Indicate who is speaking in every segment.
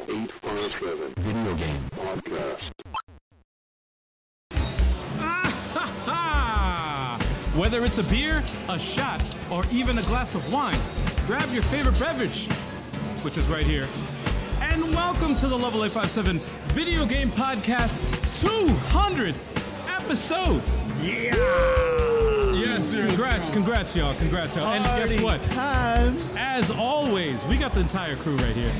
Speaker 1: Channel 7 Video Game Podcast.
Speaker 2: Whether it's a beer, a shot, or even a glass of wine, grab your favorite beverage, which is right here. And welcome to the Level 857 Video Game Podcast 200th episode.
Speaker 3: Yeah.
Speaker 2: Yes, congrats, congrats, y'all, congrats, y'all. And guess what? As always, we got the entire crew right here.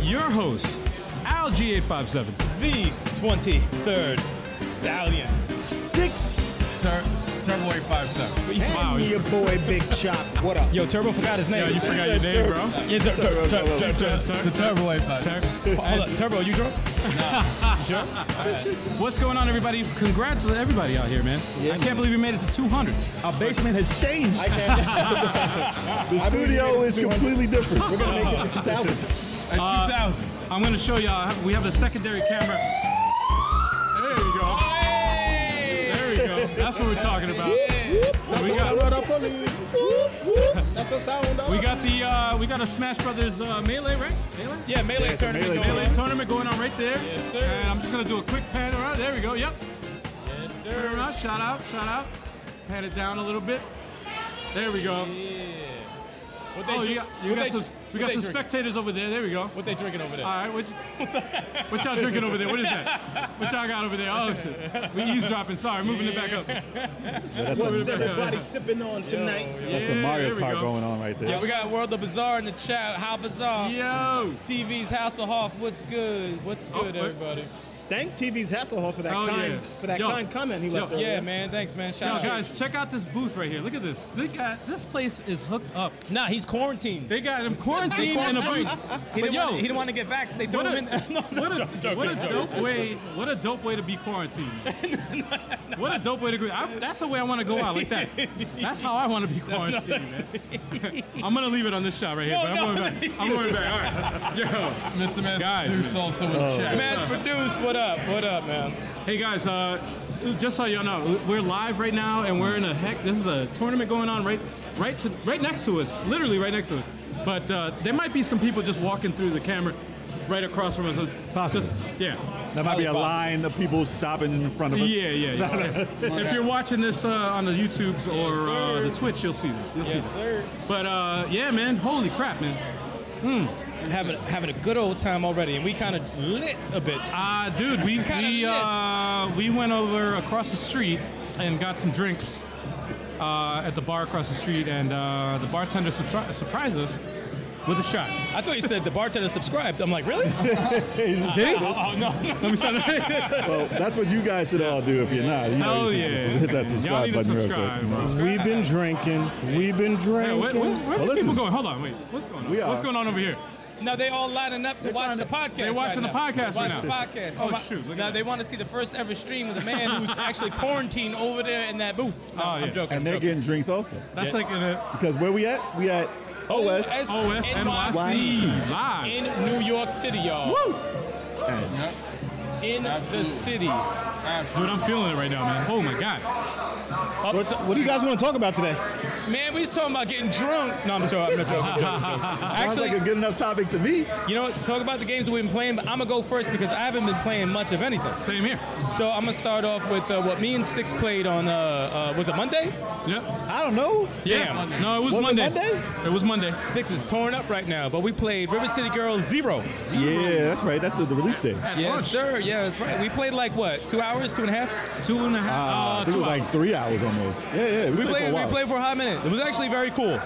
Speaker 2: Your host, Al G857.
Speaker 3: The 23rd Stallion. Sticks.
Speaker 4: Tur- Turbo 857.
Speaker 2: Wow,
Speaker 3: And
Speaker 2: you-
Speaker 3: your boy Big Chop. What up?
Speaker 5: Yo, Turbo forgot his name.
Speaker 2: Yo, you forgot your name, bro.
Speaker 5: Yeah, Tur- Tur- Tur- Tur- Tur- Tur-
Speaker 4: The Turbo 857.
Speaker 2: Sir?
Speaker 5: Hold up, Turbo, you drunk?
Speaker 2: What's going on, everybody? Congrats to everybody out here, man. I can't believe we made it to 200.
Speaker 3: Our basement has changed. I can't. the studio is completely different. We're gonna make it to 2000.
Speaker 4: At 2000.
Speaker 2: Uh, I'm going to show y'all. We have a secondary camera. There you go. There you go. That's what we're talking about. So we got
Speaker 3: What up, police? Whoop, whoop. That's a sound.
Speaker 2: we got the uh, we got a Smash Brothers uh, melee, right? Melee.
Speaker 5: Yeah, melee tournament.
Speaker 3: melee
Speaker 5: going
Speaker 2: Melee
Speaker 5: on.
Speaker 2: tournament going on right there.
Speaker 5: Yes, sir.
Speaker 2: And I'm just gonna do a quick pan around. There we go. Yep. Turn around. Shout out. Shout out. Pan it down a little bit. There we go.
Speaker 5: What they
Speaker 2: Oh, you
Speaker 5: drink-
Speaker 2: got, you
Speaker 5: what
Speaker 2: got
Speaker 5: they-
Speaker 2: some we
Speaker 5: what
Speaker 2: got
Speaker 5: they
Speaker 2: some
Speaker 5: drink-
Speaker 2: spectators over there. There we go.
Speaker 5: What they drinking over there?
Speaker 2: All right, what, y- what y'all drinking over there? What is that? What y'all got over there? Oh shit, we eavesdropping. Sorry, moving it back up.
Speaker 3: What's everybody sipping on tonight?
Speaker 2: That's the Mario Kart going on.
Speaker 5: yeah, we got World of Bazaar in the chat. How Bazaar?
Speaker 2: Yo,
Speaker 5: TV's Hasselhoff. What's good? What's
Speaker 2: Oh,
Speaker 5: good,
Speaker 2: wait.
Speaker 5: everybody?
Speaker 3: Thank TV's Hasselhoff for that
Speaker 2: Oh,
Speaker 3: kind
Speaker 2: yeah.
Speaker 3: for that
Speaker 2: Yo.
Speaker 3: kind comment he left
Speaker 2: Yo.
Speaker 3: earlier.
Speaker 5: Yeah, man. Thanks, man. Shout
Speaker 2: yo,
Speaker 5: out.
Speaker 2: guys, check out this booth right here. Look at this. They got, this place is hooked up.
Speaker 5: Nah, he's quarantined.
Speaker 2: They got him quarantined in a booth.
Speaker 5: He
Speaker 2: But
Speaker 5: didn't,
Speaker 2: yo,
Speaker 5: want, he didn't want to get vaxxed. They threw
Speaker 2: what
Speaker 5: him
Speaker 2: a,
Speaker 5: in there. No, no,
Speaker 2: what, a,
Speaker 5: I'm joking,
Speaker 2: what a
Speaker 5: I'm joking.
Speaker 2: dope way! What a dope way to be quarantined. What a dope way to go. I, that's the way I want to go out like that. That's how I want to be quarantined, man. I'm gonna leave it on this shot right here,
Speaker 5: No,
Speaker 2: but I'm
Speaker 5: no,
Speaker 2: going back. I'm going back. All right, yo.
Speaker 4: Mr. Master
Speaker 2: Guys.
Speaker 4: Deuce also in
Speaker 3: Oh.
Speaker 4: the chat.
Speaker 5: Mass produced. What up? What up, man?
Speaker 2: Hey guys, uh, just so y'all know, we're live right now, and we're in a heck. This is a tournament going on right, right to, right next to us, literally right next to us. But uh, there might be some people just walking through the camera, right across from us. So
Speaker 6: Possible.
Speaker 2: Just, yeah.
Speaker 6: That might be a line of people stopping in front of us.
Speaker 2: Yeah, yeah, yeah. if you're watching this uh, on the YouTubes or uh, the Twitch, you'll see them. You'll
Speaker 5: Yes,
Speaker 2: see them.
Speaker 5: sir.
Speaker 2: But uh, yeah, man, holy crap, man.
Speaker 5: Having having a good old time already, and we kind of lit a bit.
Speaker 2: Uh, dude, we
Speaker 5: Kinda
Speaker 2: we,
Speaker 5: lit.
Speaker 2: uh, we went over across the street and got some drinks uh, at the bar across the street, and uh, the bartender surpri- surprised us with a shot.
Speaker 5: I thought you said the bartender subscribed. I'm like, really? Oh, oh, no, no.
Speaker 2: Let me start.
Speaker 6: Well, that's what you guys should all do if you're not. You know,
Speaker 2: Hell
Speaker 6: you
Speaker 2: yeah!
Speaker 6: should just hit that
Speaker 2: Y'all need to
Speaker 6: subscribe button real
Speaker 2: subscribe.
Speaker 6: quick.
Speaker 2: bro.
Speaker 3: We've been drinking. We've been
Speaker 2: Hey,
Speaker 3: drinking.
Speaker 2: where, where's, where
Speaker 6: Well,
Speaker 2: these people
Speaker 6: listen.
Speaker 2: going? Hold on, wait. What's going on?
Speaker 6: We are.
Speaker 2: What's going on over here?
Speaker 5: No, they all lining up to watch
Speaker 6: trying
Speaker 5: the
Speaker 6: to-
Speaker 5: podcast.
Speaker 2: They're watching
Speaker 5: right
Speaker 2: the
Speaker 5: now.
Speaker 2: podcast right
Speaker 5: Watch
Speaker 2: now.
Speaker 5: the podcast.
Speaker 2: Oh,
Speaker 5: my-
Speaker 2: shoot, look at
Speaker 5: Now
Speaker 2: that.
Speaker 5: they want to see the first ever stream of the man who's actually quarantined over there in that booth. No,
Speaker 2: Oh,
Speaker 5: I'm
Speaker 2: yeah.
Speaker 5: joking.
Speaker 6: And
Speaker 5: I'm
Speaker 6: they're
Speaker 5: joking.
Speaker 6: getting drinks also.
Speaker 2: That's like in a
Speaker 6: Because where we at? We at
Speaker 5: Oh,
Speaker 6: OS.
Speaker 2: OSNYC live.
Speaker 5: in New York City, y'all.
Speaker 2: Woo!
Speaker 5: In the city.
Speaker 2: Dude, I'm feeling it right now, man. Oh my god.
Speaker 3: What's- what do you guys want to talk about today?
Speaker 5: Man, we was talking about getting drunk. No, I'm sorry. I'm not joking. I'm joking, I'm joking.
Speaker 6: Sounds
Speaker 5: Actually,
Speaker 6: like a good enough topic to me.
Speaker 5: you know what? Talk about the games we've been playing, but I'm going to go first because I haven't been playing much of anything.
Speaker 2: Same here.
Speaker 5: So I'm going to start off with uh, what me and Sticks played on, uh, uh, was it Monday?
Speaker 2: Yep.
Speaker 6: I don't know.
Speaker 2: Yeah.
Speaker 5: Monday.
Speaker 2: No, it was,
Speaker 6: Was it
Speaker 2: Monday.
Speaker 6: Monday?
Speaker 2: It was Monday.
Speaker 5: Sticks is torn up right now, but we played River City Girls Zero.
Speaker 6: Yeah, that's right. That's the the release day.
Speaker 5: Yes,
Speaker 2: lunch.
Speaker 5: sir. Yeah, that's right. We played like what? Two hours, two and a half.
Speaker 2: Two and a half.
Speaker 6: I
Speaker 2: uh,
Speaker 6: think it
Speaker 2: two
Speaker 6: was Ah, like
Speaker 2: hours.
Speaker 6: three hours almost. Yeah, yeah.
Speaker 5: We
Speaker 6: for a
Speaker 5: played. We
Speaker 6: while.
Speaker 5: played for a hot minute. It was actually very cool.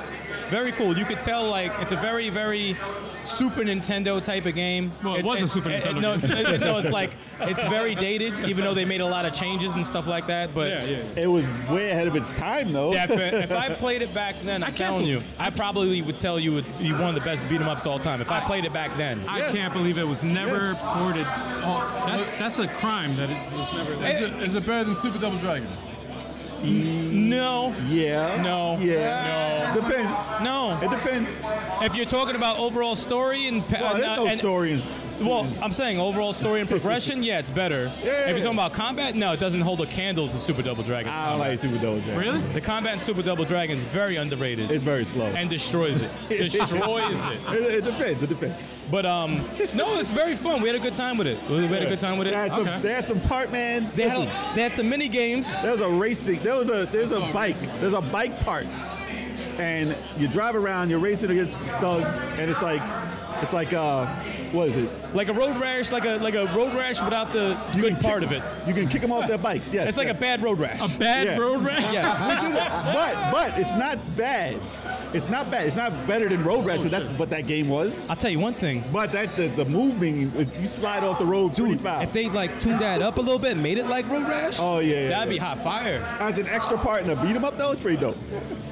Speaker 5: Very cool. You could tell like it's a very, very Super Nintendo type of game.
Speaker 2: Well, it was a Super Nintendo
Speaker 5: no,
Speaker 2: game.
Speaker 5: no, it's like it's very dated, even though they made a lot of changes and stuff like that. But
Speaker 2: Yeah, yeah.
Speaker 6: It was way ahead of its time though.
Speaker 5: Yeah, if, if I played it back then, I'm
Speaker 2: can't
Speaker 5: telling you,
Speaker 2: believe-
Speaker 5: I probably would tell you it'd be one of the best beat 'em ups all time. If I played it back then,
Speaker 2: I
Speaker 6: Yeah.
Speaker 2: can't believe it was never ported.
Speaker 4: Oh,
Speaker 2: That's that's a crime that it was never.
Speaker 4: is, it, is it better than Super Double Dragon?
Speaker 5: No.
Speaker 6: Yeah.
Speaker 5: No.
Speaker 6: Yeah. No. Depends.
Speaker 5: No.
Speaker 6: It depends.
Speaker 5: If you're talking about overall story and, pa-
Speaker 6: Well,
Speaker 5: and,
Speaker 6: there's
Speaker 5: uh,
Speaker 6: no
Speaker 5: and-
Speaker 6: story. In,
Speaker 5: Well, I'm saying overall story and progression, yeah, it's better. If you're talking about combat, no, it doesn't hold a candle to Super Double Dragon's
Speaker 6: I don't
Speaker 5: combat.
Speaker 6: like Super Double Dragon.
Speaker 2: Ah, Really?
Speaker 5: The combat in Super Double Dragon is very underrated
Speaker 6: It's very slow.
Speaker 5: and destroys it. Destroys it.
Speaker 6: it, it depends. It depends.
Speaker 5: But um, no, it's very fun. We had a good time with it. We had a good time with it.
Speaker 6: They had,
Speaker 5: Okay.
Speaker 6: some, they had some part, man.
Speaker 5: They
Speaker 6: Listen,
Speaker 5: had, they had some mini games.
Speaker 6: There was a racing. There was a there's a bike. There's a bike part, and you drive around. You're racing against thugs, and it's like it's like uh, what is it?
Speaker 5: Like a road rash, like a like a road rash without the good
Speaker 6: can
Speaker 5: part
Speaker 6: kick-
Speaker 5: of it.
Speaker 6: You can kick them off their bikes. Yes,
Speaker 5: It's like a
Speaker 6: yes.
Speaker 5: bad road rash.
Speaker 2: A bad
Speaker 6: Yeah.
Speaker 2: road rash?
Speaker 5: yes.
Speaker 6: Which is- but but it's not bad. It's not bad. It's not better than Road Rash, but that's what that game was.
Speaker 5: I'll tell you one thing.
Speaker 6: But that the, the moving, you slide off the road too
Speaker 5: If
Speaker 6: fast.
Speaker 5: they like tuned that up a little bit and made it like road rash,
Speaker 6: Oh yeah, yeah,
Speaker 5: that'd be
Speaker 6: yeah.
Speaker 5: hot fire.
Speaker 6: as an extra part in a beat 'em up though. It's pretty dope.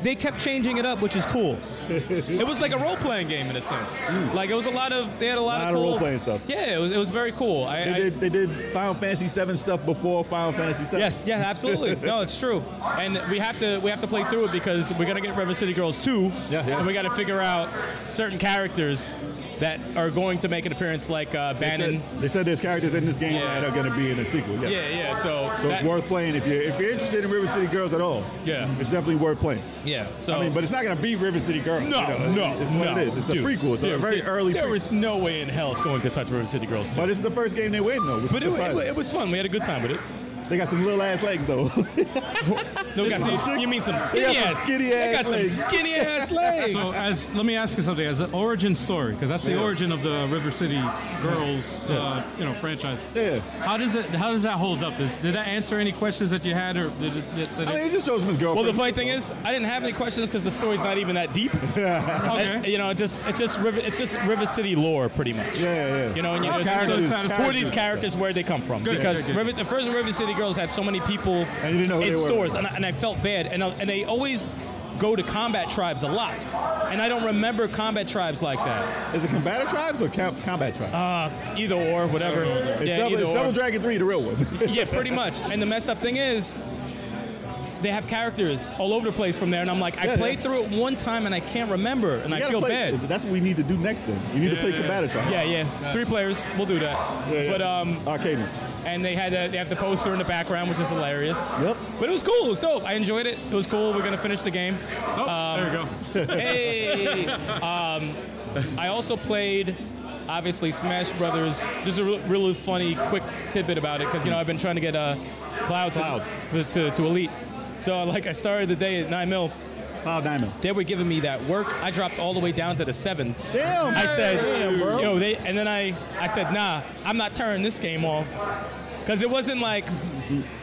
Speaker 5: they kept changing it up, which is cool. it was like a role playing game in a sense. Like it was a lot of they had a lot,
Speaker 6: Mm.
Speaker 5: of,
Speaker 6: Lot of
Speaker 5: cool,
Speaker 6: role-playing stuff.
Speaker 5: Yeah, it was, it was very cool. I,
Speaker 6: They
Speaker 5: I-
Speaker 6: did they did Final Fantasy VII stuff before Final Fantasy VII.
Speaker 5: yes, yes, absolutely. no, it's true. And we have to we have to play through it because we're gonna get River City Girls two.
Speaker 6: Yeah, yeah.
Speaker 5: And we got to figure out certain characters that are going to make an appearance, like uh,
Speaker 6: They said,
Speaker 5: Bannon.
Speaker 6: they said there's characters in this game
Speaker 5: Yeah.
Speaker 6: that are going to be in a sequel. Yeah.
Speaker 5: Yeah, yeah. So,
Speaker 6: So
Speaker 5: that-
Speaker 6: it's worth playing if you're if you're interested in River City Girls at all.
Speaker 5: Yeah.
Speaker 6: It's definitely worth playing.
Speaker 5: yeah. So
Speaker 6: I mean, but it's not going to be River City Girls.
Speaker 5: no,
Speaker 6: you know.
Speaker 5: no,
Speaker 6: It's what
Speaker 5: no,
Speaker 6: it is. It's
Speaker 5: dude,
Speaker 6: a prequel. It's a
Speaker 5: dude,
Speaker 6: very
Speaker 5: there-
Speaker 6: early.
Speaker 5: There
Speaker 6: prequel.
Speaker 5: is no way in hell it's going to touch River City Girls two.
Speaker 6: But it's the first game they win though. Which
Speaker 5: But
Speaker 6: is
Speaker 5: it, wa- it,
Speaker 6: surprising.
Speaker 5: wa- it was fun. We had a good time with it.
Speaker 6: they got some little ass legs though.
Speaker 5: No, got some, you mean some skinny
Speaker 6: They got some
Speaker 5: ass?
Speaker 6: skinny
Speaker 5: They
Speaker 6: ass
Speaker 5: got some
Speaker 6: legs.
Speaker 5: skinny ass legs.
Speaker 2: So as let me ask you something as an origin story because that's the origin of the River City Girls uh, you know franchise.
Speaker 6: Yeah.
Speaker 2: How does it how does that hold up? Does, did that answer any questions that you had or did it, did, did
Speaker 6: I mean,
Speaker 2: it
Speaker 6: it just shows him his
Speaker 5: well,
Speaker 6: girlfriend.
Speaker 5: the funny thing is, I didn't have any questions because the story's not even that deep. And,
Speaker 2: okay.
Speaker 5: you know, it just it's just River, it's just River City lore, pretty much.
Speaker 6: Yeah, yeah.
Speaker 5: You know, and you
Speaker 2: Okay,
Speaker 5: just
Speaker 2: so it's
Speaker 5: who
Speaker 2: not as-
Speaker 5: are these characters? Where they come from?
Speaker 2: Good,
Speaker 5: because
Speaker 2: good, good.
Speaker 5: River, the first River City Girls had so many people
Speaker 6: you didn't know who
Speaker 5: in
Speaker 6: they were.
Speaker 5: stores, and I, and I felt bad, and I, and they always go to combat tribes a lot, and I don't remember combat tribes like that.
Speaker 6: Is it combative tribes or com- combat tribes?
Speaker 5: Uh, either or, whatever.
Speaker 6: it's
Speaker 5: yeah,
Speaker 6: double,
Speaker 5: either
Speaker 6: it's
Speaker 5: or.
Speaker 6: double Dragon Three, the real one.
Speaker 5: Yeah, pretty much. And the messed up thing is, they have characters all over the place from there, and I'm like, I
Speaker 6: Yeah,
Speaker 5: played
Speaker 6: yeah.
Speaker 5: through it one time and I can't remember, and I
Speaker 6: You gotta
Speaker 5: feel
Speaker 6: play-
Speaker 5: bad.
Speaker 6: That's what we need to do next. Then you need to play combative tribes.
Speaker 5: Yeah, yeah, three players, we'll do that.
Speaker 6: yeah.
Speaker 5: But um,
Speaker 6: Arcade.
Speaker 5: and they had a, they have the poster in the background, which is hilarious.
Speaker 6: Yep.
Speaker 5: But it was cool. It was dope. I enjoyed it. It was cool. We're gonna finish the game.
Speaker 2: Oh, there you go.
Speaker 5: hey. Um, I also played, obviously, Smash Brothers. There's a re- really funny, quick tidbit about it because you know I've been trying to get uh, Cloud, to,
Speaker 6: Cloud.
Speaker 5: To, to, to Elite. So like I started the day at nine mil.
Speaker 6: Cloud Diamond.
Speaker 5: They were giving me that work. I dropped all the way down to the sevens.
Speaker 6: Damn.
Speaker 5: I said,
Speaker 6: Damn, bro.
Speaker 5: yo, they, and then I, I said, nah, I'm not turning this game off, because it wasn't like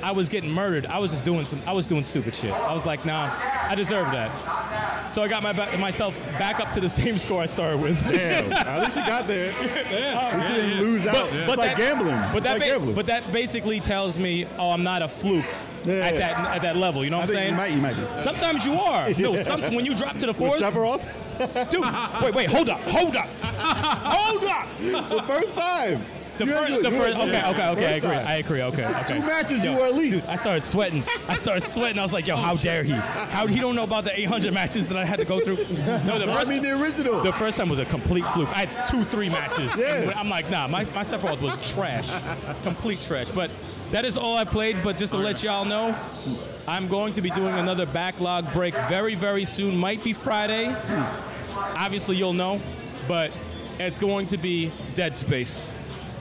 Speaker 5: I was getting murdered. I was just doing some, I was doing stupid shit. I was like, nah, I deserve that. So I got my ba- myself back up to the same score I started with.
Speaker 6: Damn. At least you got there. At least you didn't lose out.
Speaker 5: But,
Speaker 6: it's
Speaker 5: but that-
Speaker 6: like gambling.
Speaker 5: But
Speaker 6: it's
Speaker 5: that,
Speaker 6: like
Speaker 5: ba-
Speaker 6: gambling.
Speaker 5: but that basically tells me, oh, I'm not a fluke
Speaker 6: Yeah.
Speaker 5: at that at that level. You know
Speaker 6: I
Speaker 5: what
Speaker 6: think
Speaker 5: I'm
Speaker 6: you might.
Speaker 5: saying?
Speaker 6: You might be.
Speaker 5: Sometimes you are. No, some, when you drop to the
Speaker 6: Was
Speaker 5: fours,
Speaker 6: Sephiroth
Speaker 5: dude. Wait, wait, hold up, hold up, hold up.
Speaker 6: the first time.
Speaker 5: The
Speaker 6: You
Speaker 5: first,
Speaker 6: ain't
Speaker 5: the
Speaker 6: good. You
Speaker 5: first,
Speaker 6: ain't good.
Speaker 5: okay, okay, okay. I
Speaker 6: First
Speaker 5: agree.
Speaker 6: time.
Speaker 5: I agree. Okay, okay.
Speaker 6: Two matches
Speaker 5: Yo,
Speaker 6: you were elite.
Speaker 5: I started sweating. I started sweating. I was like, "Yo, how dare he? How he don't know about the 800 matches that I had to go through?" No, the
Speaker 6: I
Speaker 5: first,
Speaker 6: mean the original.
Speaker 5: the first time was a complete fluke. I had two, three matches. and
Speaker 6: Yes.
Speaker 5: I'm like, "Nah, my my Sephiroth was trash, complete trash." But that is all I played. But just to let y'all know, I'm going to be doing another backlog break very, very soon. Might be Friday. Obviously, you'll know, but it's going to be Dead Space.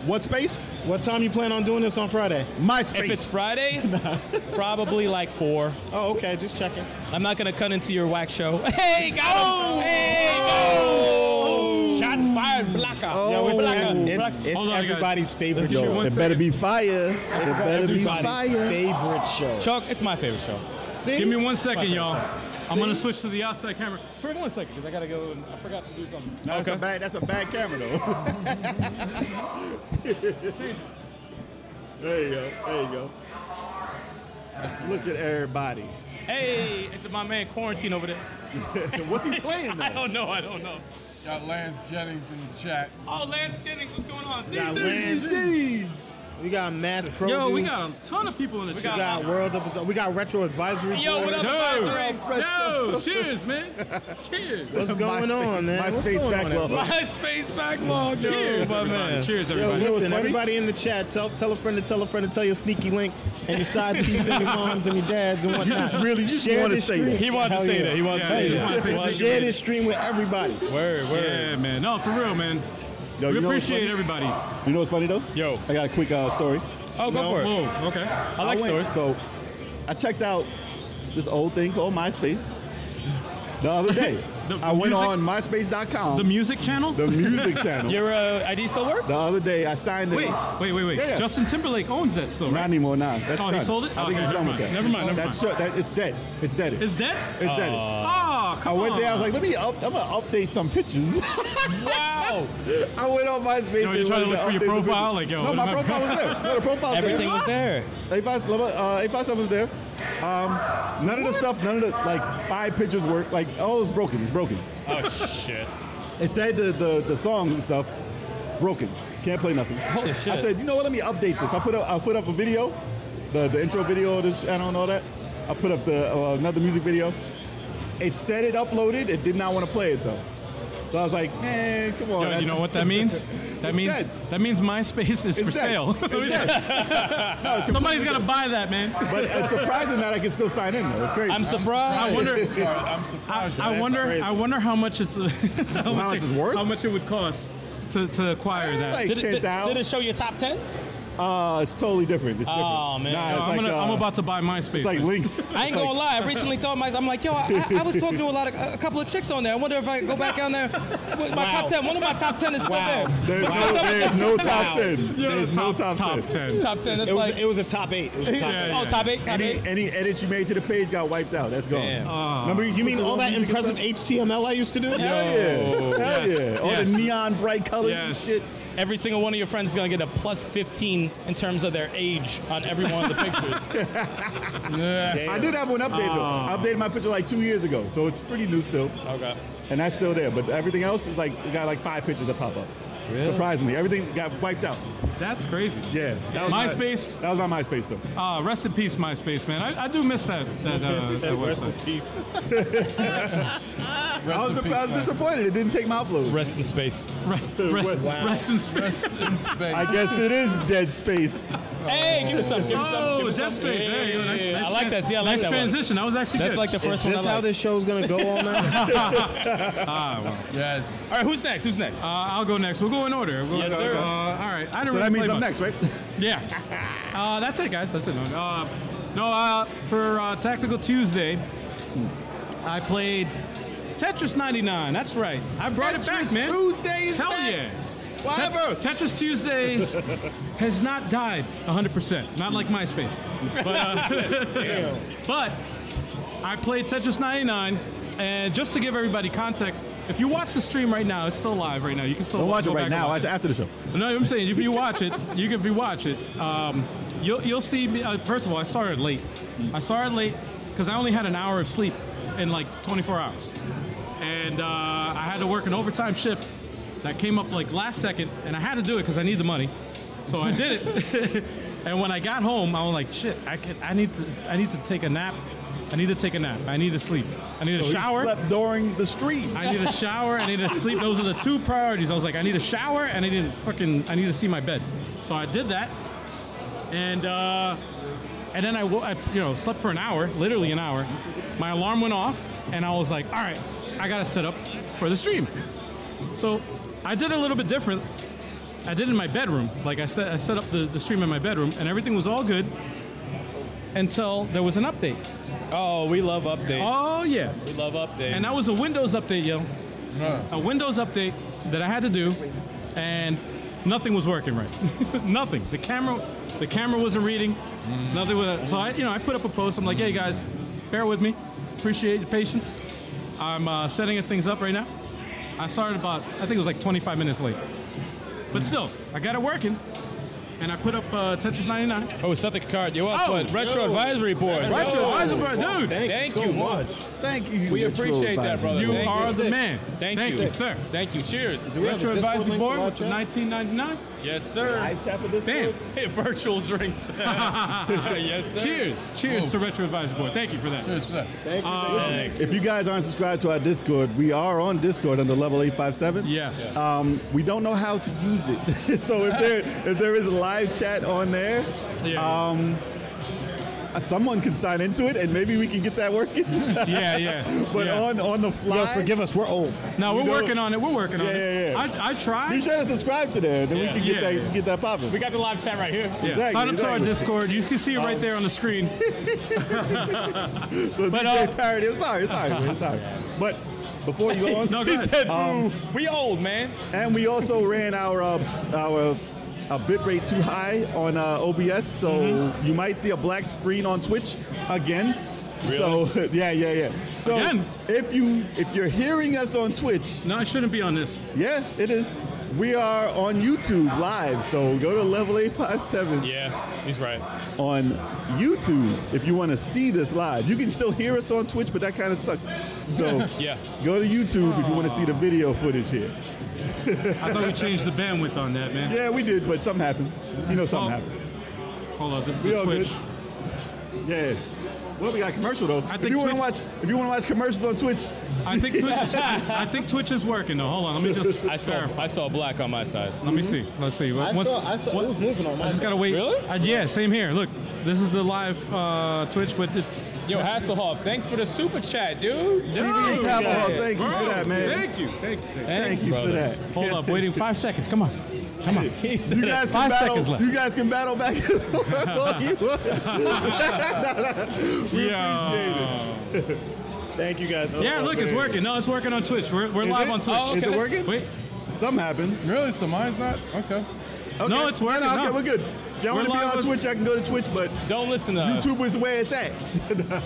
Speaker 6: what space?
Speaker 7: What time you plan on doing this on Friday?
Speaker 6: My space.
Speaker 5: If it's Friday, probably like four.
Speaker 7: Oh, okay, just checking.
Speaker 5: I'm not gonna cut into your whack show. Hey, got him! Hey, oh! Shots fired, blocker.
Speaker 7: Yo, it's,
Speaker 5: blocker.
Speaker 7: it's,
Speaker 5: blocker.
Speaker 7: it's
Speaker 2: Oh. Hold on, I got-
Speaker 7: everybody's favorite
Speaker 2: Yo,
Speaker 7: show.
Speaker 2: one
Speaker 6: it better be fire. It better be
Speaker 7: Everybody's
Speaker 6: fire.
Speaker 7: favorite show.
Speaker 5: Chuck, it's my favorite show.
Speaker 7: See?
Speaker 2: Give me one second, y'all. I'm gonna switch to the outside camera for one second because I gotta go. And I forgot to do something.
Speaker 6: That's, a bad, that's a bad camera though. there you go. There you go. Let's look at everybody.
Speaker 5: Hey, it's my man Quarantine over there.
Speaker 6: What's he playing
Speaker 5: I
Speaker 6: though?
Speaker 5: don't know, I don't know.
Speaker 4: Got Lance Jennings in the chat.
Speaker 5: Oh, Lance Jennings, what's going on?
Speaker 6: Got Lance.
Speaker 7: We got mass produce.
Speaker 2: Yo, we got a ton of people in the
Speaker 7: We
Speaker 2: chat.
Speaker 7: got world episode. We got retro advisory.
Speaker 5: Yo, what
Speaker 7: board.
Speaker 5: up, Advisory?
Speaker 2: Yo, yo, cheers, man. Cheers.
Speaker 7: What's going on, man? What's
Speaker 6: MySpace
Speaker 7: going on,
Speaker 6: backlog.
Speaker 7: everybody?
Speaker 5: My space backlog. yo,
Speaker 2: Cheers,
Speaker 5: my
Speaker 2: everybody.
Speaker 5: man.
Speaker 2: Cheers,
Speaker 7: Yo,
Speaker 2: everybody.
Speaker 7: listen,
Speaker 6: funny?
Speaker 7: everybody in the chat, tell tell a friend to tell a friend to tell your sneaky link and your side piece and your moms and your dads and whatnot.
Speaker 6: really- you just wanted to say
Speaker 7: stream.
Speaker 6: that.
Speaker 5: He wanted
Speaker 7: Hell
Speaker 5: to say
Speaker 7: yeah.
Speaker 5: that. He wanted
Speaker 2: Yeah,
Speaker 5: to say
Speaker 2: he
Speaker 5: that.
Speaker 2: wanted to say
Speaker 5: He wanted
Speaker 2: sneaky
Speaker 7: Share this stream with everybody.
Speaker 5: Word, word.
Speaker 2: Yeah, man. No, for real, man.
Speaker 6: Yo,
Speaker 2: We
Speaker 6: you know what's
Speaker 2: appreciate
Speaker 6: funny?
Speaker 2: everybody.
Speaker 6: You know what's funny though?
Speaker 5: Yo.
Speaker 6: I got a quick uh, story.
Speaker 5: Oh, go for it.
Speaker 2: Whoa, okay.
Speaker 5: I like
Speaker 6: went-
Speaker 5: stories.
Speaker 6: So I checked out this old thing called MySpace the other day.
Speaker 2: The-
Speaker 6: I
Speaker 2: the
Speaker 6: went
Speaker 2: music-
Speaker 6: on MySpace.com,
Speaker 2: The
Speaker 6: the,
Speaker 2: music channel?
Speaker 6: music channel.
Speaker 5: Your uh, ID still works?
Speaker 6: The other day, I signed
Speaker 2: Wait,
Speaker 6: it.
Speaker 2: wait, wait, wait.
Speaker 6: Yeah.
Speaker 2: Justin Timberlake owns that still,
Speaker 6: Not
Speaker 2: right?
Speaker 6: anymore. Nah, that's
Speaker 2: Oh, he
Speaker 6: done.
Speaker 2: sold it?
Speaker 6: I think
Speaker 2: Okay,
Speaker 6: he's done
Speaker 2: never
Speaker 6: with that.
Speaker 2: mind. Never mind, never
Speaker 6: That's sure- that- it's dead. It's dead.
Speaker 2: Is that?
Speaker 6: It's dead.
Speaker 2: oh,
Speaker 6: I
Speaker 2: come
Speaker 6: went
Speaker 2: on.
Speaker 6: there. I was like, let me. Up, I'm gonna update some pictures.
Speaker 5: Wow.
Speaker 6: I went on MySpace.
Speaker 2: Yo, you
Speaker 6: and
Speaker 2: trying to
Speaker 6: went
Speaker 2: look for your
Speaker 6: update some
Speaker 2: profile?
Speaker 6: pictures.
Speaker 2: Like, yo,
Speaker 6: no,
Speaker 2: what
Speaker 6: my
Speaker 2: am I-
Speaker 6: profile was there. No, the profile was
Speaker 5: Everything
Speaker 6: there.
Speaker 5: was there.
Speaker 6: Eight five, uh, eight five seven was there. Um, none of the stuff, none of the like five pictures worked. Like, oh, it's broken. It's broken.
Speaker 5: Oh, shit.
Speaker 6: It said the, the the songs and stuff broken. Can't play nothing.
Speaker 5: Holy shit.
Speaker 6: I said, you know what? Let me update this. I put up I put up a video, the, the intro video of this channel and all that. I put up the uh, another music video. It said it uploaded. It did not want to play it though. So I was like, man, come
Speaker 2: Yo,
Speaker 6: on. that's-
Speaker 2: you know what that means? That
Speaker 6: It's
Speaker 2: means
Speaker 6: dead.
Speaker 2: that means MySpace is
Speaker 6: It's
Speaker 2: for
Speaker 6: dead.
Speaker 2: sale.
Speaker 6: It's dead. No, it's
Speaker 2: Somebody's
Speaker 6: completely
Speaker 2: got to
Speaker 6: dead.
Speaker 2: buy that, man.
Speaker 6: But it's surprising that I can still sign in though. It's crazy.
Speaker 5: I'm surprised.
Speaker 2: I wonder-
Speaker 4: I'm surprised. I'm surprised.
Speaker 2: I
Speaker 4: That's
Speaker 2: wonder.
Speaker 4: crazy.
Speaker 2: I wonder how much it's how,
Speaker 6: much
Speaker 2: it,
Speaker 6: it's worth?
Speaker 2: how much it would cost to, to acquire that.
Speaker 6: Like
Speaker 5: Did it,
Speaker 6: ten
Speaker 5: did, did it
Speaker 6: thousand.
Speaker 5: show your top 10?
Speaker 6: Uh, it's totally different. It's different.
Speaker 5: Oh, man.
Speaker 6: Nah,
Speaker 2: Yo,
Speaker 6: it's
Speaker 2: I'm,
Speaker 6: like,
Speaker 2: gonna,
Speaker 6: uh,
Speaker 2: I'm about to buy MySpace.
Speaker 6: It's like
Speaker 2: man.
Speaker 6: links.
Speaker 5: I ain't gonna lie. I recently thought my, I'm like, yo, I, I was talking to a lot of a couple of chicks on there. I wonder if I could go back on there. With my top ten. One of my top ten is still there.
Speaker 6: There's no, there's no top
Speaker 5: Wow.
Speaker 6: ten.
Speaker 2: Yo,
Speaker 6: There's no top,
Speaker 2: top ten.
Speaker 5: Top ten. It's
Speaker 7: It was,
Speaker 5: like,
Speaker 7: it was a top eight. It was a top
Speaker 2: Yeah,
Speaker 7: eight.
Speaker 5: oh, top eight, top
Speaker 6: Any
Speaker 5: eight.
Speaker 6: any edit you made to the page got wiped out. That's gone.
Speaker 5: Damn.
Speaker 4: Ah.
Speaker 6: Remember, you
Speaker 7: You mean
Speaker 6: took
Speaker 7: all
Speaker 6: the
Speaker 7: that
Speaker 6: music
Speaker 7: impressive
Speaker 6: stuff?
Speaker 7: HTML I used to do?
Speaker 6: Hell yeah! Hell
Speaker 2: Oh, Yes,
Speaker 6: yeah! All
Speaker 2: yes.
Speaker 6: the neon bright colors
Speaker 2: Yes.
Speaker 6: and shit.
Speaker 5: Every single one of your friends is gonna get a plus 15 in terms of their age on every one of the pictures.
Speaker 6: I did have one updated. though.
Speaker 2: Ah.
Speaker 6: I updated my picture like two years ago, so it's pretty new still,
Speaker 5: okay.
Speaker 6: and that's still there. But everything else is like it got like five pictures that pop up. Surprisingly, everything got wiped out.
Speaker 2: That's crazy.
Speaker 6: Yeah. That was
Speaker 2: MySpace?
Speaker 6: My, that was my MySpace though.
Speaker 2: Uh, rest in peace, MySpace, man. I, I do miss that that, uh, that
Speaker 7: Rest in
Speaker 2: website.
Speaker 7: peace.
Speaker 4: Rest
Speaker 6: I
Speaker 4: in
Speaker 6: was,
Speaker 4: peace,
Speaker 6: I was
Speaker 4: man.
Speaker 6: disappointed. It didn't take my upload.
Speaker 5: Rest in space.
Speaker 2: Rest, rest,
Speaker 7: Wow.
Speaker 2: rest in space.
Speaker 4: Rest in space.
Speaker 6: I guess it is dead space.
Speaker 5: Hey, give me some. Give me some.
Speaker 2: Oh,
Speaker 5: Give me some.
Speaker 2: Dead Space.
Speaker 5: Yeah,
Speaker 2: There you go. Nice,
Speaker 5: yeah, yeah.
Speaker 2: nice
Speaker 5: I like that. See, I like
Speaker 2: nice
Speaker 5: that. one.
Speaker 2: transition. That was actually
Speaker 5: That's
Speaker 2: good.
Speaker 5: like the first
Speaker 7: Is this
Speaker 5: one I
Speaker 7: how
Speaker 5: like.
Speaker 7: this show's gonna go all night?
Speaker 4: Yes.
Speaker 5: All right, who's next? Who's next?
Speaker 2: Ah, uh, I'll go next. We'll go in order. We'll
Speaker 5: Yes,
Speaker 2: go-
Speaker 5: sir.
Speaker 2: Uh, all right. I didn't
Speaker 6: So
Speaker 2: really
Speaker 6: that means
Speaker 2: play
Speaker 6: I'm
Speaker 2: much.
Speaker 6: next, right?
Speaker 2: Yeah. Uh, that's it, guys. That's it. Uh, no, uh, for uh, Tactical Tuesday, I played Tetris 99. That's right. I brought it back,
Speaker 6: Tetris
Speaker 2: man.
Speaker 6: Tuesday is
Speaker 2: Hell
Speaker 6: back.
Speaker 2: yeah. Tet-
Speaker 6: Whatever.
Speaker 2: Tetris Tuesdays has not died 100%. Not like MySpace. But, uh, but I played Tetris 99. And just to give everybody context, if you watch the stream right now, it's still live right now. You can still
Speaker 6: Don't watch it
Speaker 2: go
Speaker 6: right
Speaker 2: back and
Speaker 6: now.
Speaker 2: watch
Speaker 6: Watch it after the show.
Speaker 2: no, I'm saying if you watch it, you can if you watch it, um, you'll you'll see. Me, uh, first of all, I started late. I started late because I only had an hour of sleep in like 24 hours, and uh, I had to work an overtime shift that came up like last second, and I had to do it because I need the money. So I did it, and when I got home, I was like, "Shit, I can, I need to I need to take a nap. I need to take a nap. I need to sleep. I need a
Speaker 6: He
Speaker 2: shower."
Speaker 6: Slept during the stream.
Speaker 2: I need a shower. I need to sleep. Those are the two priorities. I was like, I need a shower and I need to fucking, I need to see my bed. So I did that, and uh, and then I, wo- I, you know, slept for an hour, literally an hour. My alarm went off, and I was like, all right, I gotta set up for the stream. So I did it a little bit different. I did it in my bedroom. Like I set, I set up the, the stream in my bedroom, and everything was all good until there was an update.
Speaker 5: Oh, we love updates.
Speaker 2: Oh yeah.
Speaker 5: We love updates.
Speaker 2: And that was a Windows update, yo. A Windows update that I had to do, and nothing was working right. nothing. The camera, the camera wasn't reading.
Speaker 5: Mm.
Speaker 2: Nothing was. So I, you know, I put up a post. I'm like, hey guys, bear with me. Appreciate your patience. I'm uh, setting things up right now. I started about, I think it was like 25 minutes late. But still, I got it working. and I put up uh, Tetris 99.
Speaker 5: Oh, Celtic card. You're up.
Speaker 2: Oh,
Speaker 5: but Retro Advisory Board.
Speaker 2: Right, your
Speaker 5: Yo.
Speaker 2: eyes are bright, dude.
Speaker 5: Thank,
Speaker 3: so
Speaker 5: you.
Speaker 3: much. Thank you.
Speaker 5: We
Speaker 3: Retro
Speaker 5: appreciate that,
Speaker 3: Advisory.
Speaker 5: brother.
Speaker 2: you
Speaker 5: Thank
Speaker 2: are
Speaker 5: you.
Speaker 2: the man.
Speaker 5: Thank, you.
Speaker 2: sir.
Speaker 5: Thank you. Cheers.
Speaker 3: we have a
Speaker 2: Retro
Speaker 3: Discord
Speaker 2: Advisory
Speaker 3: link for
Speaker 2: Board,
Speaker 3: our chat?
Speaker 2: 1999.
Speaker 5: Yes, sir.
Speaker 2: Damn.
Speaker 5: Virtual drinks. yes, sir.
Speaker 2: Cheers. Cheers to Retro Advisory Board. Thank you for that.
Speaker 4: Yes, sir.
Speaker 3: Thank you. thank
Speaker 6: If you guys aren't subscribed to our Discord, we are on Discord under level 857.
Speaker 2: Yes.
Speaker 6: Um, we don't know how to use it. so if there if there is a live chat on there,
Speaker 2: yeah.
Speaker 6: uh, someone can sign into it and maybe we can get that working.
Speaker 2: yeah, yeah.
Speaker 6: but
Speaker 2: yeah.
Speaker 6: on on the
Speaker 7: Yo,
Speaker 6: fly,
Speaker 7: forgive us. Wewe're old.
Speaker 2: no, we're
Speaker 6: you know-
Speaker 2: working on it. We're working on
Speaker 6: Yeah,
Speaker 2: it.
Speaker 6: yeah,
Speaker 2: I, I try.
Speaker 6: you should have subscribed to there, then we can get
Speaker 2: Yeah.
Speaker 6: that get that popping.
Speaker 5: We got the live chat right here.
Speaker 2: Yeah.
Speaker 6: Exactly,
Speaker 2: Sign up to our
Speaker 6: exactly.
Speaker 2: Discord. You can see it right there on the screen.
Speaker 6: So
Speaker 5: But,
Speaker 6: DJ
Speaker 5: uh,
Speaker 6: Parody, I'm sorry, I'm sorry, man, I'm sorry. But before you go on,
Speaker 2: No, go
Speaker 5: He
Speaker 2: ahead.
Speaker 5: said,
Speaker 3: Um,
Speaker 5: "Boo." we old, man.
Speaker 6: and we also ran our uh, our uh, bit rate too high on uh, OBS, so
Speaker 5: Mm-hmm.
Speaker 6: you might see a black screen on Twitch again. So yeah, yeah, yeah. So
Speaker 2: Again?
Speaker 6: if you if you're hearing us on Twitch,
Speaker 2: No, I shouldn't be on this.
Speaker 6: yeah, it is. We are on YouTube live, so go to level eight five seven
Speaker 5: Yeah, he's right.
Speaker 6: on YouTube if you want to see this live. You can still hear us on Twitch, but that kind of sucks. So
Speaker 5: Yeah.
Speaker 6: go to YouTube if you want to see the video footage here.
Speaker 2: I thought we changed the bandwidth on that, man.
Speaker 6: Yeah, we did, but something happened. You know, something
Speaker 2: Oh.
Speaker 6: happened.
Speaker 2: Hold on, this is
Speaker 6: We
Speaker 2: the
Speaker 6: all
Speaker 2: Twitch.
Speaker 6: Yeah. Well, we got commercial though.
Speaker 2: I
Speaker 6: if
Speaker 2: think
Speaker 6: you want to
Speaker 2: Twitch-
Speaker 6: watch, if you want to watch commercials on Twitch,
Speaker 2: I think Twitch. Is, I think Twitch is working though. Hold on, let me just
Speaker 5: I saw
Speaker 2: verify.
Speaker 5: I saw black on my side.
Speaker 2: Let me see. Let's see.
Speaker 3: you. I saw. I saw. It was moving on
Speaker 2: I
Speaker 3: my.
Speaker 2: just gotta wait.
Speaker 5: Really?
Speaker 2: Uh, yeah, same here. Look, this is the live uh, Twitch, but it's
Speaker 5: Yo, Hasselhoff, thanks for the super chat, dude.
Speaker 6: TV is happening. Oh, Thank you for
Speaker 2: Bro,
Speaker 6: that, man.
Speaker 2: Thank you. Thank you. Thank
Speaker 6: Thank
Speaker 5: Thanks,
Speaker 6: you for
Speaker 5: brother.
Speaker 6: that.
Speaker 2: you. Hold up, waiting five seconds. Come on, come on.
Speaker 5: He said
Speaker 6: You
Speaker 5: it.
Speaker 6: guys can
Speaker 2: Five
Speaker 6: battle.
Speaker 2: seconds left.
Speaker 6: You guys can battle back. and forth all you want. we appreciate it.
Speaker 2: Yeah.
Speaker 7: Thank you guys. So
Speaker 2: Yeah.
Speaker 7: much.
Speaker 2: Look, it's working. No, it's working on Twitch. We're, we're
Speaker 6: Is
Speaker 2: live
Speaker 6: it?
Speaker 2: on Twitch.
Speaker 6: Oh, Is it okay. working?
Speaker 2: Wait.
Speaker 6: Something happened.
Speaker 4: Really? So mine's not? Okay.
Speaker 6: Okay.
Speaker 2: No, it's working.
Speaker 6: No, no, okay,
Speaker 2: No.
Speaker 6: we're good. If y'all
Speaker 2: We're
Speaker 6: want to be
Speaker 2: live
Speaker 6: on
Speaker 2: on-
Speaker 6: Twitch? I can go to Twitch, but
Speaker 5: Don't listen to us.
Speaker 6: YouTube is where it's at.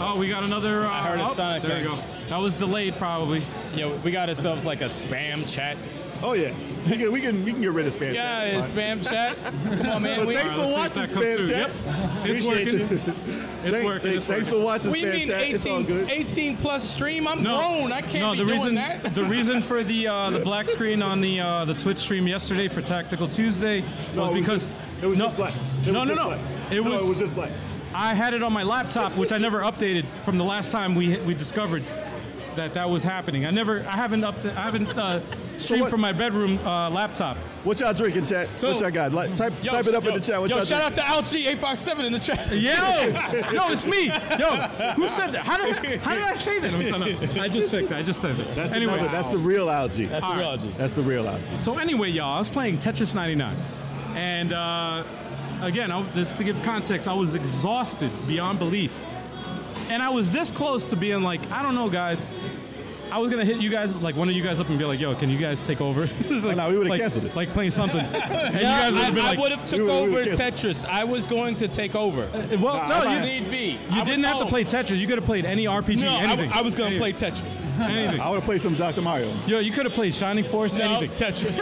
Speaker 2: Oh, we got another. Uh,
Speaker 5: I heard a
Speaker 2: oh,
Speaker 5: sonic
Speaker 2: There you go.
Speaker 5: boom.
Speaker 2: That was delayed, probably.
Speaker 5: Yo, we got ourselves like a spam chat.
Speaker 6: Oh yeah, we can we can, we can get rid of spam.
Speaker 5: Yeah, it's spam chat. Come on, man.
Speaker 6: Well,
Speaker 5: We,
Speaker 6: thanks
Speaker 2: All
Speaker 6: for
Speaker 2: right, let's see
Speaker 6: watching,
Speaker 2: if that comes
Speaker 6: Spam
Speaker 2: through.
Speaker 6: Chat.
Speaker 2: Yep. It's
Speaker 6: Appreciate
Speaker 2: working.
Speaker 6: you.
Speaker 2: It's
Speaker 6: Thanks-
Speaker 2: working.
Speaker 6: Thanks,
Speaker 2: It's
Speaker 6: thanks
Speaker 2: working.
Speaker 6: for watching,
Speaker 5: we
Speaker 6: Spam
Speaker 5: mean
Speaker 6: Chat. It's all
Speaker 5: 18,
Speaker 6: good.
Speaker 5: 18 plus stream. I'm
Speaker 2: No,
Speaker 5: grown. I can't
Speaker 2: no,
Speaker 5: be
Speaker 2: the
Speaker 5: doing
Speaker 2: reason,
Speaker 5: that.
Speaker 2: The reason for the uh, the black screen on the uh, the Twitch stream yesterday for Tactical Tuesday
Speaker 6: No,
Speaker 2: was
Speaker 6: Oh, it was
Speaker 2: because
Speaker 6: It was
Speaker 2: no,
Speaker 6: just black. It
Speaker 2: no,
Speaker 6: was
Speaker 2: no,
Speaker 6: just
Speaker 2: no.
Speaker 6: black.
Speaker 2: It
Speaker 6: No,
Speaker 2: was
Speaker 6: it was just black.
Speaker 2: I had it on my laptop, which I never updated from the last time we we discovered that that was happening. I never, I haven't up, I haven't uh, streamed
Speaker 6: what-
Speaker 2: from my bedroom uh, laptop.
Speaker 6: What y'all drinking, chat?
Speaker 5: So-
Speaker 6: what y'all got? Like, type,
Speaker 5: Yo,
Speaker 6: type it up
Speaker 5: yo,
Speaker 6: in the chat. What
Speaker 5: yo,
Speaker 6: y'all
Speaker 5: shout out to LG857 in the chat.
Speaker 2: Yo, yo, it's me. Yo, who said that? How did how did I say that? I'm sorry, no, I just said that. I just said it.
Speaker 6: That's
Speaker 2: anyway,
Speaker 6: another- that's the real algae. That's,
Speaker 5: That's
Speaker 2: All
Speaker 5: the
Speaker 2: right.
Speaker 5: real LG.
Speaker 6: the real algae.
Speaker 2: So anyway, y'all, I was playing Tetris 99, and uh, again, I, just to give context, I was exhausted beyond belief, and I was this close to being like, I don't know, guys. I was gonna hit you guys, like one of you guys up and be like, "Yo, can you guys take over?" It's like,
Speaker 6: no, we would've
Speaker 2: like-
Speaker 6: canceled it.
Speaker 2: Like playing something, and
Speaker 5: Yeah,
Speaker 2: you guys would
Speaker 5: I,
Speaker 2: have been like,
Speaker 5: would have took
Speaker 6: We were- we were
Speaker 5: over
Speaker 6: kids.
Speaker 5: Tetris. I was going to take over.
Speaker 2: "Well,
Speaker 6: Nah,
Speaker 2: no,
Speaker 6: I'm
Speaker 2: you,
Speaker 6: fine.
Speaker 5: Need be. I
Speaker 2: you
Speaker 5: was
Speaker 2: didn't have to
Speaker 5: home.
Speaker 2: play Tetris. You could have played any RPG,
Speaker 5: No, I w-
Speaker 2: anything.
Speaker 5: I, was going to
Speaker 2: Any-
Speaker 5: play Tetris.
Speaker 2: anything.
Speaker 6: I would have played some Dr. Mario.
Speaker 2: Yo, you could have played Shining Force,
Speaker 5: No,
Speaker 2: anything.
Speaker 5: Tetris.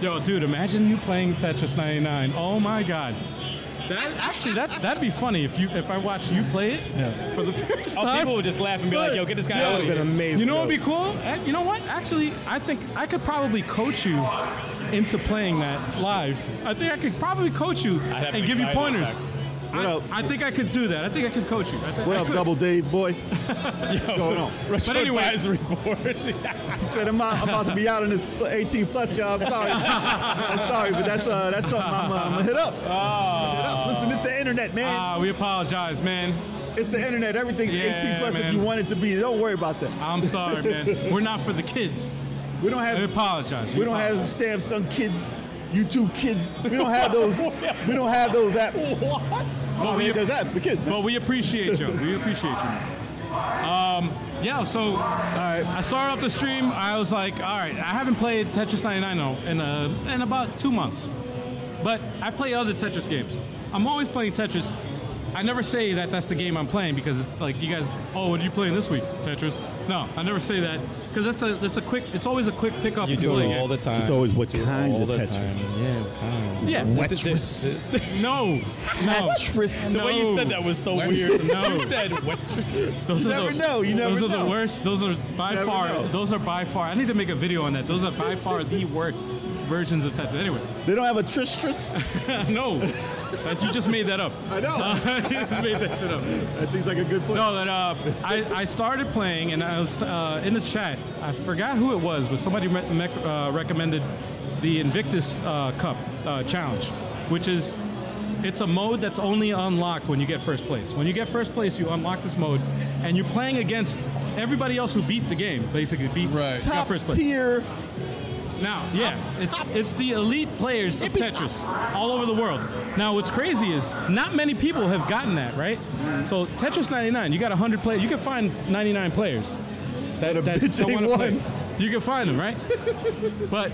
Speaker 2: Yo, dude, imagine you playing Tetris 99. Oh my god. That actually that that'd be funny if you if I watched you play it for the first
Speaker 5: Oh,
Speaker 2: time.
Speaker 5: people would just laugh and be like, "Yo, get this guy out of
Speaker 7: Been
Speaker 5: here."
Speaker 7: amazing.
Speaker 2: you know what'd be cool? Eh, You know what? Actually, I think I could probably coach you into playing that live. I think I could probably coach you
Speaker 5: I'd have
Speaker 2: and
Speaker 5: an
Speaker 2: give you
Speaker 5: anxiety
Speaker 2: pointers.
Speaker 5: attack.
Speaker 2: I,
Speaker 6: What up?
Speaker 2: I think I could do that. I think I could coach you. I think
Speaker 6: What
Speaker 2: I
Speaker 6: up,
Speaker 2: could.
Speaker 6: Double Dave, boy?
Speaker 5: Yo,
Speaker 6: going on?
Speaker 5: Retro
Speaker 2: But anyway-
Speaker 5: advisory board.
Speaker 6: He said, I'm, out, I'm about to be out on this 18 plus, y'all. I'm sorry. I'm sorry, but that's uh, that's something I'm, uh, I'm going to hit up.
Speaker 5: Oh.
Speaker 6: Hit up. Listen, it's the internet,
Speaker 5: Uh,
Speaker 6: man.
Speaker 2: Ah, we apologize, man.
Speaker 6: it's the internet. Everything's
Speaker 2: yeah,
Speaker 6: 18 plus
Speaker 2: man.
Speaker 6: if you want it to be. Don't worry about that.
Speaker 2: I'm sorry, man. We're not for the kids.
Speaker 6: We don't
Speaker 2: I
Speaker 6: have
Speaker 2: apologize.
Speaker 6: We don't have Samsung kids, YouTube kids. We don't have those. We don't have those apps. What? I
Speaker 2: we-
Speaker 6: mean, there's apps for kids. man.
Speaker 2: But we appreciate you. We appreciate you. man. Um, yeah, so uh, I started off the stream. I was like, all right, I haven't played Tetris 99 though, in, uh, in about two months. But I play other Tetris games. I'm always playing Tetris. I never say that that's the game I'm playing because it's like, you guys, oh, what are you playing this week? Tetris. No, I never say that because that's a that's a quick. It's always a quick pickup.
Speaker 5: You
Speaker 2: and
Speaker 5: do
Speaker 2: play
Speaker 5: it all the time.
Speaker 6: It's always what kind
Speaker 5: all
Speaker 6: of
Speaker 5: the
Speaker 6: Tetris.
Speaker 5: time. Yeah, kind.
Speaker 2: Yeah.
Speaker 5: The- the-
Speaker 6: Wetris.
Speaker 5: the-
Speaker 2: No, no.
Speaker 6: Tetris.
Speaker 5: The way you said that was so weird.
Speaker 2: No.
Speaker 5: You said wetris.
Speaker 2: Those
Speaker 6: You
Speaker 2: are
Speaker 6: never
Speaker 2: the,
Speaker 6: know, you never
Speaker 2: Those are the
Speaker 6: know.
Speaker 2: worst. Those are by
Speaker 6: Never
Speaker 2: far.
Speaker 6: know.
Speaker 2: Those are by far. I need to make a video on that. Those are by far the worst versions of Tetris. Anyway,
Speaker 6: They don't have a Tristris.
Speaker 2: no, that, you just made that up.
Speaker 6: I know.
Speaker 2: you just made that shit up.
Speaker 6: that seems like a good point.
Speaker 2: No, but uh, I, I started playing and I was uh, in the chat. I forgot who it was, but somebody re- mec- uh, recommended the Invictus uh, Cup uh, challenge, which is it's a mode that's only unlocked when you get first place. When you get first place, you unlock this mode, and you're playing against everybody else who beat the game. Basically, beat
Speaker 4: Right.
Speaker 2: got
Speaker 6: Top
Speaker 2: first place.
Speaker 6: tier.
Speaker 2: Now, yeah, it's it's the elite players of Tetris all over the world. Now, what's crazy is not many people have gotten that, right? So Tetris 99, you got 100 players. You can find 99 players that, that
Speaker 6: bitch
Speaker 2: don't
Speaker 6: ain't
Speaker 2: want to play.
Speaker 6: one.
Speaker 2: You can find them, right? but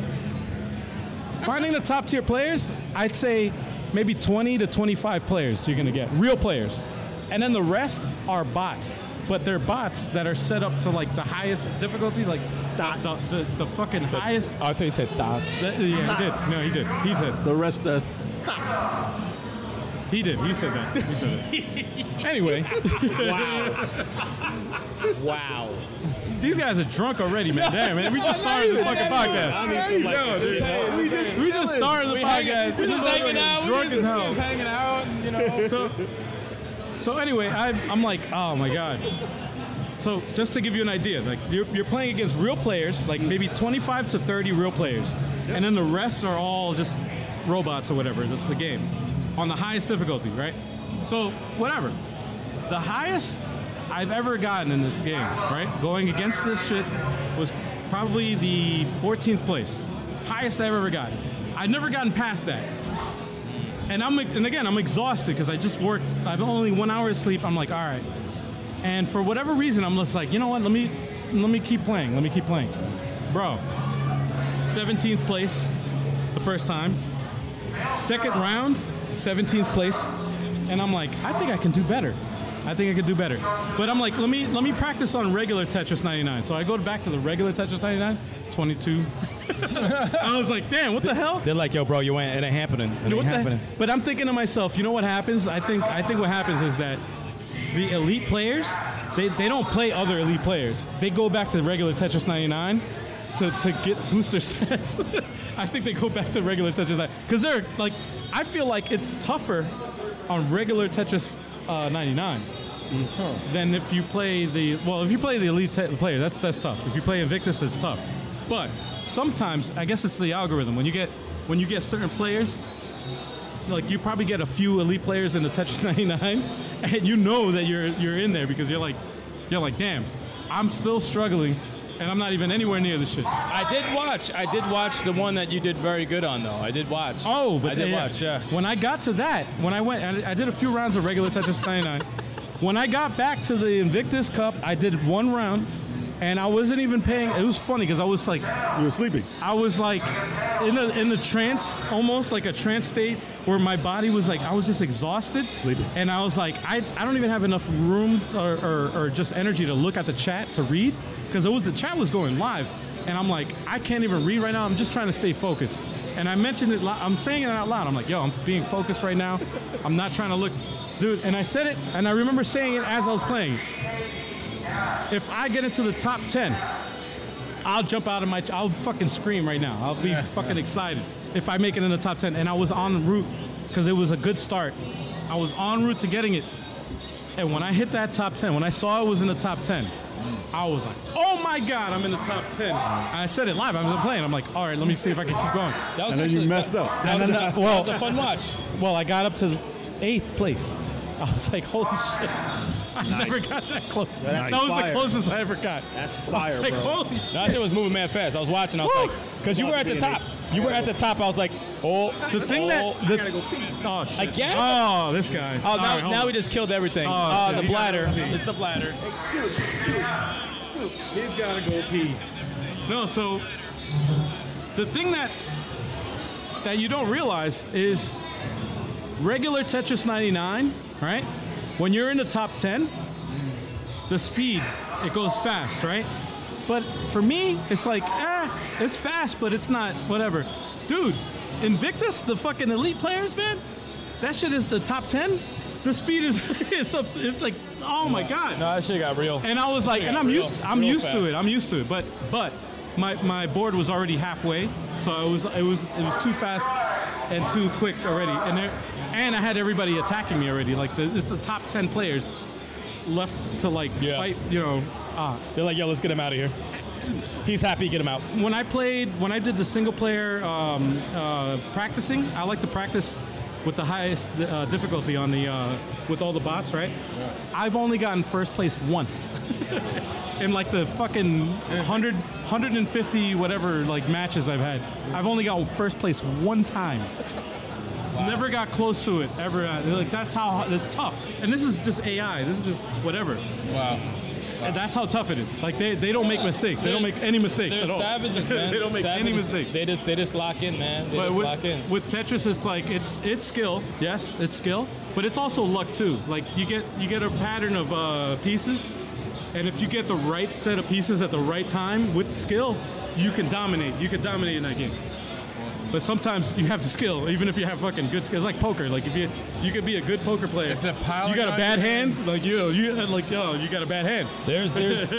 Speaker 2: finding the top tier players, I'd say maybe 20 to 25 players you're going to get, real players. And then the rest are bots. But they're bots that are set up to like the highest difficulty, like the, the, the, the fucking highest
Speaker 5: I thought you said dots.
Speaker 2: that- Uh, yeah, he did. No, he did. He did.
Speaker 6: The rest of
Speaker 2: He did. He said that. He said it. anyway,
Speaker 7: Wow.
Speaker 2: these guys are drunk already, man. Damn, man. We just started the fucking podcast. Yo, dude,
Speaker 6: we just,
Speaker 2: we just started the podcast.
Speaker 5: we just
Speaker 2: These
Speaker 5: hanging
Speaker 2: motherfuckers
Speaker 5: out. We
Speaker 2: Drunk
Speaker 5: just,
Speaker 2: as
Speaker 5: we
Speaker 2: hell.
Speaker 5: just hanging out. and, You know.
Speaker 2: So, so anyway, I, I'm like, oh my god. So just to give you an idea, like you're, you're playing against real players, like maybe 25 to 30 real players, and then the rest are all just robots or whatever. That's the game, on the highest difficulty, right? So whatever, the highest I've ever gotten in this game, right? Going against this shit was probably the 14th place, highest I've ever gotten. I've never gotten past that. And I'm and again, I'm exhausted because I just worked. I've only one hour of sleep. I'm like, all right. And for whatever reason, I'm just like, you know what? Let me let me keep playing. Let me keep playing, bro. 17th place the first time. Second round, 17th place, and I'm like, I think I can do better. I think I could do better. But I'm like, let me let me practice on regular Tetris 99. So I go back to the regular Tetris 99, 22. I was like, damn, what the hell?
Speaker 5: They're like, yo, bro, you ain't. It ain't happening. It
Speaker 2: You know
Speaker 5: ain't
Speaker 2: what the-
Speaker 5: happening.
Speaker 2: but I'm thinking to myself, you know what happens? I think I think what happens is that the elite players, they, they don't play other elite players. They go back to regular Tetris 99 to, to get booster sets. I think they go back to regular Tetris 99 because they're like, I feel like it's tougher on regular Tetris uh, 99 than if you play the well, if you play the elite te- player, that's that's tough. If you play Invictus, it's tough. But sometimes, I guess it's the algorithm. When you get when you get certain players, like you probably get a few elite players in the Tetris 99, and you know that you're you're in there because you're like you're like, damn, I'm still struggling, and I'm not even anywhere near this shit.
Speaker 5: I did watch. I did watch the one that you did very good on, though. I did watch.
Speaker 2: Oh, but
Speaker 5: I did
Speaker 2: yeah.
Speaker 5: watch. Yeah.
Speaker 2: When I got to that, when I went, I, I did a few rounds of regular Tetris 99. When I got back to the Invictus Cup, I did one round, and I wasn't even paying. It was funny because I was like,
Speaker 6: You were sleeping.
Speaker 2: I was like in a in the trance, almost like a trance state where my body was like I was just exhausted,
Speaker 6: Sleeping.
Speaker 2: and I was like I, I don't even have enough room or, or, or just energy to look at the chat to read because it was the chat was going live, and I'm like I can't even read right now. I'm just trying to stay focused, and I mentioned it. li- I'm saying it out loud. I'm like yo, I'm being focused right now. I'm not trying to look, dude. And I said it, and I remember saying it as I was playing. If I get into the top ten. I'll jump out of my. I'll fucking scream right now. I'll be fucking excited if I make it in the top ten. And I was on route because it was a good start. I was on route to getting it. And when I hit that top ten, when I saw it was in the top ten, I was like, "Oh my god, I'm in the top 10. And I said it live. I was playing. I'm like, "All right, let me see if I can keep going."
Speaker 5: That was
Speaker 6: And then you
Speaker 5: actually-
Speaker 6: messed up.
Speaker 5: That,
Speaker 2: No,
Speaker 5: that,
Speaker 2: no,
Speaker 5: that,
Speaker 2: no.
Speaker 5: was a fun watch.
Speaker 2: Well, I got up to eighth place. I was like, "Holy shit!" I never got that close. That
Speaker 7: That's
Speaker 2: was the
Speaker 7: fire.
Speaker 2: closest I ever got.
Speaker 7: That's
Speaker 2: I was
Speaker 7: fire,
Speaker 2: like,
Speaker 7: bro.
Speaker 2: "Holy shit!"
Speaker 5: That shit was moving mad fast. I was watching. I was
Speaker 2: Woo!
Speaker 5: like, because you were at the top. You were at the top. I was like, oh,
Speaker 2: The thing
Speaker 5: oh.
Speaker 2: that the, oh shit.
Speaker 5: Again?
Speaker 2: Oh, this guy.
Speaker 5: Oh,
Speaker 2: All
Speaker 5: now,
Speaker 2: right, hold
Speaker 5: now
Speaker 2: on.
Speaker 5: we just killed everything.
Speaker 2: Oh,
Speaker 5: Oh,
Speaker 2: shit.
Speaker 5: the
Speaker 2: You gotta
Speaker 5: bladder.
Speaker 2: go pee.
Speaker 5: It's the bladder.
Speaker 2: He's gotta go pee. No, so the thing that that you don't realize is regular Tetris 99, right? When you're in the top 10, the speed it goes fast, right? But for me, it's like, eh, it's fast, but it's not whatever. Dude, Invictus, the fucking elite players, man, that shit is the top 10. The speed is it's, up, it's like, oh my God.
Speaker 5: No, that shit got real.
Speaker 2: And I was like,
Speaker 5: Yeah,
Speaker 2: and I'm
Speaker 5: real-
Speaker 2: used, I'm
Speaker 5: real
Speaker 2: used to
Speaker 5: fast.
Speaker 2: it. I'm used to it. But, but my, my board was already halfway, so it was, it was, it was too fast and too quick already. And there, and I had everybody attacking me already. Like the, it's the top ten players left to like
Speaker 5: Yeah.
Speaker 2: fight. You know, ah,
Speaker 5: They're like, yo, let's get him out of here. He's happy, get him out.
Speaker 2: when I played, when I did the single player um, uh, practicing, I like to practice with the highest uh, difficulty on the uh, with all the bots, right? I've only gotten first place once in like the fucking 100, 150 whatever like matches I've had. I've only got first place one time. Never got close to it ever. Uh, Like that's how that's tough. And this is just AI. This is just whatever.
Speaker 4: Wow.
Speaker 2: And that's how tough it is. Like they, they don't make mistakes. They don't make any mistakes
Speaker 5: They're
Speaker 2: at all.
Speaker 5: savages, man.
Speaker 2: they don't make any
Speaker 5: Savages.
Speaker 2: mistakes.
Speaker 5: They just they just lock in, man. They
Speaker 2: But
Speaker 5: just
Speaker 2: with,
Speaker 5: lock in.
Speaker 2: with Tetris, it's like it's it's skill. Yes, it's skill, but it's also luck too. Like you get you get a pattern of uh, pieces, and if you get the right set of pieces at the right time with skill, you can dominate. You can dominate in that game. But sometimes you have the skill, even if you have fucking good skill. It's like poker. Like if you you could be a good poker player,
Speaker 4: If the pile
Speaker 2: you got a
Speaker 4: got
Speaker 2: bad
Speaker 4: your
Speaker 2: hand.
Speaker 4: hand-
Speaker 2: Like yo, you like yo, you got a bad hand.
Speaker 5: There's there's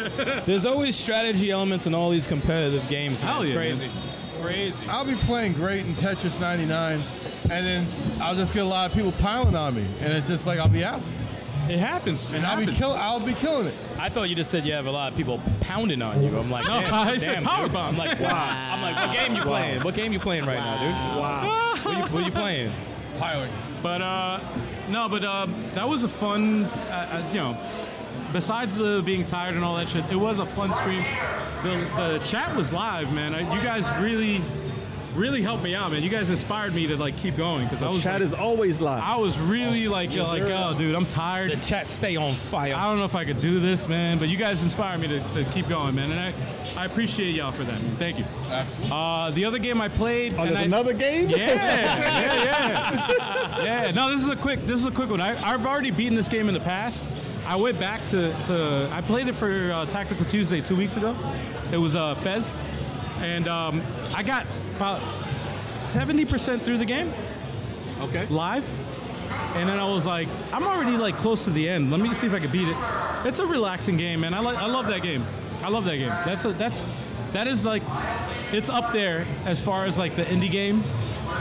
Speaker 5: there's always strategy elements in all these competitive games. Man.
Speaker 2: Hell
Speaker 5: it's
Speaker 2: yeah,
Speaker 5: crazy.
Speaker 2: Crazy.
Speaker 4: I'll be playing great in Tetris 99, and then I'll just get a lot of people piling on me, and it's just like I'll be out,
Speaker 2: It happens. It
Speaker 4: and I'll
Speaker 2: happens.
Speaker 4: be kill, I'll be killing it.
Speaker 5: I thought you just said you have a lot of people pounding on you. I'm like,
Speaker 2: No,
Speaker 5: damn,
Speaker 2: I said
Speaker 5: damn,
Speaker 2: power
Speaker 5: dude.
Speaker 2: bomb.
Speaker 5: I'm like, wow. I'm like, what game you playing? What game you playing right now, dude? Wow. What you, what you playing?
Speaker 4: Piling.
Speaker 2: But uh, no, but uh, that was a fun, uh, uh, you know. Besides the being tired and all that shit, it was a fun stream. The, the chat was live, man. I, you guys really, really helped me out, man. You guys inspired me to like keep going because I was
Speaker 6: Chat
Speaker 2: like,
Speaker 6: is always live.
Speaker 2: I was really like, yo, like, oh, dude, I'm
Speaker 5: The
Speaker 2: tired.
Speaker 5: chat stay on fire.
Speaker 2: I don't know if I could do this, man. But you guys inspired me to, to keep going, man, and I, I appreciate y'all for that. Man. Thank you.
Speaker 4: Absolutely.
Speaker 2: Uh, the other game I played.
Speaker 6: Oh,
Speaker 2: and
Speaker 6: there's
Speaker 2: I-
Speaker 6: another game?
Speaker 2: yeah, yeah, yeah, yeah. No, this is a quick. This is a quick one. I, I've already beaten this game in the past. I went back to, to I played it for uh, Tactical Tuesday two weeks ago. It was uh, Fez, and um, I got about seventy percent through the game
Speaker 6: Okay.
Speaker 2: live, and then I was like, I'm already like close to the end. Let me see if I can beat it. It's a relaxing game, man. I like I love that game. I love that game. That's a, that's that is like it's up there as far as like the indie game.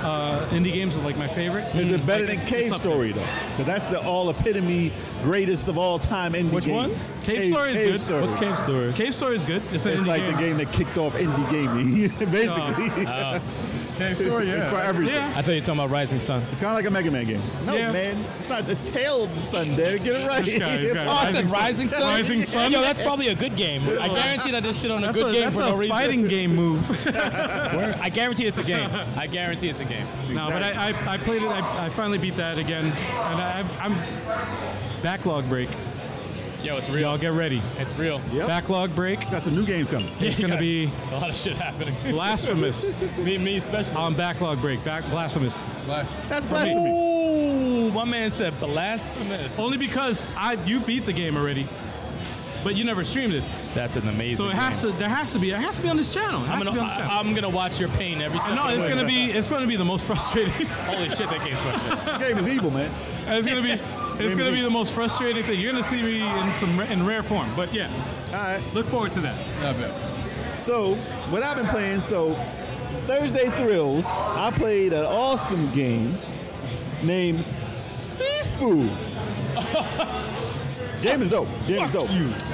Speaker 2: Uh, indie games are like my favorite. Mm.
Speaker 6: Is it better than
Speaker 2: Like, it's-
Speaker 6: Cave
Speaker 2: it's up there.
Speaker 6: Story though? Because that's the all epitome greatest of all time indie
Speaker 2: Which
Speaker 6: game.
Speaker 2: one? Cave, Story is good.
Speaker 6: Story.
Speaker 2: What's Cave Story? Cave Story is good. It's, an
Speaker 6: It's
Speaker 2: indie
Speaker 6: like
Speaker 2: game.
Speaker 6: the game that kicked off indie gaming, basically.
Speaker 4: Cave story, yeah.
Speaker 6: It's for everything.
Speaker 2: Yeah.
Speaker 5: I thought you were talking about Rising Sun.
Speaker 6: It's kind of like a Mega Man game. No,
Speaker 2: Yeah.
Speaker 6: man. It's not. It's Tail of the Sun, Dad. Get it right.
Speaker 2: This guy, this guy. Oh, I said Rising Sun. Rising Sun?
Speaker 5: Yo, that's probably a good game. I guarantee that this shit on a
Speaker 2: That's
Speaker 5: good
Speaker 2: a,
Speaker 5: game
Speaker 2: that's
Speaker 5: for no
Speaker 2: a
Speaker 5: reason.
Speaker 2: fighting game move.
Speaker 5: Where- I guarantee it's a game. I guarantee it's a game.
Speaker 2: no, but I, I, I played it. I, I finally beat that again, and I, I've- I'm backlog break.
Speaker 5: Yo, it's real.
Speaker 2: Y'all get ready.
Speaker 5: It's real.
Speaker 6: Yep.
Speaker 2: Backlog break.
Speaker 6: Got some new games coming.
Speaker 2: It's gonna be
Speaker 5: A lot of shit happening.
Speaker 2: blasphemous
Speaker 5: me, me especially.
Speaker 2: on backlog break. Back blasphemous.
Speaker 4: Last.
Speaker 6: That's blasphemy.
Speaker 5: Ooh, my man said blasphemous.
Speaker 2: Only because I you beat the game already, but you never streamed it.
Speaker 5: That's an amazing.
Speaker 2: So it has to. There has to be. It has to be on this channel. It has
Speaker 5: I'm
Speaker 2: to be
Speaker 5: gonna,
Speaker 2: on this
Speaker 5: I,
Speaker 2: channel.
Speaker 5: am gonna watch your pain every
Speaker 2: I
Speaker 5: step.
Speaker 2: know
Speaker 5: of the
Speaker 2: it's
Speaker 5: way.
Speaker 2: gonna be. It's gonna be the most frustrating.
Speaker 5: Holy shit, that game's frustrating.
Speaker 6: That game is evil, man.
Speaker 2: it's gonna be. It's gonna be the most frustrating thing. You're gonna see me in some ra- in rare form. But yeah,
Speaker 6: All right.
Speaker 2: look forward to that.
Speaker 4: Not bad.
Speaker 6: So, what I've been playing, so Thursday Thrills, I played an awesome game named Sifu. game is dope. Game is dope.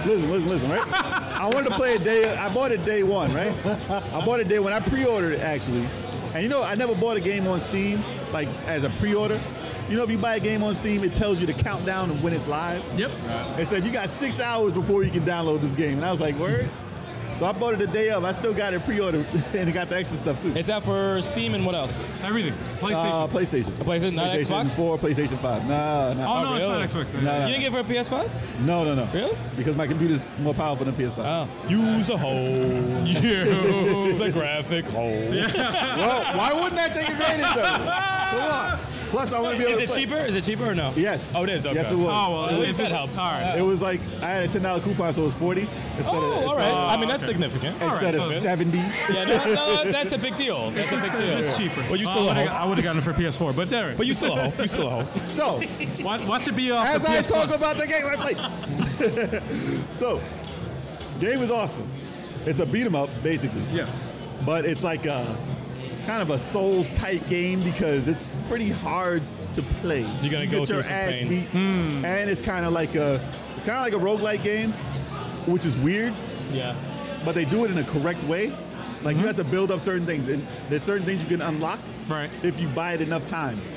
Speaker 6: Listen, listen, listen, right? I wanted to play it day, I bought it day one, right? I bought it day one. I pre ordered it actually. And you know, I never bought a game on Steam, like as a pre order. You know, if you buy a game on Steam, it tells you the countdown of when it's live.
Speaker 2: Yep.
Speaker 6: It said you got six hours before you can download this game, and I was like, word. So I bought it the day of. I still got it pre-ordered, and it got the extra stuff too.
Speaker 5: It's out for Steam and what else? Oh,
Speaker 2: Everything.
Speaker 6: Uh,
Speaker 2: PlayStation.
Speaker 6: PlayStation.
Speaker 5: PlayStation, not
Speaker 6: PlayStation
Speaker 5: Xbox?
Speaker 6: 4, PlayStation 5. Nah, nah.
Speaker 2: oh no,
Speaker 5: really?
Speaker 2: it's not Xbox.
Speaker 6: No, no.
Speaker 5: You didn't get it for a PS5?
Speaker 6: No, no, no.
Speaker 5: Really?
Speaker 6: Because my computer's more powerful than PS5.
Speaker 5: Oh. Use a hole. Use a graphic hole.
Speaker 6: well, why wouldn't I take advantage of it? Come on. Plus, I want to be
Speaker 5: Is
Speaker 6: able to
Speaker 5: it
Speaker 6: play.
Speaker 5: cheaper? Is it cheaper or no?
Speaker 6: Yes.
Speaker 5: Oh, it is. Okay.
Speaker 6: Yes, it was.
Speaker 2: Oh, well,
Speaker 5: At
Speaker 2: if
Speaker 5: least that
Speaker 2: it's-
Speaker 5: helps.
Speaker 2: All right.
Speaker 6: It was like I had a ten dollar coupon, so it was forty instead
Speaker 5: Oh,
Speaker 6: of
Speaker 5: all right.
Speaker 6: instead
Speaker 5: I mean, that's
Speaker 2: okay.
Speaker 5: significant.
Speaker 2: All right,
Speaker 6: of- instead of
Speaker 2: so-
Speaker 6: seventy.
Speaker 5: Yeah, no, no, that's a big deal. That's a
Speaker 2: If
Speaker 5: big
Speaker 2: it's,
Speaker 5: deal.
Speaker 2: if it's cheaper.
Speaker 5: Well, you still
Speaker 2: I
Speaker 5: a
Speaker 2: would've-
Speaker 5: hoe.
Speaker 2: I would have gotten it for PS4, but there.
Speaker 5: But you still a hoe. You still a hoe.
Speaker 6: So
Speaker 2: watch, watch it be off
Speaker 6: as
Speaker 2: the
Speaker 6: I
Speaker 2: PS
Speaker 6: talk
Speaker 2: Plus.
Speaker 6: about the game, I play. so game is awesome. It's a beat 'em up basically.
Speaker 2: Yeah.
Speaker 6: but it's like a kind of a Souls type game because it's pretty hard to play.
Speaker 5: You're gonna
Speaker 6: You
Speaker 5: go
Speaker 6: get
Speaker 5: through
Speaker 6: your
Speaker 5: some
Speaker 6: ass
Speaker 5: pain. Hmm.
Speaker 6: beat, and it's kind of like a it's kind of like a roguelike game, which is weird,
Speaker 5: Yeah.
Speaker 6: but they do it in a correct way. Like
Speaker 5: Mm-hmm.
Speaker 6: you have to build up certain things, and there's certain things you can unlock
Speaker 2: Right.
Speaker 6: if you buy it enough times.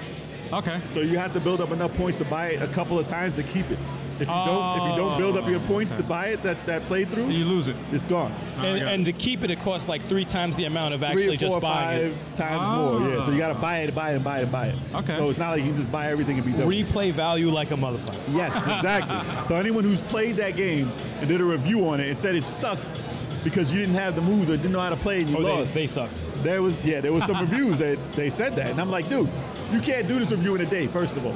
Speaker 2: Okay.
Speaker 6: So you have to build up enough points to buy it a couple of times to keep it. If you don't, if you don't build up your points to buy it that that playthrough,
Speaker 2: You lose it.
Speaker 6: it's gone.
Speaker 5: And,
Speaker 2: got it.
Speaker 5: and to keep it, it costs like three times the amount of
Speaker 6: three,
Speaker 5: actually
Speaker 6: or four,
Speaker 5: just buying
Speaker 6: five
Speaker 5: it.
Speaker 6: times
Speaker 2: Ah.
Speaker 6: more. Yeah, so you got to buy it, buy it, buy it, buy it.
Speaker 2: Okay.
Speaker 6: So it's not like you can just buy everything and be done.
Speaker 5: Replay value like a motherfucker.
Speaker 6: yes, exactly. so anyone who's played that game and did a review on it and said it sucked because you didn't have the moves or didn't know how to play and you
Speaker 5: Oh, they,
Speaker 6: lost.
Speaker 5: they sucked.
Speaker 6: there was yeah, there was some reviews that they said that, and I'm like, dude, you can't do this review in a day. First of all,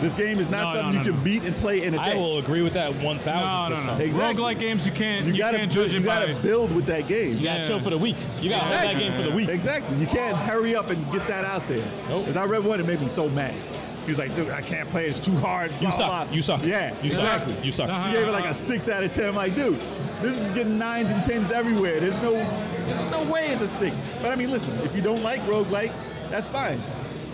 Speaker 6: this game is
Speaker 2: No,
Speaker 6: not
Speaker 2: no,
Speaker 6: something
Speaker 2: no,
Speaker 6: you
Speaker 2: no.
Speaker 6: can beat and play in a
Speaker 5: I
Speaker 6: day.
Speaker 5: will agree with that 1,000%.
Speaker 2: No, no, no.
Speaker 6: Exactly.
Speaker 2: Roguelike games, you can't. You,
Speaker 6: you gotta
Speaker 2: can't
Speaker 6: build,
Speaker 2: judge
Speaker 6: you
Speaker 2: it by.
Speaker 6: gotta build with that game.
Speaker 5: You got
Speaker 2: Yeah.
Speaker 5: to chill for the week. You got to hold that
Speaker 6: Exactly.
Speaker 5: game for the week.
Speaker 6: Exactly. You can't hurry up and get that out there.
Speaker 5: Nope.
Speaker 6: Because I read one, it made me so mad. He was like, dude, I can't play. It's too hard.
Speaker 5: You
Speaker 6: blah,
Speaker 5: suck.
Speaker 6: blah.
Speaker 5: You suck.
Speaker 6: Yeah.
Speaker 5: You
Speaker 6: exactly.
Speaker 5: suck. You suck.
Speaker 2: Uh-huh.
Speaker 6: He gave it like a six out of ten. I'm like, dude, this is getting nines and tens everywhere. There's no, there's no way it's a six. But I mean, listen, if you don't like roguelikes, that's fine.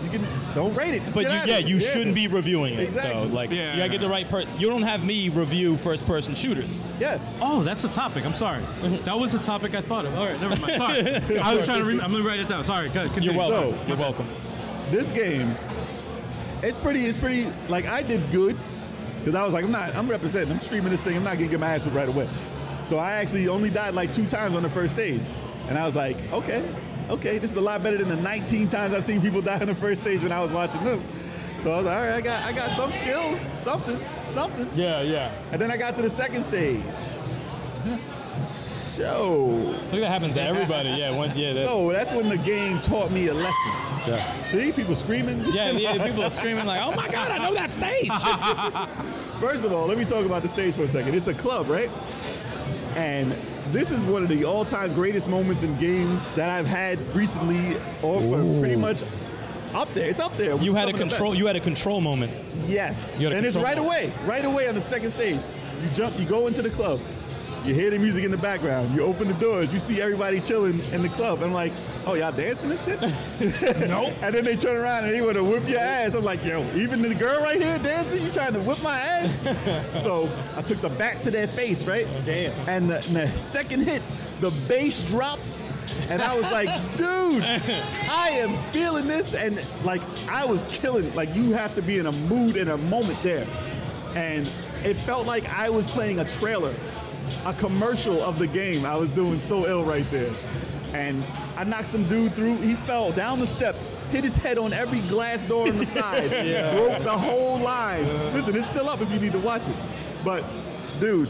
Speaker 6: You can don't rate it. Just
Speaker 5: But
Speaker 6: get
Speaker 5: you,
Speaker 6: out of
Speaker 5: yeah,
Speaker 6: it.
Speaker 5: you shouldn't be reviewing it.
Speaker 6: Exactly.
Speaker 5: Though. Like,
Speaker 2: Yeah.
Speaker 5: you gotta get the right person. You don't have me review first-person shooters.
Speaker 6: Yeah.
Speaker 2: Oh, that's a topic. I'm sorry.
Speaker 6: Mm-hmm.
Speaker 2: That was a topic I thought of. All right, never mind. Sorry. I was trying to. Re- I'm gonna write it down. Sorry. Go ahead, continue.
Speaker 5: You're welcome.
Speaker 6: So-
Speaker 5: You're welcome.
Speaker 6: this game, it's pretty, it's pretty, like I did good because I was like, I'm not, I'm representing, I'm streaming this thing, I'm not gonna get my ass whipped right away. So I actually only died like two times on the first stage. And I was like, okay, okay, this is a lot better than the 19 times I've seen people die on the first stage when I was watching them. So I was like, all right, I got, I got some skills, something, something.
Speaker 5: Yeah, yeah.
Speaker 6: And then I got to the second stage. So,
Speaker 5: I think that happens to everybody. Yeah, one, yeah. That,
Speaker 6: so that's when the game taught me a lesson. See, people screaming.
Speaker 5: yeah, yeah, people are screaming like, "Oh my god, I know that stage!"
Speaker 6: First of all, let me talk about the stage for a second. It's a club, right? And this is one of the all-time greatest moments in games that I've had recently, or or pretty much up there. It's up there. with
Speaker 5: You had a
Speaker 6: some of the
Speaker 5: control. You had a control moment.
Speaker 6: best. Yes,
Speaker 5: you had a
Speaker 6: and it's
Speaker 5: control
Speaker 6: right away, right away on the second stage. You jump, you go into the club. You hear the music in the background. You open the doors. You see everybody chilling in the club. I'm like, oh, y'all dancing and shit?
Speaker 5: Nope.
Speaker 6: And then they turn around and they want to whip your ass. I'm like, yo, even the girl right here dancing, you trying to whip my ass? so I took the back to their face, right? Damn. And the, and the second hit, the bass drops. And I was like, dude, I am feeling this. And like, I was killing it. Like, you have to be in a mood and a moment there. And it felt like I was playing a trailer, a commercial of the game. I was doing so ill right there. And I knocked some dude through. He fell down the steps, hit his head on every glass door on the side, broke the whole line. Listen, it's still up if you need to watch it. But, dude,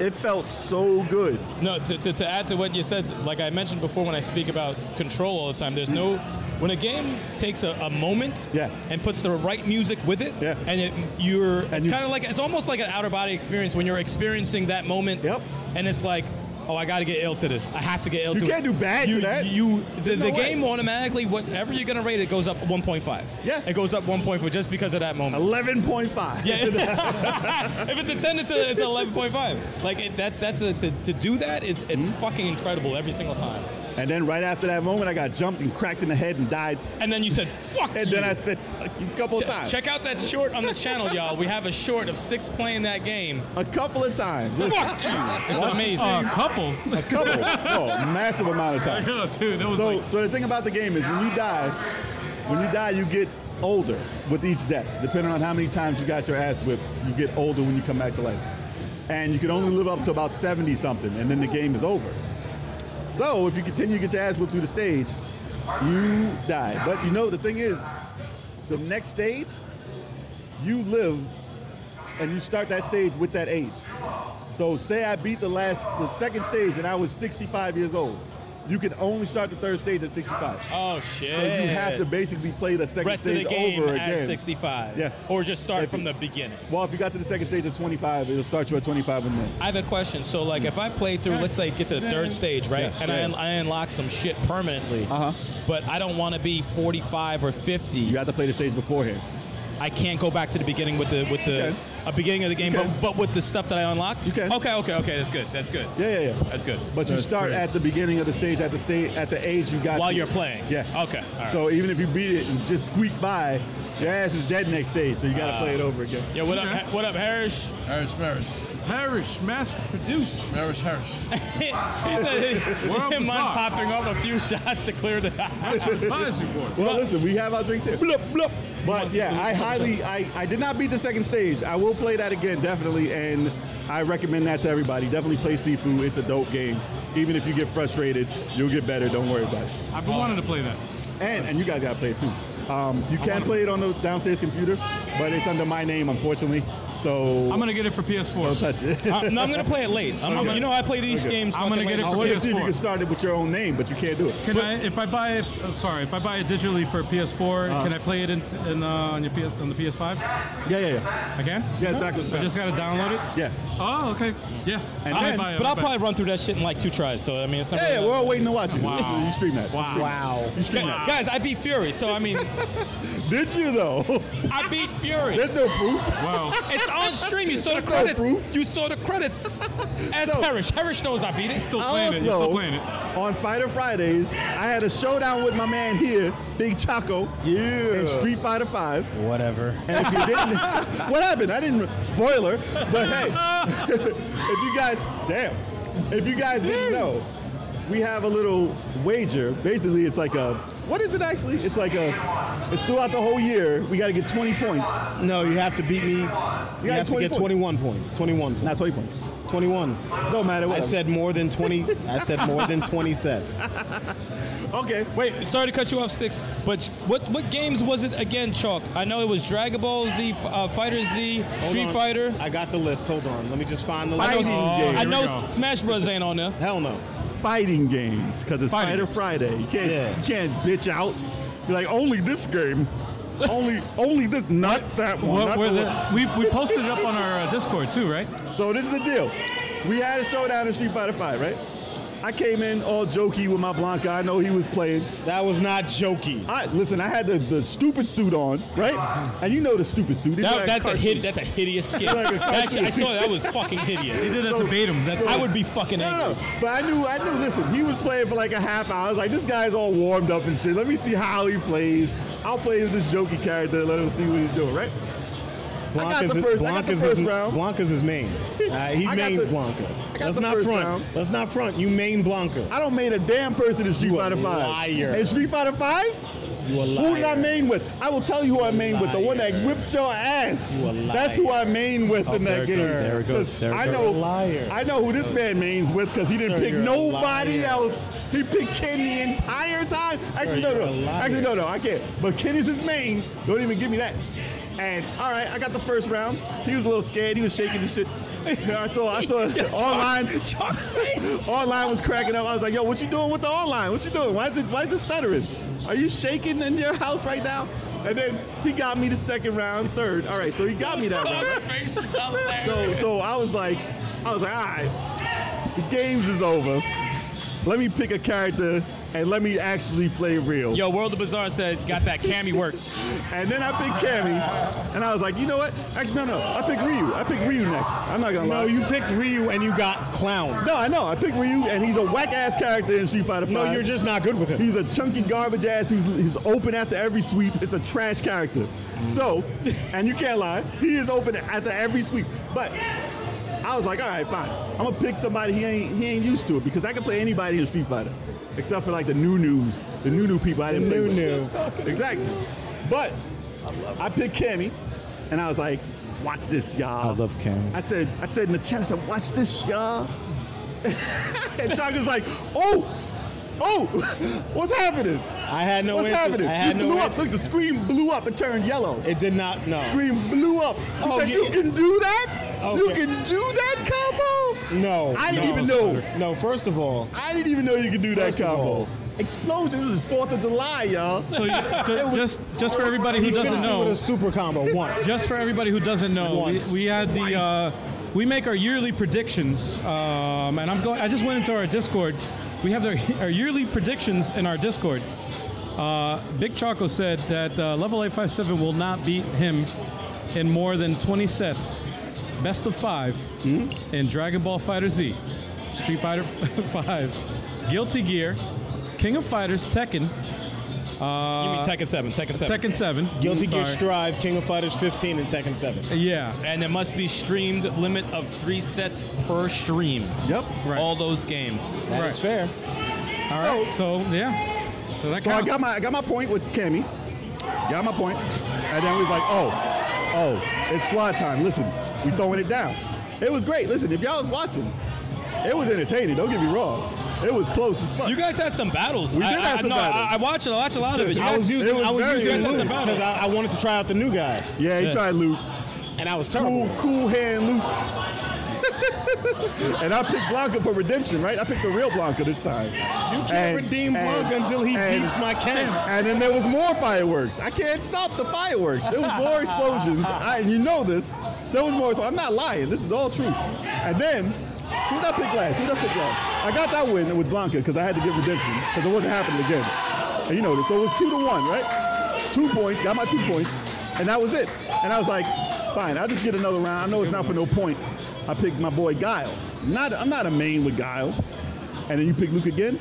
Speaker 6: it felt so good.
Speaker 5: No, to, to, to add to what you said, like I mentioned before when I speak about control all the time, there's no. When a game takes a, a moment
Speaker 6: Yeah.
Speaker 5: and puts the right music with it,
Speaker 6: Yeah.
Speaker 5: and it, you're. it's
Speaker 6: you-
Speaker 5: kind of like. It's almost like an outer body experience when you're experiencing that moment.
Speaker 6: Yep.
Speaker 5: And it's like. Oh, I got to get ill to this. I have to get ill
Speaker 6: You
Speaker 5: to
Speaker 6: can't
Speaker 5: it.
Speaker 6: do bad to
Speaker 5: You-
Speaker 6: that.
Speaker 5: You, the,
Speaker 6: There's no
Speaker 5: the
Speaker 6: way.
Speaker 5: game automatically, whatever you're going to rate it, goes up 1.5.
Speaker 6: Yeah.
Speaker 5: It goes up 1.4 just because of that moment.
Speaker 6: 11.5.
Speaker 5: Yeah. if it's a ten, it's a, it's a eleven point five. Like it, that, that's a, to, to do that. It's it's
Speaker 6: Hmm?
Speaker 5: fucking incredible every single time.
Speaker 6: And then right after that moment, I got jumped and cracked in the head and died.
Speaker 5: And then you said, "Fuck."
Speaker 6: And
Speaker 5: you.
Speaker 6: then I said, fuck you, a couple of
Speaker 5: Che-
Speaker 6: times.
Speaker 5: Check out that short on the channel, y'all. We have a short of Sticks playing that game.
Speaker 6: A couple of times. Listen,
Speaker 5: Fuck you! It's amazing.
Speaker 2: Uh, couple.
Speaker 6: a couple. Oh, massive amount of time.
Speaker 2: Yeah, dude, that was
Speaker 6: So,
Speaker 2: like.
Speaker 6: so the thing about the game is when you die, when you die, you get older with each death. Depending on how many times you got your ass whipped, you get older when you come back to life. And you can only live up to about 70 something, and then the game is over. So if you continue to get your ass whipped through the stage, you die. But you know, the thing is, the next stage, you live and you start that stage with that age. So say I beat the last, the second stage, and I was 65 years old. you can only start the third stage at 65.
Speaker 5: Oh shit!
Speaker 6: So you have to basically play the second
Speaker 5: rest of the
Speaker 6: stage
Speaker 5: game
Speaker 6: over
Speaker 5: at
Speaker 6: again.
Speaker 5: 65.
Speaker 6: Yeah.
Speaker 5: Or just start
Speaker 6: If
Speaker 5: from
Speaker 6: you-
Speaker 5: the beginning.
Speaker 6: Well, if you got to the second stage at 25, it'll start you at 25 and then.
Speaker 5: I have a question. So, like, if I play through, let's say, get to the third stage, right, and I, un- I unlock some shit permanently,
Speaker 6: Uh-huh.
Speaker 5: but I don't want to be 45 or 50.
Speaker 6: You have to play the stage beforehand.
Speaker 5: I can't go back to the beginning with the with the
Speaker 6: You
Speaker 5: a beginning of the game,
Speaker 6: You
Speaker 5: but,
Speaker 6: can.
Speaker 5: but with the stuff that I unlocked.
Speaker 6: You can.
Speaker 5: Okay, okay, okay. That's good. That's good.
Speaker 6: Yeah, yeah, yeah.
Speaker 5: That's good.
Speaker 6: But you
Speaker 4: That's
Speaker 6: start
Speaker 4: great.
Speaker 6: at the beginning of the stage at the stage at the age you got
Speaker 5: While
Speaker 6: to.
Speaker 5: you're playing.
Speaker 6: Yeah.
Speaker 5: Okay. All right.
Speaker 6: So even if you beat it and just squeak by, your ass is dead next stage. So you
Speaker 5: Ah.
Speaker 6: got to play it over again.
Speaker 5: Yo, what up? What up, Harris?
Speaker 4: Harris, Harris,
Speaker 2: Parrish, mass produced.
Speaker 4: Harris, Harris.
Speaker 5: he said, he
Speaker 2: We're up
Speaker 5: didn't
Speaker 2: the
Speaker 5: mind
Speaker 2: clock.
Speaker 5: popping off a few shots to clear the.
Speaker 2: Advisory board.
Speaker 6: Well, listen, we have our drinks here.
Speaker 5: Blup, blup.
Speaker 6: But yeah, I highly, I, I did not beat the second stage. I will play that again, definitely, and I recommend that to everybody. Definitely play Sifu. It's a dope game. Even if you get frustrated, you'll get better. Don't worry about it.
Speaker 2: I've been wanting to play that.
Speaker 6: And and you guys gotta play it too. Um, you can play it on the downstairs computer, but it's under my name, unfortunately. So
Speaker 2: I'm gonna get it for PS4.
Speaker 6: don't touch it.
Speaker 5: I, no, I'm gonna play it late. I'm,
Speaker 6: Okay.
Speaker 5: You know, I play these
Speaker 6: Okay.
Speaker 5: games.
Speaker 2: I'm gonna
Speaker 5: fucking
Speaker 2: get it
Speaker 5: late.
Speaker 6: I
Speaker 2: for
Speaker 6: wanted to see if you
Speaker 2: PS4.
Speaker 6: could start it with your own name, but you can't do it.
Speaker 2: Can I, if I buy it, oh, sorry, if I buy it digitally for PS4,
Speaker 6: Uh-huh.
Speaker 2: can I play it in, in uh, on your PS, on the PS5?
Speaker 6: Yeah, yeah, yeah.
Speaker 2: I can.
Speaker 6: Yeah, it's backwards.
Speaker 2: I just gotta download it.
Speaker 6: Yeah.
Speaker 2: Oh, okay. Yeah.
Speaker 6: And
Speaker 2: I'll
Speaker 6: then-
Speaker 2: buy it,
Speaker 5: But I'll
Speaker 2: buy it.
Speaker 5: probably run through that shit in like two tries. So I mean, it's not.
Speaker 6: Yeah, yeah,
Speaker 5: really
Speaker 6: we're all waiting to watch you.
Speaker 2: Wow.
Speaker 6: You stream that.
Speaker 2: Wow.
Speaker 7: Wow.
Speaker 6: You stream that.
Speaker 5: Guys, I beat Fury, so I mean,
Speaker 6: Did you though?
Speaker 5: I beat Fury.
Speaker 6: There's no proof.
Speaker 2: Wow.
Speaker 5: It's on stream. You saw the
Speaker 6: No
Speaker 5: credits.
Speaker 6: proof.
Speaker 5: You saw the credits. As
Speaker 6: No.
Speaker 5: Parrish. Parrish knows I beat it.
Speaker 2: Still playing
Speaker 6: Also,
Speaker 2: it. You're still playing it.
Speaker 6: on Fighter Fridays, I had a showdown with my man here, Big Choco, yeah. in Street Fighter Five.
Speaker 7: Whatever.
Speaker 6: And if you didn't, what happened? I didn't. Spoiler, but hey, if you guys, damn, if you guys didn't know, we have a little wager. Basically, it's like a, what is it actually? It's like a, it's throughout the whole year. We got to get 20 points,
Speaker 7: No, you have to beat me. You,
Speaker 6: got
Speaker 7: have to
Speaker 6: 20
Speaker 7: get
Speaker 6: points.
Speaker 7: 21 points. 21 points.
Speaker 6: not 20 points.
Speaker 7: 21.
Speaker 6: No matter what.
Speaker 7: I said more than 20. I said more than 20 sets.
Speaker 6: okay.
Speaker 5: Wait, sorry to cut you off, Sticks. But what what games was it again, Chalk? I know it was Dragon Ball Z, uh, Fighter Z,
Speaker 7: Hold
Speaker 5: Street
Speaker 7: on.
Speaker 5: Fighter.
Speaker 7: I got the list. Hold on. Let me just find the list.
Speaker 5: Oh,
Speaker 6: Fighting games.
Speaker 5: I
Speaker 2: we
Speaker 5: know
Speaker 2: go.
Speaker 5: Smash Bros ain't on there.
Speaker 7: Hell no.
Speaker 6: Fighting games, because it's
Speaker 2: Fighting
Speaker 6: Fighter
Speaker 2: games.
Speaker 6: Friday. You can't,
Speaker 7: Yeah.
Speaker 6: you can't bitch out. You're like only this game. only, only this, not that one.
Speaker 2: What,
Speaker 6: not
Speaker 2: were
Speaker 6: the one.
Speaker 2: the, we, we posted it up on our uh, Discord too, right?
Speaker 6: So this is the deal. We had a showdown in Street Fighter Five, right? I came in all jokey with my Blanca. I know he was playing.
Speaker 7: That was not jokey.
Speaker 6: I listen. I had the, the stupid suit on, right?
Speaker 2: Ah.
Speaker 6: And you know the stupid suit. It's
Speaker 5: That,
Speaker 6: like
Speaker 5: that's a
Speaker 6: cartoon.
Speaker 5: hid, That's a hideous skin.
Speaker 6: Like a
Speaker 5: That shit- I
Speaker 6: cartoon.
Speaker 5: saw that was fucking hideous.
Speaker 2: Did that to bait him. That's
Speaker 5: I would be fucking
Speaker 6: No, no,
Speaker 5: angry.
Speaker 6: no. But I knew, I knew. Listen, he was playing for like a half hour. I was like, this guy's all warmed up and shit. Let me see how he plays. I'll play as this jokey character. Let him see what he's doing, right? I got the first. I got the
Speaker 7: Blanca's
Speaker 6: first
Speaker 7: his,
Speaker 6: round.
Speaker 7: Blanca's his main. Uh, he
Speaker 6: I got
Speaker 7: mained
Speaker 6: the-
Speaker 7: Blanca.
Speaker 6: I got
Speaker 7: Let's
Speaker 6: the
Speaker 7: not
Speaker 6: first
Speaker 7: front.
Speaker 6: round.
Speaker 7: Let's not front. You main Blanca.
Speaker 6: I don't main a damn person in Street
Speaker 7: You a
Speaker 6: Fighter Five.
Speaker 7: liar.
Speaker 6: In Street Fighter Five,
Speaker 7: You a liar.
Speaker 6: Who did I main with? I will tell you who I main with. The one that
Speaker 7: Liar.
Speaker 6: whipped your ass.
Speaker 7: You a liar.
Speaker 6: That's who I main with in
Speaker 7: there it
Speaker 6: that game.
Speaker 7: goes, there it
Speaker 6: goes.
Speaker 7: there it
Speaker 6: I
Speaker 7: goes.
Speaker 6: know.
Speaker 7: Liar.
Speaker 6: I know who this man mains with because he didn't
Speaker 7: Sir,
Speaker 6: pick
Speaker 7: you're a
Speaker 6: nobody
Speaker 7: liar.
Speaker 6: else. He picked Ken the entire time. Actually, no,
Speaker 7: you're a
Speaker 6: no.
Speaker 7: liar.
Speaker 6: Actually, no, no. I can't. But Ken is his main. Don't even give me that. And all right, I got the first round. He was a little scared. He was shaking the shit. I saw. I saw online.
Speaker 5: Chalk's face.
Speaker 6: Online was cracking up. I was like, "Yo, what you doing with the online? What you doing? Why is it? Why is it stuttering? Are you shaking in your house right now?" And then he got me the second round, third. All right, so he got me that round.
Speaker 5: Chalk's face is hilarious.
Speaker 6: So, so I was like, I was like, "All right, the games is over. Let me pick a character and let me actually play real."
Speaker 5: Yo, World of Bizarre said, got that cami work.
Speaker 6: And then I picked Cammy, and I was like, "You know what? Actually, no, no. I picked Ryu. I picked Ryu next. I'm not gonna
Speaker 7: No,
Speaker 6: lie."
Speaker 7: you picked Ryu and you got clown.
Speaker 6: No, I know. I picked Ryu, and he's a whack ass character in Street Fighter 5.
Speaker 7: No, you're just not good with him.
Speaker 6: He's a chunky garbage ass who's, who's open after every sweep. It's a trash character. So, and you can't lie, he is open after every sweep. But I was like, all right, fine. I'm gonna pick somebody he ain't he ain't used to it because I can play anybody in Street Fighter, except for like the new news, the new new people I didn't play with.
Speaker 7: new-new.
Speaker 6: Exactly. But I picked Cammy, and I was like, watch this, y'all. I love Cammy. I said, I said in the chat, I said, watch this, y'all. and Chaka's like, oh, oh, what's happening?
Speaker 7: I had no
Speaker 6: What's
Speaker 7: answer.
Speaker 6: happening?
Speaker 7: I had
Speaker 6: He
Speaker 7: no
Speaker 6: blew up.
Speaker 7: answer.
Speaker 6: Look, the screen blew up and turned yellow.
Speaker 7: It did not. No.
Speaker 6: Screen blew up. He
Speaker 7: Oh,
Speaker 6: said,
Speaker 7: yeah.
Speaker 6: you can do that?
Speaker 7: Okay.
Speaker 6: You can do that combo?
Speaker 7: No,
Speaker 6: I didn't
Speaker 7: no,
Speaker 6: even know.
Speaker 7: No, first of all,
Speaker 6: I didn't even know you could do that
Speaker 7: First of
Speaker 6: combo.
Speaker 7: all-
Speaker 6: Explosion. This is 4th of July, y'all.
Speaker 2: So you, ju-
Speaker 6: was-
Speaker 2: just just for everybody who
Speaker 7: he
Speaker 2: doesn't
Speaker 7: finished it with
Speaker 2: know,
Speaker 7: a super combo once.
Speaker 2: just for everybody who doesn't know, we,
Speaker 7: Once.
Speaker 2: we had the uh, we make our yearly predictions, um, and I'm going. I just went into our Discord. We have their, our yearly predictions in our Discord. Uh, Big Choco said that uh, Level 857 will not beat him in more than 20 sets, best of 5
Speaker 7: Hmm?
Speaker 2: in Dragon Ball Fighter Z, Street Fighter 5, Guilty Gear, King of Fighters, Tekken,
Speaker 5: you mean Tekken 7, Tekken 7.
Speaker 2: Tekken 7,
Speaker 7: Guilty Gear
Speaker 2: Sorry.
Speaker 7: Strive, King of Fighters 15, and Tekken 7.
Speaker 2: Yeah,
Speaker 5: And it must be streamed limit of three sets per stream.
Speaker 6: Yep.
Speaker 2: Right.
Speaker 5: All those games.
Speaker 7: That's
Speaker 2: Right.
Speaker 7: fair.
Speaker 2: All right. So yeah. So that
Speaker 6: So I
Speaker 2: counts.
Speaker 6: got my I got my point with Cammy. Got my point. And then we was like, oh, oh, it's squad time. Listen, we throwing it down. It was great. Listen, if y'all was watching, it was entertaining. Don't get me wrong. It was close as fuck.
Speaker 5: You guys had some battles.
Speaker 6: We
Speaker 5: I,
Speaker 6: did
Speaker 5: I,
Speaker 6: have some
Speaker 5: no,
Speaker 6: battles.
Speaker 5: I, I watched it. I watched a lot of it. You
Speaker 7: I
Speaker 5: guys-
Speaker 7: was using,
Speaker 6: it was
Speaker 7: I was
Speaker 6: very
Speaker 7: using
Speaker 5: good.
Speaker 7: Luke because I, I wanted to try out the new guy,
Speaker 6: yeah, he
Speaker 5: Yeah.
Speaker 6: tried Luke.
Speaker 7: and I was
Speaker 6: Cool,
Speaker 7: terrible.
Speaker 6: cool hand Luke. and I picked Blanca for redemption, right? I picked the real Blanca this time.
Speaker 7: You can't
Speaker 6: And-
Speaker 7: redeem
Speaker 6: and-
Speaker 7: Blanca until he
Speaker 6: and-
Speaker 7: beats my Ken.
Speaker 6: And then there was more fireworks. I can't stop the fireworks. There was more explosions. I, and you know this. There was more. So I'm not lying. This is all true. And then, who did I pick last? Who did I pick last? I got that win with Blanca because I had to give redemption because it wasn't happening again. And you know this. So it was two to one, right? Two points. Got my two points. And that was it. And I was like, fine, I'll just get another round. I know it's not for no point. I picked my boy Guile. Not, I'm not a main with Guile. And then you pick Luke again,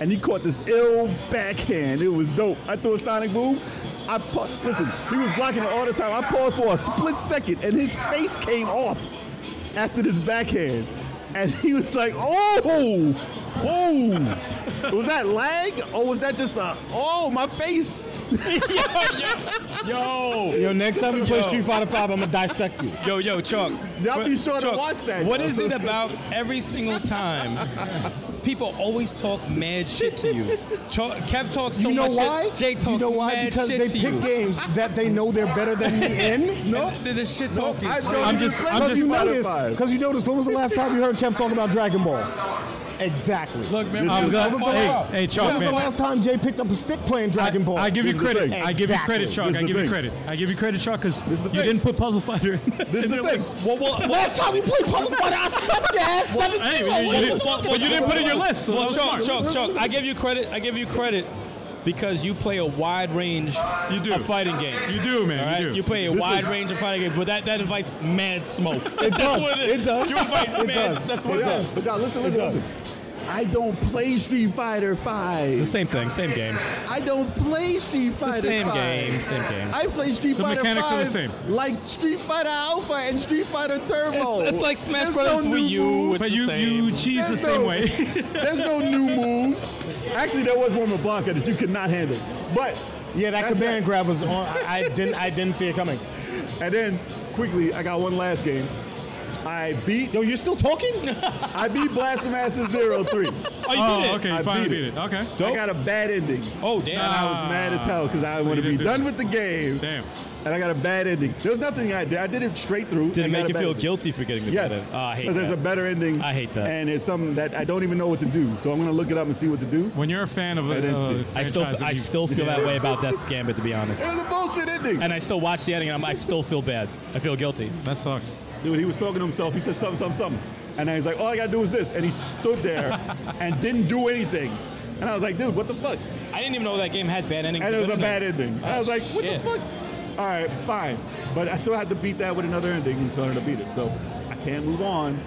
Speaker 6: and he caught this ill backhand. It was dope. I threw a sonic boom. I pa- listen. He was blocking it all the time. I paused for a split second, and his face came off after this backhand, and he was like, "Oh, oh!" was that lag, or was that just a "Oh, my face"?
Speaker 5: Yo,
Speaker 7: Yo, next time you play Street Fighter 5, I'm going to dissect you.
Speaker 5: yo, yo, Chuck.
Speaker 6: Y'all be
Speaker 5: But,
Speaker 6: sure to
Speaker 5: Chuck,
Speaker 6: watch that,
Speaker 5: What
Speaker 6: yo.
Speaker 5: is it about every single time people always talk mad shit to you? Chuck, Kev talks so
Speaker 7: you know
Speaker 5: much
Speaker 7: why?
Speaker 5: shit. Jay talks
Speaker 7: you know why?
Speaker 5: mad
Speaker 7: Because
Speaker 5: shit
Speaker 7: they
Speaker 5: to
Speaker 7: pick
Speaker 5: you.
Speaker 7: games that they know they're better than me in. No,
Speaker 5: And th- this shit talking.
Speaker 6: I
Speaker 5: is
Speaker 6: don't
Speaker 5: crazy.
Speaker 6: even
Speaker 2: just-
Speaker 6: play
Speaker 2: I'm
Speaker 6: with
Speaker 2: just-
Speaker 7: because you notice.
Speaker 6: Spotify.
Speaker 7: Because you noticed. When was the last time you heard Kemp talking about Dragon Ball? Exactly.
Speaker 4: Look, man,
Speaker 2: I'm
Speaker 4: I'm
Speaker 2: glad-
Speaker 7: When
Speaker 4: glad.
Speaker 7: was the
Speaker 2: hey,
Speaker 7: last-
Speaker 2: hey, Chuck,
Speaker 7: When was
Speaker 2: man.
Speaker 7: the last time Jay picked up a stick playing Dragon Ball?
Speaker 2: I give you
Speaker 6: This is the
Speaker 2: credit.
Speaker 6: thing.
Speaker 2: I give you credit,
Speaker 7: Exactly.
Speaker 2: Chuck.
Speaker 6: This is
Speaker 2: I
Speaker 6: the
Speaker 2: give you
Speaker 6: thing.
Speaker 2: credit. I give you credit, Chuck, because
Speaker 6: is
Speaker 2: you
Speaker 6: the thing.
Speaker 2: didn't put Puzzle Fighter.
Speaker 6: This is the thing.
Speaker 5: Well, well, well,
Speaker 7: Last time you played Puzzle Fighter, I slapped your ass seven
Speaker 2: Hey, you, you didn't, well, you didn't put it in your list. So that
Speaker 5: well,
Speaker 2: was
Speaker 5: Chuck,
Speaker 2: smart.
Speaker 5: Chuck, Chuck, I give you credit. I give you credit because you play a wide range
Speaker 2: You do.
Speaker 5: of fighting games.
Speaker 2: You do, man.
Speaker 5: All
Speaker 2: You
Speaker 5: right?
Speaker 2: do.
Speaker 5: play a wide range of fighting games, but that, that invites mad smoke.
Speaker 7: It
Speaker 5: That's
Speaker 7: does.
Speaker 5: what it is.
Speaker 7: It does.
Speaker 5: You invite
Speaker 7: It
Speaker 5: mad.
Speaker 7: does.
Speaker 5: That's
Speaker 6: But
Speaker 5: what it
Speaker 6: y'all,
Speaker 5: is.
Speaker 6: but y'all, listen, listen, listen. I don't play Street Fighter
Speaker 5: The
Speaker 6: Five.
Speaker 5: same thing, same game.
Speaker 6: I don't play Street
Speaker 5: It's
Speaker 6: Fighter
Speaker 5: the same
Speaker 6: 5.
Speaker 5: game, same game.
Speaker 6: I play Street
Speaker 2: The
Speaker 6: Fighter
Speaker 2: mechanics are
Speaker 6: 5
Speaker 2: the same.
Speaker 6: like Street Fighter Alpha and Street Fighter Turbo.
Speaker 5: It's, it's like Smash
Speaker 6: There's
Speaker 5: Brothers
Speaker 6: no new
Speaker 5: Wii U.
Speaker 6: moves.
Speaker 5: It's
Speaker 2: But
Speaker 5: the
Speaker 2: you,
Speaker 5: same.
Speaker 2: you cheese the
Speaker 6: There's
Speaker 2: same
Speaker 6: no-
Speaker 2: way.
Speaker 6: There's no new moves. Actually, there was one with Blanca that you could not handle. But
Speaker 7: Yeah, that
Speaker 6: That's
Speaker 7: command
Speaker 6: not-
Speaker 7: grab was on. I, I didn't. I didn't see it coming.
Speaker 6: and then quickly, I got one last game. I beat
Speaker 7: Yo, you're still talking?
Speaker 6: I beat Blastomaster Zero
Speaker 5: oh,
Speaker 6: Three.
Speaker 5: you did
Speaker 2: oh,
Speaker 5: it.
Speaker 2: okay.
Speaker 6: I
Speaker 2: finally beat
Speaker 6: beat
Speaker 2: it. Okay.
Speaker 6: I got a bad ending.
Speaker 5: Oh, damn.
Speaker 6: And I was mad as hell because
Speaker 5: Ah.
Speaker 6: I
Speaker 2: you
Speaker 6: want to be
Speaker 2: didn't do
Speaker 6: done
Speaker 2: that.
Speaker 6: with the game.
Speaker 2: Damn.
Speaker 6: And I got a bad ending. There was nothing I did. I did it straight through.
Speaker 5: Did it
Speaker 6: and got
Speaker 5: make
Speaker 6: a
Speaker 5: you
Speaker 6: bad
Speaker 5: feel
Speaker 6: ending.
Speaker 5: guilty for getting the
Speaker 6: Yes,
Speaker 5: Oh, I hate
Speaker 6: there's a
Speaker 5: that.
Speaker 6: better ending.
Speaker 5: I hate that.
Speaker 6: And it's something that I don't even know what to do. So I'm gonna look it up and see what to do.
Speaker 2: When you're a fan of a,
Speaker 6: I didn't see
Speaker 2: uh,
Speaker 6: it.
Speaker 5: I still,
Speaker 2: franchise,
Speaker 5: I
Speaker 2: you-
Speaker 5: still feel that way about Death's Gambit, to be honest.
Speaker 6: It was a bullshit ending.
Speaker 5: And I still watch the ending, and I'm, I still feel bad. I feel guilty.
Speaker 2: That sucks.
Speaker 6: Dude, he was talking to himself. He said something, something, something. And then he's like, all I gotta do is this. And he stood there and didn't do anything. And I was like, dude, what the fuck?
Speaker 5: I didn't even know that game had bad endings.
Speaker 6: And it was a bad
Speaker 5: endings.
Speaker 6: ending. And I was like, what
Speaker 5: shit.
Speaker 6: the fuck? All right, fine. But I still had to beat that with another ending until I beat it. So I can't move on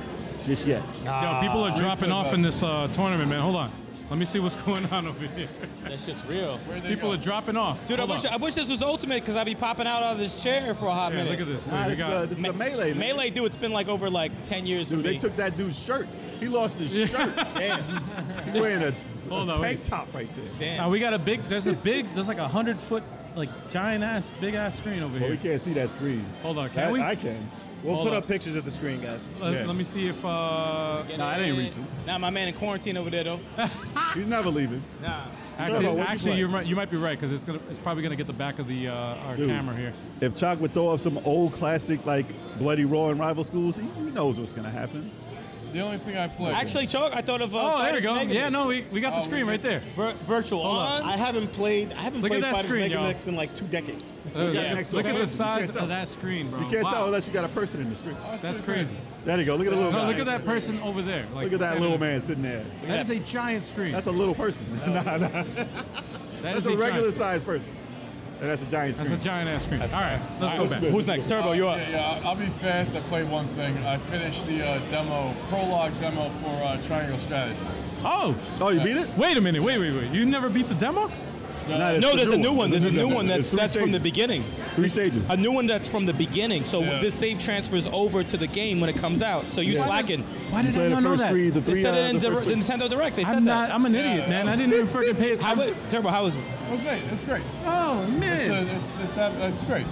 Speaker 6: just yet.
Speaker 2: Yo, people
Speaker 6: Ah,
Speaker 2: are dropping off in this uh, tournament, man. Hold on. Let me see what's going on over here.
Speaker 5: That shit's real.
Speaker 2: People are dropping off.
Speaker 5: Dude, I
Speaker 2: Hold
Speaker 5: wish,
Speaker 2: on.
Speaker 5: I wish this was ultimate because I'd be popping out of this chair for a hot
Speaker 2: Yeah,
Speaker 5: minute.
Speaker 2: look at this.
Speaker 6: Nah,
Speaker 2: we
Speaker 6: this, is
Speaker 2: got-
Speaker 6: the, this is the melee. man.
Speaker 5: Melee, dude, it's been like over like 10 years
Speaker 6: Dude,
Speaker 5: for
Speaker 6: they
Speaker 5: me.
Speaker 6: took that dude's shirt. He lost his shirt. Damn. He wearing a, a
Speaker 2: Hold on,
Speaker 6: tank
Speaker 2: wait.
Speaker 6: top right there.
Speaker 2: Now
Speaker 5: Damn.
Speaker 2: we got a big. There's a big. There's like a hundred foot, like giant ass, big ass screen over
Speaker 6: Well, we
Speaker 2: here.
Speaker 6: can't see that screen.
Speaker 2: Hold on, can
Speaker 6: I,
Speaker 2: we?
Speaker 6: I can.
Speaker 7: We'll
Speaker 2: Hold
Speaker 7: put
Speaker 2: on.
Speaker 7: up pictures of the screen, guys.
Speaker 2: Let,
Speaker 6: Yeah.
Speaker 2: let me see if uh,
Speaker 5: Nah,
Speaker 6: it ain't reaching.
Speaker 5: Nah, my man in quarantine over there though.
Speaker 6: He's never leaving.
Speaker 5: Nah.
Speaker 2: actually,
Speaker 7: about what you
Speaker 2: actually
Speaker 7: play.
Speaker 2: you, might, you might be right because it's gonna it's probably gonna get the back of the uh, our
Speaker 6: Dude.
Speaker 2: camera here.
Speaker 6: If Chalk would throw up some old classic like Bloody Roar and Rival Schools, he, he knows what's gonna happen.
Speaker 4: The only thing I play.
Speaker 5: Actually, Chalk, I thought of. Uh,
Speaker 2: Oh, there we
Speaker 5: Fighters
Speaker 2: go.
Speaker 5: Negatives.
Speaker 2: Yeah, no, we, we got the
Speaker 4: Oh,
Speaker 2: screen
Speaker 4: we
Speaker 2: right there.
Speaker 5: Vir- virtual
Speaker 2: Hold on.
Speaker 5: on.
Speaker 7: I haven't played. I haven't
Speaker 2: Look at
Speaker 7: played
Speaker 2: that
Speaker 7: Fighters
Speaker 2: screen,
Speaker 7: Mega
Speaker 2: y'all.
Speaker 7: Mix in like two decades.
Speaker 2: Uh,
Speaker 5: Yeah.
Speaker 6: next
Speaker 2: Look
Speaker 6: to
Speaker 2: at
Speaker 6: it.
Speaker 2: the
Speaker 6: You
Speaker 2: size
Speaker 6: can't tell.
Speaker 2: of that screen, bro.
Speaker 6: You can't
Speaker 2: Oh, Wow.
Speaker 6: tell unless you got a person in the street.
Speaker 4: Oh,
Speaker 2: That's
Speaker 4: pretty
Speaker 2: crazy.
Speaker 6: There you go. Look at the little
Speaker 2: No,
Speaker 6: guy.
Speaker 2: Oh, look at that person over there. Like,
Speaker 6: Look at that little man sitting there.
Speaker 2: That is a giant screen.
Speaker 6: That's a little person. nah, nah.
Speaker 2: That
Speaker 6: That's
Speaker 2: is
Speaker 6: a regular
Speaker 2: giant,
Speaker 6: sized person. And that's a giant
Speaker 2: That's
Speaker 6: screen.
Speaker 2: a giant ass screen. All right, let's go
Speaker 6: Alright.
Speaker 2: back.
Speaker 5: Who's next? Turbo, you up?
Speaker 4: Yeah, yeah, I'll be fast. I played one thing. I finished the uh, demo, prologue demo for uh, Triangle Strategy.
Speaker 2: Oh,
Speaker 6: oh, you beat it?
Speaker 2: wait a minute. Wait, wait, wait. You never beat the demo?
Speaker 6: Nah, it's
Speaker 5: No,
Speaker 6: the
Speaker 5: there's a new one. There's a new one that's
Speaker 6: There's three
Speaker 5: that's from the
Speaker 6: stages.
Speaker 5: beginning.
Speaker 6: Three stages.
Speaker 5: A new one that's from the beginning. So this save transfers over to the game when it comes out. So you slacking.
Speaker 2: Why did I
Speaker 6: Play the
Speaker 2: not know
Speaker 6: first
Speaker 2: that?
Speaker 6: three, the
Speaker 5: They
Speaker 6: three,
Speaker 5: said
Speaker 6: uh,
Speaker 5: it in
Speaker 6: the
Speaker 5: the,
Speaker 6: first
Speaker 5: the
Speaker 6: three.
Speaker 5: Nintendo Direct. They said
Speaker 2: I'm
Speaker 5: that.
Speaker 2: not. I'm an idiot, man. I didn't even freaking pay.
Speaker 5: How it, Turbo, how is it?
Speaker 4: It was neat. It's great.
Speaker 2: Oh
Speaker 4: It's,
Speaker 2: man.
Speaker 4: a, it's, it's, uh, it's great.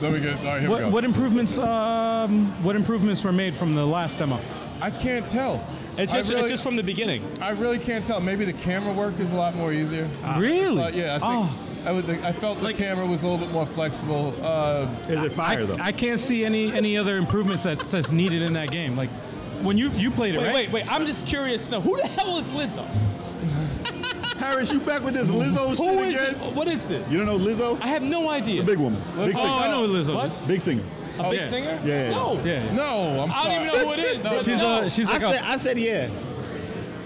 Speaker 4: There we go. All right, here we
Speaker 2: What,
Speaker 4: go.
Speaker 2: what improvements? Um, what improvements were made from the last demo?
Speaker 4: I can't tell.
Speaker 5: It's
Speaker 4: I
Speaker 5: just,
Speaker 4: really,
Speaker 5: it's just from the beginning.
Speaker 4: I really can't tell. Maybe the camera work is a lot more easier.
Speaker 5: Ah. Uh,
Speaker 2: really? Oh.
Speaker 4: But yeah, I think I, would, think- I felt the
Speaker 2: Like-
Speaker 4: camera was a little bit more flexible. Uh,
Speaker 6: Is it fire, though?
Speaker 2: I, I can't see any any other improvements that that's needed in that game. Like when you you played it,
Speaker 5: Wait,
Speaker 2: right?
Speaker 5: wait, wait. I'm just curious. Now, who the hell is Lizzo?
Speaker 6: Harris, you back with this
Speaker 5: Who
Speaker 6: Lizzo shit
Speaker 5: is?
Speaker 6: again?
Speaker 5: What is this?
Speaker 6: You don't know Lizzo?
Speaker 5: I have no idea.
Speaker 6: Big woman. Big
Speaker 4: Let's-
Speaker 6: singer.
Speaker 2: Oh, I know who Lizzo
Speaker 5: What?
Speaker 2: is.
Speaker 6: Big singer.
Speaker 5: A big
Speaker 2: Yeah.
Speaker 5: singer?
Speaker 6: Yeah, yeah, yeah.
Speaker 5: No.
Speaker 2: Yeah. yeah.
Speaker 4: no, I'm sorry.
Speaker 5: I don't even know who it is.
Speaker 4: No,
Speaker 5: but
Speaker 2: She's
Speaker 5: no.
Speaker 2: a she's
Speaker 7: I
Speaker 2: like
Speaker 7: said,
Speaker 2: a
Speaker 7: I said, yeah.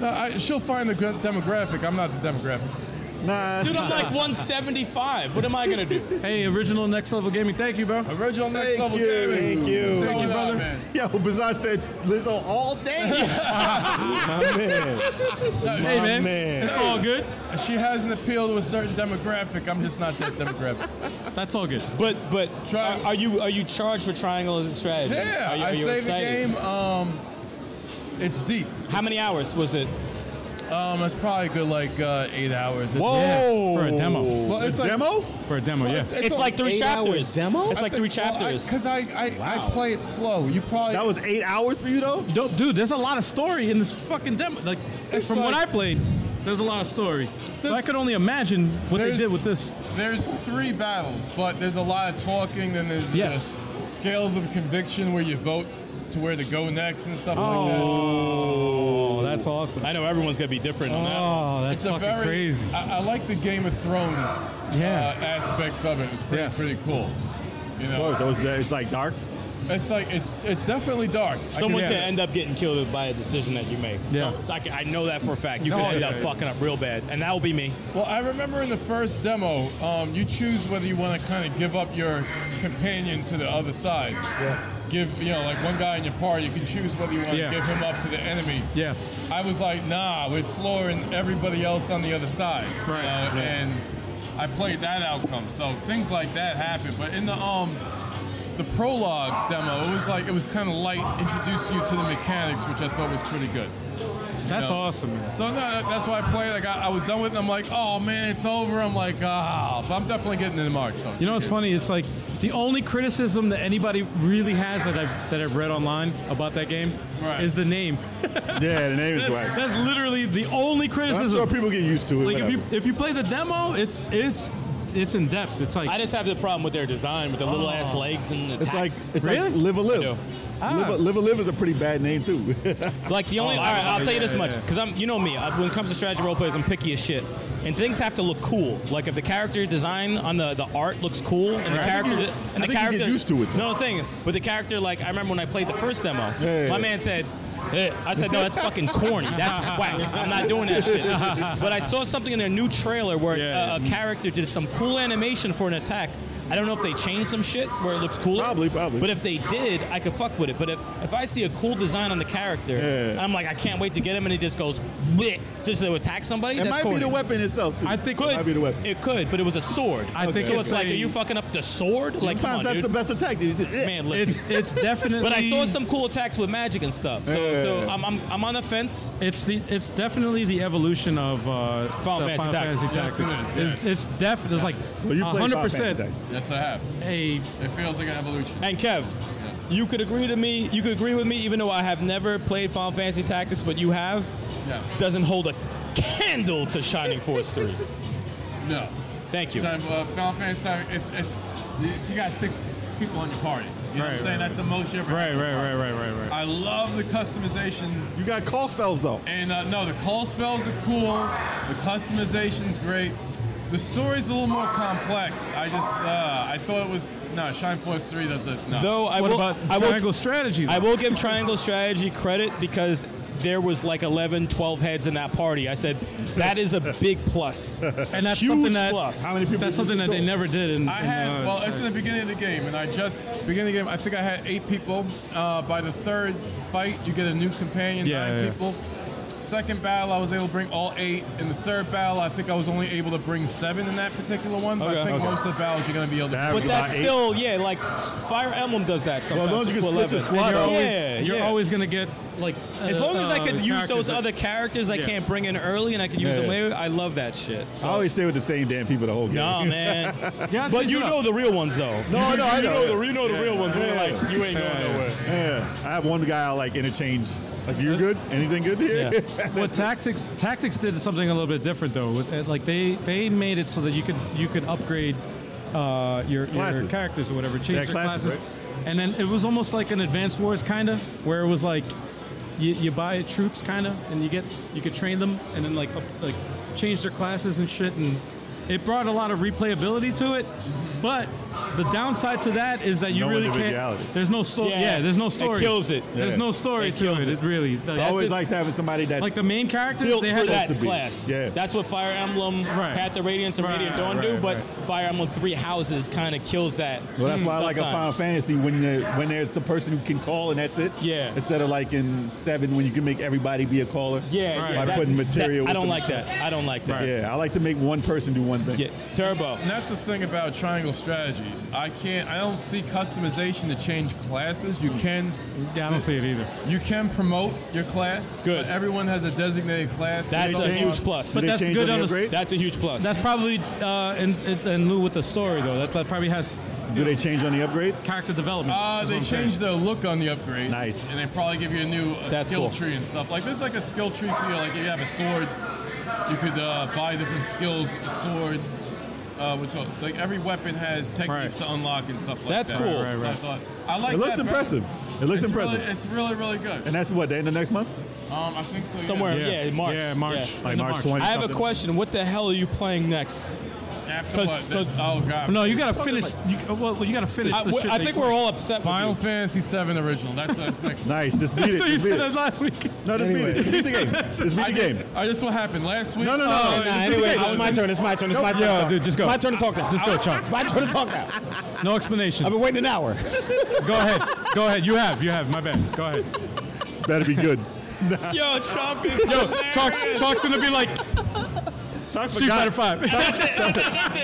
Speaker 4: No, I, she'll find the good demographic. I'm not the demographic.
Speaker 6: Nah.
Speaker 5: Dude, I'm like 175. What am I gonna do?
Speaker 2: hey original next level gaming. Thank you, bro.
Speaker 4: Original next
Speaker 6: Thank
Speaker 4: level
Speaker 6: you.
Speaker 4: gaming.
Speaker 7: Thank you.
Speaker 4: Throw
Speaker 2: you,
Speaker 4: it out,
Speaker 2: brother.
Speaker 4: man.
Speaker 6: Yo, Bizarre said Lizzo all day.
Speaker 7: My man.
Speaker 2: Hey man,
Speaker 7: man.
Speaker 2: it's all good.
Speaker 4: She has an appeal to a certain demographic. I'm just not that demographic.
Speaker 2: That's all good.
Speaker 5: But but uh,
Speaker 4: Tri-
Speaker 5: are, are you are you charged for triangle and strategy?
Speaker 4: Yeah,
Speaker 5: Are you-
Speaker 4: I
Speaker 5: are you
Speaker 4: saved the
Speaker 5: excited?
Speaker 4: game. Um, it's deep.
Speaker 5: How many hours was it?
Speaker 4: Um, it's probably a good like uh, eight hours. It's,
Speaker 2: Yeah, for a
Speaker 6: Oh.
Speaker 2: demo.
Speaker 4: Well, it's like, demo.
Speaker 2: For a demo, yeah.
Speaker 5: It's, like three
Speaker 7: eight hour
Speaker 5: chapters.
Speaker 7: demo?
Speaker 5: It's like three chapters.
Speaker 4: Because I I, I play it slow. You probably
Speaker 6: That was eight hours for you, though?
Speaker 2: Don't- dude, there's a lot of story in this fucking demo. Like
Speaker 4: It's
Speaker 2: from what I
Speaker 4: like-
Speaker 2: played, there's a lot of story. So
Speaker 4: There's-
Speaker 2: I could only imagine what they
Speaker 4: there's-
Speaker 2: did with this.
Speaker 4: There's three battles, but there's a lot of talking. Then there's you
Speaker 2: Yes.
Speaker 4: know, scales of conviction where you vote to where to go next and stuff like that.
Speaker 2: Oh, that's awesome.
Speaker 5: I know everyone's gonna be different on that.
Speaker 2: Oh, that's
Speaker 4: It's a
Speaker 2: fucking
Speaker 4: very.
Speaker 2: crazy.
Speaker 4: I, I like the Game of Thrones
Speaker 2: Yeah.
Speaker 4: uh, aspects of it. It's pretty
Speaker 2: Yes.
Speaker 4: pretty cool. You know,
Speaker 6: That was, it's like dark.
Speaker 4: it's like it's it's definitely dark.
Speaker 5: Someone's
Speaker 2: Yeah.
Speaker 5: gonna end up getting killed by a decision that you make.
Speaker 2: Yeah.
Speaker 5: So, so I, can- I know that for a fact. You can
Speaker 2: Oh,
Speaker 5: end
Speaker 2: yeah,
Speaker 5: up
Speaker 2: yeah.
Speaker 5: fucking up real bad, and that will be me.
Speaker 4: Well, I remember in the first demo, um, you choose whether you want to kind of give up your companion to the other side. Yeah. Give you know like one guy in your party, you can choose whether you want
Speaker 2: Yeah.
Speaker 4: to give him up to the enemy.
Speaker 2: Yes.
Speaker 4: I was like, nah, we're flooring everybody else on the other side. you
Speaker 2: Right,
Speaker 4: know,
Speaker 2: right.
Speaker 4: And I played that outcome. So things like that happen. But in the um the prologue demo, it was like it was kind of light, introduced you to the mechanics, which I thought was pretty good.
Speaker 2: That's
Speaker 4: No.
Speaker 2: awesome, man.
Speaker 4: So no, that- that's why I played. Like I, I was done with it. and I'm like, oh man, it's over. I'm like, ah, but I'm definitely getting into March. So
Speaker 2: You know what's funny? It's like the only criticism that anybody really has that I've that I've read online about that game
Speaker 4: Right.
Speaker 2: is the name.
Speaker 6: Yeah, the name is right.
Speaker 2: That's literally the only
Speaker 6: I'm sure
Speaker 2: criticism.
Speaker 6: people get used to it.
Speaker 2: Like if you
Speaker 6: whatever.
Speaker 2: if you play the demo, it's it's it's in depth. It's like
Speaker 5: I just have the problem with their design, with the little ass legs and the
Speaker 6: Oh. it's like
Speaker 5: tacks.
Speaker 6: it's
Speaker 2: Really?
Speaker 6: like live or
Speaker 5: I know. Ah.
Speaker 6: live. Live, or- live or live is a pretty bad name too.
Speaker 5: Like the only,
Speaker 2: Oh,
Speaker 5: all right, I'll tell you this
Speaker 2: yeah,
Speaker 5: much,
Speaker 2: yeah.
Speaker 5: because I'm, you know me, I, when it comes to strategy role players, I'm picky as shit, and things have to look cool. Like if the character design on the, the art looks cool, and the
Speaker 6: Right. I
Speaker 5: character,
Speaker 6: think you-
Speaker 5: and the
Speaker 6: I think you
Speaker 5: character,
Speaker 6: get used to it, though.
Speaker 5: No, I'm saying, but the character, like I remember when I played the first demo,
Speaker 6: yeah,
Speaker 5: my
Speaker 6: yeah.
Speaker 5: man said. eh. I said, no, that's fucking corny. That's whack. I'm not doing that shit. But I saw something in their new trailer where
Speaker 2: Yeah.
Speaker 5: uh, a character did some cool animation for an attack. I don't know if they changed some shit where it looks cooler.
Speaker 6: Probably, probably.
Speaker 5: But if they did, I could fuck with it. But if, if I see a cool design on the character, and I'm like, I can't wait to get him, and he just goes, bleh, just to attack somebody.
Speaker 6: it
Speaker 5: that's
Speaker 6: might
Speaker 5: corny.
Speaker 6: be the weapon itself too.
Speaker 2: I think-
Speaker 6: it might be the weapon.
Speaker 5: It could, but it was a sword.
Speaker 2: I think
Speaker 5: so.
Speaker 2: it's
Speaker 5: It's like,
Speaker 2: a-
Speaker 5: are you fucking up the sword? Like, come
Speaker 6: Sometimes
Speaker 5: on,
Speaker 6: that's
Speaker 5: dude.
Speaker 6: the best attack. dude. You say, "Eh."
Speaker 5: man.
Speaker 2: it's
Speaker 5: Listen.
Speaker 2: it's definitely.
Speaker 5: But I saw some cool attacks with magic and stuff. So,
Speaker 6: Yeah.
Speaker 5: so I'm, I'm, I'm on the fence.
Speaker 2: It's the it's definitely the evolution of uh,
Speaker 5: Final
Speaker 2: the
Speaker 5: Fantasy
Speaker 2: Tactics.
Speaker 5: Tactics.
Speaker 4: Yes, it is,
Speaker 2: It's, it's def. It's like
Speaker 6: Well, you play Final
Speaker 2: hundred
Speaker 6: Fantasy
Speaker 2: percent.
Speaker 6: Tactics.
Speaker 4: yes, I have.
Speaker 2: A
Speaker 4: It feels like an evolution.
Speaker 5: And Kev, you could agree to me. You could agree with me, even though I have never played Final Fantasy Tactics, but you have.
Speaker 4: Yeah.
Speaker 5: Doesn't hold a candle to Shining Force Three.
Speaker 4: No.
Speaker 5: Thank you.
Speaker 4: Time, uh, Final Fantasy time, it's, it's, it's, you got six people on your party. You know what
Speaker 2: Right,
Speaker 4: I'm saying?
Speaker 2: right,
Speaker 4: That's the most you ever
Speaker 2: Right,
Speaker 4: had on
Speaker 2: right,
Speaker 4: your
Speaker 2: right,
Speaker 4: party.
Speaker 2: right, right, right.
Speaker 4: I love the customization
Speaker 6: You got call spells though.
Speaker 4: And uh, no, the call spells are cool. The customization's great. The story's a little more complex. I just, uh, I thought it was no. Shine Force Three does it. No.
Speaker 5: Though I
Speaker 2: what
Speaker 5: will,
Speaker 2: about
Speaker 5: I will,
Speaker 2: triangle strategy? though?
Speaker 5: I will give Triangle Strategy credit because there was like 11, 12 heads in that party. I said that is a big plus.
Speaker 2: and that's
Speaker 5: huge
Speaker 2: something that
Speaker 5: plus. How
Speaker 6: many people
Speaker 2: that's
Speaker 6: did
Speaker 2: something
Speaker 6: you
Speaker 2: that they
Speaker 6: kill?
Speaker 2: never did. In,
Speaker 4: I
Speaker 2: in,
Speaker 4: had
Speaker 2: uh,
Speaker 4: well, it's in the beginning of the game, and I just beginning of the game. I think I had eight people. Uh, by the third fight, you get a new companion,
Speaker 2: Yeah,
Speaker 4: nine
Speaker 2: yeah, yeah.
Speaker 4: people. Second battle, I was able to bring all eight. In the third battle, I think I was only able to bring seven in that particular one. But
Speaker 5: Okay.
Speaker 4: I think
Speaker 5: Okay.
Speaker 4: most of the battles you're going to be able to.
Speaker 5: But
Speaker 6: About
Speaker 5: that's
Speaker 6: eight.
Speaker 5: still yeah, like Fire Emblem does that sometimes.
Speaker 6: long as you can
Speaker 5: to
Speaker 6: split
Speaker 5: 11.
Speaker 6: your squad
Speaker 5: You're
Speaker 6: up.
Speaker 5: always-
Speaker 2: yeah,
Speaker 5: yeah,
Speaker 2: you're
Speaker 5: yeah.
Speaker 2: always gonna get like uh,
Speaker 5: As long as I
Speaker 2: could
Speaker 5: could use those other characters I
Speaker 2: Yeah.
Speaker 5: can't bring in early and I could use them
Speaker 6: Yeah. Oh,
Speaker 5: later, I love that shit. So.
Speaker 6: I always stay with the same damn people the whole game.
Speaker 5: Nah, man.
Speaker 2: Yeah,
Speaker 5: but
Speaker 2: change
Speaker 5: you
Speaker 2: it up.
Speaker 5: know the real ones, though.
Speaker 6: No, no, I know.
Speaker 5: the, you know the real ones. We're
Speaker 6: Yeah.
Speaker 5: like, you ain't going nowhere.
Speaker 6: Yeah. I have one guy I like interchange. Like, you good? Anything good here?
Speaker 5: Yeah.
Speaker 2: Well, tactics tactics did something a little bit different though. With, uh, like they they made it so that you could you could upgrade uh, your, your
Speaker 6: Classes.
Speaker 2: characters or whatever, change
Speaker 6: Yeah,
Speaker 2: your classes,
Speaker 6: classes,
Speaker 2: and then it was almost like an Advanced Wars kind of where it was like you, you buy troops kind of and you get you could train them and then like up, like change their classes and shit and it brought a lot of replayability to it, but the downside to that is that you
Speaker 6: No
Speaker 2: really can't.
Speaker 6: individuality.
Speaker 2: There's no story. Yeah.
Speaker 5: Yeah.
Speaker 2: there's no
Speaker 5: It
Speaker 2: story.
Speaker 5: kills it.
Speaker 2: There's
Speaker 6: Yeah.
Speaker 2: no story
Speaker 5: It
Speaker 2: to
Speaker 5: kills
Speaker 2: it. It
Speaker 5: it.
Speaker 2: really.
Speaker 6: I always
Speaker 5: it.
Speaker 6: liked having somebody that's
Speaker 2: Like the main characters,
Speaker 5: Built
Speaker 2: they
Speaker 5: for
Speaker 2: had
Speaker 5: that
Speaker 6: to be.
Speaker 5: class.
Speaker 6: Yeah.
Speaker 5: That's what Fire Emblem,
Speaker 2: Right.
Speaker 5: Path to Radiance, and
Speaker 2: Right,
Speaker 5: Radiant Dawn do,
Speaker 2: right,
Speaker 5: but
Speaker 2: right.
Speaker 5: Fire Emblem Three Houses kind of kills that.
Speaker 6: Well, that's why I like a Final
Speaker 5: sometimes.
Speaker 6: Fantasy when there, when there's a person who can call and that's it.
Speaker 5: Yeah.
Speaker 6: Instead of like in seven when you can make everybody be a caller.
Speaker 5: Yeah,
Speaker 2: Right.
Speaker 5: yeah.
Speaker 6: By
Speaker 5: that-
Speaker 6: putting material.
Speaker 5: that- I
Speaker 6: with
Speaker 5: don't
Speaker 6: them.
Speaker 5: like that. I don't like that.
Speaker 6: Yeah, I like to make one person do one thing.
Speaker 5: Yeah. Turbo.
Speaker 4: And that's the thing about triangle strategy. I can't. I don't see customization to change classes. You can.
Speaker 2: Yeah, I don't see it either.
Speaker 4: You can promote your class.
Speaker 5: Good.
Speaker 4: But everyone has a designated class.
Speaker 5: That's
Speaker 4: So
Speaker 5: a
Speaker 4: far-
Speaker 5: huge plus.
Speaker 2: But
Speaker 6: Did they
Speaker 2: that's
Speaker 6: change
Speaker 2: good
Speaker 6: the
Speaker 2: on the-
Speaker 6: upgrade?
Speaker 5: That's a huge plus.
Speaker 2: That's probably uh, in, in, in lieu with the story though. That, that probably has
Speaker 6: Do they change on the upgrade?
Speaker 2: character development.
Speaker 4: Uh,
Speaker 2: is
Speaker 4: they
Speaker 2: what I'm saying.
Speaker 4: changed their look on the upgrade.
Speaker 6: Nice.
Speaker 4: And they probably give you a new uh,
Speaker 5: That's
Speaker 4: skill
Speaker 5: cool.
Speaker 4: tree and stuff. Like there's like a skill tree for you. Like if you have a sword, you could uh, buy different skills with the sword. Uh, which one? Like every weapon has techniques to unlock and stuff like
Speaker 5: That's
Speaker 4: that.
Speaker 5: cool.
Speaker 4: Right, right, right. I, thought, I like
Speaker 6: It looks
Speaker 4: that better.
Speaker 6: impressive. It looks
Speaker 4: It's
Speaker 6: impressive.
Speaker 4: Really, it's really, really good.
Speaker 6: and that's what, the end of next month?
Speaker 4: Um, I think so. yeah.
Speaker 5: Somewhere.
Speaker 2: Yeah.
Speaker 5: Yeah, March.
Speaker 2: Yeah, March.
Speaker 5: Yeah.
Speaker 2: Like
Speaker 6: March
Speaker 2: March.
Speaker 6: 20
Speaker 5: I have a
Speaker 6: something.
Speaker 5: question. What the hell are you playing next?
Speaker 4: After
Speaker 5: 'Cause-
Speaker 4: what?
Speaker 5: 'cause-
Speaker 4: This- oh god.
Speaker 2: No, you gotta finish. You, uh, well, you gotta finish.
Speaker 5: I,
Speaker 2: the
Speaker 5: we-
Speaker 2: shit
Speaker 5: I
Speaker 2: they-
Speaker 5: think we're all upset.
Speaker 4: Final
Speaker 5: With
Speaker 4: Fantasy VII original. That's that's next. one.
Speaker 6: Nice. Just beat
Speaker 2: That's
Speaker 6: it.
Speaker 2: what you
Speaker 6: Just beat
Speaker 2: said that
Speaker 6: it.
Speaker 2: last week.
Speaker 6: No, just beat
Speaker 7: Anyway.
Speaker 6: it. Just beat the game. Just beat the game.
Speaker 4: I just what happened last week.
Speaker 6: No, no, no.
Speaker 4: Oh,
Speaker 6: No,
Speaker 4: just-
Speaker 7: Nah, anyway,
Speaker 4: I
Speaker 7: it's
Speaker 4: was
Speaker 7: my
Speaker 4: in-
Speaker 7: turn. It's my turn. It's my turn.
Speaker 2: Yo,
Speaker 7: to talk.
Speaker 2: dude, just go.
Speaker 7: My turn to talk now.
Speaker 2: Just go, Chunk.
Speaker 7: It's my turn to talk now.
Speaker 2: No explanation.
Speaker 7: I've been waiting an hour.
Speaker 2: Go ahead. Go ahead. You have. You have. My bad. Go ahead.
Speaker 6: It's better be good.
Speaker 5: you. Yo, Chomp is
Speaker 2: Yo, Chalk,
Speaker 5: hilarious.
Speaker 2: Chalk's gonna be like
Speaker 6: Chuck
Speaker 2: Street Fighter
Speaker 6: forgot,
Speaker 2: Five.
Speaker 5: That's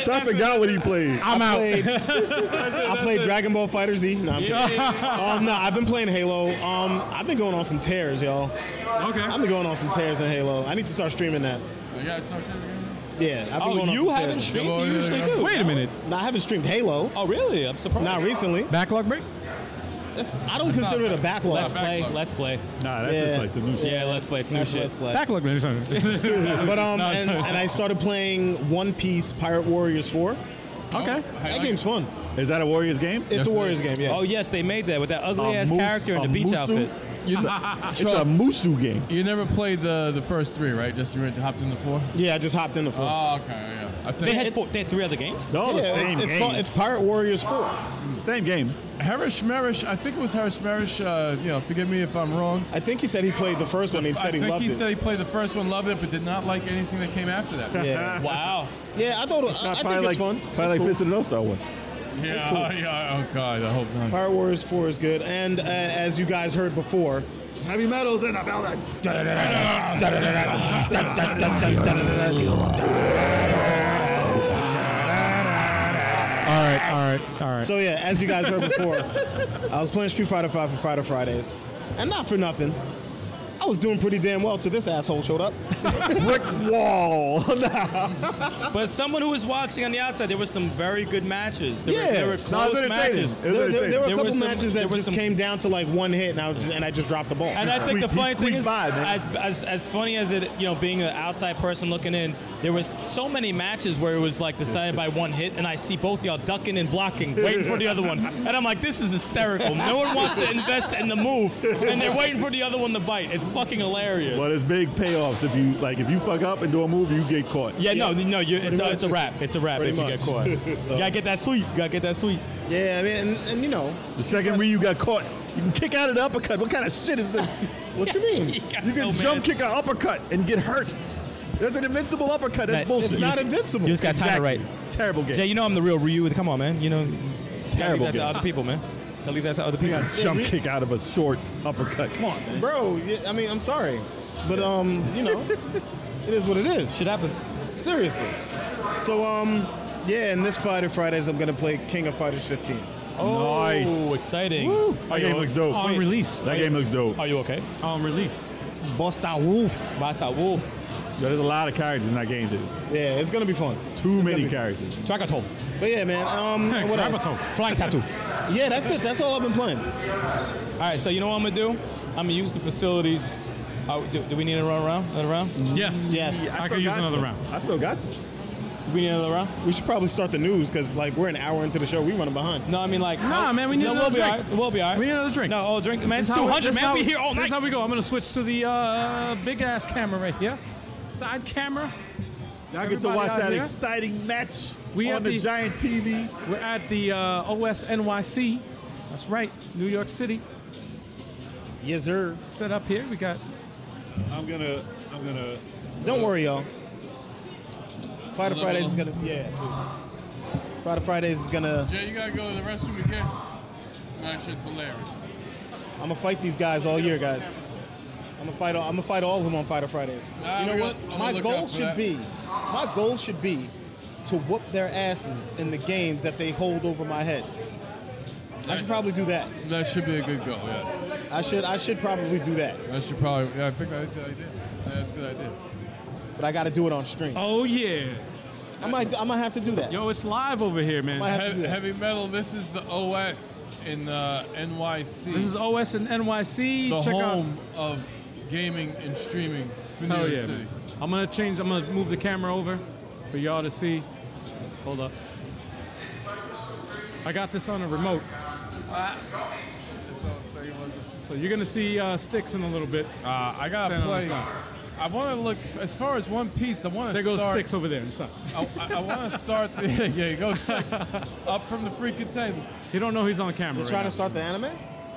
Speaker 5: it.
Speaker 6: Chuck forgot what he played.
Speaker 2: I'm out.
Speaker 7: Played, I played Dragon Ball Fighter Z. No, I'm kidding. um, no, I've been playing Halo. Um, I've been going on some tears, y'all. I've
Speaker 2: Okay.
Speaker 7: been going on some tears in Halo. I need to start streaming that.
Speaker 4: You gotta start shit again?
Speaker 7: Yeah, I've been
Speaker 5: Oh,
Speaker 7: going on
Speaker 5: you
Speaker 7: some
Speaker 5: haven't
Speaker 7: tears.
Speaker 5: streamed?
Speaker 4: Come on,
Speaker 5: You
Speaker 4: yeah,
Speaker 5: usually
Speaker 4: yeah.
Speaker 5: do.
Speaker 2: Wait a minute.
Speaker 7: No, I haven't streamed Halo.
Speaker 5: Oh, really? I'm surprised.
Speaker 7: Not recently.
Speaker 2: Backlog break.
Speaker 7: That's, I don't consider it a backlog.
Speaker 5: Let's
Speaker 4: Not
Speaker 5: play.
Speaker 4: backlog.
Speaker 5: Let's play.
Speaker 6: Nah, that's
Speaker 7: Yeah.
Speaker 6: just like some new shit.
Speaker 5: Yeah, let's play. It's new
Speaker 7: That's
Speaker 5: shit.
Speaker 7: Let's play.
Speaker 2: Backlog break. or something.
Speaker 7: But um,
Speaker 2: No,
Speaker 7: and,
Speaker 2: no.
Speaker 7: and I started playing One Piece Pirate Warriors 4.
Speaker 4: Oh,
Speaker 2: Okay.
Speaker 7: That game's fun.
Speaker 6: Is that a Warriors game?
Speaker 7: It's a Warriors game, yeah.
Speaker 5: Oh yes, they made that with that ugly ass
Speaker 6: moose-
Speaker 5: character in the
Speaker 6: a
Speaker 5: beach
Speaker 6: mooseu?
Speaker 5: outfit.
Speaker 4: You,
Speaker 6: It's a Musu game.
Speaker 4: you never played the the first three, right? Just you went- hopped in the four.
Speaker 7: Yeah, I just hopped in the 4.
Speaker 4: Oh, okay, yeah. I think
Speaker 5: They had four, they had three other games.
Speaker 6: It's all
Speaker 7: yeah,
Speaker 6: Oh, the same
Speaker 7: it's, it's,
Speaker 6: game.
Speaker 7: called- it's Pirate Warriors 4.
Speaker 6: same game.
Speaker 4: Harish Marish. I think it was Harish Marish. Uh, you know, forgive me if I'm wrong.
Speaker 7: I think he said he played the first one. He
Speaker 4: I
Speaker 7: said he
Speaker 4: think
Speaker 7: loved
Speaker 4: he
Speaker 7: it.
Speaker 4: said he played the first one, loved it, but did not like anything that came after that.
Speaker 7: yeah.
Speaker 5: Wow.
Speaker 7: yeah, I thought I, I think
Speaker 6: probably
Speaker 7: it's
Speaker 6: like,
Speaker 7: fun.
Speaker 6: Probably like Fist of the North Star one.
Speaker 4: yeah, oh, yeah. Oh God, I hope not.
Speaker 7: Pirate Warriors 4 is good. And uh, as you guys heard before,
Speaker 6: Heavy metals in the building.
Speaker 2: All right. All right. All right.
Speaker 7: so yeah, as you guys heard before, I was playing Street Fighter 5 for Fighter Fridays. And not for nothing. I was doing pretty damn well till this asshole showed up.
Speaker 6: Brick wall.
Speaker 5: But someone who was watching on the outside, there were some very good matches. There,
Speaker 7: Yeah.
Speaker 5: were, there were
Speaker 7: No,
Speaker 5: close
Speaker 6: entertaining.
Speaker 5: matches.
Speaker 6: It was
Speaker 7: There, there- there were a
Speaker 5: There
Speaker 7: couple
Speaker 5: was some-
Speaker 7: matches
Speaker 5: there
Speaker 7: that
Speaker 5: was
Speaker 7: just
Speaker 5: some-
Speaker 7: came down to like one hit, and I was just, and I just dropped the ball.
Speaker 5: And I think the
Speaker 6: squeaked- he
Speaker 5: funny thing
Speaker 6: squeaked
Speaker 5: is,
Speaker 6: by, man.
Speaker 5: as, as as funny as it, you know, being an outside person looking in, there was so many matches where it was like decided by one hit, and I see both y'all ducking and blocking, waiting for the other one, and I'm like, this is hysterical. No one wants to invest in the move, and they're waiting for the other one to bite. It's fucking hilarious.
Speaker 6: But it's big payoffs if you like if you fuck up and do a move, you get caught.
Speaker 5: Yeah, no, no, you, it's, a,
Speaker 7: much.
Speaker 5: it's a wrap. It's a wrap
Speaker 7: Pretty
Speaker 5: if you
Speaker 7: much.
Speaker 5: get caught.
Speaker 7: So-
Speaker 5: Gotta get that sweep. Gotta get that sweep.
Speaker 7: yeah, I mean, and, and you know,
Speaker 6: The second Ryu got caught, you can kick out of the uppercut. What kind of shit is this?
Speaker 7: what you mean?
Speaker 5: got
Speaker 6: You
Speaker 5: so
Speaker 6: can
Speaker 5: mad.
Speaker 6: jump kick an uppercut and get hurt. That's an invincible uppercut. That's
Speaker 5: That-
Speaker 6: bullshit.
Speaker 7: It's not invincible.
Speaker 5: You just got time it right.
Speaker 6: Terrible game.
Speaker 5: Jay, you know I'm the real Ryu. Come on, man. You know,
Speaker 6: Terrible
Speaker 5: gotta leave that to
Speaker 6: game.
Speaker 5: other people, man. Gotta leave that to other
Speaker 6: You
Speaker 5: people.
Speaker 6: got jump kick out of a short uppercut. Come on, man.
Speaker 7: bro. yeah, I mean, I'm sorry, but um, you know, it is what it is.
Speaker 5: Shit happens.
Speaker 7: Seriously. So um, yeah, and this Friday, Fridays, I'm gonna play King of Fighters 15.
Speaker 5: Oh,
Speaker 6: Nice.
Speaker 5: exciting.
Speaker 6: That game looks dope.
Speaker 2: On release.
Speaker 6: That game looks dope.
Speaker 5: Are you okay?
Speaker 2: On release.
Speaker 7: Busta Wolf.
Speaker 5: Basta Wolf.
Speaker 6: Yo, there's a lot of characters in that game, dude.
Speaker 7: Yeah, it's gonna be fun.
Speaker 6: Too many
Speaker 7: be-
Speaker 6: characters.
Speaker 5: Dragato.
Speaker 7: But yeah, man. Um, and what else?
Speaker 5: Flying tattoo.
Speaker 7: Yeah, that's it. That's all I've been playing.
Speaker 5: All right, so you know what I'm gonna do? I'm gonna use the facilities. Uh, do, do we need to run around? Another round?
Speaker 2: Yes.
Speaker 7: Yes.
Speaker 2: I,
Speaker 6: still
Speaker 2: could use
Speaker 6: got
Speaker 2: another
Speaker 6: some.
Speaker 2: round.
Speaker 6: I still got some.
Speaker 5: Do we need another round?
Speaker 7: We should probably start the news because like we're an hour into the show, we running behind.
Speaker 5: No, I mean like.
Speaker 2: Nah,
Speaker 5: I'll-
Speaker 2: man, we need
Speaker 5: no,
Speaker 2: another
Speaker 5: We'll be
Speaker 2: drink.
Speaker 5: all right. We'll be all right.
Speaker 2: We need another drink.
Speaker 5: No, oh, drink, man.
Speaker 2: This
Speaker 5: It's
Speaker 2: is how-
Speaker 5: 200,
Speaker 2: this
Speaker 5: man.
Speaker 2: how-
Speaker 5: Be here all
Speaker 2: This
Speaker 5: night.
Speaker 2: is how we go. I'm going to switch to the uh, big ass camera right here. Side camera.
Speaker 6: Y'all get to
Speaker 2: Everybody
Speaker 6: watch
Speaker 2: out
Speaker 6: that
Speaker 2: here?
Speaker 6: exciting match
Speaker 2: We have
Speaker 6: on the,
Speaker 2: the-
Speaker 6: giant TV.
Speaker 2: We're at the uh, OSNYC. That's right, New York City.
Speaker 7: Yes, sir.
Speaker 2: Set up here. We got
Speaker 6: I'm gonna, I'm gonna.
Speaker 7: Don't worry, y'all. Friday
Speaker 4: Hello.
Speaker 7: Fridays is gonna yeah, please. Friday Fridays is gonna
Speaker 4: Jay, you gotta go to the restroom again. That shit's hilarious.
Speaker 7: I'm gonna fight these guys all year, guys. I'm gonna fight all, I'm gonna fight all of them on Fighter Fridays.
Speaker 4: Nah,
Speaker 7: you know
Speaker 4: we
Speaker 7: what?
Speaker 4: got- I'm gonna
Speaker 7: my
Speaker 4: look
Speaker 7: goal
Speaker 4: out for
Speaker 7: should
Speaker 4: that.
Speaker 7: be my goal should be to whoop their asses in the games that they hold over my head. I should probably do that.
Speaker 4: That should be a good goal. Yeah,
Speaker 7: I should I should probably do that.
Speaker 4: that should probably. Yeah, I think that's a good idea. Yeah, that's a good idea.
Speaker 7: But I gotta do it on stream.
Speaker 2: Oh yeah,
Speaker 7: I might I might have to do that.
Speaker 2: yo, it's live over here, man.
Speaker 7: Might have to do
Speaker 4: Heavy,
Speaker 7: that.
Speaker 4: heavy metal. This is the OS in uh, the NYC.
Speaker 2: This is OS and NYC.
Speaker 4: the
Speaker 2: Check
Speaker 4: home of gaming and streaming for
Speaker 2: out.
Speaker 4: New
Speaker 2: Hell
Speaker 4: York
Speaker 2: yeah,
Speaker 4: City.
Speaker 2: man. I'm gonna change. I'm gonna move the camera over for y'all to see. Hold up. I got this on a remote,
Speaker 4: That's all I think it was.
Speaker 2: so you're gonna see uh, sticks in a little bit.
Speaker 4: Uh, I
Speaker 2: Stand
Speaker 4: gotta
Speaker 2: on the
Speaker 4: play.
Speaker 2: side.
Speaker 4: I want to look as far as One Piece. I want to
Speaker 2: There goes
Speaker 4: start.
Speaker 2: sticks over there. inside.
Speaker 4: I, I, want to start the yeah, yeah go six up from the freaking table.
Speaker 2: He don't know he's on camera.
Speaker 7: You're
Speaker 2: right
Speaker 7: trying
Speaker 2: now.
Speaker 7: to start the anime?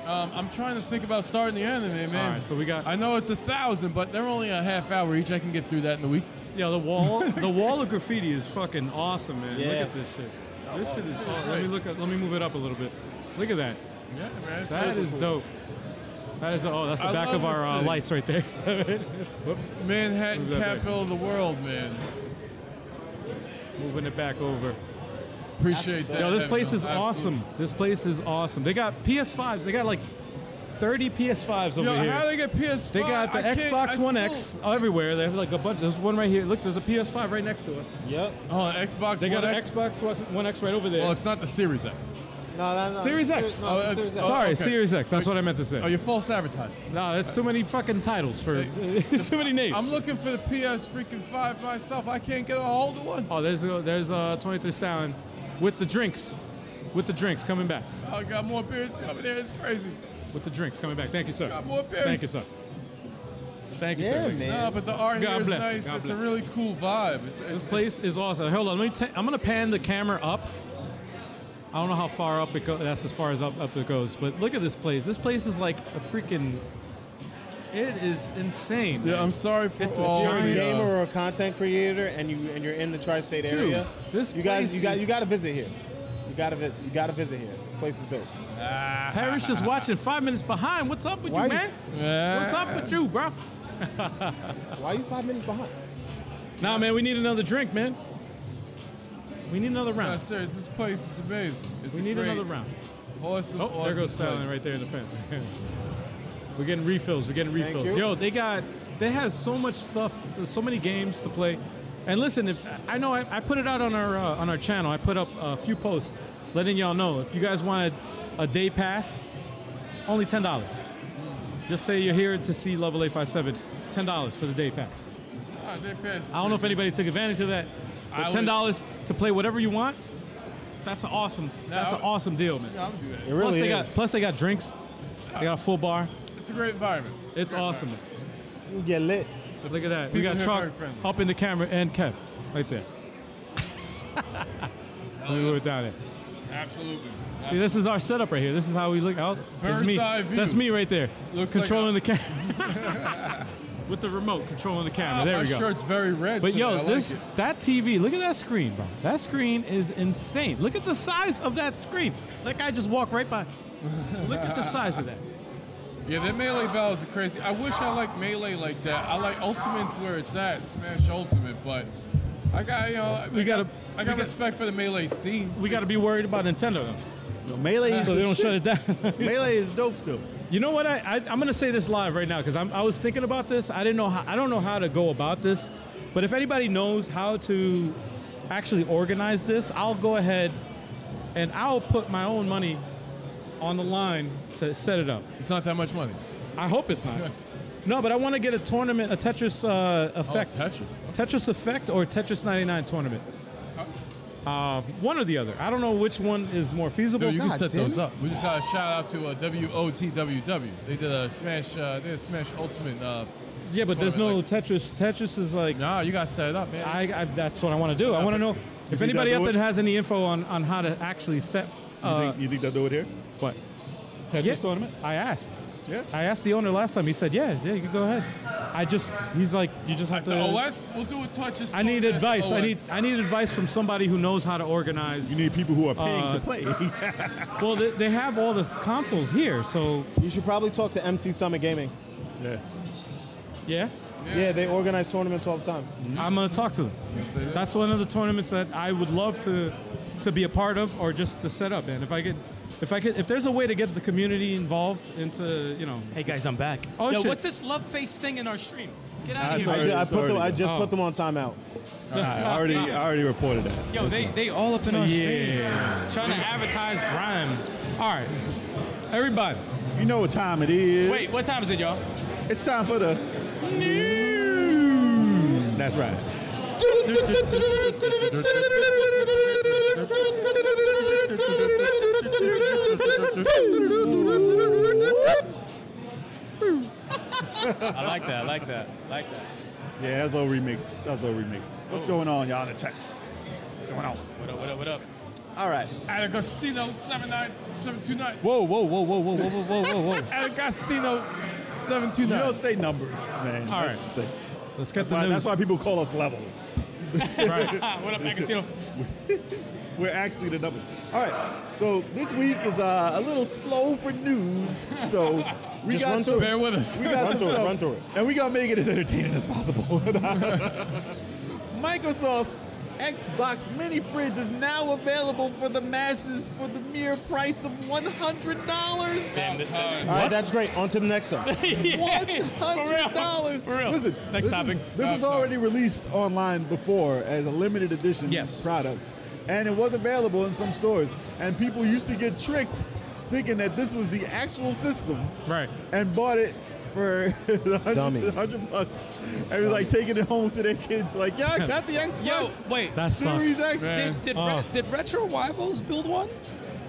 Speaker 4: Um, I'm trying to think about starting the anime, man.
Speaker 2: All right, so we got-
Speaker 4: I know it's a thousand, but they're only a half hour each. I can get through that in a week.
Speaker 2: Yeah, the wall, the wall of graffiti is fucking awesome, man.
Speaker 7: Yeah.
Speaker 2: Look at this shit. This shit is. Oh, let me look. At, let me move it up a little bit. Look at that.
Speaker 4: Yeah, man. it's
Speaker 2: That
Speaker 4: super
Speaker 2: is
Speaker 4: cool.
Speaker 2: dope. That is. Oh, that's the
Speaker 4: I
Speaker 2: back
Speaker 4: love
Speaker 2: of our
Speaker 4: this
Speaker 2: uh,
Speaker 4: city.
Speaker 2: lights right there.
Speaker 4: Manhattan,
Speaker 2: Move that back.
Speaker 4: capital of the world, man.
Speaker 2: Moving it back over.
Speaker 4: Appreciate that.
Speaker 2: Yo, this
Speaker 4: man.
Speaker 2: place is
Speaker 4: Absolutely.
Speaker 2: awesome. This place is awesome. They got PS5s. They got like 30 PS5s over
Speaker 4: Yo,
Speaker 2: here.
Speaker 4: how they get PS5?
Speaker 2: They got the
Speaker 4: I can't- I
Speaker 2: Xbox One X
Speaker 4: still-
Speaker 2: everywhere. They have like a bunch. There's one right here. Look, there's a PS5 right next to us.
Speaker 7: Yep.
Speaker 4: Oh, an Xbox
Speaker 2: They
Speaker 4: One
Speaker 2: got an
Speaker 4: X?
Speaker 2: Xbox One X right over there.
Speaker 4: Well, it's not the Series X.
Speaker 7: No, no, no.
Speaker 2: Series
Speaker 7: it's a
Speaker 2: X.
Speaker 7: ser- No, it's a
Speaker 4: Oh, uh,
Speaker 7: Series X.
Speaker 4: oh,
Speaker 2: Sorry,
Speaker 4: okay.
Speaker 2: Series X. That's what I meant to say.
Speaker 4: Oh, you're false advertising.
Speaker 2: No, that's too many fucking titles for too many names.
Speaker 4: I'm looking for the PS freaking five myself. I can't get a hold of one.
Speaker 2: oh, there's a, there's uh 23 Sound with the drinks, with the drinks coming back,
Speaker 4: I got more beers coming in. It's crazy.
Speaker 2: with the drinks coming back. Thank you, sir.
Speaker 4: Got more beers.
Speaker 2: Thank you, sir. Thank you, sir.
Speaker 7: Yeah,
Speaker 2: Thank you.
Speaker 7: man.
Speaker 4: No, but the art
Speaker 2: God
Speaker 4: here is
Speaker 2: bless you.
Speaker 4: nice.
Speaker 2: God
Speaker 4: it's a
Speaker 2: bless
Speaker 4: really cool vibe. It's, it's,
Speaker 2: This place is awesome. Hold on, let me. T- I'm gonna pan the camera up. I don't know how far up it goes. That's as far as up up it goes. But look at this place. This place is like a freaking. It is insane.
Speaker 4: Yeah, I'm sorry for
Speaker 2: It's a
Speaker 4: all
Speaker 7: If you're a
Speaker 4: the.
Speaker 7: gamer
Speaker 4: Uh,
Speaker 7: or a content creator and you and you're in the tri-state area,
Speaker 2: this
Speaker 7: you guys
Speaker 2: place
Speaker 7: you got
Speaker 2: is-
Speaker 7: you got to visit here. You got to visit you got to visit here. This place is dope.
Speaker 2: Parrish is watching five minutes behind. What's up with you,
Speaker 7: Why you-
Speaker 2: man?
Speaker 4: yeah.
Speaker 2: What's up with you, bro?
Speaker 7: Why are you 5 minutes behind?
Speaker 2: Nah, man, we need another drink, man. We need another
Speaker 4: No,
Speaker 2: round.
Speaker 4: serious. This place is amazing. It's
Speaker 2: we
Speaker 4: a
Speaker 2: need
Speaker 4: great,
Speaker 2: another round.
Speaker 4: Awesome.
Speaker 2: Oh,
Speaker 4: awesome
Speaker 2: there goes
Speaker 4: place.
Speaker 2: Styling right there in the fan. We're getting refills. We're getting refills.
Speaker 6: you.
Speaker 2: Yo, they got they have so much stuff, so many games to play. And listen, if I know I, I put it out on our uh, on our channel, I put up a few posts letting y'all know if you guys wanted a day pass, only ten dollars. Just say you're here to see Level Eight Five Seven. Ten dollars for the day pass.
Speaker 4: Ah, they pissed.
Speaker 2: I don't know if anybody took advantage of that.
Speaker 4: I
Speaker 2: But
Speaker 4: would-
Speaker 2: ten dollars to play whatever you want. That's an awesome. That's
Speaker 4: I
Speaker 2: an
Speaker 4: would-
Speaker 2: awesome deal, man.
Speaker 4: Yeah, I'm do that.
Speaker 7: It really
Speaker 2: plus they
Speaker 7: is.
Speaker 2: got plus they got drinks. They got a full bar.
Speaker 4: It's a great environment.
Speaker 2: It's
Speaker 4: Great
Speaker 2: awesome.
Speaker 7: get lit.
Speaker 2: Look at that. We
Speaker 4: People
Speaker 2: got
Speaker 4: here
Speaker 2: Chalk
Speaker 4: very friendly.
Speaker 2: up in the camera and Kev right there. we were down there.
Speaker 4: environment. Absolutely.
Speaker 2: See, this is our setup right here. This is how we look out. That's
Speaker 4: Bird's
Speaker 2: me.
Speaker 4: eye view.
Speaker 2: That's me right there.
Speaker 4: Looks like
Speaker 2: controlling the camera. With the remote, controlling the camera.
Speaker 4: Ah,
Speaker 2: there
Speaker 4: my
Speaker 2: we go.
Speaker 4: shirt's very red.
Speaker 2: But
Speaker 4: today. I
Speaker 2: yo,
Speaker 4: like
Speaker 2: this
Speaker 4: it.
Speaker 2: that TV, look at that screen, bro. That screen is insane. Look at the size of that screen. That guy just walked right by. look at the size of that.
Speaker 4: Yeah, the melee battles are crazy. I wish I liked melee like that. I like ultimates where it's at, Smash Ultimate, but I got you know
Speaker 2: We
Speaker 4: I
Speaker 2: gotta-
Speaker 4: got, I got
Speaker 2: we got-
Speaker 4: respect for the melee scene.
Speaker 2: We got to be worried about Nintendo, though,
Speaker 6: Melee is
Speaker 2: so they don't shut it down.
Speaker 6: Melee is dope still.
Speaker 2: You know what? I, I I'm gonna say this live right now because I was thinking about this. I didn't know how, I don't know how to go about this, but if anybody knows how to actually organize this, I'll go ahead and I'll put my own money on the line to set it up.
Speaker 4: It's not that much money.
Speaker 2: I hope it's not. No, but I want to get a tournament, a Tetris uh, effect,
Speaker 4: Tetris.
Speaker 2: Tetris effect, or Tetris 99 tournament. Uh, one or the other. I don't know which one is more feasible.
Speaker 4: Dude, you can
Speaker 7: God
Speaker 4: set
Speaker 7: damn
Speaker 4: those
Speaker 7: it.
Speaker 4: up. We just got a shout out to uh, WOTWW. They did a Smash. Uh, they did a Smash Ultimate. Uh,
Speaker 2: yeah, but there's no
Speaker 4: tournament,
Speaker 2: Tetris. Tetris is like
Speaker 4: nah, you got to set it up, man.
Speaker 2: I, I, that's what I want to do. I want to know if anybody
Speaker 6: they'll
Speaker 2: out
Speaker 6: do
Speaker 2: there has any info on, on how to actually set.
Speaker 6: You
Speaker 2: Uh,
Speaker 6: think, you think they'll do it here?
Speaker 2: what?
Speaker 6: Tetris tournament?
Speaker 2: I asked.
Speaker 6: Yeah.
Speaker 2: I asked the owner last time. He said, "Yeah, yeah, you can go ahead." I just, he's like, "You just have
Speaker 4: the
Speaker 2: to."
Speaker 4: OS, we'll do a touch.
Speaker 2: I need
Speaker 4: oh,
Speaker 2: advice. I need, I need advice from somebody who knows how to organize.
Speaker 6: You need people who are paying
Speaker 2: Uh,
Speaker 6: to play.
Speaker 2: well, they, they have all the consoles here, so
Speaker 7: You should probably talk to MT Summit Gaming.
Speaker 6: yeah.
Speaker 2: yeah,
Speaker 7: Yeah, they organize tournaments all the time.
Speaker 2: I'm gonna talk to them. That's one of the tournaments that I would love to to be a part of or just to set up. And if I could, if I could, if there's a way to get the community involved into, you know,
Speaker 5: Hey guys, I'm back.
Speaker 2: Oh,
Speaker 5: Yo,
Speaker 2: shit.
Speaker 5: what's this love face thing in our stream? Get out of
Speaker 6: That's
Speaker 5: here.
Speaker 7: I,
Speaker 6: Alright,
Speaker 7: ju- I
Speaker 6: it's
Speaker 7: put them, I
Speaker 6: already
Speaker 7: just
Speaker 2: done.
Speaker 7: put them on timeout.
Speaker 6: I already, I already reported that.
Speaker 5: Yo, they, they all up in our
Speaker 2: Yeah.
Speaker 5: stream. Trying to advertise grime.
Speaker 2: all right, everybody.
Speaker 6: You know what time it is.
Speaker 5: Wait, what time is it, y'all?
Speaker 6: It's time for the news. That's right.
Speaker 5: I like that. I like that. I like that.
Speaker 6: Yeah, that's a little remix. That's a little remix. What's
Speaker 2: Oh.
Speaker 6: going on, y'all? In the chat. What's going on?
Speaker 5: What up? What up? What up?
Speaker 6: All right.
Speaker 4: Agostino seven nine seven two nine.
Speaker 5: Whoa! Whoa! Whoa! Whoa! Whoa! Whoa! Whoa! Whoa! Whoa!
Speaker 4: Agostino seven two
Speaker 6: You
Speaker 4: nine.
Speaker 6: don't say numbers, man.
Speaker 2: All
Speaker 6: That's
Speaker 2: right.
Speaker 6: the thing.
Speaker 2: Let's get
Speaker 6: That's
Speaker 2: the
Speaker 6: why,
Speaker 2: news.
Speaker 6: that's why people call us level.
Speaker 5: Ah, what up, Agostino?
Speaker 6: We're actually the numbers. All right. So this week is uh, a little slow for news. So we
Speaker 7: Just
Speaker 6: got
Speaker 7: run
Speaker 6: some-
Speaker 7: through it.
Speaker 4: Bear with us.
Speaker 6: We got
Speaker 7: Run
Speaker 6: some
Speaker 7: through it,
Speaker 6: stuff,
Speaker 7: run through it.
Speaker 6: And we gotta make it as entertaining as possible. Microsoft Xbox Mini Fridge is now available for the masses for the mere price of one hundred dollars.
Speaker 5: Damn, this-
Speaker 7: All right, that's great. On to the next one.
Speaker 5: Yeah, for real.
Speaker 6: hundred dollars.
Speaker 5: For real.
Speaker 6: Listen,
Speaker 5: Next
Speaker 6: this
Speaker 5: topic. Uh,
Speaker 6: Is, this was already released online before as a limited edition
Speaker 2: Yes.
Speaker 6: product, and it was available in some stores. And people used to get tricked thinking that this was the actual system,
Speaker 2: Right.
Speaker 6: and bought it for the
Speaker 7: Dummies.
Speaker 6: hundred hundred bucks, and was like taking it home to their kids. Like, yeah, I got the Xbox
Speaker 5: Yo, wait. Uh,
Speaker 2: That
Speaker 6: Series
Speaker 2: sucks.
Speaker 6: X.
Speaker 5: Did, did,
Speaker 2: Oh.
Speaker 5: Re- did Retro Rivals build one?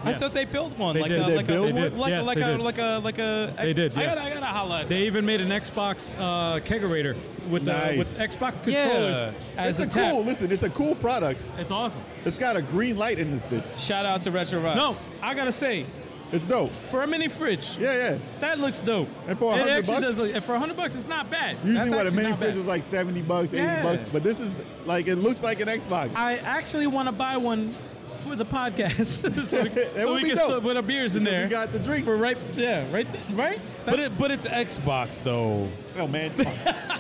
Speaker 5: I
Speaker 2: Yes.
Speaker 5: thought they built one.
Speaker 2: They
Speaker 5: like
Speaker 2: did.
Speaker 5: A,
Speaker 2: They
Speaker 5: like
Speaker 2: built
Speaker 5: a,
Speaker 2: one?
Speaker 5: Like,
Speaker 2: Yes,
Speaker 5: like,
Speaker 2: they
Speaker 5: a,
Speaker 2: did.
Speaker 5: like a like a.
Speaker 2: They did,
Speaker 5: I
Speaker 2: yeah.
Speaker 5: gotta I gotta holla. at
Speaker 2: They even made an Xbox uh, kegerator with uh,
Speaker 6: Nice.
Speaker 2: with Xbox
Speaker 5: Yeah.
Speaker 2: controllers as
Speaker 6: It's a
Speaker 2: tap.
Speaker 6: cool. Listen, it's a cool product.
Speaker 2: It's awesome.
Speaker 6: It's got a green light in this bitch.
Speaker 5: Shout out to Retro
Speaker 2: No,
Speaker 5: Rivals.
Speaker 2: I gotta say,
Speaker 6: It's dope.
Speaker 2: for a mini fridge,
Speaker 6: Yeah, yeah.
Speaker 2: that looks dope.
Speaker 6: And for
Speaker 2: it
Speaker 6: 100
Speaker 2: actually
Speaker 6: bucks?
Speaker 2: does. Look, and for hundred bucks, it's not bad.
Speaker 6: Usually,
Speaker 2: That's
Speaker 6: what a
Speaker 2: actually
Speaker 6: mini
Speaker 2: not
Speaker 6: fridge
Speaker 2: bad.
Speaker 6: is like seventy bucks, eighty
Speaker 2: Yeah.
Speaker 6: bucks, but this is like it looks like an Xbox.
Speaker 2: I actually want to buy one for the podcast, so we,
Speaker 6: That
Speaker 2: so
Speaker 6: would
Speaker 2: we
Speaker 6: be
Speaker 2: can
Speaker 6: dope.
Speaker 2: still put our beers in
Speaker 6: Because
Speaker 2: there.
Speaker 6: You got the drinks.
Speaker 2: for right, yeah, right, right.
Speaker 5: But it but it's Xbox though.
Speaker 6: Oh man, come on.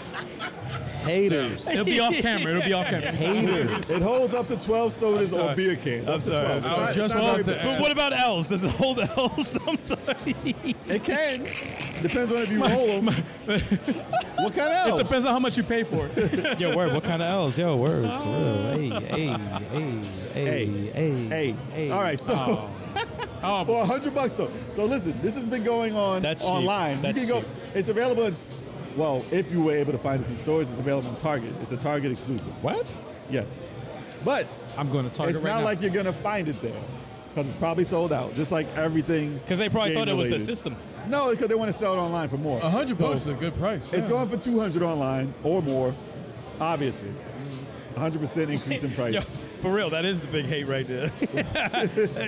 Speaker 8: Haters.
Speaker 5: It'll be off camera. It'll be off camera.
Speaker 8: Haters.
Speaker 6: It holds up to 12 sodas or beer cans.
Speaker 5: I'm sorry. I'm
Speaker 4: I
Speaker 5: sorry.
Speaker 4: was just
Speaker 6: Sorry,
Speaker 4: about
Speaker 6: but-
Speaker 4: to
Speaker 5: But
Speaker 4: ask.
Speaker 5: what about L's? Does it hold L's? I'm sorry.
Speaker 6: It can. Depends on if you roll them. what kind
Speaker 5: It
Speaker 6: of L?
Speaker 5: depends on how much you pay for it.
Speaker 9: Yo, word. What kind of L's? Yo, word. For real. Hey, hey, hey, hey, hey,
Speaker 6: Hey. All right. So.
Speaker 5: Oh.
Speaker 6: For a hundred bucks though. So listen, this has been going on
Speaker 5: That's cheap.
Speaker 6: online.
Speaker 5: That's
Speaker 6: you can go.
Speaker 5: cheap.
Speaker 6: It's available. In, well, if you were able to find this in stores, it's available in Target. It's a Target exclusive.
Speaker 5: What?
Speaker 6: Yes, but
Speaker 2: I'm going to Target
Speaker 6: it's
Speaker 2: right
Speaker 6: not
Speaker 2: now.
Speaker 6: like you're gonna find it there because it's probably sold out. Just like everything.
Speaker 5: Because they probably thought it was the
Speaker 6: game-related.
Speaker 5: system.
Speaker 6: No, because they want to sell it online for more.
Speaker 4: A hundred
Speaker 6: So
Speaker 4: bucks is a good price.
Speaker 6: It's
Speaker 4: yeah.
Speaker 6: going for two hundred online or more. Obviously, hundred percent increase in price.
Speaker 5: Yo, for real, that is the big hate right there.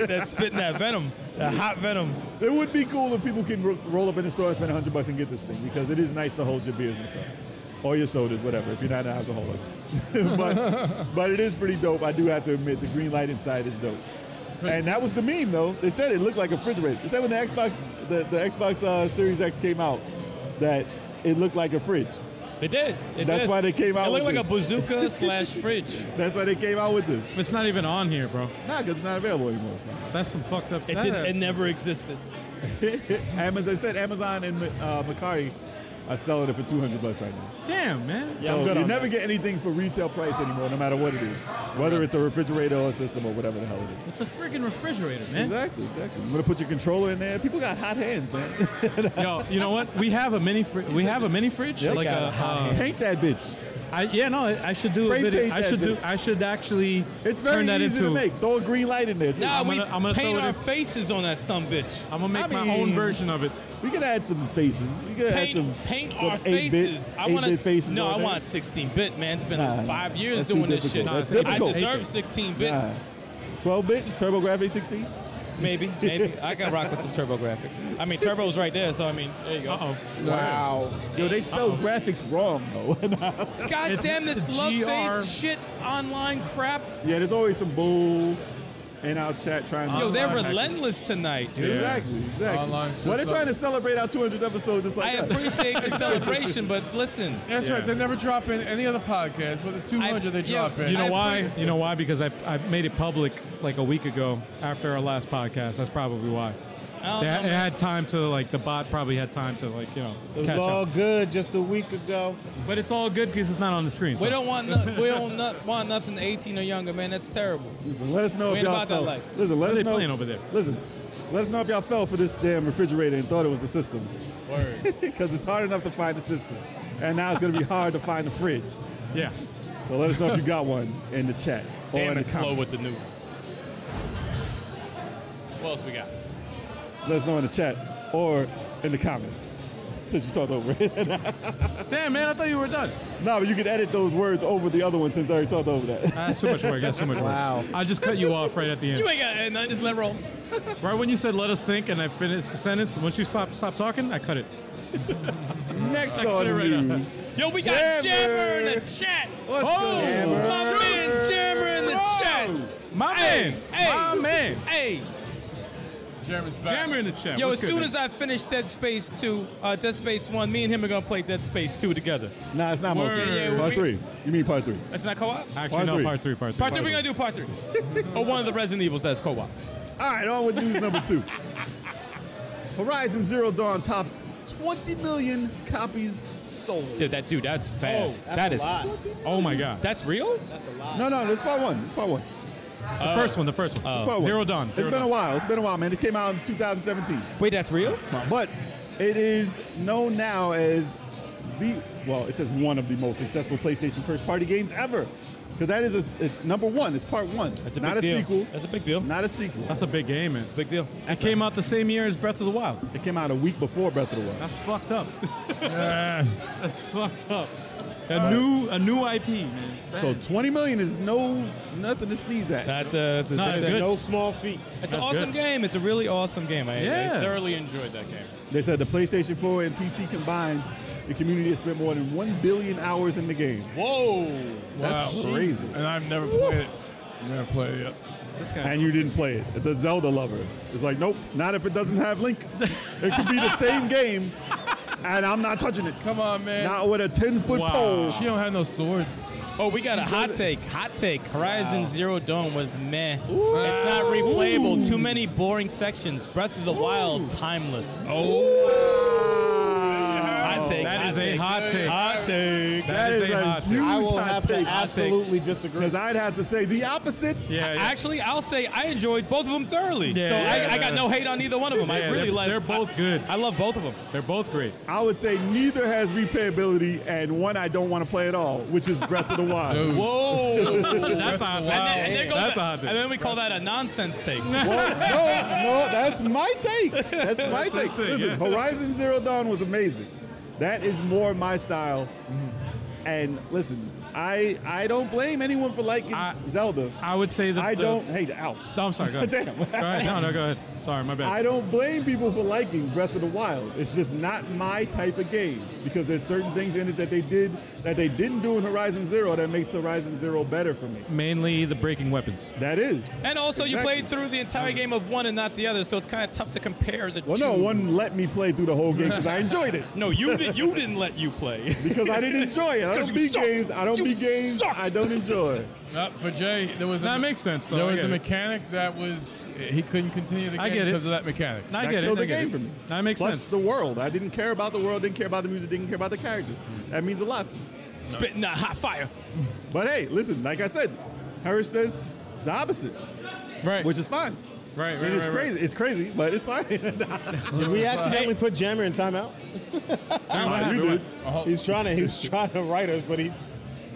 Speaker 5: That's spitting that venom, that hot venom.
Speaker 6: It would be cool if people can ro- roll up in the store and spend 100 bucks and get this thing because it is nice to hold your beers and stuff. Or your sodas, whatever, if you're not an alcoholic. but, but it is pretty dope. I do have to admit, the green light inside is dope. And that was the meme, though. They said it looked like a refrigerator. Is that when the Xbox, the, the Xbox uh, Series X came out, that it looked like a fridge?
Speaker 5: It did. It
Speaker 6: That's
Speaker 5: did.
Speaker 6: why they came out
Speaker 5: It looked
Speaker 6: with
Speaker 5: like a bazooka slash fridge.
Speaker 6: That's why they came out with this.
Speaker 2: It's not even on here, bro.
Speaker 6: Nah, because it's not available anymore.
Speaker 2: That's some fucked up.
Speaker 5: It
Speaker 2: that
Speaker 5: didn't.
Speaker 2: is-
Speaker 5: It never existed.
Speaker 6: Amazon, I said Amazon and uh, Mercari are selling it for 200 bucks right now.
Speaker 2: Damn, man.
Speaker 7: Yeah,
Speaker 6: So
Speaker 7: I'm good
Speaker 6: you
Speaker 7: on
Speaker 6: never get anything for retail price anymore, no matter what it is, whether it's a refrigerator or a system or whatever the hell it is.
Speaker 2: It's a freaking refrigerator, man.
Speaker 6: Exactly, exactly. I'm gonna put your controller in there. People got hot hands, man.
Speaker 2: Yo, you know what? We have a mini. Fri- we have a mini fridge.
Speaker 6: Yep.
Speaker 2: Like
Speaker 6: Got
Speaker 2: a.
Speaker 6: a
Speaker 2: uh,
Speaker 6: Paint that bitch.
Speaker 2: I, yeah, no. I I should do
Speaker 6: Spray
Speaker 2: a video.
Speaker 6: paint
Speaker 2: I
Speaker 6: that
Speaker 2: should do.
Speaker 6: bitch.
Speaker 2: I should actually
Speaker 6: It's very
Speaker 2: turn that
Speaker 6: easy
Speaker 2: into.
Speaker 6: to make. Throw a green light in there. Too.
Speaker 5: Nah,
Speaker 2: I'm
Speaker 5: we
Speaker 2: gonna- I'm gonna
Speaker 5: paint
Speaker 2: throw it
Speaker 5: our
Speaker 2: in.
Speaker 5: faces on that some bitch.
Speaker 2: I'm gonna make
Speaker 6: I
Speaker 2: my own
Speaker 6: mean-
Speaker 2: version of it.
Speaker 6: We could add some faces. We could
Speaker 5: Paint,
Speaker 6: add some
Speaker 5: paint
Speaker 6: some
Speaker 5: our
Speaker 6: 8-bit
Speaker 5: faces. I want
Speaker 6: 8-bit faces.
Speaker 5: No,
Speaker 6: on
Speaker 5: I
Speaker 6: there.
Speaker 5: want 16-bit, man. It's been
Speaker 6: Nah,
Speaker 5: five years
Speaker 6: that's too
Speaker 5: doing this shit.
Speaker 6: difficult. That's
Speaker 5: I
Speaker 6: difficult.
Speaker 5: deserve 16-bit,
Speaker 6: Nah. 12-bit TurboGrafx 16.
Speaker 5: maybe. Maybe I can rock with some Turbo Graphics. I mean, Turbo's right there, so I mean, there you go.
Speaker 2: Uh
Speaker 8: Wow.
Speaker 6: Yo, they spelled graphics wrong though.
Speaker 5: God
Speaker 2: It's
Speaker 5: damn this love
Speaker 2: GR.
Speaker 5: face shit online crap.
Speaker 6: yeah, there's always some bull in our chat trying to.
Speaker 5: Yo, they're
Speaker 2: Online hackers.
Speaker 5: relentless tonight.
Speaker 6: Exactly, exactly.
Speaker 4: Online
Speaker 6: Well, they're
Speaker 4: stuff.
Speaker 6: trying to celebrate our 200th episode just like
Speaker 5: I
Speaker 6: that.
Speaker 5: appreciate the celebration, but listen,
Speaker 4: That's right. They never drop in any other podcast, but the 200 they
Speaker 5: I- yeah,
Speaker 4: drop in.
Speaker 2: You know
Speaker 5: I
Speaker 2: why?
Speaker 5: appreciate-
Speaker 2: You know why? Because I, I made it public like a week ago after our last podcast. That's probably why.
Speaker 5: I
Speaker 2: They,
Speaker 5: don't know,
Speaker 2: it
Speaker 5: Oh, man.
Speaker 2: had time to like the bot probably had time to like you know
Speaker 7: It was
Speaker 2: catch
Speaker 7: all
Speaker 2: up.
Speaker 7: good just a week ago.
Speaker 2: But it's all good because it's not on the screen.
Speaker 5: we
Speaker 2: so-
Speaker 5: don't want no, we don't not want nothing 18 or younger, man. That's terrible.
Speaker 6: Listen, let us know
Speaker 5: We
Speaker 6: if
Speaker 5: ain't
Speaker 6: y'all
Speaker 5: about that
Speaker 6: fell.
Speaker 5: life.
Speaker 6: Listen, let
Speaker 2: What are
Speaker 6: us
Speaker 2: they
Speaker 6: know.
Speaker 2: playing over there?
Speaker 6: Listen, let us know if y'all fell for this damn refrigerator and thought it was the system,
Speaker 4: Word.
Speaker 6: because it's hard enough to find the system, and now it's gonna be hard to find the fridge.
Speaker 2: Yeah.
Speaker 6: So let us know if you got one in the chat or in
Speaker 5: Damn,
Speaker 6: the
Speaker 5: it's slow
Speaker 6: comments.
Speaker 5: with the news. What else we got?
Speaker 6: Let us know in the chat or in the comments. Since you talked over it.
Speaker 2: Damn, man, I thought you were done.
Speaker 6: no, but you can edit those words over the other one since I already talked over that.
Speaker 2: That's too much work. That's too much work.
Speaker 7: Wow.
Speaker 2: I just cut you off right at the
Speaker 5: You
Speaker 2: end.
Speaker 5: ain't got eh, nothing. Just let it roll.
Speaker 2: Right when you said "let us think" and I finished the sentence, once you stop stop talking, I cut it.
Speaker 6: Next
Speaker 2: I cut
Speaker 6: on
Speaker 2: it
Speaker 6: the
Speaker 2: right out.
Speaker 6: news.
Speaker 5: Yo, we got Jammer,
Speaker 6: Jammer.
Speaker 5: in the chat.
Speaker 6: Let's
Speaker 2: Oh,
Speaker 6: go.
Speaker 5: My man, Jammer in the chat.
Speaker 2: My
Speaker 5: Hey,
Speaker 2: man,
Speaker 5: hey.
Speaker 2: my man,
Speaker 5: Hey,
Speaker 4: Jeremy's back.
Speaker 2: Jammer in the chat.
Speaker 5: yo,
Speaker 2: What's
Speaker 5: as
Speaker 2: good,
Speaker 5: soon
Speaker 2: man?
Speaker 5: as I finish Dead Space 2, uh, Dead Space 1, me and him are gonna play Dead Space 2 together.
Speaker 6: Nah, it's not more.
Speaker 5: Word. Yeah,
Speaker 6: Part
Speaker 5: we-
Speaker 6: three. You mean part three?
Speaker 5: That's not co-op?
Speaker 2: Actually,
Speaker 6: Part
Speaker 2: no,
Speaker 6: three.
Speaker 2: part three, part three.
Speaker 5: Part three, we're gonna do part three. or one of the Resident Evils that's co-op.
Speaker 6: All right, on with news number two. Horizon Zero Dawn tops 20 million copies sold.
Speaker 5: Dude, that dude, Oh, that's fast.
Speaker 7: That's
Speaker 5: that
Speaker 7: a
Speaker 5: is.
Speaker 7: lot.
Speaker 2: Oh my god.
Speaker 5: That's real?
Speaker 7: That's a lot.
Speaker 6: No, no, it's part one. It's part one.
Speaker 2: The
Speaker 5: Uh,
Speaker 2: first one, the first one.
Speaker 6: Part one.
Speaker 2: Zero Dawn.
Speaker 6: It's
Speaker 2: Zero
Speaker 6: been
Speaker 2: Dawn.
Speaker 6: a while. It's been a while, man. It came out in 2017,
Speaker 5: Wait, that's real?
Speaker 6: but it is known now as the well. It says one of the most successful PlayStation first-party games ever, because that is a, it's number one. It's part one.
Speaker 5: That's a
Speaker 6: not
Speaker 5: big
Speaker 6: a
Speaker 5: deal.
Speaker 6: sequel.
Speaker 5: That's a big deal.
Speaker 6: Not a sequel.
Speaker 2: That's a big game, man.
Speaker 5: Big deal.
Speaker 2: It came out the same year as Breath of the Wild.
Speaker 6: It came out a week before Breath of the Wild.
Speaker 2: That's fucked up. That's fucked up. A new a new IP, man.
Speaker 6: So 20 million is no nothing to sneeze at.
Speaker 5: That's a, that's a,
Speaker 2: Nah,
Speaker 5: that's
Speaker 2: it's
Speaker 5: a-
Speaker 2: good.
Speaker 7: No small feat.
Speaker 5: It's an
Speaker 2: That's
Speaker 5: awesome
Speaker 2: good.
Speaker 5: game. It's a really awesome game. I, I
Speaker 2: Yeah.
Speaker 5: thoroughly enjoyed that game.
Speaker 6: They said the PlayStation 4 and PC combined, the community has spent more than 1 billion hours in the game.
Speaker 5: Whoa.
Speaker 6: That's crazy.
Speaker 4: And I've never played it. Never played it yet.
Speaker 2: This guy.
Speaker 6: And you didn't play it. The Zelda lover. It's like, nope, not if it doesn't have Link. It could be the same game, and I'm not touching it.
Speaker 4: Come on, man.
Speaker 6: Not with a 10 foot
Speaker 2: Wow.
Speaker 6: pole.
Speaker 4: She don't have no sword.
Speaker 5: Oh, we got a hot take. Hot take. Horizon Zero Dawn was meh. It's not replayable. Too many boring sections. Breath of the Wild, timeless. Oh. Hot take.
Speaker 2: That is a hot take.
Speaker 5: Hot take.
Speaker 6: That is
Speaker 2: a
Speaker 6: a
Speaker 2: hot take.
Speaker 6: huge
Speaker 10: I will
Speaker 6: hot
Speaker 10: have to
Speaker 6: take.
Speaker 10: absolutely disagree.
Speaker 6: Because I'd have to say the opposite.
Speaker 2: Yeah, yeah.
Speaker 5: Actually, I'll say I enjoyed both of them thoroughly.
Speaker 2: Yeah,
Speaker 5: so
Speaker 2: yeah.
Speaker 5: I, I got no hate on either one of them. I
Speaker 2: Yeah,
Speaker 5: really
Speaker 2: they're-
Speaker 5: like.
Speaker 2: they're both
Speaker 5: I-
Speaker 2: good.
Speaker 5: I love both of them.
Speaker 2: They're both great.
Speaker 6: I would say neither has replayability, and one I don't want to play at all, which is Breath of the Wild.
Speaker 4: Dude,
Speaker 5: Whoa!
Speaker 2: That's a hot
Speaker 5: And then, and, there
Speaker 2: take.
Speaker 5: goes
Speaker 2: That's
Speaker 5: the-
Speaker 2: a hot
Speaker 5: and
Speaker 2: take.
Speaker 5: then we call that a nonsense take.
Speaker 6: Well, no, no, that's my take. That's my
Speaker 2: That's his
Speaker 6: take.
Speaker 2: thing,
Speaker 6: Listen,
Speaker 2: yeah.
Speaker 6: Horizon Zero Dawn was amazing. That is more my style. And listen, I I don't blame anyone for liking
Speaker 2: I-
Speaker 6: Zelda.
Speaker 2: I would say that
Speaker 6: I
Speaker 2: the-
Speaker 6: don't hate out.
Speaker 2: No, I'm sorry. Go ahead.
Speaker 6: Damn.
Speaker 2: Go ahead. No, no, go ahead. Sorry, my bad.
Speaker 6: I don't blame people for liking Breath of the Wild. It's just not my type of game because there's certain things in it that they did that they didn't do in Horizon Zero that makes Horizon Zero better for me.
Speaker 2: Mainly the breaking weapons.
Speaker 6: That is.
Speaker 5: And also, you
Speaker 6: Exactly.
Speaker 5: played through the entire game of one and not the other, so it's kind of tough to compare the
Speaker 6: Well,
Speaker 5: two.
Speaker 6: no, one let me play through the whole game because I enjoyed it.
Speaker 5: No, you did, you didn't let you play.
Speaker 6: Because I didn't enjoy it. I
Speaker 5: 'Cause
Speaker 6: don't
Speaker 5: you
Speaker 6: beat
Speaker 5: suck.
Speaker 6: games. I don't
Speaker 5: You
Speaker 6: beat games.
Speaker 5: suck.
Speaker 6: I don't enjoy.
Speaker 4: uh, for Jay, there was a,
Speaker 2: That makes sense. Though.
Speaker 4: there
Speaker 2: I
Speaker 4: was
Speaker 2: get
Speaker 4: a
Speaker 2: it.
Speaker 4: mechanic that was he couldn't continue the
Speaker 2: I
Speaker 4: game
Speaker 2: get it.
Speaker 4: because of that mechanic.
Speaker 2: I
Speaker 6: That
Speaker 2: get it.
Speaker 6: killed
Speaker 2: I
Speaker 6: the
Speaker 2: get
Speaker 6: game
Speaker 2: it.
Speaker 6: for me.
Speaker 2: That makes
Speaker 6: Plus
Speaker 2: sense.
Speaker 6: the world. I didn't care about the world. Didn't care about the music. Didn't care about the characters. That means a lot.
Speaker 5: Spit, nah, hot fire.
Speaker 6: But hey, listen. Like I said, Harris says the opposite,
Speaker 2: right.
Speaker 6: which is fine.
Speaker 2: right. Right.
Speaker 6: And it's
Speaker 2: right,
Speaker 6: crazy. It's crazy, but it's fine.
Speaker 7: Did we accidentally put Jammer in timeout?
Speaker 2: Right. What
Speaker 6: you
Speaker 2: happened?
Speaker 6: did.
Speaker 7: He's trying to he was trying to write us, but he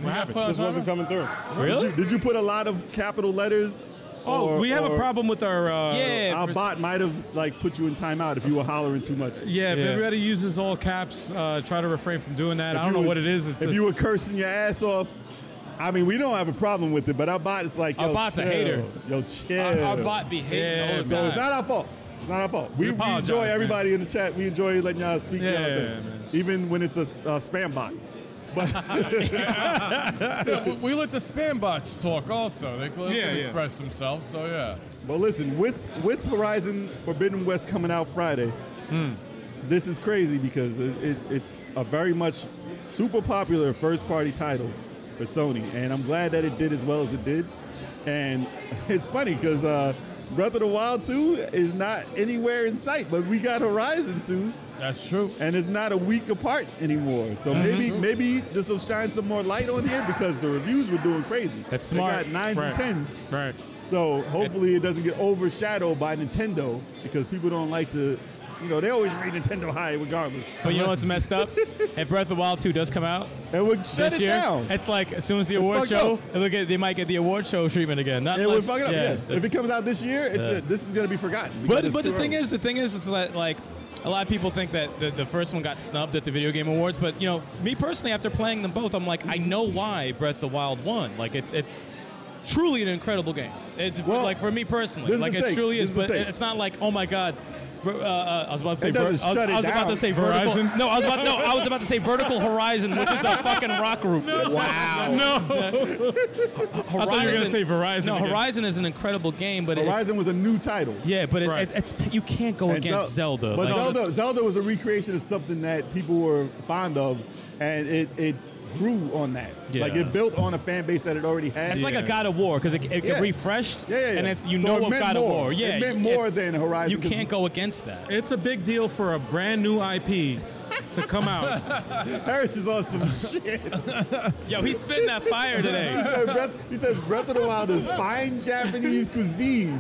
Speaker 2: What happened?
Speaker 7: just wasn't coming through.
Speaker 5: Really?
Speaker 6: Did you put a lot of capital letters?
Speaker 2: Oh,
Speaker 6: Or-
Speaker 2: we have a
Speaker 6: or
Speaker 2: problem with our. Uh,
Speaker 5: Yeah.
Speaker 6: Our
Speaker 5: for-
Speaker 6: bot might have like put you in timeout if you were hollering too much.
Speaker 2: Yeah, if
Speaker 4: Yeah.
Speaker 2: everybody uses all caps, uh, try to refrain from doing that.
Speaker 6: If
Speaker 2: I don't
Speaker 6: you
Speaker 2: know
Speaker 6: were-
Speaker 2: what it is. It's
Speaker 6: if
Speaker 2: just,
Speaker 6: you were cursing your ass off, I mean, we don't have a problem with it, but our bot is like,
Speaker 5: Our
Speaker 6: yo,
Speaker 5: bot's a
Speaker 6: chill.
Speaker 5: hater.
Speaker 6: Yo, chill.
Speaker 5: our, our bot be hating
Speaker 2: Yeah,
Speaker 5: all the
Speaker 2: man.
Speaker 6: So
Speaker 5: time.
Speaker 6: it's not our fault. It's not our fault. We, we
Speaker 2: apologize,
Speaker 6: enjoy
Speaker 2: man.
Speaker 6: everybody in the chat. We enjoy letting y'all speak.
Speaker 2: Yeah,
Speaker 6: y'all
Speaker 2: yeah,
Speaker 6: thing,
Speaker 2: yeah, man.
Speaker 6: Even when it's a s- uh, spam bot.
Speaker 4: Yeah, we- we let the spam bots talk also. They let
Speaker 2: Yeah,
Speaker 4: them
Speaker 2: yeah.
Speaker 4: express themselves. So yeah,
Speaker 6: But listen, with with Horizon Forbidden West coming out Friday,
Speaker 5: Hmm.
Speaker 6: this is crazy because it, it, it's a very much super popular first party title for Sony, and I'm glad that it did as well as it did. And it's funny because uh, Breath of the Wild 2 is not anywhere in sight, but we got Horizon 2,
Speaker 4: that's true.
Speaker 6: and it's not a week apart anymore.
Speaker 5: Mm-hmm.
Speaker 6: So maybe maybe this will shine some more light on here because the reviews were doing crazy.
Speaker 5: That's
Speaker 6: They
Speaker 5: smart.
Speaker 6: got nines
Speaker 2: Right.
Speaker 6: and tens.
Speaker 2: right.
Speaker 6: So hopefully it doesn't get overshadowed by Nintendo because people don't like to, you know, they always rate Nintendo high regardless.
Speaker 5: But you know what's messed up? if Breath of the Wild 2 does come out
Speaker 6: And would shut
Speaker 5: this
Speaker 6: it
Speaker 5: year,
Speaker 6: down.
Speaker 5: it's like as soon as the award
Speaker 6: fucked
Speaker 5: show,
Speaker 6: up.
Speaker 5: they look at they might get the award show treatment again. Not
Speaker 6: It would
Speaker 5: unless,
Speaker 6: fuck it up. Yeah. If it
Speaker 5: that's-
Speaker 6: comes out this year, it's uh this is gonna be forgotten. because
Speaker 5: But
Speaker 6: it's
Speaker 5: but the
Speaker 6: too
Speaker 5: thing
Speaker 6: early.
Speaker 5: is, the thing is, is that like a lot of people think that the, the first one got snubbed at the video game awards. But you know, me personally, after playing them both, I'm like, I know why Breath of the Wild won. Like it's it's truly an incredible game. It's
Speaker 6: Well,
Speaker 5: like for me
Speaker 6: this
Speaker 5: personally,
Speaker 6: is
Speaker 5: like
Speaker 6: the
Speaker 5: it
Speaker 6: take.
Speaker 5: truly
Speaker 6: This
Speaker 5: is.
Speaker 6: is the
Speaker 5: But
Speaker 6: take.
Speaker 5: it's not like oh my god. Ver- uh, uh, I was about to say.
Speaker 6: It doesn't
Speaker 5: I was,
Speaker 6: shut it
Speaker 5: I was about to
Speaker 6: down.
Speaker 5: say vertical.
Speaker 2: Verizon?
Speaker 5: No, I was about no. I was about to say vertical horizon, which is a fucking rock group.
Speaker 6: wow.
Speaker 5: Horizon,
Speaker 2: I thought you were gonna say Verizon.
Speaker 5: No,
Speaker 2: again.
Speaker 5: Horizon is an incredible game, but it's,
Speaker 6: Horizon was a new title.
Speaker 5: yeah, but it,
Speaker 2: Right.
Speaker 5: it's it's you can't go
Speaker 6: And
Speaker 5: against
Speaker 6: Zel-
Speaker 5: Zelda.
Speaker 6: But
Speaker 5: Like,
Speaker 6: Zelda Zelda was a recreation of something that people were fond of and it it grew on that.
Speaker 5: Yeah.
Speaker 6: Like it built on a fan base that it already had.
Speaker 5: It's like
Speaker 2: Yeah.
Speaker 5: a God of War because it, it
Speaker 6: Yeah.
Speaker 5: get refreshed,
Speaker 6: Yeah, yeah, yeah.
Speaker 5: and it's you
Speaker 6: So
Speaker 5: know
Speaker 6: it
Speaker 5: what
Speaker 6: meant
Speaker 5: God of
Speaker 6: more.
Speaker 5: War. Yeah,
Speaker 6: It meant
Speaker 5: you-
Speaker 6: more
Speaker 5: it's-
Speaker 6: than Horizon
Speaker 5: You
Speaker 6: 'cause-
Speaker 5: can't go against that.
Speaker 2: It's a big deal for a brand new IP to come out.
Speaker 6: Harris is on some shit.
Speaker 5: Yo, he's spitting that fire
Speaker 6: He
Speaker 5: today.
Speaker 6: said breath, he says Breath of the Wild is fine Japanese cuisine,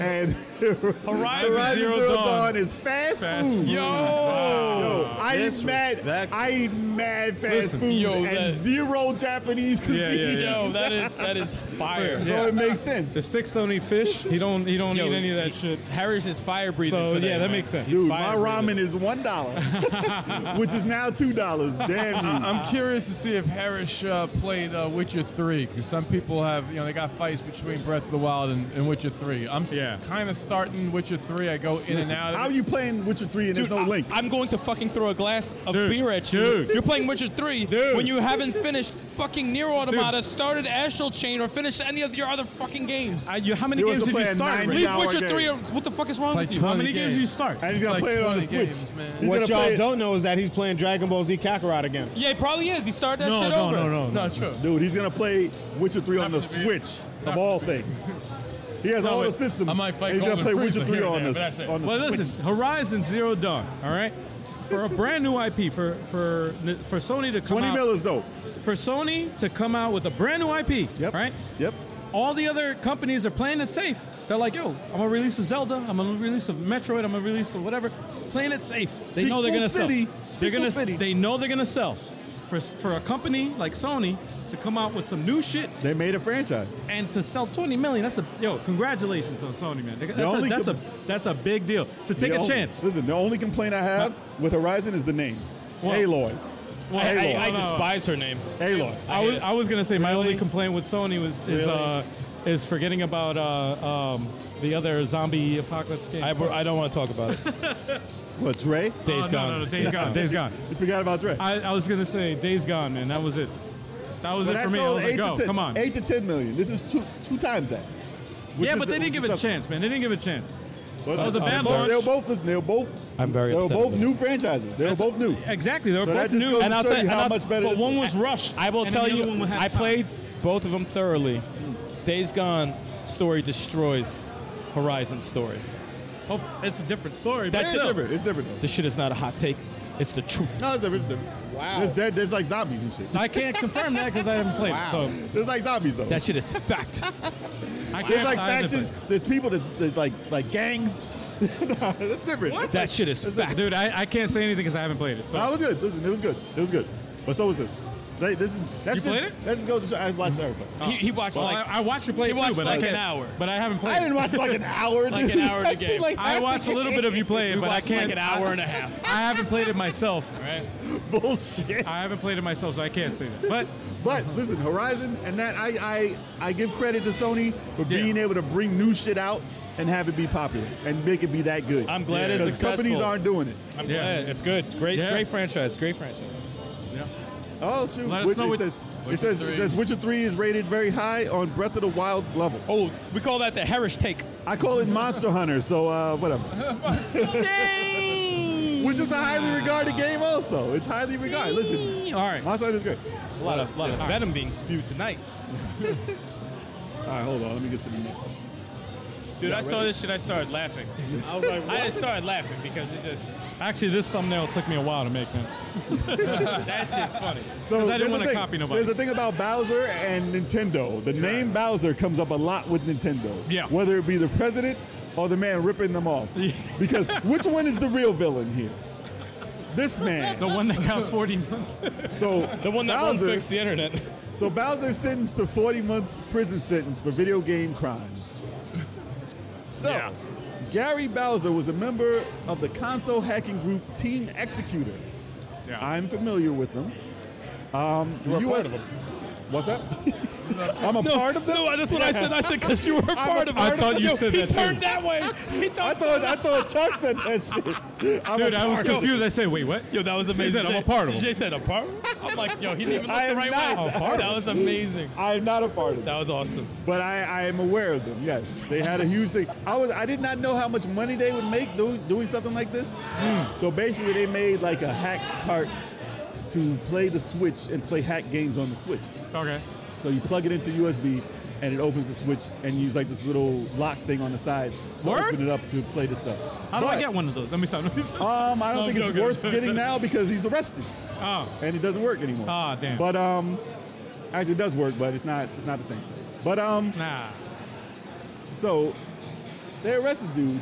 Speaker 6: and Horizon,
Speaker 5: Zero Dawn.
Speaker 6: is fast,
Speaker 2: Fast
Speaker 6: food.
Speaker 2: food.
Speaker 6: Yo, I eat mad.
Speaker 10: Disrespect.
Speaker 6: I eat mad fast
Speaker 5: Listen,
Speaker 6: food
Speaker 5: yo,
Speaker 6: and
Speaker 5: that-
Speaker 6: zero Japanese cuisine.
Speaker 2: Yeah, yeah, yeah.
Speaker 5: Yo, that is that is fire.
Speaker 6: So it makes sense.
Speaker 2: The sticks don't eat fish. He don't. He don't
Speaker 5: Yo,
Speaker 2: eat any of that shit.
Speaker 5: Harris is fire breathing.
Speaker 2: So,
Speaker 5: today,
Speaker 2: yeah, that
Speaker 5: man.
Speaker 2: makes sense.
Speaker 5: He's
Speaker 6: Dude, my
Speaker 5: fire
Speaker 6: ramen
Speaker 5: breathing.
Speaker 6: is one dollar, which is now two dollars. Damn you!
Speaker 4: I'm curious to see if Harris uh, played uh, Witcher 3 because some people have, you know, they got fights between Breath of the Wild and, and Witcher 3. I'm s-
Speaker 2: Yeah.
Speaker 4: kind of starting Witcher 3. I go in and out.
Speaker 6: How
Speaker 4: Of
Speaker 6: are
Speaker 4: it.
Speaker 6: you playing Witcher Three and
Speaker 5: Dude,
Speaker 6: there's no link?
Speaker 5: I, am going to fucking throw a glass of
Speaker 2: Dude,
Speaker 5: beer at you.
Speaker 2: dude.
Speaker 5: You're playing Witcher 3
Speaker 2: Dude.
Speaker 5: when you haven't finished
Speaker 11: fucking Near Automata, started Astral Chain, or finished any of your other fucking games.
Speaker 2: I, you, how many
Speaker 6: You
Speaker 2: games
Speaker 6: was
Speaker 2: did you
Speaker 6: playing
Speaker 2: start?
Speaker 6: nine
Speaker 2: Lee?
Speaker 11: Leave
Speaker 6: hour
Speaker 11: Witcher
Speaker 6: game.
Speaker 11: 3. or- What the fuck is wrong
Speaker 4: It's like
Speaker 11: with you?
Speaker 4: 20
Speaker 2: How many games did you start?
Speaker 6: And he's
Speaker 4: It's
Speaker 6: gonna
Speaker 4: like
Speaker 6: play it on the
Speaker 4: 20
Speaker 6: Switch.
Speaker 4: games, man.
Speaker 6: He's
Speaker 7: What
Speaker 6: gonna
Speaker 7: y'all
Speaker 6: play it-
Speaker 7: don't know is that he's playing Dragon Ball Z Kakarot again.
Speaker 11: Yeah, he probably is. He started that
Speaker 5: No,
Speaker 11: shit
Speaker 5: no,
Speaker 11: over.
Speaker 5: no, no, no.
Speaker 4: Not true.
Speaker 6: Dude, he's gonna play Witcher 3 on the
Speaker 4: Not for me.
Speaker 6: Switch of all things. He has all the
Speaker 4: wait.
Speaker 6: systems.
Speaker 4: I might fight
Speaker 6: and he's gonna
Speaker 4: Golden
Speaker 6: play
Speaker 4: Freezer
Speaker 6: Witcher 3
Speaker 4: here and
Speaker 6: on
Speaker 4: there,
Speaker 6: the,
Speaker 4: but that's it.
Speaker 6: on the
Speaker 2: Well,
Speaker 6: Switch.
Speaker 2: listen, Horizon Zero Dawn. All right, for a brand new IP for for for Sony to come
Speaker 6: 20
Speaker 2: out
Speaker 6: mil is dope.
Speaker 2: for Sony to come out with a brand new IP.
Speaker 6: Yep.
Speaker 2: Right.
Speaker 6: Yep.
Speaker 2: All the other companies are playing it safe. They're like, yo, I'm gonna release a Zelda. I'm gonna release a Metroid. I'm gonna release a whatever. Playing it safe. They know they're
Speaker 6: Sequel
Speaker 2: gonna
Speaker 6: City.
Speaker 2: sell. They're
Speaker 6: Sequel
Speaker 2: gonna.
Speaker 6: City.
Speaker 2: They know they're gonna sell. For, for a company like Sony to come out with some new shit
Speaker 6: They made a franchise.
Speaker 2: and to sell 20 million that's a yo congratulations on sony man that's, a,
Speaker 6: only
Speaker 2: that's,
Speaker 6: com-
Speaker 2: a, that's a big deal to take a
Speaker 6: The only-
Speaker 2: chance
Speaker 6: Listen, the only complaint I have with Horizon is the name.
Speaker 2: Well-
Speaker 6: Aloy.
Speaker 2: Well,
Speaker 5: I,
Speaker 6: Halo.
Speaker 5: I- I
Speaker 2: No, no, no.
Speaker 5: despise her name.
Speaker 6: Aloy.
Speaker 2: I was, I was gonna say my only complaint with Sony was is uh, is forgetting about uh, um, the other zombie apocalypse game.
Speaker 5: I, I don't want to talk about it.
Speaker 6: What, Dre?
Speaker 5: Days
Speaker 2: Oh,
Speaker 5: gone.
Speaker 2: No, no, no, days gone. Days gone.
Speaker 6: You forgot about Dre.
Speaker 2: I, I was gonna say days gone, man. That was it. That was
Speaker 6: But
Speaker 2: it
Speaker 6: that's
Speaker 2: for me. I
Speaker 6: all
Speaker 2: was like, go,
Speaker 6: to 10,
Speaker 2: come on.
Speaker 6: Eight to ten million. This is two two times that. Which
Speaker 2: yeah,
Speaker 6: is
Speaker 2: but they didn't
Speaker 6: the- which
Speaker 2: give
Speaker 6: is
Speaker 2: it a
Speaker 6: the-
Speaker 2: chance, man. They didn't give it a chance.
Speaker 6: But
Speaker 2: That was a
Speaker 6: they're
Speaker 2: bad
Speaker 6: both-
Speaker 2: launch.
Speaker 6: They're both. They're both.
Speaker 5: I'm very
Speaker 6: They're
Speaker 5: upset
Speaker 6: both
Speaker 5: with
Speaker 6: new franchises. They're both new.
Speaker 2: Exactly. They were
Speaker 6: So that
Speaker 2: both new.
Speaker 6: just goes
Speaker 2: And
Speaker 6: to
Speaker 2: I'll
Speaker 6: show
Speaker 2: tell
Speaker 6: you how
Speaker 2: I'll-
Speaker 6: much better
Speaker 2: But
Speaker 6: this
Speaker 2: one
Speaker 6: was.
Speaker 2: was rushed.
Speaker 5: I will
Speaker 2: and
Speaker 5: tell
Speaker 2: then the
Speaker 5: you,
Speaker 2: other one had
Speaker 5: I
Speaker 2: time.
Speaker 5: played both of them thoroughly. Days Gone story destroys Horizon story.
Speaker 2: Oh, It's a different story. but
Speaker 5: That's
Speaker 6: It's
Speaker 5: still-
Speaker 6: different. It's different. Though.
Speaker 5: This shit is not a hot take. It's the truth.
Speaker 6: No, it's different. It's different. Wow. There's, dead, there's like zombies and shit.
Speaker 2: I can't confirm that because I haven't played it. So
Speaker 6: There's like zombies though.
Speaker 5: That shit is fact.
Speaker 2: I can't.
Speaker 6: there's like
Speaker 2: I haven't
Speaker 6: factions. There's people. There's, there's like like gangs. That's different.
Speaker 2: What?
Speaker 5: That shit is
Speaker 2: played it.
Speaker 5: fact.
Speaker 2: Dude, I, I can't say anything because I haven't played it. So
Speaker 6: That was good. Listen, it was good. It was good. But so was this. Like, this is, that's
Speaker 2: You
Speaker 6: just,
Speaker 2: played it? Oh,
Speaker 6: That just goes to show. I watched everybody.
Speaker 5: he, he watched
Speaker 2: Well,
Speaker 5: like
Speaker 2: I, I watched you play it
Speaker 5: he
Speaker 2: too,
Speaker 5: watched
Speaker 2: but I
Speaker 5: like
Speaker 2: can't,
Speaker 5: an hour.
Speaker 2: But I haven't played.
Speaker 6: I
Speaker 2: it.
Speaker 6: didn't watch like an hour.
Speaker 5: Like an
Speaker 6: dude.
Speaker 5: hour of the
Speaker 6: I seen,
Speaker 5: game.
Speaker 6: Like
Speaker 2: I
Speaker 6: half
Speaker 2: watched
Speaker 6: the
Speaker 2: a little
Speaker 6: game.
Speaker 2: bit of you play it, but I
Speaker 5: watched
Speaker 2: can't.
Speaker 5: like an hour and a half.
Speaker 2: I haven't played it myself.
Speaker 5: Right?
Speaker 6: Bullshit.
Speaker 2: I haven't played it myself, so I can't say that. But
Speaker 6: But listen, Horizon and that I I, I give credit to Sony for
Speaker 2: Yeah.
Speaker 6: being able to bring new shit out and have it be popular and make it be that good.
Speaker 5: I'm glad it's
Speaker 6: because companies
Speaker 5: successful.
Speaker 6: aren't doing it.
Speaker 5: I'm
Speaker 2: Yeah.
Speaker 5: glad. It's good. Great,
Speaker 2: Yeah.
Speaker 5: great franchise. Great franchise.
Speaker 6: Oh shoot!
Speaker 2: Let us
Speaker 6: Witcher-
Speaker 2: know
Speaker 6: it
Speaker 2: what-
Speaker 6: says it says it says Witcher Three is rated very high on Breath of the Wild's level.
Speaker 5: Oh, we call that the Harris take.
Speaker 6: I call it Monster Hunter, so uh, whatever. Which is a highly regarded game, also. It's highly regarded. Listen,
Speaker 2: all right,
Speaker 6: Monster Hunter is great.
Speaker 5: A lot of, lot of venom being spewed tonight.
Speaker 6: All right, hold on. Let me get to the next.
Speaker 5: Dude, I saw this shit. I started laughing. I was like, I just started laughing because it just
Speaker 2: actually, this thumbnail took me a while to make, man.
Speaker 5: that shit's funny.
Speaker 6: So
Speaker 2: 'Cause I didn't
Speaker 6: there's a
Speaker 2: wanna
Speaker 6: thing-
Speaker 2: copy nobody.
Speaker 6: There's a thing about Bowser and Nintendo. The name Bowser comes up a lot with Nintendo.
Speaker 2: Yeah.
Speaker 6: Whether it be the president or the man ripping them off. because which one is the real villain here? This man.
Speaker 2: The one that got 40 months.
Speaker 6: So
Speaker 5: The one that won't
Speaker 6: Bowser,
Speaker 5: fix the internet.
Speaker 6: So Bowser sentenced to 40 months prison sentence for video game crimes. So Gary Bowser was a member of the console hacking group Team Executor. I'm familiar with them. Um, you
Speaker 5: part of them.
Speaker 6: What's that? I'm a part of them.
Speaker 5: No, that's what I said. I said because you were a part of it.
Speaker 6: part I thought of you
Speaker 5: Yo,
Speaker 2: said
Speaker 5: he
Speaker 2: that too.
Speaker 5: He turned that way. He thought.
Speaker 6: I thought I thought Chuck said that shit. I'm a
Speaker 2: Dude, I was
Speaker 6: part of them.
Speaker 2: confused. I said, wait, what?
Speaker 5: Yo, that was amazing.
Speaker 2: said, "I'm a part of 'em."
Speaker 5: Jay said a part. of 'em? I'm like, yo, he didn't even look
Speaker 6: I
Speaker 5: the
Speaker 6: am
Speaker 5: right
Speaker 6: not
Speaker 5: way.
Speaker 6: a part of
Speaker 5: that was amazing.
Speaker 6: I am not a part of them,
Speaker 5: That was awesome.
Speaker 6: but I, I am aware of them. Yes, they had a huge thing. I was I did not know how much money they would make doing, doing something like this.
Speaker 2: Hmm.
Speaker 6: So basically, they made like a hack cart to play the Switch and play hack games on the Switch.
Speaker 2: Okay.
Speaker 6: So you plug it into USB and it opens the Switch and you use like this little lock thing on the side to
Speaker 2: Word?
Speaker 6: open it up to play the stuff.
Speaker 2: How do I
Speaker 6: But,
Speaker 2: get one of those? Let me stop. Let me stop.
Speaker 6: Um, I
Speaker 2: No,
Speaker 6: don't
Speaker 2: I'm
Speaker 6: think it's
Speaker 2: joking.
Speaker 6: worth getting now because he's arrested
Speaker 2: Oh,
Speaker 6: and it doesn't work anymore.
Speaker 2: Ah, damn.
Speaker 6: But um, actually, it does work, but it's not it's not the same. But um,
Speaker 2: nah.
Speaker 6: so they arrested dude,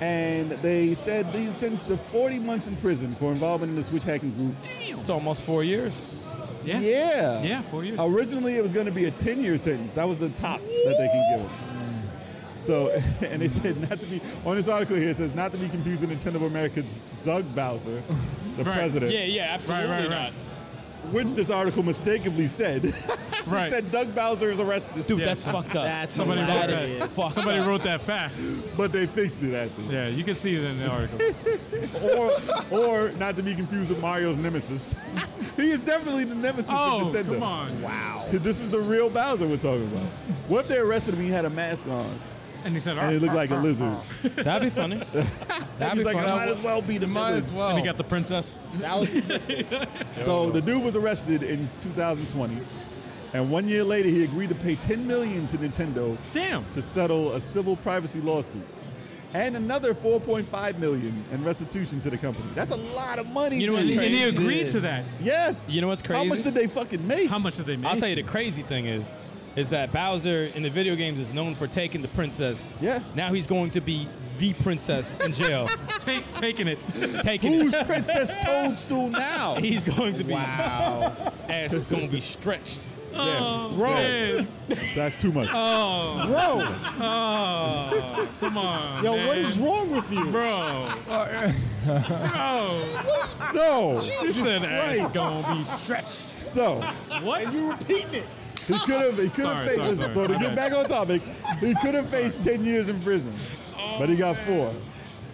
Speaker 6: and they said they sentenced to 40 months in prison for involvement in the switch hacking group.
Speaker 5: It's almost four years.
Speaker 2: Yeah.
Speaker 6: Yeah.
Speaker 2: Yeah, four years.
Speaker 6: Originally, it was going to be a 10 year sentence. That was the top that they can give. him. So, and they said not to be, on this article here, it says not to be confused with Nintendo of America's Doug Bowser, the
Speaker 2: Right.
Speaker 6: president.
Speaker 5: Yeah, yeah, absolutely
Speaker 2: Right, right,
Speaker 5: not.
Speaker 2: right.
Speaker 6: which this article mistakenly said. It
Speaker 2: Right.
Speaker 6: said Doug Bowser is arrested,
Speaker 5: Dude, that's fucked up.
Speaker 7: That's
Speaker 5: Somebody wrote that.
Speaker 7: hilarious.
Speaker 5: fucked
Speaker 2: Somebody
Speaker 5: up.
Speaker 2: wrote that fast.
Speaker 6: but they fixed it after.
Speaker 2: Yeah, you can see it in the article.
Speaker 6: Or, or not to be confused with Mario's nemesis. he is definitely the nemesis
Speaker 2: Oh,
Speaker 6: of Nintendo.
Speaker 2: come on.
Speaker 6: Wow. This is the real Bowser we're talking about. What if they arrested him and he had a mask on
Speaker 2: And he said,
Speaker 6: and he
Speaker 2: "Arr."
Speaker 6: looked like a lizard?
Speaker 5: That'd be funny. That'd be
Speaker 6: He's like, I might
Speaker 5: funny.
Speaker 6: as well be the
Speaker 4: Might as
Speaker 6: lizard.
Speaker 4: well.
Speaker 2: and he got the princess.
Speaker 6: So the dude was arrested in 2020, and one year later he agreed to pay 10 million to Nintendo
Speaker 2: Damn.
Speaker 6: to settle a civil privacy lawsuit, and another 4.5 million in restitution to the company. That's a lot of money.
Speaker 5: You know what's
Speaker 6: dude.
Speaker 2: And he
Speaker 5: crazy?
Speaker 2: agreed to that.
Speaker 6: Yes.
Speaker 5: You know what's
Speaker 6: How
Speaker 5: crazy?
Speaker 6: much did they fucking make?
Speaker 2: How much did they make?
Speaker 5: I'll tell you the crazy thing is, is that Bowser in the video games is known for taking the princess.
Speaker 6: Yeah.
Speaker 5: Now he's going to be the princess in jail,
Speaker 2: Take, taking it.
Speaker 5: taking.
Speaker 6: Who's
Speaker 5: it.
Speaker 6: Princess Toadstool now?
Speaker 5: He's going to be. Wow. Ass is going to be stretched.
Speaker 2: Oh,
Speaker 6: Bro.
Speaker 2: man.
Speaker 6: That's too much.
Speaker 7: Bro,
Speaker 2: Oh, come on.
Speaker 7: yo,
Speaker 2: man.
Speaker 7: what is wrong with you?
Speaker 2: Bro. Bro.
Speaker 6: so,
Speaker 2: This an ass gonna be stretched.
Speaker 6: so
Speaker 2: What?
Speaker 7: You repeating it?
Speaker 6: he could have he could have
Speaker 2: Sorry,
Speaker 6: faced.
Speaker 2: sorry,
Speaker 6: listen,
Speaker 2: sorry.
Speaker 6: So to
Speaker 2: My
Speaker 6: get
Speaker 2: bad.
Speaker 6: back on topic, he could have faced 10 years in prison,
Speaker 2: Oh,
Speaker 6: but he got four.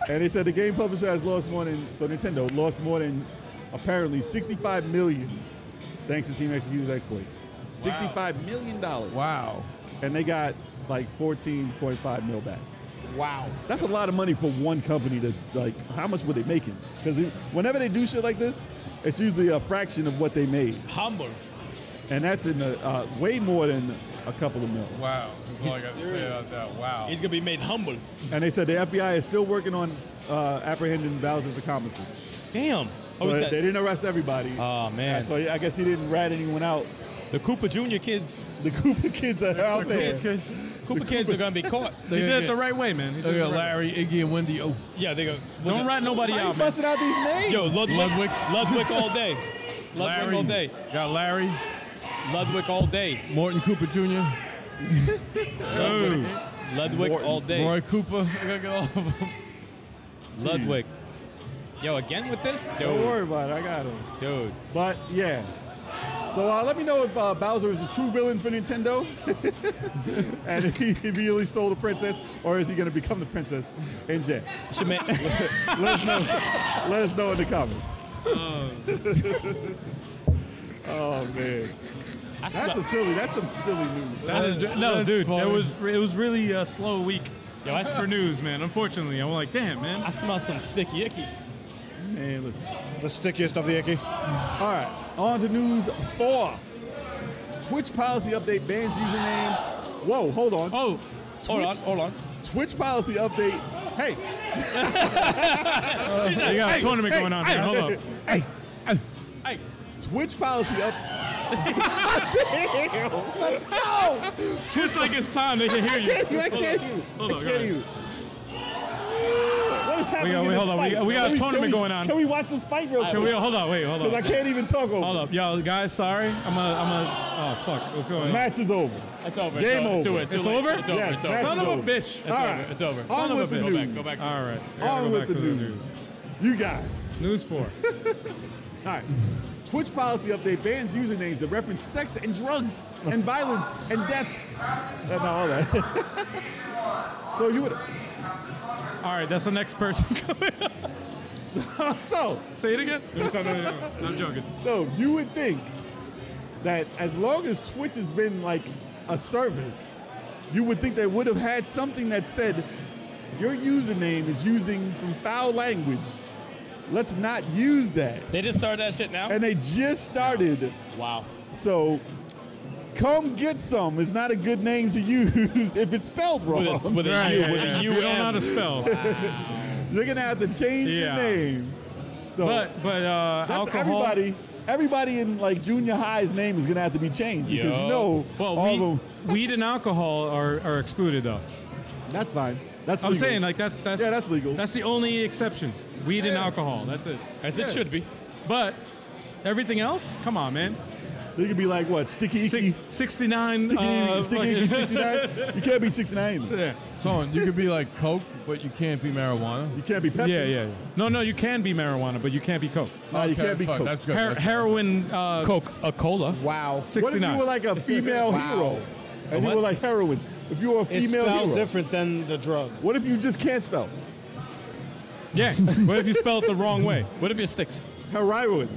Speaker 6: And they said the game publisher has lost more than so Nintendo lost more than apparently 65 million thanks to Team Execute's exploits. 65 million dollars.
Speaker 4: Wow.
Speaker 6: and they got like 14.5 mil back.
Speaker 7: Wow.
Speaker 6: That's a lot of money for one company to like. How much were they making? Because whenever they do shit like this, it's usually a fraction of what they made,
Speaker 5: Humble.
Speaker 6: and that's in the, uh, way more than a couple of mil.
Speaker 4: Wow. That's all I got to say about that. Wow.
Speaker 5: He's going to be made humble.
Speaker 6: And they said the FBI is still working on uh, apprehending Bowser's accomplices.
Speaker 5: Damn.
Speaker 6: So
Speaker 5: oh, is
Speaker 6: they,
Speaker 5: that-
Speaker 6: they didn't arrest everybody.
Speaker 5: oh man.
Speaker 6: so I guess he didn't rat anyone out.
Speaker 5: the Cooper Jr. kids.
Speaker 6: The Koopa kids are out there.
Speaker 4: Kids.
Speaker 5: Cooper kids are going to be caught.
Speaker 2: He
Speaker 4: They
Speaker 2: did it
Speaker 4: get-
Speaker 2: the right way, man. He did
Speaker 4: Look
Speaker 2: it
Speaker 4: at
Speaker 2: the right way.
Speaker 4: Larry, Iggy, and Wendy. Oh,
Speaker 5: Yeah, they go.
Speaker 2: Don't rat nobody
Speaker 6: Why you
Speaker 2: out, man.
Speaker 6: busting out these names?
Speaker 5: Yo, Ludwig. Ludwig,
Speaker 4: Ludwig.
Speaker 5: all day. Ludwig
Speaker 4: Larry.
Speaker 5: all day.
Speaker 4: Got Larry,
Speaker 5: Ludwig all day.
Speaker 4: Morton Cooper Jr.,
Speaker 5: Ludwig, Ludwig all day.
Speaker 4: Roy Cooper. I gotta get all of them.
Speaker 5: Ludwig. Yo, again with this?
Speaker 6: Don't
Speaker 5: Dude,
Speaker 6: worry about it. I got him.
Speaker 5: dude.
Speaker 6: But yeah. So uh, let me know if uh, Bowser is the true villain for Nintendo, and if he if he really stole the princess, or is he going to become the princess in jail?
Speaker 5: Should ma-
Speaker 6: Let us know. let us know in the comments. oh man,
Speaker 5: I
Speaker 6: that's a
Speaker 5: slept,
Speaker 6: silly. That's some silly news.
Speaker 2: That is- no,
Speaker 4: that's
Speaker 2: dude, it
Speaker 4: funny.
Speaker 2: was it was really a slow week
Speaker 5: yo, I,
Speaker 2: for
Speaker 5: s-
Speaker 2: news, man. Unfortunately, I'm like, damn, man.
Speaker 5: I smell some sticky icky.
Speaker 6: Man, listen.
Speaker 7: The stickiest of the icky.
Speaker 6: All right, on to news four. Twitch policy update bans usernames. Whoa, hold on.
Speaker 2: Oh,
Speaker 5: Hold on, hold on.
Speaker 6: Twitch policy update. Hey,
Speaker 2: they got a tournament
Speaker 6: hey,
Speaker 2: going on there. Hold up.
Speaker 6: hey,
Speaker 2: Hey,
Speaker 6: Twitch policy up. Damn, let's go.
Speaker 2: just like it's time, they can hear you.
Speaker 6: Can't you? I can't you.
Speaker 2: Hold on,
Speaker 6: I
Speaker 2: go ahead.
Speaker 6: can't you. What is happening?
Speaker 2: got-
Speaker 6: in
Speaker 2: we-
Speaker 6: this
Speaker 2: hold on, we
Speaker 6: fight?
Speaker 2: got- we got a
Speaker 6: Can
Speaker 2: tournament
Speaker 6: can we,
Speaker 2: going on.
Speaker 6: Can we watch this fight real
Speaker 2: Can we
Speaker 6: quick?
Speaker 2: hold on? Wait, hold
Speaker 6: Because I
Speaker 2: on.
Speaker 6: can't even talk over.
Speaker 2: Hold up, y'all guys. Sorry, I'm a, I'm a. Oh fuck, what's going on?
Speaker 6: Match is over.
Speaker 5: It's over.
Speaker 6: Game
Speaker 5: it's
Speaker 6: over.
Speaker 5: over. It's,
Speaker 2: It's
Speaker 5: over.
Speaker 2: over?
Speaker 5: It's over.
Speaker 6: Yes,
Speaker 5: it's over.
Speaker 6: that's
Speaker 2: Son
Speaker 6: it's
Speaker 2: of a
Speaker 6: over.
Speaker 2: bitch.
Speaker 5: It's
Speaker 6: All
Speaker 5: over.
Speaker 6: right.
Speaker 5: It's over.
Speaker 6: On
Speaker 5: Son of
Speaker 6: with
Speaker 5: a
Speaker 6: the
Speaker 5: bitch.
Speaker 6: news.
Speaker 5: Go back. Go back.
Speaker 2: All right, we gotta
Speaker 6: On
Speaker 2: go
Speaker 6: with
Speaker 2: back
Speaker 6: the
Speaker 2: to
Speaker 6: news. You got it.
Speaker 2: News four.
Speaker 6: All right. Twitch policy update bans usernames that reference sex and drugs and violence and death. That's not all that. so you would.
Speaker 2: All right, that's the next person.
Speaker 6: So
Speaker 2: Say it again. No, no, no, no. I'm joking.
Speaker 6: So you would think that as long as Twitch has been like a service, you would think they would have had something that said your username is using some foul language. Let's not use that.
Speaker 5: They just started that shit now.
Speaker 6: And they just started.
Speaker 5: Wow.
Speaker 6: So come get some is not a good name to use if it's spelled wrong.
Speaker 5: With a, with a
Speaker 2: Right,
Speaker 5: U.
Speaker 2: yeah,
Speaker 5: with
Speaker 2: yeah.
Speaker 5: a
Speaker 2: If
Speaker 5: U.
Speaker 2: you don't know how to
Speaker 5: M.
Speaker 2: spell.
Speaker 6: You're gonna have to change
Speaker 2: Yeah.
Speaker 6: your name. So
Speaker 2: But but uh,
Speaker 6: That's
Speaker 2: alcohol.
Speaker 6: everybody. Everybody in like junior high's name is gonna have to be changed because
Speaker 5: Yo.
Speaker 6: you know
Speaker 2: Well,
Speaker 6: all
Speaker 2: weed,
Speaker 6: of
Speaker 2: weed and alcohol are, are excluded though.
Speaker 6: That's fine. That's
Speaker 2: I'm
Speaker 6: legal.
Speaker 2: saying like that's that's
Speaker 6: Yeah, that's legal.
Speaker 2: That's the only exception. Weed and alcohol. That's it.
Speaker 5: As it should be.
Speaker 2: But everything else, come on, man.
Speaker 6: So you could be like what? Sticky Icky.
Speaker 2: Six, 69.
Speaker 6: Sticky
Speaker 2: uh,
Speaker 6: Icky, Sticky Icky 69? You can't be 69. either.
Speaker 4: Son, you could be like Coke, but you can't be marijuana.
Speaker 6: You can't be Pepsi.
Speaker 2: yeah, yeah, yeah. No, no, you can be marijuana, but you can't be Coke.
Speaker 6: No, you
Speaker 4: Okay,
Speaker 6: can't be
Speaker 4: that's fine.
Speaker 6: Coke.
Speaker 4: That's good.
Speaker 2: Her-
Speaker 4: that's
Speaker 2: heroin, uh,
Speaker 5: Coke, a cola.
Speaker 7: Wow.
Speaker 6: What if
Speaker 2: 69.
Speaker 6: you were like a female hero and you were like heroin? If you were a
Speaker 7: It's
Speaker 6: female
Speaker 7: spelled
Speaker 6: hero,
Speaker 7: different than the drug.
Speaker 6: what if you just can't spell
Speaker 2: yeah. what if you spell it the wrong way?
Speaker 5: What if it sticks?
Speaker 6: heroin?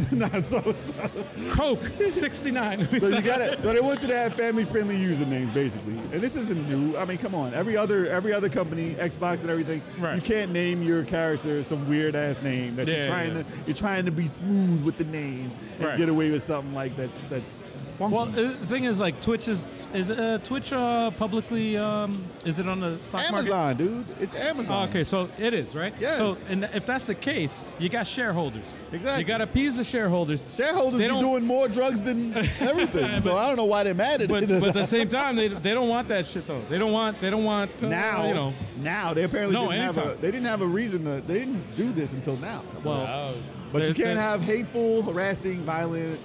Speaker 6: nah, so, so,
Speaker 2: Coke 69.
Speaker 6: so you got it. So they want you to have family-friendly usernames, basically. And this isn't new. I mean, come on. Every other every other company, Xbox and everything,
Speaker 2: Right.
Speaker 6: you can't name your character some weird ass name that
Speaker 2: Yeah,
Speaker 6: you're trying
Speaker 2: yeah.
Speaker 6: to you're trying to be smooth with the name and
Speaker 2: Right.
Speaker 6: get away with something like that's that's. funky.
Speaker 2: Well, the thing is, like Twitch is is uh, Twitch uh, publicly um, is it on the stock market? Ah,
Speaker 6: Amazon, dude. It's Amazon.
Speaker 2: okay, so it is right.
Speaker 6: Yes.
Speaker 2: So, and if that's the case, you got shareholders.
Speaker 6: Exactly.
Speaker 2: You got to appease the shareholders.
Speaker 6: Shareholders
Speaker 2: They
Speaker 6: be
Speaker 2: don't-
Speaker 6: doing more drugs than everything, so I don't know why they're mad at
Speaker 2: But,
Speaker 6: it.
Speaker 2: but at the same time, they, they don't want that shit though. They don't want they don't want uh,
Speaker 6: now,
Speaker 2: you know.
Speaker 6: now they apparently
Speaker 2: No,
Speaker 6: didn't have a,
Speaker 2: anytime.
Speaker 6: they didn't have a reason to they didn't do this until now.
Speaker 2: Well,
Speaker 6: But you
Speaker 2: there's-
Speaker 6: can't
Speaker 2: there-
Speaker 6: have hateful, harassing, violent,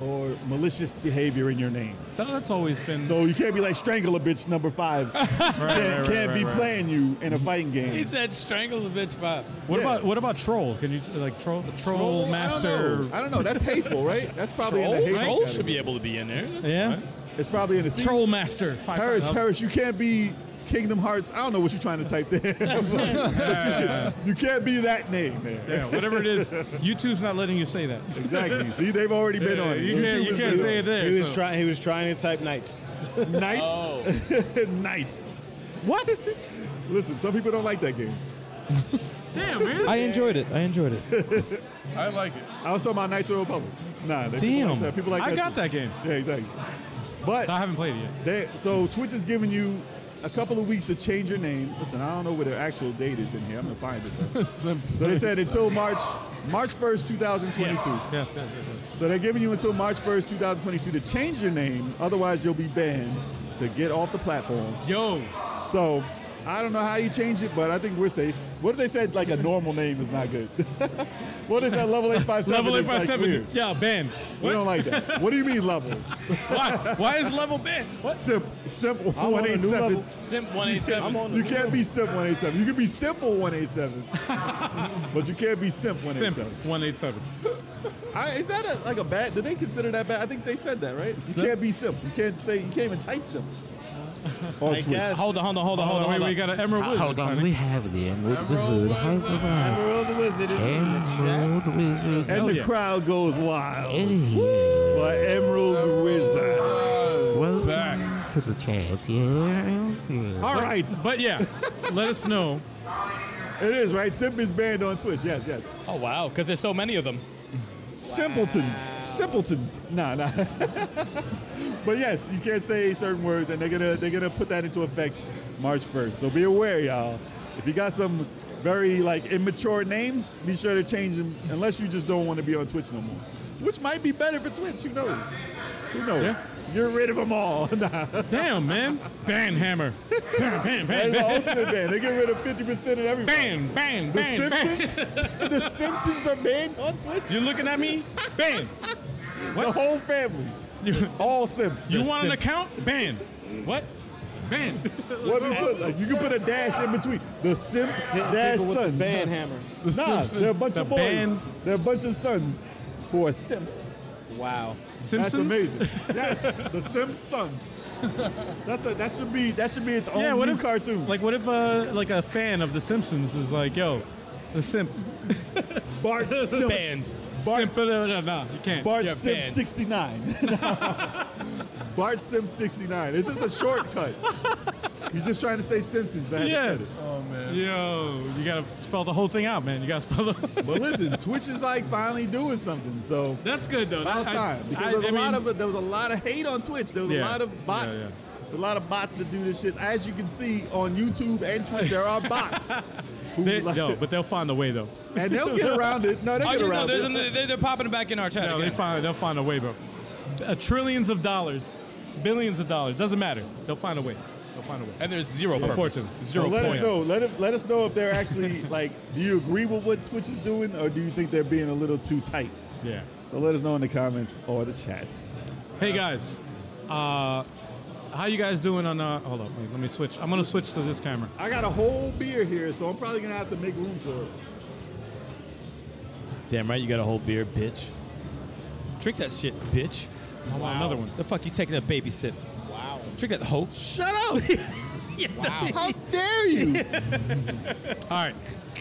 Speaker 6: or malicious behavior in your name.
Speaker 2: that- that's always been
Speaker 6: So you can't be like strangle a bitch number five.
Speaker 2: right,
Speaker 6: can't
Speaker 2: right,
Speaker 6: can't
Speaker 2: right,
Speaker 6: be
Speaker 2: right.
Speaker 6: playing you in a fighting game.
Speaker 11: He said strangle the bitch vibe.
Speaker 2: What
Speaker 6: Yeah.
Speaker 2: about what about troll? Can you like troll troll,
Speaker 6: Troll? I
Speaker 2: master?
Speaker 6: don't, know. I don't know. That's hateful, right? That's probably in the
Speaker 5: Troll,
Speaker 6: hate.
Speaker 5: troll should
Speaker 6: category.
Speaker 5: be able to be in there. That's
Speaker 2: Yeah.
Speaker 5: fine.
Speaker 6: It's probably in the C
Speaker 2: Troll master. Five
Speaker 6: Harris,
Speaker 2: five.
Speaker 6: Harris, you can't be Kingdom Hearts. I don't know what you're trying to type there. but you can't be that name, man.
Speaker 2: Yeah, whatever it is, YouTube's not letting you say that.
Speaker 6: Exactly. See, they've already been on it.
Speaker 2: you can't, you can't say it there.
Speaker 7: He was
Speaker 2: so-
Speaker 7: trying. He was trying to type nights.
Speaker 6: Knights. Knights.
Speaker 2: Oh. What?
Speaker 6: Listen, some people don't like that game.
Speaker 2: Damn, man.
Speaker 11: I enjoyed it. I enjoyed it.
Speaker 4: good. I like it.
Speaker 6: I was talking about Knights of the Republic. Nah, they people
Speaker 2: Damn.
Speaker 6: Like that. People like
Speaker 2: I
Speaker 6: that.
Speaker 2: got
Speaker 6: too.
Speaker 2: that game.
Speaker 6: Yeah, exactly. But
Speaker 2: I haven't played it yet.
Speaker 6: They, so Twitch is giving you a couple of weeks to change your name. Listen, I don't know where the actual date is in here. I'm gonna find it. though. so they said until March, March 1st, 2022.
Speaker 2: Yes, yes, yes. yes.
Speaker 6: So they're giving you until March 1st, 2022 to change your name. Otherwise, you'll be banned to get off the platform.
Speaker 2: Yo,
Speaker 6: So I don't know how you change it, but I think we're safe. What if they said like a normal name is not good? what is that level 857?
Speaker 2: level eight
Speaker 6: is, like,
Speaker 2: five seven.
Speaker 6: weird?
Speaker 2: Yeah, ban.
Speaker 6: We don't like that. What do you mean level?
Speaker 2: Why? Why is level ban? What?
Speaker 6: Simp, simp
Speaker 7: I'm on a new
Speaker 6: 187.
Speaker 7: level.
Speaker 5: Simp 187.
Speaker 7: I'm on a
Speaker 6: You
Speaker 7: new
Speaker 6: can't be simp 187. You can be simple 187, but you can't be simp
Speaker 2: Simp
Speaker 6: 187.
Speaker 2: one eight seven.
Speaker 6: I, is that a, like a bad? Do they consider that bad? I think they said that, right? You can't be simp. You can't say. You can't even type simp.
Speaker 7: I guess.
Speaker 5: Hold on, hold on, hold on, hold on. Ah,
Speaker 2: Hold on,
Speaker 5: Hold
Speaker 2: we,
Speaker 5: on.
Speaker 2: we got an Emerald Wizard.
Speaker 10: Hold on,
Speaker 2: Tony.
Speaker 10: we have the Emerald Wizard. Hi,
Speaker 4: Wizard.
Speaker 10: hi,
Speaker 7: Emerald Wizard is
Speaker 10: hi.
Speaker 7: in the chat.
Speaker 10: Emerald Wizard.
Speaker 6: And
Speaker 2: Hell
Speaker 6: the
Speaker 2: yeah.
Speaker 6: crowd goes wild.
Speaker 10: Hey,
Speaker 6: for Emerald Wizard.
Speaker 10: welcome
Speaker 4: back.
Speaker 10: to the chat. Yeah.
Speaker 6: All right,
Speaker 2: But yeah, let us know.
Speaker 6: it is right. Simp is banned on Twitch. Yes, yes.
Speaker 5: Oh wow, because there's so many of them.
Speaker 6: Simpletons, simpletons. Nah, nah. but yes, you can't say certain words, and they're gonna they're gonna put that into effect March first. So be aware, y'all. If you got some very like immature names, be sure to change them. Unless you just don't want to be on Twitch no more, which might be better for Twitch. Who knows? Who knows?
Speaker 2: Yeah.
Speaker 6: You're rid of them all. nah,
Speaker 2: Damn, man. Ban hammer. Bam, bam,
Speaker 6: that's
Speaker 2: bam,
Speaker 6: the
Speaker 2: bam.
Speaker 6: ultimate ban. They get rid of fifty percent of everything.
Speaker 2: Ban, ban,
Speaker 6: The
Speaker 2: ban, ban.
Speaker 6: Simpsons, the Simpsons are banned on Twitch.
Speaker 2: You looking at me? Ban.
Speaker 6: The whole family,
Speaker 2: You-
Speaker 6: all Simps.
Speaker 2: You want an
Speaker 5: Simps.
Speaker 2: account? Ban. What? Ban.
Speaker 6: What do you put? Like you can put a dash in between. The simp dash
Speaker 7: People with the
Speaker 6: sons.
Speaker 7: band hammer.
Speaker 4: The
Speaker 6: Nah,
Speaker 4: Simpsons.
Speaker 6: they're a bunch
Speaker 2: the
Speaker 6: of boys.
Speaker 2: band.
Speaker 6: They're a bunch of sons who are simps.
Speaker 7: Wow.
Speaker 2: Simpsons.
Speaker 6: That's amazing. yes, the simp sons. That's a, that should be that should be its own
Speaker 2: Yeah, what
Speaker 6: new
Speaker 2: if
Speaker 6: cartoon.
Speaker 2: Like, what if uh, like a fan of The Simpsons is like, "Yo, the simp
Speaker 6: Bart Simp.
Speaker 5: Banned.
Speaker 6: Bart-
Speaker 2: simp." No, no, no, no, you can't.
Speaker 6: Bart
Speaker 5: Yeah,
Speaker 6: Simp
Speaker 5: banned.
Speaker 6: 69. Bart Simp 69. It's just a shortcut. He's just trying to say Simpsons, man.
Speaker 2: Yeah.
Speaker 4: Oh man.
Speaker 2: Yo, you gotta spell the whole thing out, man. You gotta spell the.
Speaker 6: But listen, Twitch is like finally doing something. So
Speaker 2: That's good though.
Speaker 6: about
Speaker 2: That-
Speaker 6: time because there was a
Speaker 2: mean,
Speaker 6: lot of there was a lot of hate on Twitch. There was
Speaker 2: Yeah.
Speaker 6: a lot of bots,
Speaker 2: Yeah,
Speaker 6: a lot of bots that do this shit. As you can see on YouTube and Twitch, there are bots. who
Speaker 2: They,
Speaker 6: like-
Speaker 2: yo, but they'll find a way though.
Speaker 6: and they'll get around it. No, they'll
Speaker 5: Oh,
Speaker 6: get
Speaker 5: you know,
Speaker 6: around
Speaker 5: there's
Speaker 6: it.
Speaker 5: an, they're, they're popping back in our chat.
Speaker 2: No, they
Speaker 5: again.
Speaker 2: find they'll find a way, bro. Uh, trillions of dollars, billions of dollars, doesn't matter. They'll find a way. They'll find a way.
Speaker 5: and there's zero purpose.
Speaker 2: Unfortunately.
Speaker 5: Zero
Speaker 6: But let us
Speaker 5: point.
Speaker 6: know. Let us, let us know if they're actually like. Do you agree with what Twitch is doing, or do you think they're being a little too tight?
Speaker 2: Yeah.
Speaker 6: So let us know in the comments or the chats.
Speaker 2: Hey guys, uh, how you guys doing on? Uh, hold on, wait, let me switch. I'm gonna switch to this camera.
Speaker 6: I got a whole beer here, so I'm probably gonna have to make room for it.
Speaker 5: Damn right, you got a whole beer, bitch. Drink that shit, bitch.
Speaker 2: I want another one.
Speaker 5: The fuck you taking a baby sip? Wow. Drink that hoe.
Speaker 6: Shut up! wow. How dare you?
Speaker 2: All right.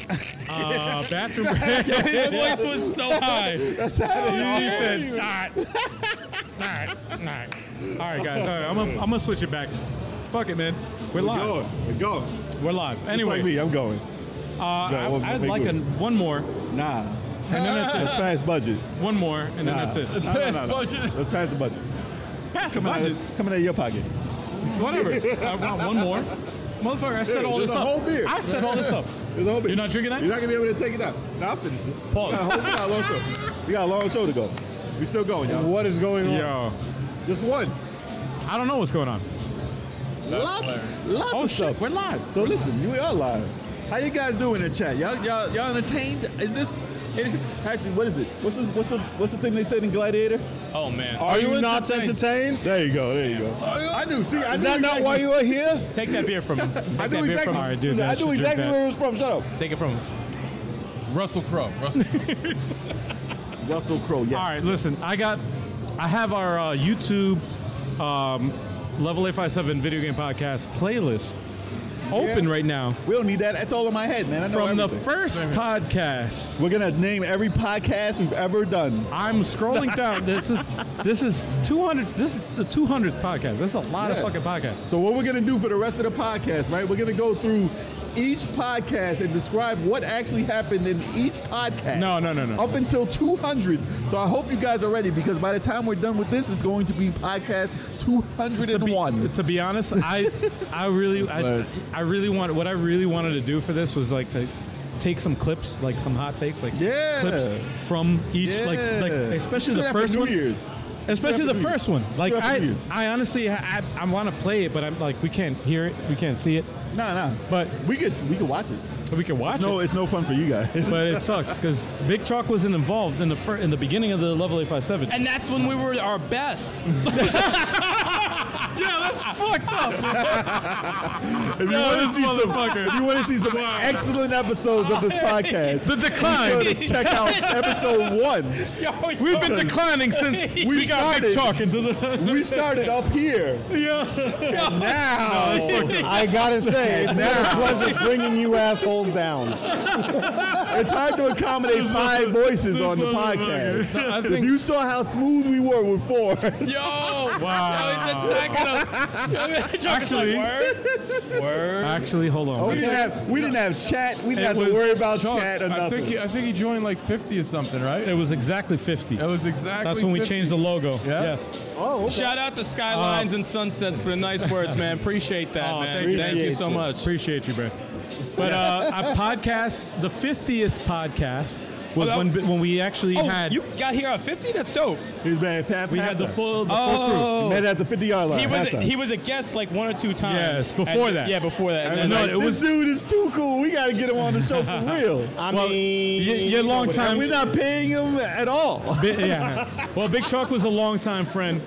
Speaker 2: Uh, bathroom break.
Speaker 5: Your voice was so high.
Speaker 6: That's how
Speaker 2: He
Speaker 6: it all
Speaker 2: said, all right. All right. All right. All right, guys. All right. I'm gonna, I'm gonna switch it back. Fuck it, man. We're live.
Speaker 6: going. We're going.
Speaker 2: We're live.
Speaker 6: It's
Speaker 2: Anyway,
Speaker 6: like me, I'm going.
Speaker 2: uh, I,
Speaker 6: we'll
Speaker 2: I'd
Speaker 6: make
Speaker 2: like
Speaker 6: it.
Speaker 2: an, one more,
Speaker 6: Nah.
Speaker 2: and then that's
Speaker 6: Let's
Speaker 2: it.
Speaker 6: pass budget.
Speaker 2: One more, and then
Speaker 6: Nah.
Speaker 2: that's it.
Speaker 6: No, no,
Speaker 4: Pass
Speaker 6: no, no.
Speaker 4: budget.
Speaker 6: Let's pass the budget.
Speaker 2: Pass the
Speaker 6: Come out,
Speaker 2: budget.
Speaker 6: it's coming out of your pocket.
Speaker 2: Whatever. I want one more. Motherfucker, I set all
Speaker 6: there's
Speaker 2: this
Speaker 6: a
Speaker 2: up.
Speaker 6: whole beer.
Speaker 2: I set all this up.
Speaker 6: It's over.
Speaker 2: You're not drinking that?
Speaker 6: You're not gonna be able to take it out. No, I'll finish this.
Speaker 5: Pause.
Speaker 6: We got a, whole, we got a long show. We got a long show to go. We still going, y'all.
Speaker 7: What is going on?
Speaker 2: Yo,
Speaker 6: Just one.
Speaker 2: I don't know what's going on.
Speaker 6: Lots, lots
Speaker 2: Oh
Speaker 6: of stuff.
Speaker 2: shit, we're live.
Speaker 6: So listen, you we are live. How you guys doing in the chat? Y'all, y'all, y'all entertained? Is this? Is, actually, what is it? What's this, what's the what's the thing they said in Gladiator?
Speaker 5: Oh man.
Speaker 7: Are you not entertained?
Speaker 6: There you go. There you
Speaker 2: Oh,
Speaker 6: go. I knew. See, I
Speaker 7: Is
Speaker 6: knew
Speaker 7: that not
Speaker 6: exactly-
Speaker 7: why you are here?
Speaker 5: Take that beer from. Take
Speaker 6: I
Speaker 5: that
Speaker 6: knew
Speaker 5: beer
Speaker 6: exactly.
Speaker 5: from. All right, dude.
Speaker 6: I
Speaker 2: man,
Speaker 6: knew
Speaker 2: should drink
Speaker 6: exactly
Speaker 2: that.
Speaker 6: where it was from. Shut up.
Speaker 5: Take it from.
Speaker 4: Russell Crowe. Russell Crowe.
Speaker 6: Russell Crowe. Yes.
Speaker 2: All right, listen. I got, I have our uh, YouTube um, Level 857 Video Game Podcast playlist open right now
Speaker 6: We don't need that. That's all in my head, man. I know
Speaker 2: from the
Speaker 6: everything.
Speaker 2: first podcast.
Speaker 6: We're gonna name every podcast we've ever done.
Speaker 2: I'm scrolling down. This is this is 200. This is the 200th podcast. This is a lot of
Speaker 6: Yeah.
Speaker 2: fucking podcasts.
Speaker 6: So what we're gonna do for the rest of the podcast, right? We're gonna go through each podcast and describe what actually happened in each podcast.
Speaker 2: No, no, no, no.
Speaker 6: Up until 200. So I hope you guys are ready because by the time we're done with this, it's going to be podcast
Speaker 2: To be,
Speaker 6: 201.
Speaker 2: to be honest, I I really I,
Speaker 6: That's
Speaker 2: I really wanted what I really wanted to do for this was like to take some clips, like some hot takes, like
Speaker 6: Yeah.
Speaker 2: clips from each, like
Speaker 6: Yeah.
Speaker 2: like especially
Speaker 6: Do
Speaker 2: the
Speaker 6: that for
Speaker 2: first
Speaker 6: New
Speaker 2: one.
Speaker 6: Year's.
Speaker 2: especially the
Speaker 6: Japanese.
Speaker 2: first one. Like I,
Speaker 6: Japanese.
Speaker 2: I honestly, I, I- I want to play it, but I'm like, we can't hear it, we can't see it,
Speaker 6: Nah, nah.
Speaker 2: but
Speaker 6: We could we could watch it.
Speaker 2: we can watch
Speaker 6: No,
Speaker 2: it.
Speaker 6: it's no fun for you guys.
Speaker 2: But it sucks because Big Chalk wasn't involved in the fir- in the beginning of the Level Eight Five Seven.
Speaker 5: And that's when we were our best.
Speaker 2: Yeah, that's fucked up.
Speaker 6: if you
Speaker 2: No,
Speaker 6: want to
Speaker 2: this
Speaker 6: see some,
Speaker 2: motherfucker.
Speaker 6: if you want to see some excellent episodes of this podcast,
Speaker 2: The decline.
Speaker 6: be sure to check out episode one.
Speaker 2: We've been declining since we, got Big
Speaker 6: started.
Speaker 2: Chalk into the.
Speaker 6: We started up here.
Speaker 2: yeah.
Speaker 6: Now,
Speaker 7: I gotta say, it's been a pleasure bringing you assholes down.
Speaker 6: it's hard to accommodate five voices on the podcast.
Speaker 4: I
Speaker 6: If
Speaker 4: think
Speaker 6: you saw how smooth we were with four,
Speaker 5: Yo!
Speaker 2: Wow.
Speaker 5: Yo, he's attacking us. Actually,
Speaker 2: Actually-
Speaker 5: word, word.
Speaker 2: Actually, hold on.
Speaker 6: we didn't have we didn't have chat. We didn't
Speaker 4: it
Speaker 6: have
Speaker 4: was
Speaker 6: to worry about
Speaker 4: Chuck.
Speaker 6: chat or
Speaker 4: I think
Speaker 6: nothing.
Speaker 4: he, I think he joined like 50 or something, right?
Speaker 2: It was exactly 50.
Speaker 4: It was exactly.
Speaker 2: That's when we
Speaker 4: 50.
Speaker 2: changed the logo.
Speaker 4: Yeah?
Speaker 2: Yes.
Speaker 6: Oh, okay.
Speaker 5: Shout out to Skylines and Sunsets for the nice words, man. Appreciate that,
Speaker 2: Oh,
Speaker 5: man.
Speaker 2: thank you.
Speaker 5: so much.
Speaker 2: Appreciate you, bro. But uh, our podcast, the 50th podcast, was
Speaker 5: Oh,
Speaker 2: when, when we actually
Speaker 5: Oh,
Speaker 2: had
Speaker 5: you got here at 50? That's dope.
Speaker 6: He's bad. Pat,
Speaker 2: we had the full the full crew.
Speaker 5: Oh.
Speaker 6: met at the fifty yard line.
Speaker 5: He was
Speaker 6: halftime.
Speaker 5: a, he was a guest like one or two times.
Speaker 2: Yes, before
Speaker 5: And-
Speaker 2: that.
Speaker 5: Yeah, before that. And then,
Speaker 2: No,
Speaker 5: like,
Speaker 2: it
Speaker 6: this
Speaker 2: was-
Speaker 6: dude is too cool. We got to get him on the show for real.
Speaker 7: I
Speaker 2: Well,
Speaker 7: mean,
Speaker 2: y- your long
Speaker 6: And
Speaker 2: time.
Speaker 6: we're not paying him at all.
Speaker 2: Bi- yeah. Well, Big Chalk was a long time friend.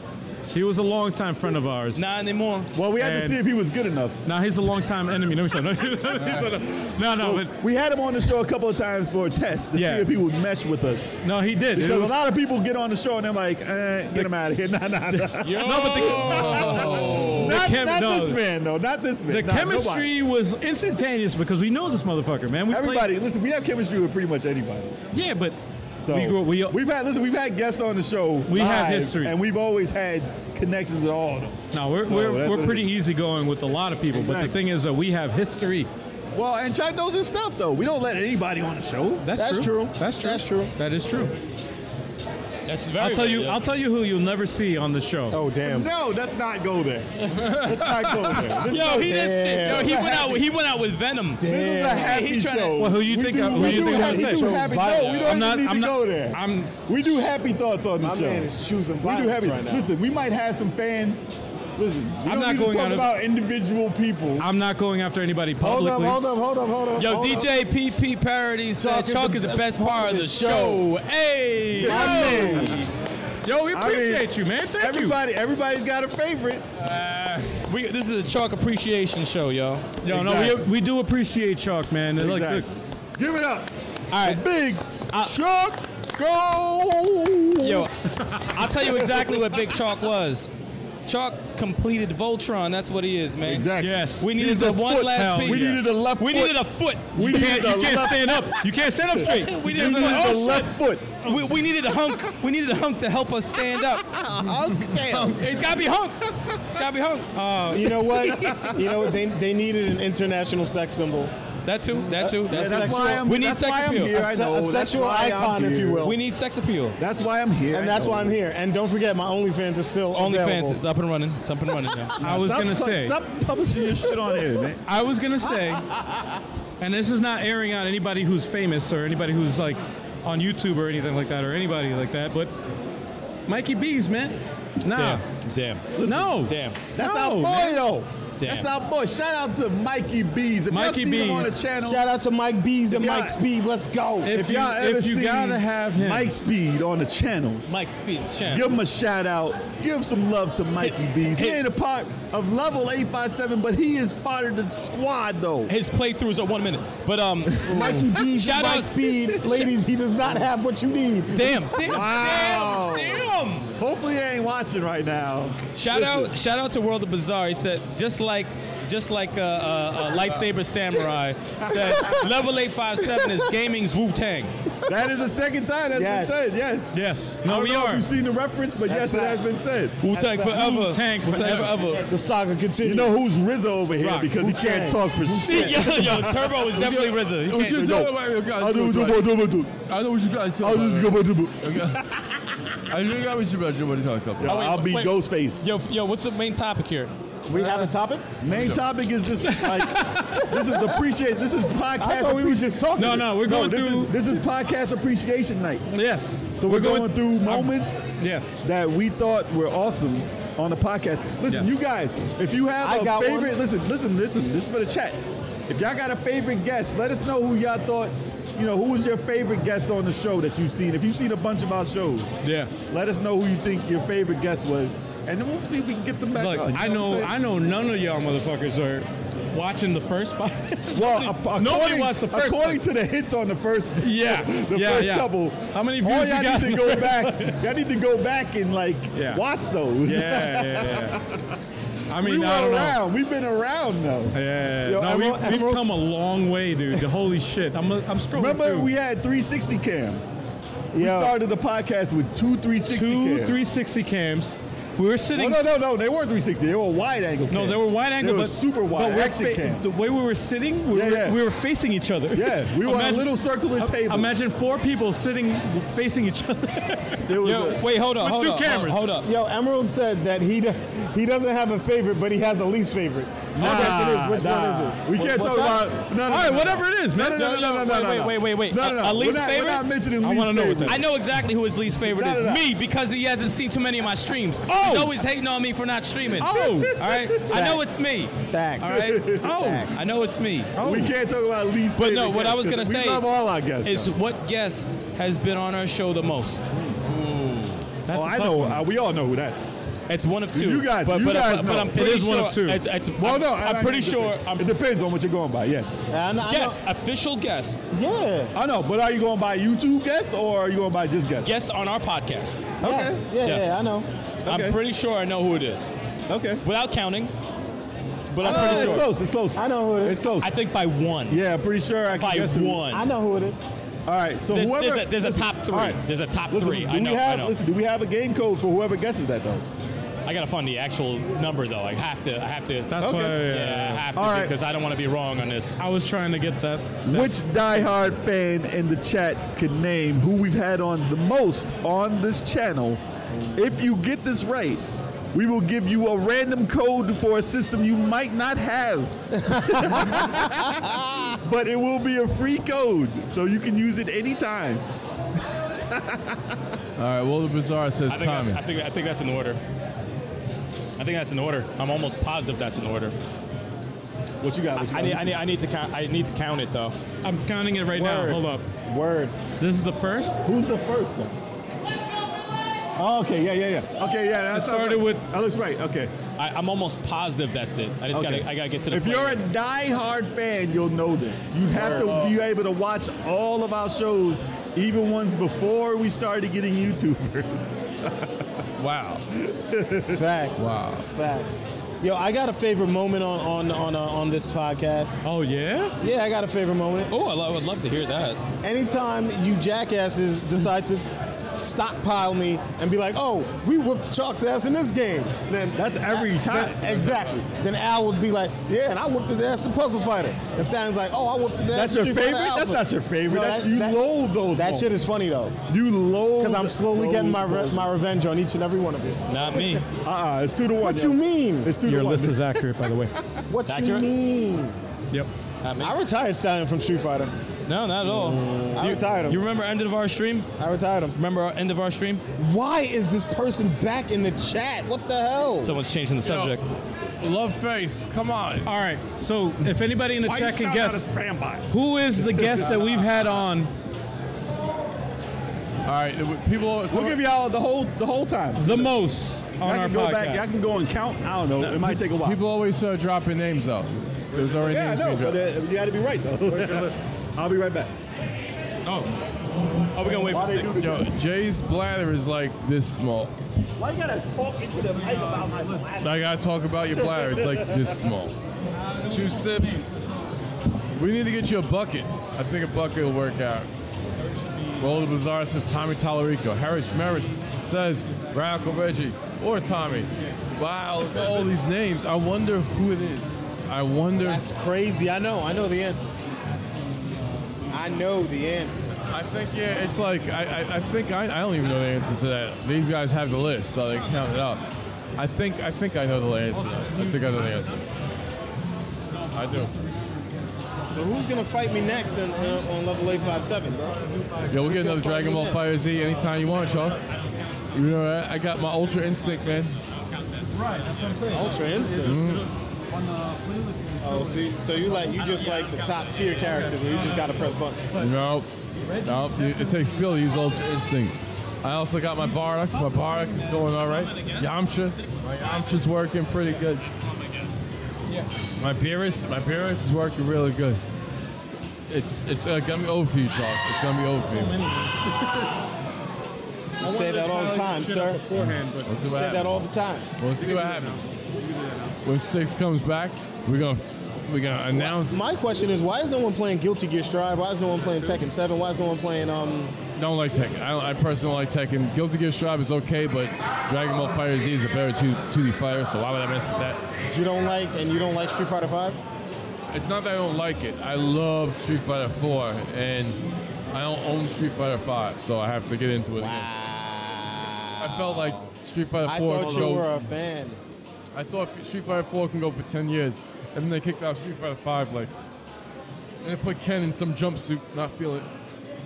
Speaker 2: He was a long time friend of ours.
Speaker 5: not anymore.
Speaker 6: Well, we had to
Speaker 2: And-
Speaker 6: see if he was good enough.
Speaker 2: Now he's a long time enemy. No, he's not. No, he's not. no, no, but
Speaker 6: We had him on the show a couple of times for a test to
Speaker 2: Yeah.
Speaker 6: see if he would mesh with us.
Speaker 2: no, he did. It
Speaker 6: Because
Speaker 2: was-
Speaker 6: a lot of people get on the show and they're like, eh, get him out of here. Nah, nah, nah.
Speaker 2: no, but the,
Speaker 6: Not,
Speaker 2: chem-
Speaker 6: not
Speaker 2: no,
Speaker 6: this man, though. Not this man.
Speaker 2: the
Speaker 6: Nah, nobody.
Speaker 2: chemistry was instantaneous because we know this motherfucker, man. We played-
Speaker 6: Everybody, listen, we have chemistry with pretty much anybody.
Speaker 2: yeah, but
Speaker 6: So
Speaker 2: we, grew, we
Speaker 6: have had listen, we've had guests on the show.
Speaker 2: We have
Speaker 6: live,
Speaker 2: history.
Speaker 6: and we've always had connections with all of them.
Speaker 2: No, we're,
Speaker 6: that's
Speaker 2: we're,
Speaker 6: what
Speaker 2: we're
Speaker 6: it
Speaker 2: pretty easygoing with a lot of people, but the
Speaker 6: Exactly.
Speaker 2: thing is that we have history.
Speaker 6: Well, and Chuck knows his stuff though. We don't let anybody on the show.
Speaker 2: That's,
Speaker 7: That's
Speaker 2: true.
Speaker 7: true.
Speaker 2: That's true.
Speaker 7: That's true.
Speaker 2: That is true.
Speaker 5: That's very
Speaker 2: I'll tell you.
Speaker 5: good.
Speaker 2: I'll tell you who you'll never see on the show.
Speaker 7: Oh damn!
Speaker 6: No, let's not go there. let's not go there. This,
Speaker 5: Yo, he did shit.
Speaker 7: Damn.
Speaker 5: Yo, he went out. He went out with Venom.
Speaker 6: this is a happy
Speaker 5: he tryna-
Speaker 6: show.
Speaker 2: Well, who you
Speaker 6: we
Speaker 2: think
Speaker 6: Do,
Speaker 2: I- who
Speaker 6: we
Speaker 2: you
Speaker 6: do
Speaker 2: think I'm
Speaker 6: happy,
Speaker 2: saying?
Speaker 6: we do happy. No, we don't
Speaker 2: I'm not.
Speaker 6: even need
Speaker 2: I'm
Speaker 6: to
Speaker 2: not.
Speaker 6: go there.
Speaker 2: I'm.
Speaker 6: we do happy thoughts on the
Speaker 7: My
Speaker 6: show.
Speaker 7: man is choosing
Speaker 6: We do
Speaker 7: violence
Speaker 6: have it.
Speaker 7: right now.
Speaker 6: Listen, we might have some fans Listen, we
Speaker 5: I'm
Speaker 6: don't
Speaker 5: not
Speaker 6: need
Speaker 5: going
Speaker 6: to talk
Speaker 5: out of-
Speaker 6: about individual people.
Speaker 5: I'm not going after anybody
Speaker 12: Hold
Speaker 5: publicly.
Speaker 12: up, hold up, hold up, hold up.
Speaker 5: Yo,
Speaker 12: hold up.
Speaker 5: DJ PP Parody said
Speaker 12: Chalk is
Speaker 5: Chalk
Speaker 12: the
Speaker 5: is the
Speaker 12: best
Speaker 5: best part of the show. Hey! Yo! Yo, we appreciate you, man. Thank
Speaker 6: Everybody, everybody's got a favorite.
Speaker 5: you. We, this is a Chalk appreciation show, yo.
Speaker 2: Yo, no, we, we do appreciate Chalk, man. And look,
Speaker 6: Exactly.
Speaker 2: look,
Speaker 6: Give it up.
Speaker 5: All right.
Speaker 6: Big Chuck, go.
Speaker 5: Yo, I'll tell you exactly what Big Chalk was. Chalk completed Voltron. That's what he is, man.
Speaker 6: Exactly.
Speaker 2: yes.
Speaker 5: We
Speaker 2: He's
Speaker 5: needed
Speaker 2: the
Speaker 5: the one
Speaker 2: foot
Speaker 5: last
Speaker 2: pal.
Speaker 5: piece.
Speaker 6: We needed a left
Speaker 5: We
Speaker 6: foot.
Speaker 5: needed a foot.
Speaker 2: You can't,
Speaker 6: needed
Speaker 2: you
Speaker 6: a
Speaker 2: can't
Speaker 6: left-
Speaker 2: stand up. You can't stand up straight. Oh,
Speaker 5: We
Speaker 6: We
Speaker 5: needed,
Speaker 6: needed
Speaker 5: a
Speaker 6: the
Speaker 5: left.
Speaker 6: left foot.
Speaker 5: We, we needed a hunk. We needed a hunk to help us stand up. It's gotta be hunk. It's gotta be hunk. Uh,
Speaker 7: You know what? you know what? They, they needed an international sex symbol.
Speaker 5: that too. That too. That's,
Speaker 6: That's why I'm,
Speaker 5: We need
Speaker 6: that's
Speaker 5: sex
Speaker 6: why I'm
Speaker 5: appeal.
Speaker 6: here. I
Speaker 7: A se- a
Speaker 6: know. That's
Speaker 7: sexual
Speaker 6: why I'm
Speaker 7: icon, if you
Speaker 6: here.
Speaker 7: will.
Speaker 5: We need sex appeal.
Speaker 6: That's why I'm here.
Speaker 7: And
Speaker 6: I
Speaker 7: that's
Speaker 6: know.
Speaker 7: why I'm here. And don't forget, my OnlyFans is still
Speaker 5: OnlyFans.
Speaker 7: available.
Speaker 5: It's up and running. It's up and running now.
Speaker 2: I was
Speaker 6: Stop
Speaker 2: gonna
Speaker 6: pu-
Speaker 2: say.
Speaker 6: Stop publishing your shit on here, man.
Speaker 2: I was gonna say, and this is not airing out anybody who's famous or anybody who's like on YouTube or anything like that or anybody like that, but Mikey B's man. Nah,
Speaker 5: Damn.
Speaker 2: no,
Speaker 5: Damn.
Speaker 6: That's
Speaker 2: No,
Speaker 6: our boy,
Speaker 2: man.
Speaker 6: though.
Speaker 5: Damn.
Speaker 6: That's our boy. Shout out to Mikey Bees. If y'all
Speaker 2: Mikey
Speaker 6: see him on the
Speaker 2: B's.
Speaker 6: channel,
Speaker 7: Shout out to Mike Bees and
Speaker 6: Yeah.
Speaker 7: Mike Speed. Let's go.
Speaker 2: If,
Speaker 6: if
Speaker 2: you,
Speaker 6: y'all ever
Speaker 2: if you
Speaker 6: see
Speaker 2: gotta have him,
Speaker 6: Mike Speed on the channel,
Speaker 5: Mike Speed champ.
Speaker 6: give him a shout out. Give some love to Mikey Bees. He
Speaker 5: hey.
Speaker 6: ain't a part of Level 857, but he is part of the squad, though.
Speaker 5: His playthroughs are one minute, but um.
Speaker 7: Mikey Bees
Speaker 5: Shout
Speaker 7: and Mike
Speaker 5: out-
Speaker 7: Speed. Ladies, he does not have what you need.
Speaker 5: Damn. Damn.
Speaker 6: Wow.
Speaker 5: Damn. Damn.
Speaker 6: Hopefully, he ain't watching right now.
Speaker 5: Shout out, shout out to World of Bizarre. He said, just like, just like a, a, a lightsaber samurai said, level eight five seven is gaming's Wu Tang.
Speaker 6: That is the second time that's
Speaker 7: Yes.
Speaker 6: been said. Yes.
Speaker 2: yes,
Speaker 6: I
Speaker 2: no,
Speaker 6: don't
Speaker 2: we
Speaker 6: know if
Speaker 2: are.
Speaker 6: you've seen the reference, but
Speaker 7: That's
Speaker 6: yes, it
Speaker 7: facts.
Speaker 6: has been said.
Speaker 5: Wu Tang
Speaker 7: That's right.
Speaker 5: forever.
Speaker 2: Wu-Tang forever.
Speaker 5: ever.
Speaker 7: The saga
Speaker 6: You
Speaker 7: continues.
Speaker 6: know who's Rizzo over here
Speaker 5: Rock.
Speaker 6: because he can't talk for
Speaker 5: See,
Speaker 6: shit.
Speaker 5: yo, yo, Turbo is definitely RZA. You
Speaker 4: What you
Speaker 5: can't-
Speaker 4: talking about? You guys
Speaker 6: I do-
Speaker 4: doing
Speaker 6: do-
Speaker 4: right.
Speaker 6: do- do- do.
Speaker 4: I know what you guys
Speaker 6: I
Speaker 4: talking
Speaker 6: do- do-
Speaker 4: about.
Speaker 6: do- do- do.
Speaker 4: I think I was about you what you talking about.
Speaker 5: wait,
Speaker 6: I'll be
Speaker 5: wait.
Speaker 6: Ghostface.
Speaker 5: Yo, f- yo, what's the main topic here?
Speaker 7: we have a topic?
Speaker 6: Main topic is just like this is appreciate. This is podcast.
Speaker 7: I thought we were just talking.
Speaker 2: No, no, we're going
Speaker 6: this
Speaker 2: through.
Speaker 6: is this is podcast appreciation night.
Speaker 2: yes,
Speaker 6: So we're, going, through moments
Speaker 2: yes,
Speaker 6: that we thought were awesome on the podcast. Listen,
Speaker 2: Yes.
Speaker 6: you guys, if you have
Speaker 7: I
Speaker 6: a
Speaker 7: got
Speaker 6: favorite,
Speaker 7: one.
Speaker 6: listen, listen, listen. This is for the chat. If y'all got a favorite guest, let us know who y'all thought. You know, who was your favorite guest on the show that you've seen? If you've seen a bunch of our shows,
Speaker 2: yeah.
Speaker 6: let us know who you think your favorite guest was, and then we'll see if we can get them back.
Speaker 2: Look,
Speaker 6: on, you
Speaker 2: I
Speaker 6: what I'm
Speaker 2: know,
Speaker 6: saying?
Speaker 2: I know, none of y'all motherfuckers are watching the first spot.
Speaker 6: Well, ap- according,
Speaker 2: nobody watched the first.
Speaker 6: according
Speaker 2: one.
Speaker 6: to the hits on the first,
Speaker 2: Yeah,
Speaker 6: the
Speaker 2: yeah,
Speaker 6: first
Speaker 2: yeah.
Speaker 6: couple.
Speaker 2: How many
Speaker 6: all
Speaker 2: views you
Speaker 6: y'all
Speaker 2: got in
Speaker 6: need
Speaker 2: the
Speaker 6: to go
Speaker 2: first
Speaker 6: back. Y'all need to go back and like
Speaker 2: Yeah.
Speaker 6: watch those.
Speaker 2: yeah, yeah, yeah. I
Speaker 6: we
Speaker 2: mean,
Speaker 6: were
Speaker 2: I don't know.
Speaker 6: around. We've been around though.
Speaker 2: Yeah,
Speaker 6: Yo,
Speaker 2: no,
Speaker 6: Emerald-
Speaker 2: we've, we've
Speaker 6: Emerald's-
Speaker 2: come a long way, dude. Holy shit, I'm, I'm scrolling
Speaker 6: Remember
Speaker 2: through.
Speaker 6: we had 360 cams. We
Speaker 7: Yeah.
Speaker 6: started the podcast with two 360
Speaker 2: two
Speaker 6: cams.
Speaker 2: 360 cams. We were
Speaker 6: No,
Speaker 2: sitting.
Speaker 6: no, no, no. They weren't 360. They were wide angle.
Speaker 2: no,
Speaker 6: cams.
Speaker 2: they were wide angle,
Speaker 6: They were
Speaker 2: but
Speaker 6: super wide
Speaker 2: but we're
Speaker 6: action cams.
Speaker 2: The way we were sitting, we,
Speaker 6: Yeah,
Speaker 2: were,
Speaker 6: yeah.
Speaker 2: we were facing each other.
Speaker 6: Yeah, we were on a little circular
Speaker 2: im-
Speaker 6: table.
Speaker 2: Imagine four people sitting facing each other.
Speaker 6: There was
Speaker 5: Yo,
Speaker 6: a-
Speaker 5: wait, hold up,
Speaker 2: With
Speaker 5: hold
Speaker 2: two
Speaker 5: up,
Speaker 2: cameras.
Speaker 5: hold up.
Speaker 7: Yo, Emerald said that he do- he doesn't have a favorite, but he has a least favorite.
Speaker 6: nah,
Speaker 7: Which one is- which one is
Speaker 6: nah.
Speaker 7: it?
Speaker 6: We can't
Speaker 7: What's
Speaker 6: talk
Speaker 7: that?
Speaker 6: about. No, no,
Speaker 2: All
Speaker 6: no,
Speaker 2: right,
Speaker 6: no,
Speaker 2: whatever it is,
Speaker 6: No,
Speaker 2: man.
Speaker 6: no, no, no, no, no,
Speaker 5: wait,
Speaker 6: no,
Speaker 5: wait,
Speaker 6: no.
Speaker 5: wait, wait, wait.
Speaker 6: No, no,
Speaker 5: A-
Speaker 6: no.
Speaker 5: a
Speaker 6: We're
Speaker 5: least
Speaker 6: not- We're not
Speaker 5: favorite?
Speaker 6: mentioning
Speaker 2: I
Speaker 6: least
Speaker 2: wanna know what
Speaker 6: favorite.
Speaker 2: that
Speaker 5: I know exactly who his least favorite
Speaker 6: No,
Speaker 5: is.
Speaker 6: no, no.
Speaker 5: Me, because he hasn't seen too many of my streams.
Speaker 2: Oh.
Speaker 5: He's always hating on me for not streaming.
Speaker 2: Oh.
Speaker 5: All right? I know it's me.
Speaker 7: Facts.
Speaker 5: All right?
Speaker 2: Oh,
Speaker 5: I know it's me.
Speaker 6: We can't talk about least.
Speaker 5: But no,
Speaker 6: favorite
Speaker 5: what
Speaker 6: guests
Speaker 5: I was
Speaker 6: 'cause
Speaker 5: gonna
Speaker 6: we
Speaker 5: say
Speaker 6: love all our guests.
Speaker 5: Is
Speaker 6: though.
Speaker 5: what guest has been on our show the most?
Speaker 2: that's a
Speaker 6: oh, I
Speaker 2: tough
Speaker 6: know.
Speaker 2: one.
Speaker 6: uh, we all know who that.
Speaker 5: It's one of two.
Speaker 6: You guys-
Speaker 5: but,
Speaker 6: you
Speaker 5: but,
Speaker 6: guys
Speaker 5: but, but
Speaker 6: know.
Speaker 5: I'm
Speaker 6: It
Speaker 5: pretty
Speaker 2: is
Speaker 5: sure
Speaker 2: one of two.
Speaker 5: It's, it's,
Speaker 6: Well,
Speaker 5: I'm,
Speaker 6: no,
Speaker 5: I'm
Speaker 6: I-
Speaker 5: pretty
Speaker 6: it
Speaker 5: sure.
Speaker 6: depends.
Speaker 5: I'm,
Speaker 6: it depends on what you're going by. Yes,
Speaker 7: I kn- I know-
Speaker 5: guest, official guest,
Speaker 7: Yeah.
Speaker 6: I know. But are you going by YouTube guest or are you going by just guest?
Speaker 5: guest on our podcast.
Speaker 7: Yes. Yeah,
Speaker 5: Yeah.
Speaker 7: yeah, I know.
Speaker 6: Okay.
Speaker 5: I'm pretty sure I know who it is,
Speaker 6: Okay.
Speaker 5: without counting. But I'm
Speaker 6: Uh,
Speaker 5: pretty
Speaker 6: it's
Speaker 5: sure.
Speaker 6: close. It's close.
Speaker 7: I know who it is.
Speaker 6: It's close.
Speaker 5: I think by one.
Speaker 6: yeah, I'm pretty sure I can
Speaker 5: By
Speaker 6: guess who-
Speaker 5: one.
Speaker 7: I know who it is.
Speaker 6: All right. So
Speaker 5: there's,
Speaker 6: whoever
Speaker 5: there's a, there's a
Speaker 6: listen,
Speaker 5: top three.
Speaker 6: all right,
Speaker 5: There's a top
Speaker 6: listen,
Speaker 5: three.
Speaker 6: Do
Speaker 5: I know.
Speaker 6: we have
Speaker 5: I know.
Speaker 6: listen? Do we have a game code for whoever guesses that though?
Speaker 5: I gotta find the actual number though. I have to. I have to.
Speaker 2: That's
Speaker 6: Okay.
Speaker 2: why uh,
Speaker 5: yeah, I have to
Speaker 6: All right.
Speaker 5: because I don't want to be wrong on this.
Speaker 2: I was trying to get that. that-
Speaker 6: Which diehard fan in the chat can name who we've had on the most on this channel? If you get this right, we will give you a random code for a system you might not have. but it will be a free code, so you can use it anytime.
Speaker 4: All right, well, the Bazaar says
Speaker 5: I think, that's,
Speaker 4: Tommy.
Speaker 5: I think I think that's in order. I think that's in order. I'm almost positive that's in order.
Speaker 6: What you got? What you
Speaker 5: I
Speaker 6: got?
Speaker 5: need, I need, I need to count. I need to count it though.
Speaker 2: I'm counting it right now.
Speaker 6: Word.
Speaker 2: Hold up.
Speaker 6: Word.
Speaker 2: This is the first.
Speaker 6: Who's the first one? Oh, okay, yeah, yeah, yeah. Okay, yeah. That
Speaker 5: It
Speaker 6: sounds
Speaker 5: started
Speaker 6: right.
Speaker 5: with-
Speaker 6: That looks right. Okay.
Speaker 5: I, I'm almost positive that's it. I just
Speaker 6: Okay.
Speaker 5: gotta, I gotta get to the.
Speaker 6: If you're a
Speaker 5: playlist.
Speaker 6: diehard fan, you'll know this. You have
Speaker 7: Oh.
Speaker 6: to be able to watch all of our shows, even ones before we started getting YouTubers.
Speaker 4: Wow.
Speaker 7: Facts. Wow. Facts. Yo, I got a favorite moment on on on uh, on this podcast.
Speaker 2: Oh yeah.
Speaker 7: Yeah, I got a favorite moment.
Speaker 5: Oh, I, lo- I would love to hear that.
Speaker 7: Anytime you jackasses decide to stockpile me and be like, "Oh, we whooped Chalk's ass in this game," then
Speaker 6: That's every time.
Speaker 7: Then- exactly. Then Al would be like, "Yeah, and I whooped his ass in Puzzle Fighter." And Stan's like, "Oh, I whooped his ass."
Speaker 6: That's
Speaker 7: in
Speaker 6: your
Speaker 7: Street Fighter
Speaker 6: favorite? That's
Speaker 7: Alpha."
Speaker 6: not your favorite. That's- you load those
Speaker 7: That shit
Speaker 6: moments.
Speaker 7: is funny though,
Speaker 6: You low.
Speaker 7: because I'm slowly getting my re- my revenge on each and every one of you.
Speaker 5: Not me.
Speaker 6: Uh uh It's two to one.
Speaker 7: What
Speaker 6: yeah.
Speaker 7: you mean?
Speaker 6: It's two to one.
Speaker 2: is accurate, by the way.
Speaker 7: What you
Speaker 5: accurate?
Speaker 7: mean?
Speaker 2: Yep.
Speaker 7: I retired Stallion from Street Fighter.
Speaker 5: No, not at all.
Speaker 7: I retired him.
Speaker 5: You remember end of our stream?
Speaker 7: I retired him.
Speaker 5: Remember our end of our stream?
Speaker 7: Why is this person back in the chat? What the hell?
Speaker 5: Someone's changing the subject.
Speaker 4: Love face. Come on.
Speaker 2: All right. So if anybody in the chat can guess,
Speaker 6: spam bot?
Speaker 2: who is the guest that we've had on
Speaker 4: All right. it would- People.
Speaker 6: We'll
Speaker 4: someone-
Speaker 6: give y'all the whole the whole time.
Speaker 2: the most on
Speaker 6: I
Speaker 2: our
Speaker 6: can go
Speaker 2: podcast?
Speaker 6: back. I can go and count. I don't know. It might take a while.
Speaker 4: People always uh, drop your names out. There's already
Speaker 6: yeah, I
Speaker 4: names
Speaker 6: know,
Speaker 4: being
Speaker 6: but
Speaker 4: dropped.
Speaker 6: uh, you got to be right though. I'll be right back.
Speaker 5: Oh. Oh, we're gonna wait for
Speaker 6: Why they do
Speaker 5: sticks.
Speaker 6: the-
Speaker 4: Yo, Jay's bladder is like this small.
Speaker 6: Why you gotta talk into the mic about my list?
Speaker 4: I gotta talk about your bladder. It's like this small. Two sips. We need to get you a bucket. I think a bucket will work out. Roll the Bazaar says Tommy Tallarico. Harris Merritt says Radical Reggie or Tommy. Wow, look at all these names. I wonder who it is. I wonder.
Speaker 7: That's crazy. I know. I know the answer. I know the answer.
Speaker 4: I think yeah, it's like I, I, I think I, I don't even know the answer to that. These guys have the list, so they count it up. I think I think I know the answer. I think I know the answer. I do.
Speaker 7: So who's gonna fight me next in, uh, on level eight five seven, bro?
Speaker 4: Yo, we'll get another Dragon Ball
Speaker 7: Yes.
Speaker 4: Fighter Z anytime you want, y'all. You know that? I got my Ultra Instinct, man.
Speaker 7: Ultra instant. Oh, so you, so you like you just like the top tier characters, where you just gotta press buttons.
Speaker 4: Nope. Nope. you- It takes skill to use Ultra Instinct. I also got my Bardock. My Bardock is going all right. Yamcha. My Yamcha's working pretty good. My Beerus. My Beerus is working really good. It's it's uh, gonna be over for you, Chalk. It's gonna be over for you.
Speaker 7: You say that all the time, sir. You
Speaker 4: We'll see what
Speaker 7: say
Speaker 4: happens.
Speaker 7: that all the time.
Speaker 4: We'll see what happens. When Sticks comes back, we're gonna we're gonna announce.
Speaker 7: My question is, why is no one playing Guilty Gear Strive? Why is no one playing Tekken Seven? Why is no one playing um?
Speaker 4: Don't like Tekken. I, don't, I personally don't like Tekken. Guilty Gear Strive is okay, but Dragon Ball Fighter Z is a better 2, 2D fighter, so why would I mess with that?
Speaker 7: You don't like and you don't like Street Fighter Five?
Speaker 4: It's not that I don't like it. I love Street Fighter 4, and I don't own Street Fighter 5, so I have to get into it again.
Speaker 7: I
Speaker 4: I felt like Street Fighter 4
Speaker 7: I thought
Speaker 4: could
Speaker 7: you
Speaker 4: go-
Speaker 7: were a fan.
Speaker 4: I thought Street Fighter 4 can go for 10 years, and then they kicked out Street Fighter 5, like, and they put Ken in some jumpsuit, not feel it.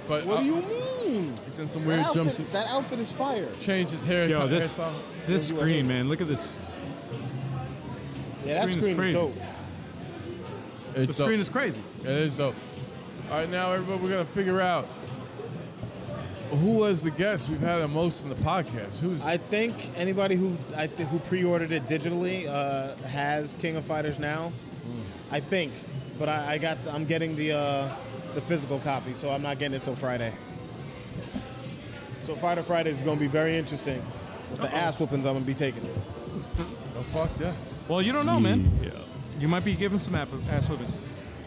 Speaker 4: But
Speaker 7: What
Speaker 4: uh,
Speaker 7: do you mean?
Speaker 4: he's in some weird
Speaker 7: That outfit,
Speaker 4: jumpsuit.
Speaker 7: that outfit is fire.
Speaker 4: Change his hair.
Speaker 2: Yo,
Speaker 4: cut
Speaker 2: this
Speaker 4: hairstyle.
Speaker 2: this screen, man. Look at this.
Speaker 7: Yeah, that
Speaker 2: screen is
Speaker 7: screen is
Speaker 2: crazy.
Speaker 7: dope.
Speaker 2: The
Speaker 4: It's so-
Speaker 2: screen is crazy.
Speaker 4: It is dope. All right, now everybody, we're gonna figure out who was the guest we've had the most in the podcast. Who's
Speaker 7: I think anybody who I th- who pre-ordered it digitally uh, has King of Fighters now.
Speaker 2: Hmm.
Speaker 7: I think, but I, I got the, I'm getting the uh, the physical copy, so I'm not getting it till Friday. So Fighter Friday is going to be very interesting. With the ass whoopings I'm going to be taking.
Speaker 4: oh, fuck that?
Speaker 2: Well, you don't know, man. You might be giving some app- ass whippings.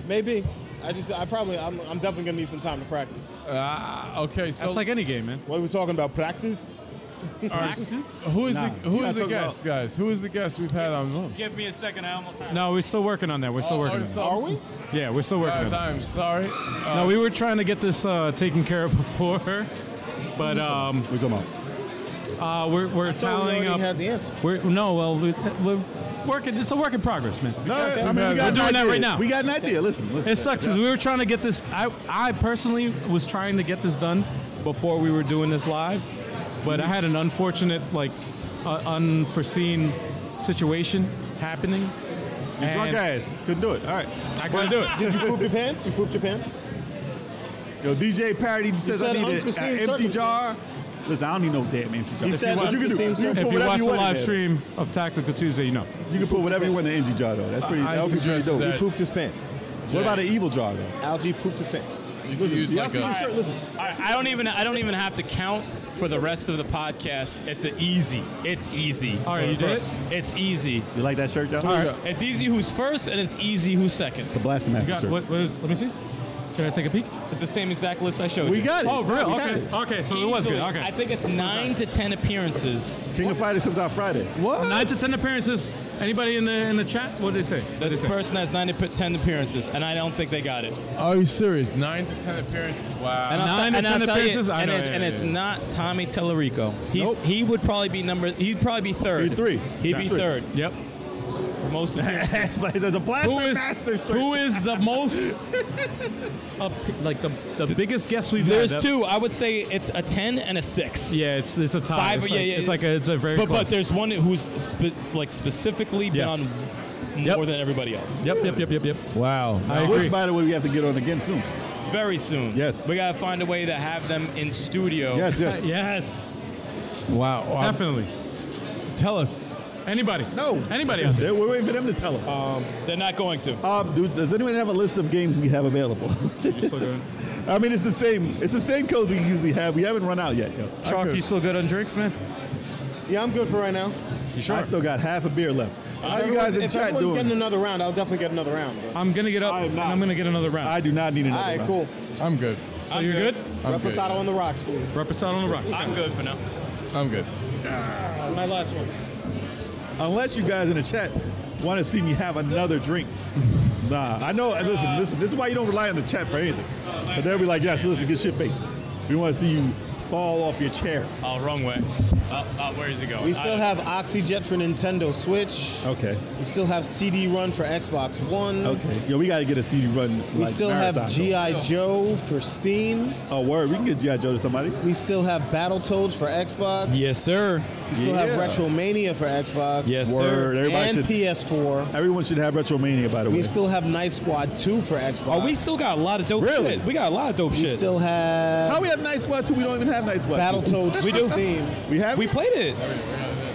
Speaker 7: Maybe. I just I probably I'm, I'm definitely going to need some time to practice.
Speaker 4: Ah, okay, so
Speaker 2: That's like any game, man.
Speaker 7: Oh. What are we talking about? Practice?
Speaker 4: who is
Speaker 6: Nah,
Speaker 4: the who
Speaker 6: you
Speaker 4: is
Speaker 6: gotta
Speaker 4: the
Speaker 6: talk
Speaker 4: guest, guys? Who is the guest we've had on? Oh,
Speaker 5: Give me a second. I almost had.
Speaker 2: No, we're still working on that. We're
Speaker 7: Oh,
Speaker 2: still working on
Speaker 4: so-
Speaker 2: it.
Speaker 7: Are we?
Speaker 2: Yeah, we're still working on
Speaker 4: Guys,
Speaker 2: it.
Speaker 4: I'm sorry. Uh,
Speaker 2: No, we were trying to get this uh, taken care of before, but um,
Speaker 6: We talking about?
Speaker 2: uh, we're, we're
Speaker 7: I thought we
Speaker 2: tallying
Speaker 7: already
Speaker 2: up.
Speaker 7: had the answer.
Speaker 2: We're, no, well, we, we're working. It's a work in progress, man.
Speaker 6: No,
Speaker 4: guess
Speaker 6: I
Speaker 4: we
Speaker 6: mean, we
Speaker 4: had-
Speaker 6: got
Speaker 4: We're
Speaker 6: an
Speaker 2: doing that
Speaker 6: idea.
Speaker 2: right now.
Speaker 6: We got an idea. Listen, listen.
Speaker 2: It sucks 'cause we were trying to get this. I, I personally was trying to get this done before we were doing this live, but I had an unfortunate, like, uh, unforeseen situation happening.
Speaker 6: You drunk
Speaker 2: And-
Speaker 6: ass. Couldn't do it. All right.
Speaker 2: I couldn't do it.
Speaker 7: Did you poop your pants? You pooped your pants?
Speaker 6: Yo, DJ Parody says I
Speaker 7: said
Speaker 6: need an
Speaker 7: unforeseen
Speaker 6: empty
Speaker 7: circumstance.
Speaker 6: jar. Listen, I don't need no damn empty jar.
Speaker 7: He said
Speaker 6: but you can do
Speaker 7: unforeseen
Speaker 6: you can
Speaker 7: circumstance.
Speaker 6: put
Speaker 2: If you
Speaker 6: whatever
Speaker 2: watch the
Speaker 6: want in
Speaker 2: live
Speaker 6: there.
Speaker 2: stream of Tactical Tuesday, you know.
Speaker 6: You can put whatever you want in the empty jar though. That's pretty.
Speaker 4: I
Speaker 6: that would be pretty
Speaker 4: suggest
Speaker 6: dope.
Speaker 4: that-
Speaker 7: He pooped his pants.
Speaker 6: What about an evil jar though?
Speaker 7: Algae pooped his pants.
Speaker 4: You could
Speaker 6: Listen,
Speaker 4: use
Speaker 6: y'all
Speaker 4: like
Speaker 6: see this
Speaker 4: a.
Speaker 6: shirt? Listen,
Speaker 5: I, I don't even I don't even have to count for the rest of the podcast. It's a easy. It's easy.
Speaker 2: All right,
Speaker 5: For-
Speaker 2: you did
Speaker 5: for- It's easy.
Speaker 6: you like that shirt though? All right.
Speaker 5: It's easy who's first and it's easy who's second.
Speaker 6: The Blaster Master
Speaker 2: Got,
Speaker 6: shirt.
Speaker 2: what, what is, let me see. Should I take a peek?
Speaker 5: It's the same exact list I showed
Speaker 6: We
Speaker 5: you.
Speaker 6: got it.
Speaker 2: Oh, for
Speaker 6: We
Speaker 2: real?
Speaker 6: got
Speaker 2: Okay.
Speaker 6: it.
Speaker 2: Okay, so it was good.
Speaker 5: Easily.
Speaker 2: Okay.
Speaker 5: I think it's nine to ten appearances.
Speaker 6: King of Fighters comes out Friday. What?
Speaker 2: Nine to ten appearances. Anybody in the in the chat? What did they say? What did they
Speaker 5: This
Speaker 2: say?
Speaker 5: person has nine to ten appearances, and I don't think they got it.
Speaker 4: Are you serious? Nine to ten appearances. Wow.
Speaker 5: And
Speaker 2: Nine to
Speaker 5: and
Speaker 2: 10
Speaker 5: tell
Speaker 2: appearances?
Speaker 5: You,
Speaker 2: I
Speaker 5: and
Speaker 2: know,
Speaker 5: it-
Speaker 2: yeah,
Speaker 5: and
Speaker 2: yeah,
Speaker 5: it's
Speaker 2: yeah.
Speaker 5: not Tommy Tellerico. He's
Speaker 6: Nope.
Speaker 5: he would probably be number. He'd probably be third.
Speaker 6: Be three.
Speaker 5: He'd be
Speaker 6: Three.
Speaker 5: third.
Speaker 2: Yep.
Speaker 5: Most appearances.
Speaker 6: There's a Blaster
Speaker 2: Who is
Speaker 6: Master shirt.
Speaker 2: who is the most up, like the the biggest guest we've
Speaker 5: There's
Speaker 2: had? That-
Speaker 5: two. I would say it's a ten and a six.
Speaker 2: Yeah, it's it's a tie.
Speaker 5: Five-
Speaker 2: it's
Speaker 5: yeah,
Speaker 2: like,
Speaker 5: yeah,
Speaker 2: It's like a it's a very
Speaker 5: But
Speaker 2: close.
Speaker 5: but there's one who's spe- like specifically been
Speaker 2: Yes.
Speaker 5: on more than everybody else.
Speaker 2: yep yep yep yep yep.
Speaker 4: wow.
Speaker 2: I agree.
Speaker 6: Which, by the way, we have to get on again soon.
Speaker 5: Very soon.
Speaker 6: Yes.
Speaker 5: We gotta find a way to have them in studio.
Speaker 6: Yes, yes.
Speaker 2: Yes,
Speaker 4: Wow. Wow.
Speaker 2: definitely.
Speaker 4: Tell us.
Speaker 2: Anybody?
Speaker 6: No.
Speaker 2: Anybody out there?
Speaker 6: They- We're waiting for them to tell
Speaker 2: Uh,
Speaker 6: us.
Speaker 5: They're not going to.
Speaker 6: Um, dude, does anyone have a list of games we have available? I mean, it's the same. It's the same codes we usually have. We haven't run out yet. Yo.
Speaker 2: Shark, you still good on drinks, man?
Speaker 7: Yeah, I'm good for right now.
Speaker 6: I still got half a beer left.
Speaker 7: If
Speaker 6: How you guys
Speaker 7: everyone's-
Speaker 6: in
Speaker 7: if
Speaker 6: chat
Speaker 7: everyone's
Speaker 6: doing?
Speaker 7: getting another round, I'll definitely get another round. But.
Speaker 2: I'm gonna get up
Speaker 6: I am
Speaker 2: and
Speaker 6: not.
Speaker 2: I'm gonna get another round.
Speaker 6: I do not need
Speaker 7: All
Speaker 6: another.
Speaker 7: right,
Speaker 6: round.
Speaker 7: cool.
Speaker 4: I'm good.
Speaker 2: so you're good?
Speaker 4: I'm good.
Speaker 7: Reposado on the rocks, please.
Speaker 2: Rep us out on the rocks.
Speaker 5: I'm good for now.
Speaker 4: I'm good.
Speaker 5: My last one.
Speaker 6: Unless you guys in the chat want to see me have another drink. Nah, I know. and Listen, listen. This is why you don't rely on the chat for anything. But they'll be like, "Yes, listen, get shit faced. We want to see you fall off your chair."
Speaker 5: Oh, wrong way. Oh, oh, where is he going?
Speaker 7: We still have OxyJet for Nintendo Switch.
Speaker 6: Okay.
Speaker 7: We still have CD Run for Xbox One.
Speaker 6: Okay. Yo, we got to get a CD run.
Speaker 7: We
Speaker 6: like,
Speaker 7: still
Speaker 6: marathon
Speaker 7: have
Speaker 6: going.
Speaker 7: G.I. Joe for Steam.
Speaker 6: Oh, word. We can get GI Joe to somebody.
Speaker 7: We still have Battletoads for Xbox.
Speaker 5: Yes, sir.
Speaker 7: We still
Speaker 6: Yeah.
Speaker 7: have Retromania for Xbox.
Speaker 5: Yes,
Speaker 6: Word. Everybody
Speaker 7: and
Speaker 6: should.
Speaker 7: PS4.
Speaker 6: everyone should have Retromania. By the way.
Speaker 7: We still have Night Squad 2 for Xbox.
Speaker 5: Oh, we still got a lot of dope
Speaker 6: Really?
Speaker 5: shit. We got a lot of dope
Speaker 7: We
Speaker 5: shit.
Speaker 7: still have
Speaker 6: How we have Night Squad 2? We don't even have Night Squad.
Speaker 7: Battletoads
Speaker 5: We
Speaker 7: for
Speaker 5: do.
Speaker 7: Steam.
Speaker 6: We have.
Speaker 5: we played it.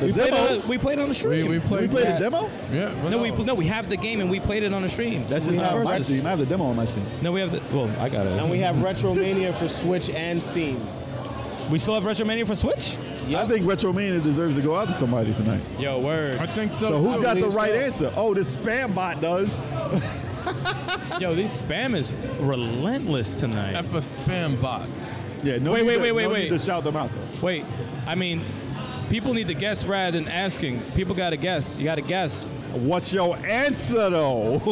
Speaker 5: We played,
Speaker 6: demo?
Speaker 5: on, we played on the
Speaker 4: We,
Speaker 5: stream.
Speaker 4: we played.
Speaker 6: We played
Speaker 4: that.
Speaker 6: a demo.
Speaker 4: Yeah. well,
Speaker 5: no, we no, we have the game and we played it on the stream.
Speaker 6: That's just
Speaker 7: We
Speaker 6: not
Speaker 7: have
Speaker 6: on my
Speaker 7: Rex-
Speaker 6: Steam. I have the demo on my Steam.
Speaker 5: No, we have the. Well, I got it.
Speaker 7: And we have Retromania for Switch and Steam.
Speaker 5: We still have Retromania for Switch.
Speaker 6: I think Retromania deserves to go out to somebody tonight.
Speaker 5: Yo, word.
Speaker 4: I think so.
Speaker 6: So who's
Speaker 7: I
Speaker 6: got the
Speaker 7: believe
Speaker 6: right
Speaker 7: so.
Speaker 6: answer? Oh, this spam bot does.
Speaker 5: Yo, this spam is relentless tonight.
Speaker 4: F a spam bot.
Speaker 6: Yeah. No
Speaker 5: Wait,
Speaker 6: need
Speaker 5: wait,
Speaker 6: to-
Speaker 5: wait, wait,
Speaker 6: no
Speaker 5: wait.
Speaker 6: Need to shout them out. Though.
Speaker 5: Wait, I mean, people need to guess rather than asking. People got to guess. You got to guess.
Speaker 6: What's your answer though?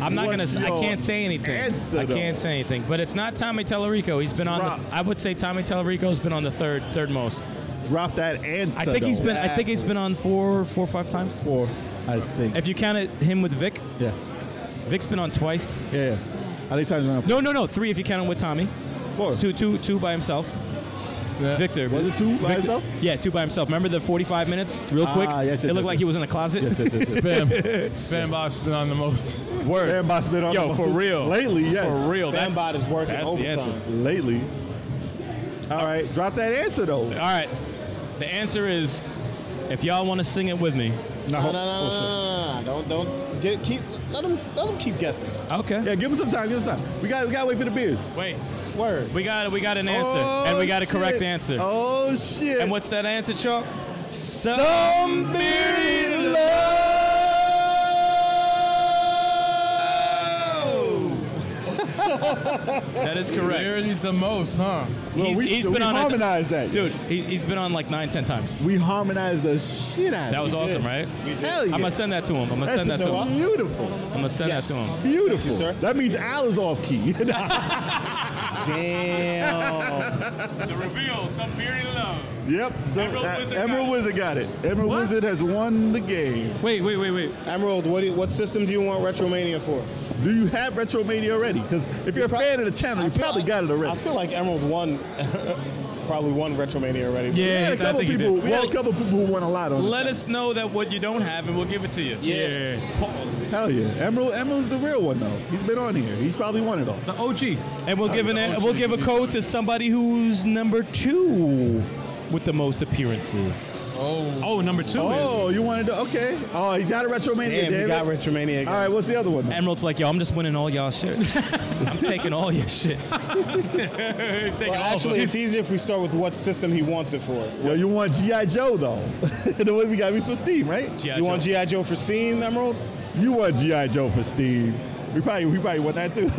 Speaker 5: I'm not gonna.
Speaker 6: What's
Speaker 5: I
Speaker 6: your
Speaker 5: can't say anything.
Speaker 6: answer,
Speaker 5: I
Speaker 6: though?
Speaker 5: can't say anything. But it's not Tommy Tellerico. He's been on.
Speaker 6: Drop.
Speaker 5: The, I would say Tommy Tellerico's been on the third, third most.
Speaker 6: Drop that answer.
Speaker 5: I think
Speaker 6: though.
Speaker 5: he's been. I think he's been on four, four or five times.
Speaker 6: four. I think.
Speaker 5: If you counted him with Vic,
Speaker 6: Yeah.
Speaker 5: Vic's been on twice.
Speaker 6: Yeah. yeah. I think time's around
Speaker 5: No, no, no. Three if you count him with Tommy.
Speaker 6: four.
Speaker 5: Two, two, two by himself.
Speaker 4: Yeah.
Speaker 5: Victor.
Speaker 6: Was it two by himself?
Speaker 5: Yeah, two by himself. Remember the 45 minutes, real quick.
Speaker 6: Ah, yes, yes,
Speaker 5: it looked
Speaker 6: yes,
Speaker 5: like
Speaker 6: yes.
Speaker 5: he was in a closet.
Speaker 6: Yes, yes, yes, yes.
Speaker 4: Spam. spam bot's been on the most.
Speaker 5: Word.
Speaker 6: Spam bot's been on
Speaker 5: Yo,
Speaker 6: the most
Speaker 5: for real.
Speaker 6: Lately, yes.
Speaker 5: For real. That's, all
Speaker 7: Fanbot is working
Speaker 5: that's the
Speaker 7: overtime.
Speaker 5: answer.
Speaker 6: Lately. All right. Drop that answer though.
Speaker 5: right. The answer is, if y'all want to sing it with me.
Speaker 7: No, no, no, no,
Speaker 5: oh,
Speaker 7: no, no, no, no, Don't, don't. Get, keep, let them, let them keep guessing.
Speaker 5: Okay.
Speaker 6: Yeah, give him some time. Give him some time. We got. We got to wait for the beers.
Speaker 5: Wait.
Speaker 7: Word.
Speaker 5: We got we got an answer,
Speaker 6: Oh,
Speaker 5: and we got a correct
Speaker 6: shit.
Speaker 5: answer.
Speaker 6: Oh shit.
Speaker 5: And what's that answer, Chuck? Some beer That is
Speaker 4: There
Speaker 5: correct.
Speaker 4: it is the most, huh?
Speaker 5: He's,
Speaker 6: we-
Speaker 5: he's
Speaker 6: we
Speaker 5: been on a-
Speaker 6: harmonized that.
Speaker 5: Dude, he, he's been on like nine, ten times.
Speaker 6: We harmonized the shit out. of
Speaker 5: That was
Speaker 6: it.
Speaker 5: awesome, right?
Speaker 6: Hell yeah.
Speaker 5: I'm gonna send that to him. I'm gonna
Speaker 6: That's
Speaker 5: send that to him.
Speaker 6: beautiful.
Speaker 5: I'm gonna send that to him.
Speaker 6: Beautiful.
Speaker 7: sir.
Speaker 6: That means Al is off key.
Speaker 5: Ah,
Speaker 7: Damn.
Speaker 5: The reveal, some beer love.
Speaker 6: yep. So,
Speaker 5: Emerald
Speaker 6: uh,
Speaker 5: Wizard got
Speaker 6: Emerald
Speaker 5: it.
Speaker 6: Wizard got it. Emerald
Speaker 2: What?
Speaker 6: Wizard has won the game.
Speaker 2: Wait, wait, wait, wait.
Speaker 7: Emerald, what, do you, what system do you want Retromania for?
Speaker 6: Do you have Retromania already? Because if you're a fan of the channel, you probably got it
Speaker 7: I
Speaker 6: already.
Speaker 7: feel like Emerald won probably won Retromania already.
Speaker 5: Yeah,
Speaker 6: We had a
Speaker 5: I
Speaker 6: couple
Speaker 5: think you
Speaker 6: people.
Speaker 5: did.
Speaker 6: We had a couple people who won a lot on. it.
Speaker 13: Let us know that what you don't have, and we'll give it to you.
Speaker 7: Yeah.
Speaker 13: Pause.
Speaker 6: Hell yeah, Emerald. Emerald's the real one though. He's been on here. He's probably won it all.
Speaker 2: The OG.
Speaker 5: And we'll give an we'll give a code to somebody who's number two with the most appearances.
Speaker 2: Oh, number two
Speaker 6: Oh, you wanted to? Okay. Oh, he got a retromania.
Speaker 7: Damn,
Speaker 6: damn
Speaker 7: we
Speaker 6: it.
Speaker 7: got Retromania.
Speaker 6: all right, what's the other one? though?
Speaker 5: Emerald's like, yo, I'm just winning all y'all shit. I'm taking all your shit. He's taking
Speaker 7: Well,
Speaker 5: all of
Speaker 7: actually,
Speaker 5: it.
Speaker 7: it's easier if we start with what system he wants it for.
Speaker 6: Yo, you want GI Joe though? the way we got me for Steam, right?
Speaker 5: G.I.
Speaker 7: You
Speaker 5: Joe.
Speaker 7: want GI Joe for Steam, Emerald?
Speaker 6: You want GI Joe for Steam? We probably we probably want that too.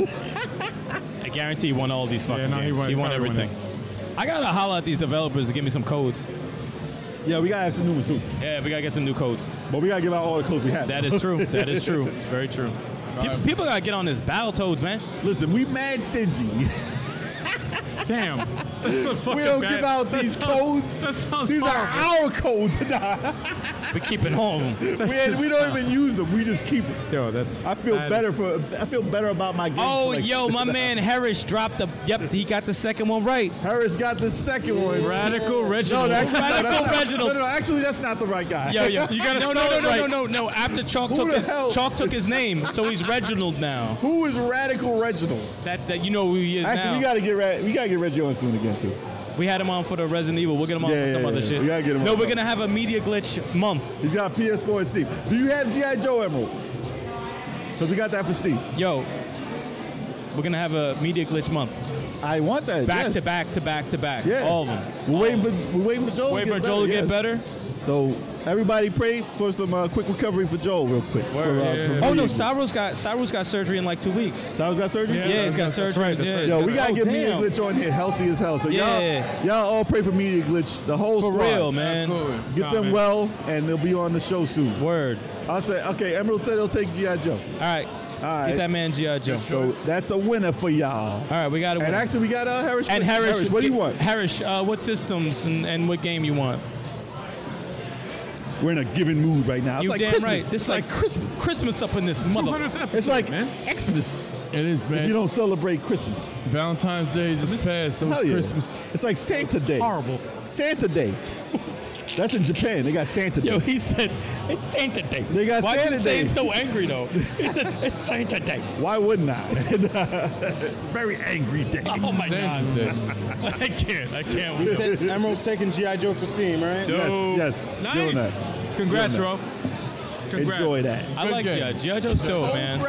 Speaker 5: I guarantee he won all these fucking
Speaker 2: Yeah, no, he
Speaker 5: games.
Speaker 2: won-
Speaker 5: He won,
Speaker 2: probably won
Speaker 5: everything. I gotta holler at these developers to give me some codes.
Speaker 6: yeah, we gotta have some new ones too.
Speaker 5: Yeah, we gotta get some new codes.
Speaker 6: But we gotta give out all the codes we have.
Speaker 5: That is true. That is true. It's very true. People, people gotta get on this Battletoads, man.
Speaker 6: Listen, we mad stingy.
Speaker 2: Damn. That's a fucking
Speaker 6: we don't
Speaker 2: bad-
Speaker 6: give out
Speaker 2: that
Speaker 6: these
Speaker 2: sounds-
Speaker 6: codes.
Speaker 2: That sounds
Speaker 6: These are
Speaker 2: horrible.
Speaker 6: our codes. Nah,
Speaker 5: We keep it home.
Speaker 6: we, ain't- we don't even use them. We just keep them.
Speaker 2: Yo, that's.
Speaker 6: I feel
Speaker 2: that
Speaker 6: better
Speaker 2: is-
Speaker 6: for. I feel better about my game.
Speaker 5: Oh,
Speaker 6: collection.
Speaker 5: yo, my man Harris dropped the. Yep, he got the second one right.
Speaker 6: Harris got the second one.
Speaker 2: Radical
Speaker 6: No,
Speaker 2: Reginald.
Speaker 6: that's
Speaker 5: Radical
Speaker 6: no, no,
Speaker 5: Reginald.
Speaker 6: no, actually, that's not the right guy.
Speaker 5: Yo, yo, you gotta
Speaker 2: No,
Speaker 5: spell
Speaker 2: no, no,
Speaker 5: it
Speaker 2: no,
Speaker 5: right.
Speaker 2: no,
Speaker 5: no, no. After Chalk
Speaker 6: Who
Speaker 5: took
Speaker 6: the
Speaker 5: his
Speaker 6: hell-
Speaker 5: Chalk took his name, so he's Reginald now.
Speaker 6: Who is Radical Reginald?
Speaker 5: That that you know who he is
Speaker 6: Actually,
Speaker 5: now.
Speaker 6: we gotta get Ra- we gotta get Reggie on soon again too.
Speaker 5: We had him on for the Resident Evil. We'll get him on
Speaker 6: Yeah,
Speaker 5: for some
Speaker 6: yeah,
Speaker 5: other
Speaker 6: yeah.
Speaker 5: shit.
Speaker 6: We gotta get him
Speaker 5: no,
Speaker 6: on
Speaker 5: we're
Speaker 6: something.
Speaker 5: gonna have a media glitch month.
Speaker 6: He's got PS4 and Steam. Do you have GI Joe Emerald? Because we got that for Steam.
Speaker 5: Yo, we're gonna have a media glitch month.
Speaker 6: I want that.
Speaker 5: Back
Speaker 6: yes.
Speaker 5: to back to back to back.
Speaker 6: Yeah.
Speaker 5: All of them.
Speaker 6: We're waiting for we're waiting for Joel.
Speaker 5: Wait
Speaker 6: to
Speaker 5: for
Speaker 6: get
Speaker 5: Joel to
Speaker 6: better,
Speaker 5: get
Speaker 6: yes.
Speaker 5: better.
Speaker 6: So everybody pray for some uh, quick recovery for Joel, real quick. For, uh, for
Speaker 5: Oh no,
Speaker 6: Reed.
Speaker 5: Cyrus got Cyrus got surgery in like two weeks.
Speaker 6: Cyrus got surgery.
Speaker 5: Yeah, he's got surgery. yeah, he's
Speaker 6: Yo,
Speaker 5: got-
Speaker 6: we gotta
Speaker 5: Oh,
Speaker 6: get
Speaker 5: damn.
Speaker 6: Media Glitch on here, healthy as hell. So
Speaker 5: Yeah.
Speaker 6: y'all, y'all all pray for Media Glitch. The whole
Speaker 5: For
Speaker 6: squad.
Speaker 5: real, man.
Speaker 4: Absolutely.
Speaker 6: Get
Speaker 2: Nah,
Speaker 6: them
Speaker 2: man.
Speaker 6: well, and they'll be on the show soon.
Speaker 5: Word.
Speaker 6: I said, okay, Emerald said he'll take GI Joe.
Speaker 5: All right.
Speaker 6: right.
Speaker 5: Get that man GI Joe.
Speaker 6: So that's a winner for y'all.
Speaker 5: All right, we got to
Speaker 6: And
Speaker 5: win.
Speaker 6: actually, we got uh, Harris.
Speaker 5: and Harris,
Speaker 6: what do you want?
Speaker 5: Harris, uh, what systems and, and what game you want?
Speaker 6: We're in a given mood right now. It's
Speaker 5: you
Speaker 6: like
Speaker 5: damn
Speaker 6: Christmas.
Speaker 5: right. This
Speaker 6: it's
Speaker 5: is
Speaker 6: like Christmas.
Speaker 5: Christmas up in this mother.
Speaker 2: 200th episode,
Speaker 6: It's like
Speaker 2: man.
Speaker 6: Xmas.
Speaker 4: It is,
Speaker 6: If you
Speaker 4: man.
Speaker 6: don't celebrate Christmas,
Speaker 4: Valentine's Day is just past, so
Speaker 6: Hell
Speaker 4: it's
Speaker 6: yeah.
Speaker 4: Christmas.
Speaker 6: It's like Santa Day.
Speaker 2: Horrible.
Speaker 6: Santa Day. That's in Japan. They got Santa Day.
Speaker 5: Yo, he said it's Santa Day.
Speaker 6: They got
Speaker 5: Why
Speaker 6: Santa
Speaker 5: you
Speaker 6: Day.
Speaker 5: saying so angry though? He said it's Santa Day.
Speaker 6: Why wouldn't I? it's a very angry day.
Speaker 5: Oh my
Speaker 4: Thank
Speaker 5: god,
Speaker 4: you, Dick.
Speaker 5: I can't, I can't. We-
Speaker 7: Emerald's taking GI Joe for Steam, right?
Speaker 6: Yes, yes. Doing that.
Speaker 2: Nice. Congrats,
Speaker 6: Doing
Speaker 2: bro. Congrats.
Speaker 6: Enjoy that.
Speaker 5: I
Speaker 4: Good
Speaker 5: like
Speaker 4: game.
Speaker 5: Judge. Judge Joe's dope, man.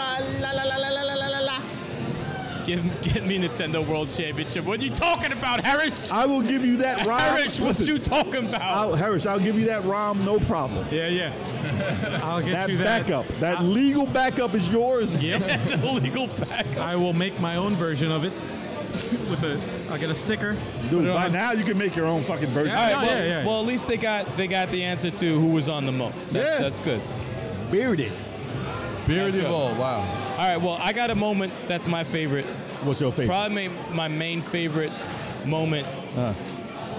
Speaker 5: Give, get me Nintendo World Championship. What are you talking about, Harris?
Speaker 6: I will give you that ROM.
Speaker 5: Harris, what
Speaker 6: Listen,
Speaker 5: you talking about?
Speaker 6: I'll, Harris, I'll give you that ROM, no problem.
Speaker 2: Yeah, yeah. I'll get
Speaker 6: That
Speaker 2: you that.
Speaker 6: backup, that legal backup is yours.
Speaker 5: Yeah, the legal backup.
Speaker 2: I will make my own version of it. With a, I'll get a sticker.
Speaker 6: Dude, by now you can make your own fucking version.
Speaker 2: Yeah.
Speaker 5: All right, well,
Speaker 2: yeah, yeah.
Speaker 5: well, at least they got they got the answer to who was on the most. That,
Speaker 6: Yeah.
Speaker 5: that's good.
Speaker 6: Bearded.
Speaker 4: Beer
Speaker 5: That's
Speaker 4: the
Speaker 5: good.
Speaker 4: ball. Wow.
Speaker 5: All right, well, I got a moment that's my favorite.
Speaker 6: What's your favorite?
Speaker 5: Probably my, my main favorite moment.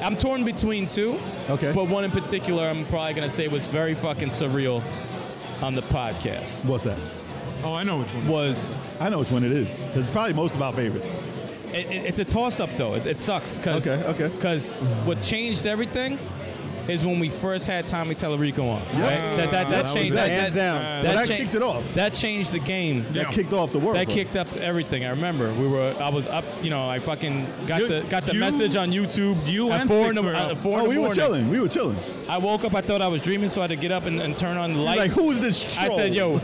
Speaker 5: I'm torn between two.
Speaker 6: Okay.
Speaker 5: But one in particular, I'm probably gonna say was very fucking surreal on the podcast.
Speaker 6: What's that?
Speaker 2: Oh, I know which one.
Speaker 5: Was
Speaker 6: I know which one it is. 'cause It's probably most of our favorites.
Speaker 5: It, it- it's a toss up though. It, it sucks because
Speaker 6: Okay, okay.
Speaker 5: what changed everything is when we first had Tommy Tallarico on. Right? That that, that, changed that,
Speaker 7: Hands
Speaker 5: that- that
Speaker 7: down.
Speaker 6: Well, that
Speaker 5: cha-
Speaker 6: kicked it off.
Speaker 5: That changed the game.
Speaker 6: That kicked off the world.
Speaker 5: That
Speaker 6: bro.
Speaker 5: kicked up everything. I remember we were. I was up. You know, I fucking got
Speaker 2: You-
Speaker 5: the got the
Speaker 2: you-
Speaker 5: message on YouTube.
Speaker 2: you
Speaker 5: at
Speaker 2: and
Speaker 5: four in
Speaker 2: Sticks
Speaker 5: the,
Speaker 2: were
Speaker 5: uh,
Speaker 2: up.
Speaker 5: four in
Speaker 6: Oh,
Speaker 5: the
Speaker 6: we were
Speaker 5: morning.
Speaker 6: chilling. We were chilling.
Speaker 5: I woke up. I thought I was dreaming, so I had to get up and, and turn on the light.
Speaker 6: Like, who is this troll?
Speaker 5: I said, "Yo,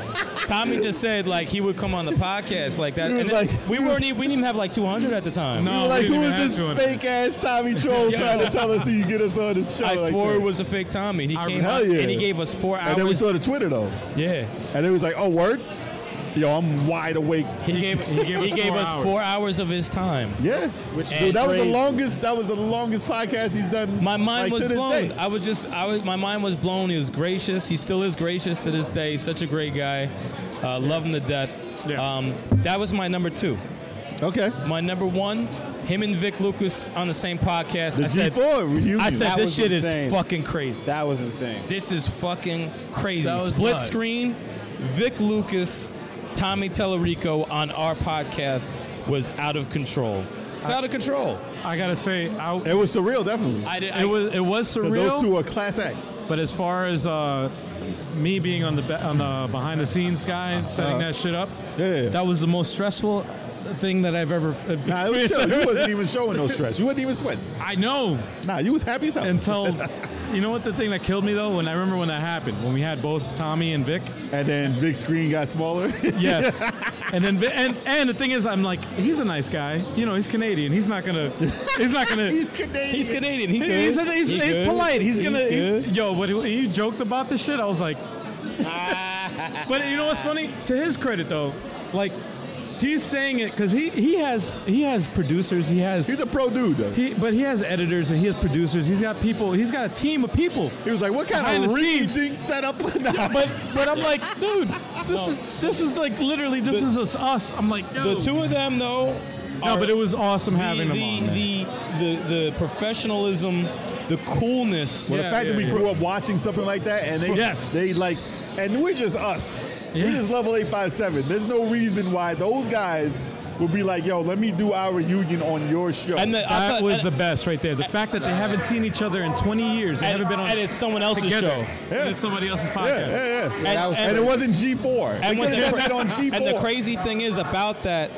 Speaker 5: Tommy just said like he would come on the podcast like that."
Speaker 6: He was
Speaker 5: and then
Speaker 6: like-
Speaker 5: we
Speaker 6: he was-
Speaker 5: weren't. even We didn't even have like 200 at the time.
Speaker 6: We
Speaker 2: No,
Speaker 6: were like,
Speaker 2: we
Speaker 6: who
Speaker 2: didn't even
Speaker 6: is
Speaker 2: have
Speaker 6: this
Speaker 2: to.
Speaker 6: fake ass Tommy troll
Speaker 5: Yo.
Speaker 6: trying to tell us he can get us on the show?
Speaker 5: I
Speaker 6: like
Speaker 5: swore
Speaker 6: that?
Speaker 5: it was a fake Tommy. He came
Speaker 6: hell
Speaker 5: up
Speaker 6: yeah.
Speaker 5: and he gave us four
Speaker 6: And then we
Speaker 5: hours.
Speaker 6: saw the Twitter though,
Speaker 5: yeah,
Speaker 6: and it was like, oh word, yo, I'm wide awake.
Speaker 5: he gave he gave,
Speaker 2: gave us four
Speaker 5: us
Speaker 2: hours.
Speaker 5: four hours of his time.
Speaker 6: Yeah, which dude,
Speaker 5: is
Speaker 6: that was the
Speaker 5: crazy.
Speaker 6: longest. That was the longest podcast he's done.
Speaker 5: My mind
Speaker 6: like,
Speaker 5: was
Speaker 6: to this
Speaker 5: blown.
Speaker 6: day.
Speaker 5: I was just I was my mind was blown. He was gracious. He still is gracious to this day. He's Such a great guy. Uh, Love him to death.
Speaker 2: Yeah.
Speaker 5: Um, that was my number two.
Speaker 6: Okay,
Speaker 5: My number one, him and Vic Lucas on the same podcast.
Speaker 6: the
Speaker 5: I
Speaker 6: G
Speaker 5: said,
Speaker 6: four
Speaker 5: I said
Speaker 7: That
Speaker 5: this
Speaker 7: was
Speaker 5: shit
Speaker 7: insane.
Speaker 5: is fucking crazy.
Speaker 7: That was insane.
Speaker 5: This is fucking crazy.
Speaker 4: That was
Speaker 5: Split
Speaker 4: nuts.
Speaker 5: screen, Vic Lucas, Tommy Tellerico on our podcast was out of control. It's out of control.
Speaker 2: I gotta say, I,
Speaker 6: It was surreal, definitely.
Speaker 5: I, did, I,
Speaker 2: it was it was surreal.
Speaker 6: Those two are class acts.
Speaker 2: But as far as uh, me being on the ba- on the behind the scenes guy and setting that shit up,
Speaker 6: yeah.
Speaker 5: that was the most stressful thing that I've ever.
Speaker 2: uh,
Speaker 6: Nah, it was chill. You wasn't even showing no stress. You wasn't even sweating.
Speaker 2: I know
Speaker 6: Nah, you was happy as hell.
Speaker 2: until you know what the thing that killed me though. When I remember when that happened, when we had both Tommy and Vic.
Speaker 6: and then big screen got smaller.
Speaker 2: Yes. And then, Vi- and and the thing is, I'm like, he's a nice guy. You know, he's Canadian. He's not gonna, he's not gonna,
Speaker 6: He's Canadian.
Speaker 5: He's Canadian. He good.
Speaker 2: He's, he's,
Speaker 5: He
Speaker 2: he's
Speaker 5: good.
Speaker 2: polite. He's
Speaker 5: He
Speaker 2: gonna. he's-
Speaker 5: good.
Speaker 2: yo, but when you joked about this shit, I was like. but you know what's funny? To his credit, though, like he's saying it because he he has he has producers. He has.
Speaker 6: He's a pro dude, though.
Speaker 2: He, but he has editors and he has producers. He's got people. He's got a team of people.
Speaker 6: He was like, what kind
Speaker 2: Behind
Speaker 6: of
Speaker 2: the scenes.
Speaker 6: reading setup?
Speaker 2: But but I'm like, dude, this is this is like literally this is us, us. I'm like, yo.
Speaker 5: the two of them though.
Speaker 2: No,
Speaker 5: are-
Speaker 2: but it was awesome
Speaker 5: the,
Speaker 2: having them on. man.
Speaker 5: the, the, the the professionalism, the coolness.
Speaker 6: Well, the fact that we
Speaker 2: yeah.
Speaker 6: grew up watching something like that, and they
Speaker 2: Yes.
Speaker 6: they like, and we're just us. We're
Speaker 2: Yeah.
Speaker 6: just level eight five seven. There's no reason why those guys would be like, yo, let me do our reunion on your show.
Speaker 5: and the, I
Speaker 2: That
Speaker 5: thought-
Speaker 2: was
Speaker 5: and-
Speaker 2: the best right there. The fact that they haven't seen each other in 20 years, they
Speaker 5: and,
Speaker 2: haven't been on
Speaker 5: and it's someone else's
Speaker 2: together.
Speaker 5: show.
Speaker 2: And it's somebody else's podcast.
Speaker 6: yeah, yeah, yeah.
Speaker 5: And-
Speaker 6: And,
Speaker 5: and-
Speaker 6: it wasn't G four. They
Speaker 5: And, when
Speaker 6: could have done that
Speaker 5: the,
Speaker 6: on G
Speaker 5: and the
Speaker 6: four.
Speaker 5: crazy thing is about that,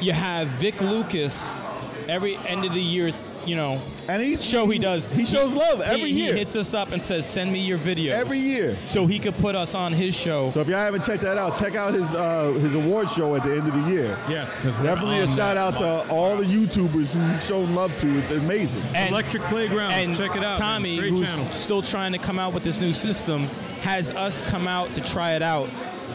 Speaker 5: you have Vic Lucas every end of the year. You know,
Speaker 6: And he
Speaker 5: show he does.
Speaker 6: He shows love every
Speaker 5: he,
Speaker 6: year.
Speaker 5: He hits us up and says, "Send me your videos."
Speaker 6: Every year.
Speaker 5: so he could put us on his show.
Speaker 6: so if y'all haven't checked that out, check out his uh, his award show at the end of the year.
Speaker 2: Yes. Um,
Speaker 6: Definitely
Speaker 5: Oh,
Speaker 6: a shout out to all the YouTubers who he's shown love to. It's amazing.
Speaker 5: And-
Speaker 2: Electric Playground.
Speaker 5: and
Speaker 2: Check it out.
Speaker 5: Tommy,
Speaker 2: man. Great
Speaker 5: who's
Speaker 2: channel.
Speaker 5: still trying to come out with this new system, has us come out to try it out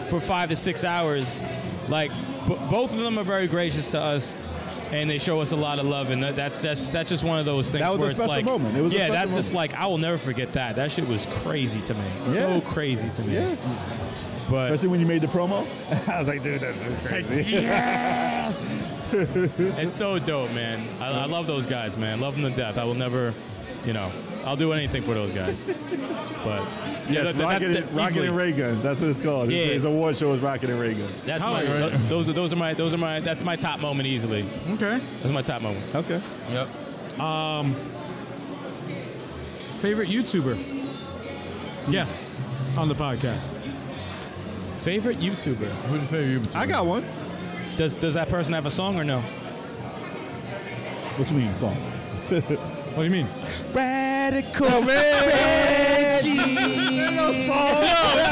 Speaker 5: for five to six hours. Like b- both of them are very gracious to us. And they show us a lot of love, and that, that's just that's just one of those things.
Speaker 6: That was a
Speaker 5: where it's
Speaker 6: special
Speaker 5: like,
Speaker 6: moment. It was a
Speaker 5: yeah,
Speaker 6: special
Speaker 5: that's just like I will never forget that. That shit was crazy to me,
Speaker 6: Yeah.
Speaker 5: so crazy to me.
Speaker 6: Yeah.
Speaker 5: But
Speaker 6: Especially when you made the promo.
Speaker 5: yes, it's so dope, man. I, I love those guys, man. Love them to death. I will never, you know, I'll do anything for those guys. But yeah, that- that-
Speaker 6: Rocket,
Speaker 5: that-
Speaker 6: and, Rocket
Speaker 5: easily.
Speaker 6: and Ray Guns. That's what it's called. His-
Speaker 5: Yeah.
Speaker 6: His award show is Rocket and Ray Guns.
Speaker 5: That's my, those are those are my those are my that's my top moment easily.
Speaker 2: Okay.
Speaker 5: That's my top moment.
Speaker 6: Okay.
Speaker 4: Yep.
Speaker 2: Favorite YouTuber? Yes. On the podcast.
Speaker 5: Favorite YouTuber?
Speaker 4: Who's your favorite YouTuber?
Speaker 6: I got one.
Speaker 5: Does does that person have a song or no?
Speaker 6: What you mean, song?
Speaker 2: What do you mean?
Speaker 5: Radical.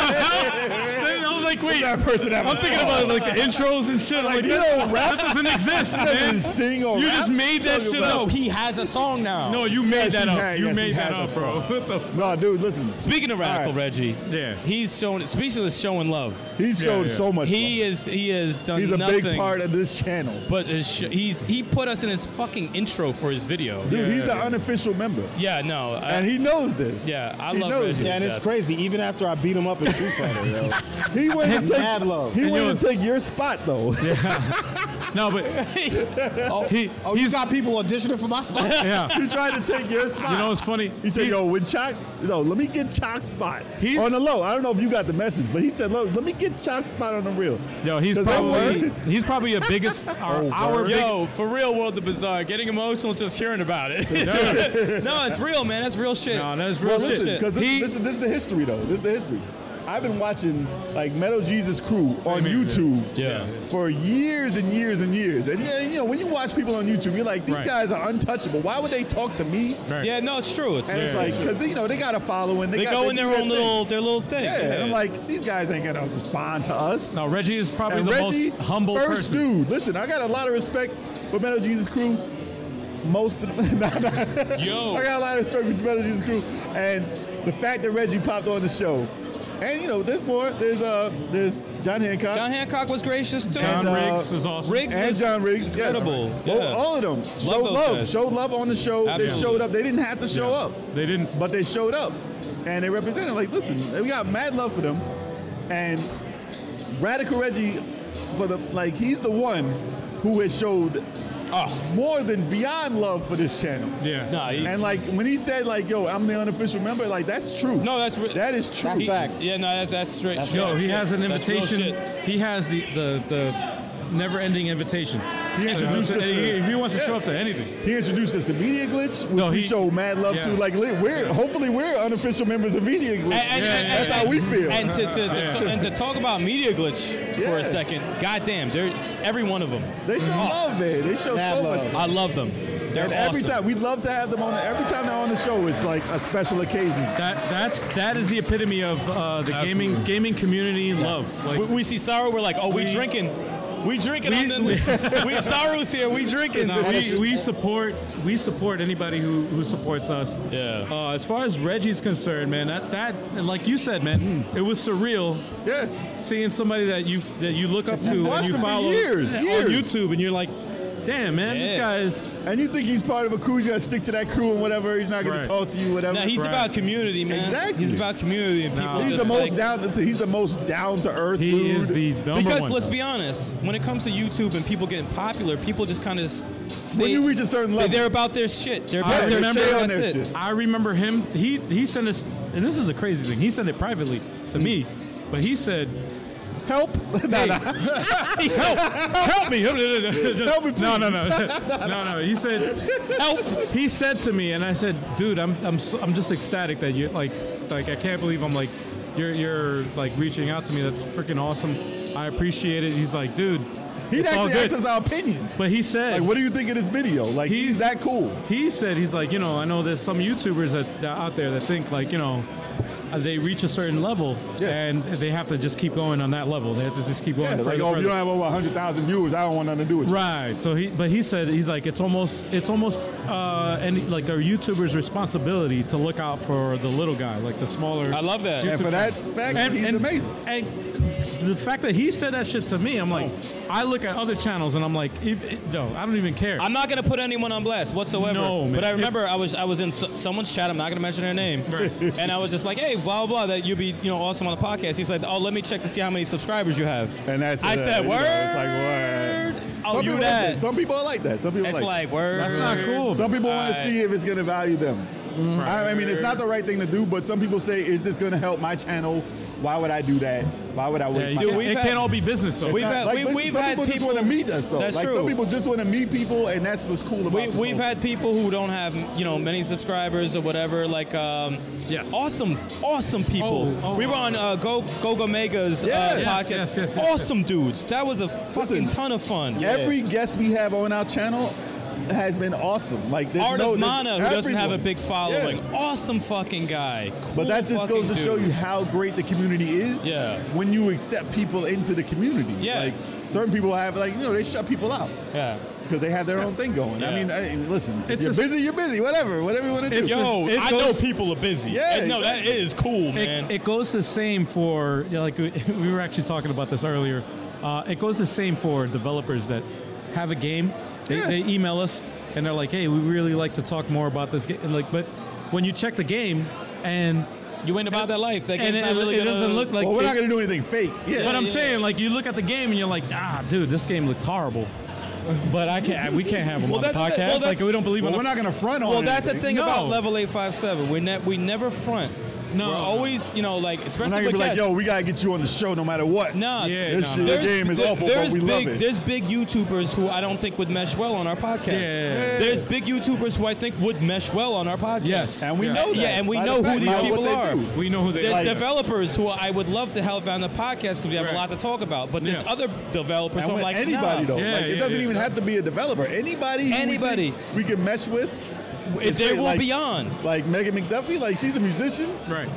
Speaker 2: I was like, wait.
Speaker 6: That person that
Speaker 2: I'm
Speaker 6: was
Speaker 2: thinking
Speaker 6: song.
Speaker 2: about like the intros and shit. I'm like,
Speaker 6: Like, you
Speaker 2: that,
Speaker 6: don't
Speaker 2: that doesn't exist,
Speaker 6: doesn't
Speaker 2: man.
Speaker 6: sing or
Speaker 2: You
Speaker 6: rap.
Speaker 2: just made that shit
Speaker 5: No,
Speaker 2: up.
Speaker 5: he has a song now.
Speaker 2: No, you made
Speaker 6: Yes,
Speaker 2: that
Speaker 6: he
Speaker 2: up.
Speaker 6: had-
Speaker 2: you
Speaker 6: yes, he
Speaker 2: made that
Speaker 6: had
Speaker 2: up,
Speaker 6: a
Speaker 2: bro. What the f-
Speaker 6: No, dude, listen.
Speaker 5: Speaking of radical
Speaker 6: All right.
Speaker 5: Reggie,
Speaker 2: Yeah.
Speaker 5: he's showing speaking of showing love.
Speaker 6: He's showed
Speaker 2: yeah.
Speaker 6: so much.
Speaker 5: He
Speaker 6: love.
Speaker 5: is he has done
Speaker 6: He's a
Speaker 5: nothing.
Speaker 6: big part of this channel.
Speaker 5: But his sh- he's he put us in his fucking intro for his video.
Speaker 6: Dude, he's the unofficial member.
Speaker 5: Yeah, no, I,
Speaker 6: And he knows this.
Speaker 5: yeah, I
Speaker 6: he
Speaker 5: love
Speaker 6: knows
Speaker 5: Reggie.
Speaker 6: it.
Speaker 7: Yeah, and it's
Speaker 5: Yeah.
Speaker 7: crazy. Even after I beat him up in Street Fighter, yo.
Speaker 6: He wouldn't
Speaker 7: And
Speaker 6: take
Speaker 7: mad love.
Speaker 6: He
Speaker 7: And
Speaker 6: wouldn't take your spot though.
Speaker 2: No, but
Speaker 7: Oh,
Speaker 2: He-
Speaker 7: oh you got people auditioning for my spot.
Speaker 2: yeah.
Speaker 6: he tried to take your spot.
Speaker 2: You know what's funny?
Speaker 6: He said,
Speaker 2: He-
Speaker 6: "Yo, when Chalk, no, let me get Chalk's spot
Speaker 2: He's-
Speaker 6: on the low." I don't know if you got the message, but he said, "Look, let me get Chalk's spot on the real."
Speaker 2: Yo, he's
Speaker 6: Does that
Speaker 2: probably
Speaker 6: work? Oh,
Speaker 2: he's probably the biggest our, our big,
Speaker 5: Yo, for real, world the bizarre. Getting emotional just hearing about it. no, it's real, man. That's real shit.
Speaker 2: No, that's
Speaker 6: Well,
Speaker 2: real
Speaker 6: listen,
Speaker 2: shit.
Speaker 6: because this,
Speaker 2: He-
Speaker 6: this, is- this is the history though. This is the history. I've been watching like Metal Jesus Crew on
Speaker 2: here, yeah.
Speaker 6: YouTube
Speaker 5: Yeah.
Speaker 6: for years and years and years. And yeah, you know, when you watch people on YouTube, you're like, "These
Speaker 2: Right.
Speaker 6: guys are untouchable. Why would they talk to me?"
Speaker 5: yeah, no, it's true. It's
Speaker 6: And
Speaker 5: true.
Speaker 6: it's like, because you know they got a following. They,
Speaker 5: they
Speaker 6: got,
Speaker 5: go
Speaker 6: they
Speaker 5: in
Speaker 6: do
Speaker 5: their own
Speaker 6: thing.
Speaker 5: little their little thing.
Speaker 6: Yeah, and I'm like, these guys ain't gonna respond to us.
Speaker 2: No, Reggie is probably
Speaker 6: And
Speaker 2: the
Speaker 6: Reggie,
Speaker 2: most humble
Speaker 6: first
Speaker 2: person.
Speaker 6: dude. Listen, I got a lot of respect for Metal Jesus Crew. Most of them, nah, nah.
Speaker 5: Yo.
Speaker 6: I got a lot of respect for Metal Jesus Crew, and the fact that Reggie popped on the show, and you know, there's more. There's uh, there's John Hancock
Speaker 5: John Hancock was gracious too.
Speaker 2: John
Speaker 6: And, uh,
Speaker 2: Riggs is awesome.
Speaker 5: Riggs
Speaker 6: and
Speaker 5: was
Speaker 6: John Riggs. yes.
Speaker 5: incredible.
Speaker 6: Well,
Speaker 5: Yeah.
Speaker 6: all of them showed
Speaker 5: those
Speaker 6: love,
Speaker 5: guys.
Speaker 6: showed love on the show. They
Speaker 5: Absolutely.
Speaker 6: showed up. They didn't have to show up
Speaker 2: They didn't.
Speaker 6: but they showed up and they represented like listen we got mad love for them and radical reggie for the like he's the one who has showed
Speaker 5: Oh,
Speaker 6: more than beyond love for this channel
Speaker 2: Yeah.
Speaker 5: no, he's,
Speaker 6: and like when he said like yo i'm the unofficial member like that's true
Speaker 5: no, that's re-
Speaker 6: that is true
Speaker 7: That's facts.
Speaker 5: Yeah, no, that's that's straight.
Speaker 7: That's
Speaker 5: shit.
Speaker 2: Yo, he has an
Speaker 5: That's real
Speaker 2: invitation.
Speaker 5: shit.
Speaker 2: He has the the the never-ending invitation.
Speaker 6: He introduced us to
Speaker 2: If he wants to show up to anything,
Speaker 6: he introduced us to Media Glitch, which
Speaker 2: No,
Speaker 6: we
Speaker 2: he-
Speaker 6: show mad love to.
Speaker 2: yes.
Speaker 6: Like li- we're hopefully we're unofficial members of Media
Speaker 5: And, and,
Speaker 6: Glitch.
Speaker 2: Yeah,
Speaker 5: and-
Speaker 2: yeah,
Speaker 5: and-
Speaker 6: That's how we feel.
Speaker 5: And to, to, to, and to talk about media glitch for
Speaker 6: Yeah.
Speaker 5: a second, goddamn, there's every one of them.
Speaker 6: they show
Speaker 5: Mm.
Speaker 6: love, man. They show
Speaker 7: Mad
Speaker 6: so
Speaker 7: love.
Speaker 6: much.
Speaker 5: I love them. They're
Speaker 6: And
Speaker 5: awesome.
Speaker 6: every time we love to have them on. Every time they're on the show, it's like a special occasion.
Speaker 2: that that's that is the epitome of uh, the gaming gaming community love. Like,
Speaker 5: we, we see sorrow, we're like, oh, we,
Speaker 2: We-
Speaker 5: drinking. We drinking
Speaker 2: We-
Speaker 5: on the. We, sorrow's here. We drinking.
Speaker 2: No, we, we support we support anybody who, who supports us.
Speaker 5: Yeah.
Speaker 2: Uh, as far as Reggie's concerned, man, that that and like you said, man,
Speaker 6: Hmm.
Speaker 2: it was surreal
Speaker 6: Yeah,
Speaker 2: seeing somebody that you that you look up to
Speaker 6: watched
Speaker 2: and you
Speaker 6: him for
Speaker 2: follow
Speaker 6: years,
Speaker 2: on
Speaker 6: years.
Speaker 2: YouTube, and you're like, damn, man, this
Speaker 5: Yeah.
Speaker 2: guy is
Speaker 6: and you think he's part of a crew? He's gonna stick to that crew and whatever. He's not gonna
Speaker 2: Right.
Speaker 6: talk to you, whatever.
Speaker 5: now he's
Speaker 2: Right.
Speaker 5: about community, man.
Speaker 6: Exactly.
Speaker 5: He's about community and people.
Speaker 6: He's the
Speaker 5: just
Speaker 6: most
Speaker 5: like-
Speaker 6: down. He's the most down to earth.
Speaker 2: He
Speaker 6: dude.
Speaker 2: is the number
Speaker 5: Because
Speaker 2: one.
Speaker 5: let's be honest, when it comes to YouTube and people getting popular, people just kind of stay.
Speaker 6: When you reach a certain
Speaker 5: they-
Speaker 6: level,
Speaker 5: they're about their shit. They're
Speaker 2: I
Speaker 5: about their
Speaker 2: remember-
Speaker 5: shit.
Speaker 6: Stay on
Speaker 5: That's
Speaker 6: their
Speaker 5: it.
Speaker 6: shit.
Speaker 2: I remember him. He he sent us, and this is the crazy thing. He sent it privately to me, but he said,
Speaker 6: help.
Speaker 2: "Hey, help, help me, help
Speaker 6: Help me,
Speaker 2: No, no, no, no, no. He said, "Help." He said to me, and I said, "Dude, I'm I'm so, I'm just ecstatic that you like like I can't believe I'm like you're you're like reaching out to me. That's freaking awesome. I appreciate it." He's like, "Dude."
Speaker 6: He
Speaker 2: it's all
Speaker 6: actually
Speaker 2: good."
Speaker 6: asks us our opinion.
Speaker 2: But he said,
Speaker 6: Like, what do you think of this video? Like, he's,
Speaker 2: He's-
Speaker 6: that cool.
Speaker 2: he said he's like you know i know there's some youtubers that, that out there that think like you know uh, they reach a certain level
Speaker 6: Yeah.
Speaker 2: and they have to just keep going on that level they have to just keep going
Speaker 6: Yeah,
Speaker 2: further,
Speaker 6: like, oh, if
Speaker 2: further.
Speaker 6: you don't have over 100,000 viewers, I don't want nothing to do with you.
Speaker 2: right so he but he said he's like it's almost it's almost uh and like a youtuber's responsibility to look out for the little guy like the smaller
Speaker 5: I love that.
Speaker 6: And for that fact, he's amazing.
Speaker 2: and the fact that he said that shit to me, I'm like,
Speaker 6: Oh.
Speaker 2: I look at other channels and I'm like, if, no, I don't even care.
Speaker 5: I'm not gonna put anyone on blast whatsoever.
Speaker 2: No, man.
Speaker 5: But I remember I was I was in so- someone's chat. I'm not gonna mention her name. And I was just like, hey, blah blah, blah that you'd be you know awesome on the podcast. He's like, oh, let me check to see how many subscribers you have.
Speaker 6: And that's
Speaker 5: I
Speaker 6: it.
Speaker 5: said,
Speaker 6: You know,
Speaker 5: word.
Speaker 6: it's like, word.
Speaker 5: Oh,
Speaker 6: some
Speaker 5: you
Speaker 6: people Like
Speaker 5: that.
Speaker 6: that. Some people are like that. Some people
Speaker 5: It's
Speaker 6: like,
Speaker 5: like word.
Speaker 2: That's not cool.
Speaker 6: Some people want to
Speaker 5: I-
Speaker 6: see if it's going to value them. I, I mean, it's not the right thing to do, but some people say, is this going to help my channel? Why would I do that? Why would I
Speaker 2: Yeah,
Speaker 6: waste
Speaker 2: you
Speaker 6: my
Speaker 5: Dude,
Speaker 2: can't-
Speaker 5: we've
Speaker 2: it
Speaker 5: had-
Speaker 2: can't all be business though.
Speaker 5: We've had,
Speaker 6: Like,
Speaker 5: we,
Speaker 6: listen,
Speaker 5: we've
Speaker 6: some
Speaker 5: had
Speaker 6: people,
Speaker 5: people.
Speaker 6: just want to meet us, though.
Speaker 5: That's
Speaker 6: like,
Speaker 5: true.
Speaker 6: Some people just want to meet people, and that's what's cool about
Speaker 5: we,
Speaker 6: this
Speaker 5: we've
Speaker 6: whole-
Speaker 5: had people who don't have you know many subscribers or whatever like um,
Speaker 2: Yes.
Speaker 5: awesome awesome people
Speaker 2: Oh, oh,
Speaker 5: we were
Speaker 2: oh.
Speaker 5: on uh, Go Gogo Mega's
Speaker 6: Yes.
Speaker 5: uh,
Speaker 2: Yes,
Speaker 5: podcast
Speaker 2: yes, yes, yes,
Speaker 5: awesome dudes that was a fucking
Speaker 6: Listen.
Speaker 5: ton of fun
Speaker 6: Every guest we have on our channel has been awesome. Like there's
Speaker 5: Art
Speaker 6: no,
Speaker 5: of
Speaker 6: there's-
Speaker 5: Mana, who doesn't have a
Speaker 6: everyone.
Speaker 5: big following,
Speaker 6: Yeah.
Speaker 5: awesome fucking guy. Cool
Speaker 6: But that just
Speaker 5: fucking
Speaker 6: goes to show
Speaker 5: dude.
Speaker 6: you how great the community is.
Speaker 5: Yeah.
Speaker 6: When you accept people into the community.
Speaker 5: Yeah.
Speaker 6: Like certain people have like you know they shut people out
Speaker 5: Yeah.
Speaker 6: because they have their own thing going. I
Speaker 5: Yeah.
Speaker 6: mean, I, listen, if
Speaker 2: It's
Speaker 6: you're
Speaker 2: a s-
Speaker 6: busy, you're busy. Whatever, whatever you want to do.
Speaker 2: It's a-
Speaker 5: Yo,
Speaker 2: It
Speaker 5: Oh, I
Speaker 2: goes-
Speaker 5: know people are busy.
Speaker 6: Yeah,
Speaker 5: And no, that
Speaker 6: exactly.
Speaker 5: is cool, man.
Speaker 2: It, it goes the same for yeah, like we we were actually talking about this earlier. Uh, it goes the same for developers that have a game. They,
Speaker 6: Yeah.
Speaker 2: they email us and they're like, "Hey, we really like to talk more about this game." Like, but when you check the game and
Speaker 5: you ain't about that life. That
Speaker 2: and
Speaker 5: game's
Speaker 2: it,
Speaker 5: not really
Speaker 2: it
Speaker 5: gonna-
Speaker 2: doesn't look like
Speaker 6: well, we're
Speaker 2: it-
Speaker 6: not gonna do anything fake. Yeah.
Speaker 2: But I'm
Speaker 5: yeah.
Speaker 2: saying, like, you look at the game and you're like, "Ah, dude, this game looks horrible." But I can't. We can't have them
Speaker 5: Well,
Speaker 2: on the
Speaker 5: that's-
Speaker 2: podcast.
Speaker 5: that- well,
Speaker 2: like,
Speaker 5: that's-
Speaker 2: we don't believe
Speaker 6: But
Speaker 2: in.
Speaker 6: we're
Speaker 2: them.
Speaker 6: not gonna front on.
Speaker 5: Well, that's the thing
Speaker 2: No.
Speaker 5: about level eight five seven. We ne- we never front.
Speaker 2: No.
Speaker 5: we're always you know like
Speaker 6: We're not
Speaker 5: especially
Speaker 6: gonna
Speaker 5: with
Speaker 6: be like,
Speaker 5: guests.
Speaker 6: yo, we gotta get you on the show no matter what.
Speaker 5: Nah,
Speaker 2: Yeah,
Speaker 6: This
Speaker 2: nah.
Speaker 6: shit, the game is
Speaker 5: there-
Speaker 6: awful, but
Speaker 5: there's
Speaker 6: we
Speaker 5: big,
Speaker 6: love it.
Speaker 5: There's big YouTubers who I don't think would mesh well on our podcast.
Speaker 2: Yeah, yeah, yeah.
Speaker 5: There's big YouTubers who I think would mesh well on our podcast.
Speaker 2: Yes.
Speaker 6: And we
Speaker 2: Yeah.
Speaker 6: know that.
Speaker 5: Yeah, and we
Speaker 6: by the
Speaker 5: know who
Speaker 6: fact,
Speaker 5: these
Speaker 6: by what
Speaker 5: people
Speaker 6: they
Speaker 5: are.
Speaker 6: do.
Speaker 2: We know who they
Speaker 5: There's
Speaker 2: are.
Speaker 6: Like-
Speaker 5: developers who I would love to have on the podcast because we have
Speaker 2: Right.
Speaker 5: a lot to talk about. But there's
Speaker 2: Yeah.
Speaker 5: other developers
Speaker 6: And
Speaker 5: who I'm
Speaker 6: with
Speaker 5: like
Speaker 6: anybody
Speaker 5: nah.
Speaker 6: though,
Speaker 2: Yeah,
Speaker 6: like it
Speaker 2: yeah,
Speaker 6: doesn't
Speaker 2: yeah.
Speaker 6: even have to be a developer. Anybody, who we
Speaker 5: Anybody.
Speaker 6: think we can mesh with.
Speaker 5: If
Speaker 6: It's
Speaker 5: they
Speaker 6: great,
Speaker 5: will
Speaker 6: like-
Speaker 5: beyond.
Speaker 6: Like Megan McDuffie, like she's a musician.
Speaker 2: right.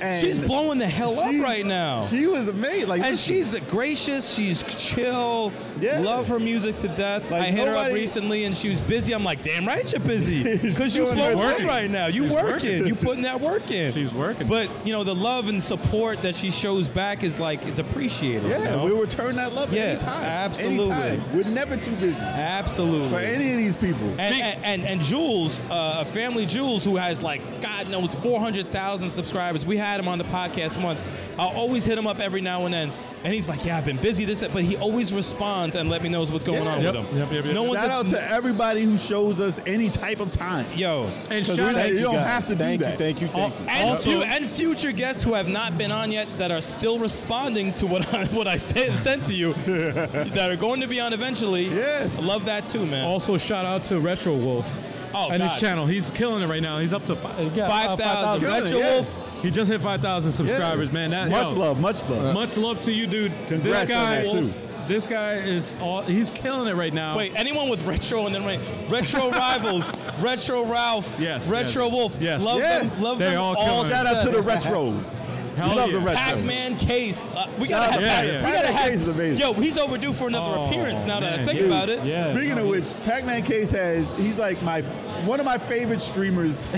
Speaker 6: And
Speaker 5: She's blowing the hell up
Speaker 6: she's-
Speaker 5: right now.
Speaker 6: She was amazing. Like
Speaker 5: and
Speaker 6: this-
Speaker 5: she's gracious. She's chill.
Speaker 6: Yeah.
Speaker 5: Love her music to death.
Speaker 6: Like,
Speaker 5: I hit her up
Speaker 6: nobody-
Speaker 5: recently, and she was busy. I'm like, damn right you're busy because you
Speaker 6: doing
Speaker 5: blow
Speaker 6: her
Speaker 5: up
Speaker 6: thing.
Speaker 5: right now. You working. You putting that work in.
Speaker 2: She's working.
Speaker 5: But you know the love and support that she shows back is like it's appreciated.
Speaker 6: Yeah,
Speaker 5: you know?
Speaker 6: we'll return that love
Speaker 5: Yeah,
Speaker 6: anytime.
Speaker 5: absolutely.
Speaker 6: Anytime. We're never too busy
Speaker 5: absolutely.
Speaker 6: for any of these people.
Speaker 5: and, and, and, and Jules, uh, a family Jules, who has like God knows 400,000 subscribers. We had him on the podcast once. I'll always hit him up every now and then. And he's like, "Yeah, I've been busy. This, that," but he always responds and let me know what's going on
Speaker 2: Yep,
Speaker 5: with him.
Speaker 2: yep, yep, yep.
Speaker 5: No one's
Speaker 6: Shout
Speaker 5: a-
Speaker 6: out to everybody who shows us any type of time.
Speaker 5: yo.
Speaker 2: And
Speaker 6: 'Cause
Speaker 2: shout
Speaker 6: we-
Speaker 2: out,
Speaker 6: you don't
Speaker 7: guys.
Speaker 6: have to
Speaker 7: Thank
Speaker 6: do
Speaker 7: you,
Speaker 6: that. Oh,
Speaker 7: thank you, thank you.
Speaker 5: And,
Speaker 2: Also-
Speaker 5: few- and future guests who have not been on yet that are still responding to what I, what I said, sent to you that are going to be on eventually.
Speaker 6: Yeah.
Speaker 5: Love that too, man.
Speaker 2: also shout out to Retro Wolf
Speaker 5: Oh,
Speaker 2: and
Speaker 5: God.
Speaker 2: his channel. He's killing it right now. He's up to five yeah, uh,
Speaker 5: 5,000.
Speaker 6: Killing it,
Speaker 5: Retro
Speaker 6: yeah.
Speaker 5: Wolf.
Speaker 2: He just hit 5,000 subscribers, man. That,
Speaker 6: Much
Speaker 2: yo,
Speaker 6: love, much love.
Speaker 2: Much love to you, dude.
Speaker 6: Congrats
Speaker 2: this
Speaker 6: on
Speaker 2: guy,
Speaker 6: that, too.
Speaker 2: this guy is all. He's killing it right now.
Speaker 5: Wait, anyone with retro and then right, retro rivals, retro Ralph,
Speaker 2: Yes,
Speaker 5: Retro
Speaker 2: yes.
Speaker 5: Wolf,
Speaker 2: Yes.
Speaker 5: love
Speaker 6: Yeah.
Speaker 5: them, love
Speaker 2: They
Speaker 5: them
Speaker 2: all
Speaker 5: all.
Speaker 2: killing it.
Speaker 6: Shout out to the retros.
Speaker 2: Hell
Speaker 6: we love
Speaker 2: yeah.
Speaker 6: the retros.
Speaker 5: Pac-Man case. Uh, we gotta have
Speaker 2: out to
Speaker 5: Pac-
Speaker 2: Pac-Man.
Speaker 5: We gotta
Speaker 6: Pac-Man
Speaker 5: have.
Speaker 6: Case is amazing.
Speaker 5: Yo, he's overdue for another appearance. Now that I
Speaker 2: man,
Speaker 5: think
Speaker 2: dude.
Speaker 5: about it,
Speaker 2: Yeah.
Speaker 6: Speaking of which, Pac-Man Case has he's like my one of my favorite streamers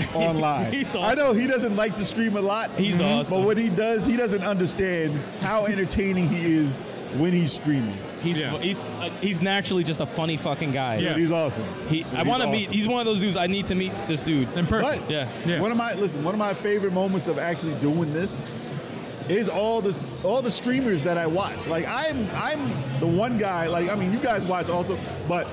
Speaker 6: online.
Speaker 5: He's awesome.
Speaker 6: I know he doesn't like to stream a lot.
Speaker 5: He's awesome.
Speaker 6: But what he does, he doesn't understand how entertaining he is when he's streaming.
Speaker 5: he's
Speaker 2: Yeah.
Speaker 5: he's uh, he's naturally just a funny fucking guy.
Speaker 2: Yeah.
Speaker 6: He's awesome.
Speaker 5: He, I
Speaker 6: He's
Speaker 5: want to
Speaker 6: awesome.
Speaker 5: meet. He's one of those dudes. I need to meet this dude.
Speaker 2: in person.
Speaker 6: But
Speaker 5: Yeah.
Speaker 2: Yeah.
Speaker 6: one of my listen, one of my favorite moments of actually doing this is all the all the streamers that I watch. Like I'm I'm the one guy. Like I mean, you guys watch also, but